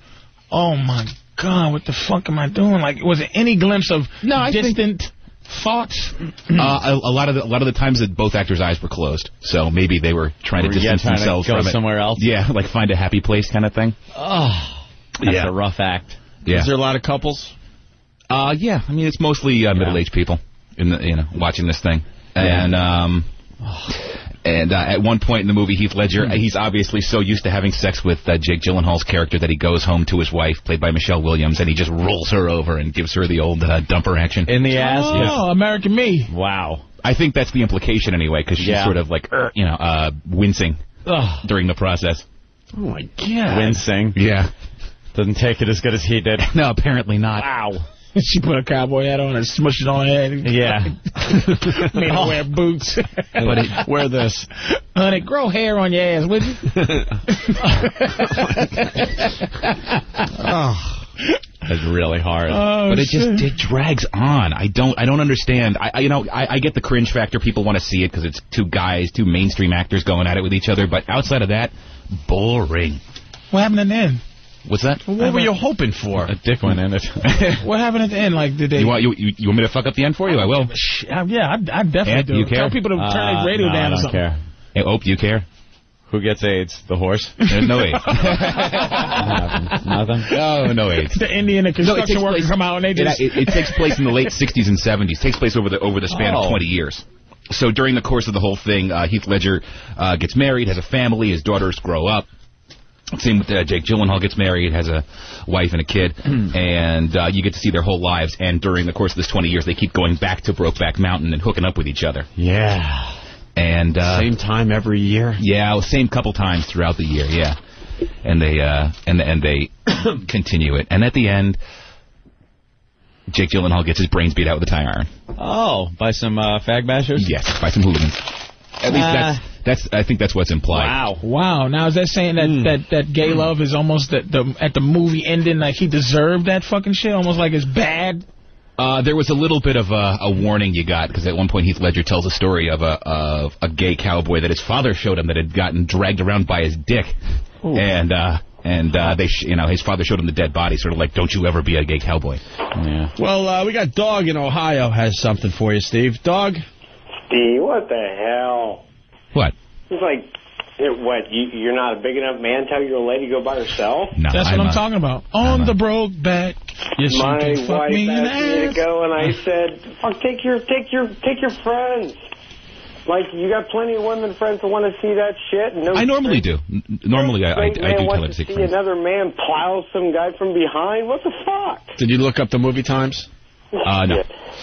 [SPEAKER 6] oh my god, what the fuck am I doing? Like, was it any glimpse of no, distant thoughts?
[SPEAKER 31] uh, a, a lot of the, a lot of the times that both actors' eyes were closed, so maybe they were trying to
[SPEAKER 3] Were, yeah,
[SPEAKER 31] distance
[SPEAKER 3] trying to
[SPEAKER 31] themselves
[SPEAKER 3] go
[SPEAKER 31] from it.
[SPEAKER 3] somewhere else.
[SPEAKER 31] Yeah, like find a happy place kind of thing.
[SPEAKER 3] Oh, that's
[SPEAKER 31] Yeah.
[SPEAKER 3] a rough act.
[SPEAKER 31] Yeah.
[SPEAKER 3] Is there a lot of couples?
[SPEAKER 31] Uh, yeah. I mean, it's mostly uh, middle-aged people in the you know watching this thing, and um, and uh, at one point in the movie, Heath Ledger,
[SPEAKER 3] Hmm.
[SPEAKER 31] he's obviously so used to having sex with uh, Jake Gyllenhaal's character that he goes home to his wife, played by Michelle Williams, and he just rolls her over and gives her the old uh, dumper action
[SPEAKER 3] in the ass.
[SPEAKER 31] Oh,
[SPEAKER 6] American Me.
[SPEAKER 31] Wow. I think that's the implication anyway, because she's
[SPEAKER 3] Yeah.
[SPEAKER 31] sort of like er, you know uh, wincing during the process.
[SPEAKER 3] Oh my
[SPEAKER 31] God.
[SPEAKER 3] Wincing.
[SPEAKER 31] Yeah.
[SPEAKER 3] Doesn't take it as good as he did.
[SPEAKER 31] no, apparently not.
[SPEAKER 3] Wow.
[SPEAKER 6] she put a cowboy hat on and smushed it on her head.
[SPEAKER 3] Yeah.
[SPEAKER 6] Made her wear boots.
[SPEAKER 3] But
[SPEAKER 6] it,
[SPEAKER 3] wear this.
[SPEAKER 6] Honey, grow hair on your ass, would you? Oh.
[SPEAKER 31] That's really hard.
[SPEAKER 19] Oh,
[SPEAKER 31] but it
[SPEAKER 19] shit.
[SPEAKER 31] just it drags on. I don't I don't understand. I, I you know I, I get the cringe factor. People want to see it because it's two guys, two mainstream actors going at it with each other. But outside of that, boring.
[SPEAKER 6] what happened at the end?
[SPEAKER 31] What's that?
[SPEAKER 6] What were you
[SPEAKER 31] hoping for? A dick went in it.
[SPEAKER 6] What happened at the end? Like, did they?
[SPEAKER 31] you want you, you you want me to fuck up the end for you? I will.
[SPEAKER 6] Uh, yeah, I, I definitely
[SPEAKER 31] Ant,
[SPEAKER 6] do.
[SPEAKER 31] you care? Uh,
[SPEAKER 6] Tell people to turn their
[SPEAKER 3] Uh,
[SPEAKER 6] radio down or something.
[SPEAKER 31] Hey, Ope, do you care? Who gets AIDS? The horse? There's no AIDS. Nothing. No, no AIDS.
[SPEAKER 6] The Indian and
[SPEAKER 31] No, it takes
[SPEAKER 6] construction worker
[SPEAKER 31] place-
[SPEAKER 6] come out and they
[SPEAKER 31] it-
[SPEAKER 6] just.
[SPEAKER 31] It, it takes place in the late 60s and 70s. takes place over the over the span
[SPEAKER 6] Oh.
[SPEAKER 31] of 20 years. So during the course of the whole thing, uh, Heath Ledger uh, gets married, has a family, his daughters grow up. Same with uh, Jake Gyllenhaal gets married, has a wife and a kid, and uh, you get to see their whole lives. And during the course of this 20 years, they keep going back to Brokeback Mountain and hooking up with each other.
[SPEAKER 2] Yeah.
[SPEAKER 31] And uh,
[SPEAKER 2] Same time every year.
[SPEAKER 31] yeah, well, same couple times throughout the year. Yeah, and they uh, and and they continue it. And at the end, Jake Gyllenhaal gets his brains beat out with a tire iron.
[SPEAKER 3] Oh, by some uh, fag bashers.
[SPEAKER 31] Yes, by some hooligans. At least that's that's I think that's what's implied.
[SPEAKER 3] Wow.
[SPEAKER 6] Wow. Now is that saying
[SPEAKER 31] Hmm.
[SPEAKER 6] that that, that gay love is almost at the at the movie ending like he deserved that fucking shit almost like it's bad.
[SPEAKER 31] Uh, there was a little bit of a, a warning you got because at one point Heath Ledger tells a story of a of a gay cowboy that his father showed him that had gotten dragged around by his dick, and uh, and uh, they sh- you know his father showed him the dead body, sort of like don't you ever be a gay cowboy. Yeah.
[SPEAKER 15] Well, uh, we got Dog in Ohio has something for you, Steve. Dog,
[SPEAKER 1] Steve, what the hell?
[SPEAKER 31] What?
[SPEAKER 1] It's like, it, what? You, you're not a big enough man to tell your lady to go by herself?
[SPEAKER 6] That's what I'm talking about. On the broke back. Yes, you
[SPEAKER 1] My
[SPEAKER 6] can fuck
[SPEAKER 1] wife
[SPEAKER 6] me in the
[SPEAKER 1] asked me to
[SPEAKER 6] ass.
[SPEAKER 1] go, and I said, "Fuck, take your, take your, take your friends. Like, you got plenty of women friends that want to see that shit." And no
[SPEAKER 31] I normally do. N- normally I, I, I
[SPEAKER 1] straight
[SPEAKER 31] do
[SPEAKER 1] man
[SPEAKER 31] tell
[SPEAKER 1] wants
[SPEAKER 31] it to
[SPEAKER 1] to
[SPEAKER 31] take
[SPEAKER 1] see
[SPEAKER 31] friends.
[SPEAKER 1] another man plow some guy from behind. What the fuck?
[SPEAKER 15] did you look up the movie times?
[SPEAKER 31] Uh, no.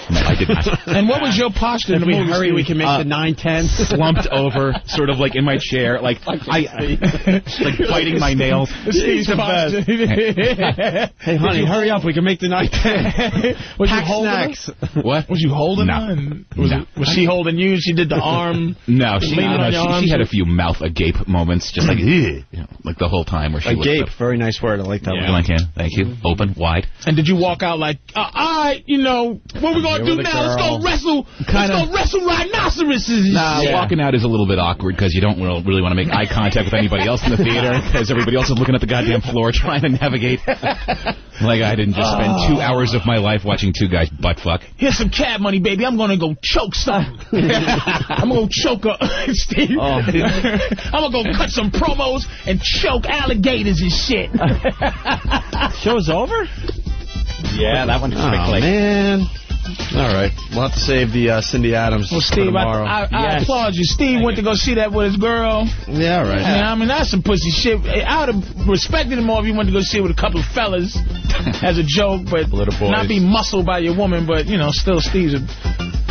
[SPEAKER 31] No, I did not.
[SPEAKER 6] And what was your posture?
[SPEAKER 15] If we hurry, we can make
[SPEAKER 2] Uh,
[SPEAKER 15] the nine ten.
[SPEAKER 31] slumped over, sort of like in my chair, like I, like biting my nails.
[SPEAKER 15] Steve's the best. hey, honey, hurry up. We can make the nine ten.
[SPEAKER 6] Was you
[SPEAKER 15] Pack
[SPEAKER 6] holding her?
[SPEAKER 15] snacks.
[SPEAKER 31] What?
[SPEAKER 6] Was you holding
[SPEAKER 31] No.
[SPEAKER 6] her? And Was,
[SPEAKER 31] No.
[SPEAKER 6] was she holding you? She did the arm.
[SPEAKER 31] No, she,
[SPEAKER 6] leaning on
[SPEAKER 31] no,
[SPEAKER 6] your
[SPEAKER 31] she,
[SPEAKER 6] arms?
[SPEAKER 31] she had a few mouth agape moments, just like "Ugh," you know, like the whole time where she looked
[SPEAKER 15] Agape,
[SPEAKER 31] up.
[SPEAKER 15] very nice word. I like that
[SPEAKER 31] Yeah.
[SPEAKER 15] one.
[SPEAKER 31] Like, yeah, thank you. Open, wide.
[SPEAKER 6] And did you walk out like, uh, all right, you know, what we gonna
[SPEAKER 31] Here
[SPEAKER 6] do
[SPEAKER 31] with the
[SPEAKER 6] now? Let's
[SPEAKER 31] girl.
[SPEAKER 6] go wrestle. Let's
[SPEAKER 31] Kinda-
[SPEAKER 6] go wrestle rhinoceroses. and
[SPEAKER 31] Nah,
[SPEAKER 6] shit.
[SPEAKER 31] walking out is a little bit awkward because you don't real- really want to make eye contact with anybody else in the theater because everybody else is looking at the goddamn floor trying to navigate. like I didn't just spend two hours of my life watching two guys butt fuck.
[SPEAKER 6] Here's some cab money, baby. I'm gonna go choke some. I'm gonna go choke a Steve.
[SPEAKER 15] Oh.
[SPEAKER 6] I'm gonna go cut some promos and choke alligators and shit.
[SPEAKER 15] Show's over.
[SPEAKER 3] Yeah, that one just
[SPEAKER 15] oh,
[SPEAKER 3] quickly.
[SPEAKER 15] man. All right, we'll have to save the uh, Cindy Adams
[SPEAKER 6] Well,
[SPEAKER 15] for
[SPEAKER 6] Steve, I,
[SPEAKER 15] tomorrow.
[SPEAKER 6] I, I applaud you. Steve went to go see that with his girl.
[SPEAKER 15] Yeah, all right.
[SPEAKER 6] Yeah, I mean, that's some pussy shit. I would have respected him more if he went to go see it with a couple of fellas as a joke, but not be muscled by your woman. But you know, still, Steve's a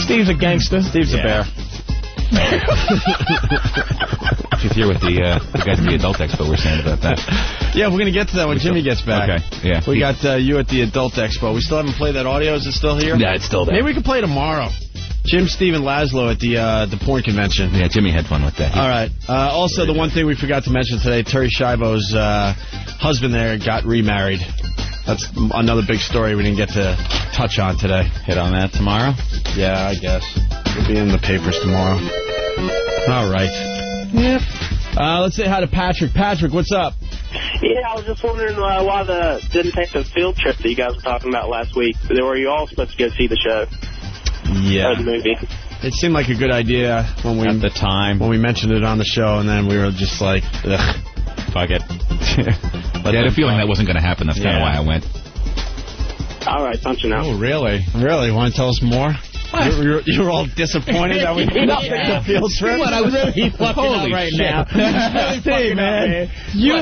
[SPEAKER 6] Steve's a gangster. Steve's
[SPEAKER 15] a bear.
[SPEAKER 31] You should hear what the, uh, the guys at the Adult Expo were saying about that.
[SPEAKER 2] Yeah, we're gonna get to that when Jimmy gets back.
[SPEAKER 31] Okay, yeah.
[SPEAKER 2] We got uh, you at the Adult Expo. We still haven't played that audio. Is it still here?
[SPEAKER 31] Yeah, it's still there.
[SPEAKER 2] Maybe we can play tomorrow. Jim, Steven, Laszlo at the uh, the porn convention.
[SPEAKER 31] Yeah, Jimmy had fun with that.
[SPEAKER 2] All right. Uh, also, the one thing we forgot to mention today, Terry Schiavo's uh, husband there got remarried. That's another big story we didn't get to touch on today.
[SPEAKER 33] Hit on that tomorrow?
[SPEAKER 2] Yeah, I guess. It'll be in the papers tomorrow. All right. Yep. Uh, let's say hi to Patrick. Patrick, what's up?
[SPEAKER 16] Yeah, I was just wondering uh, why the didn't take the field trip that you guys were talking about last week. Were you all supposed to go see the show?
[SPEAKER 2] Yeah.
[SPEAKER 16] Or the movie?
[SPEAKER 2] It seemed like a good idea when we at the time when we mentioned it on the show, and then we were just like, ugh,
[SPEAKER 31] fuck it. I had a feeling that wasn't going to happen. That's kind of
[SPEAKER 2] Yeah.
[SPEAKER 31] why I went.
[SPEAKER 16] All right, punching out.
[SPEAKER 2] Oh, really? Really? Want to tell us more? You're, you're, you're all disappointed that we did not make the field trip.
[SPEAKER 14] What, I was really fucking up
[SPEAKER 2] Holy
[SPEAKER 14] right
[SPEAKER 2] shit.
[SPEAKER 14] now. I was
[SPEAKER 2] hey,
[SPEAKER 14] really fucking up,
[SPEAKER 2] man,
[SPEAKER 14] man.
[SPEAKER 2] you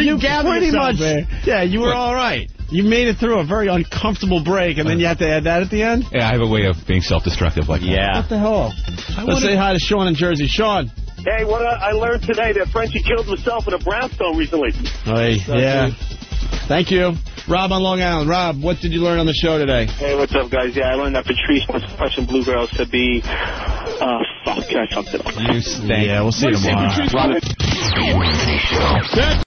[SPEAKER 2] you
[SPEAKER 14] regather
[SPEAKER 2] pretty
[SPEAKER 14] yourself,
[SPEAKER 2] much
[SPEAKER 14] man.
[SPEAKER 2] yeah, you were
[SPEAKER 14] Look.
[SPEAKER 2] all right. You made it through a very uncomfortable break, and then you had to add that at the end.
[SPEAKER 31] Yeah, I have a way of being self-destructive like
[SPEAKER 2] What the hell? Let's say hi to Sean in Jersey. Sean.
[SPEAKER 19] Hey, what I I learned today that Frenchie killed himself in a brownstone recently.
[SPEAKER 2] Hey, yeah. Thank you, Rob on Long Island. Rob, what did you learn on the show today?
[SPEAKER 19] Hey, what's up, guys? Yeah, I learned that Patrice wants Russian blue girls to be. Uh, fuck, I fucked it up.
[SPEAKER 2] You stink. Yeah, we'll see you tomorrow.
[SPEAKER 19] Robin-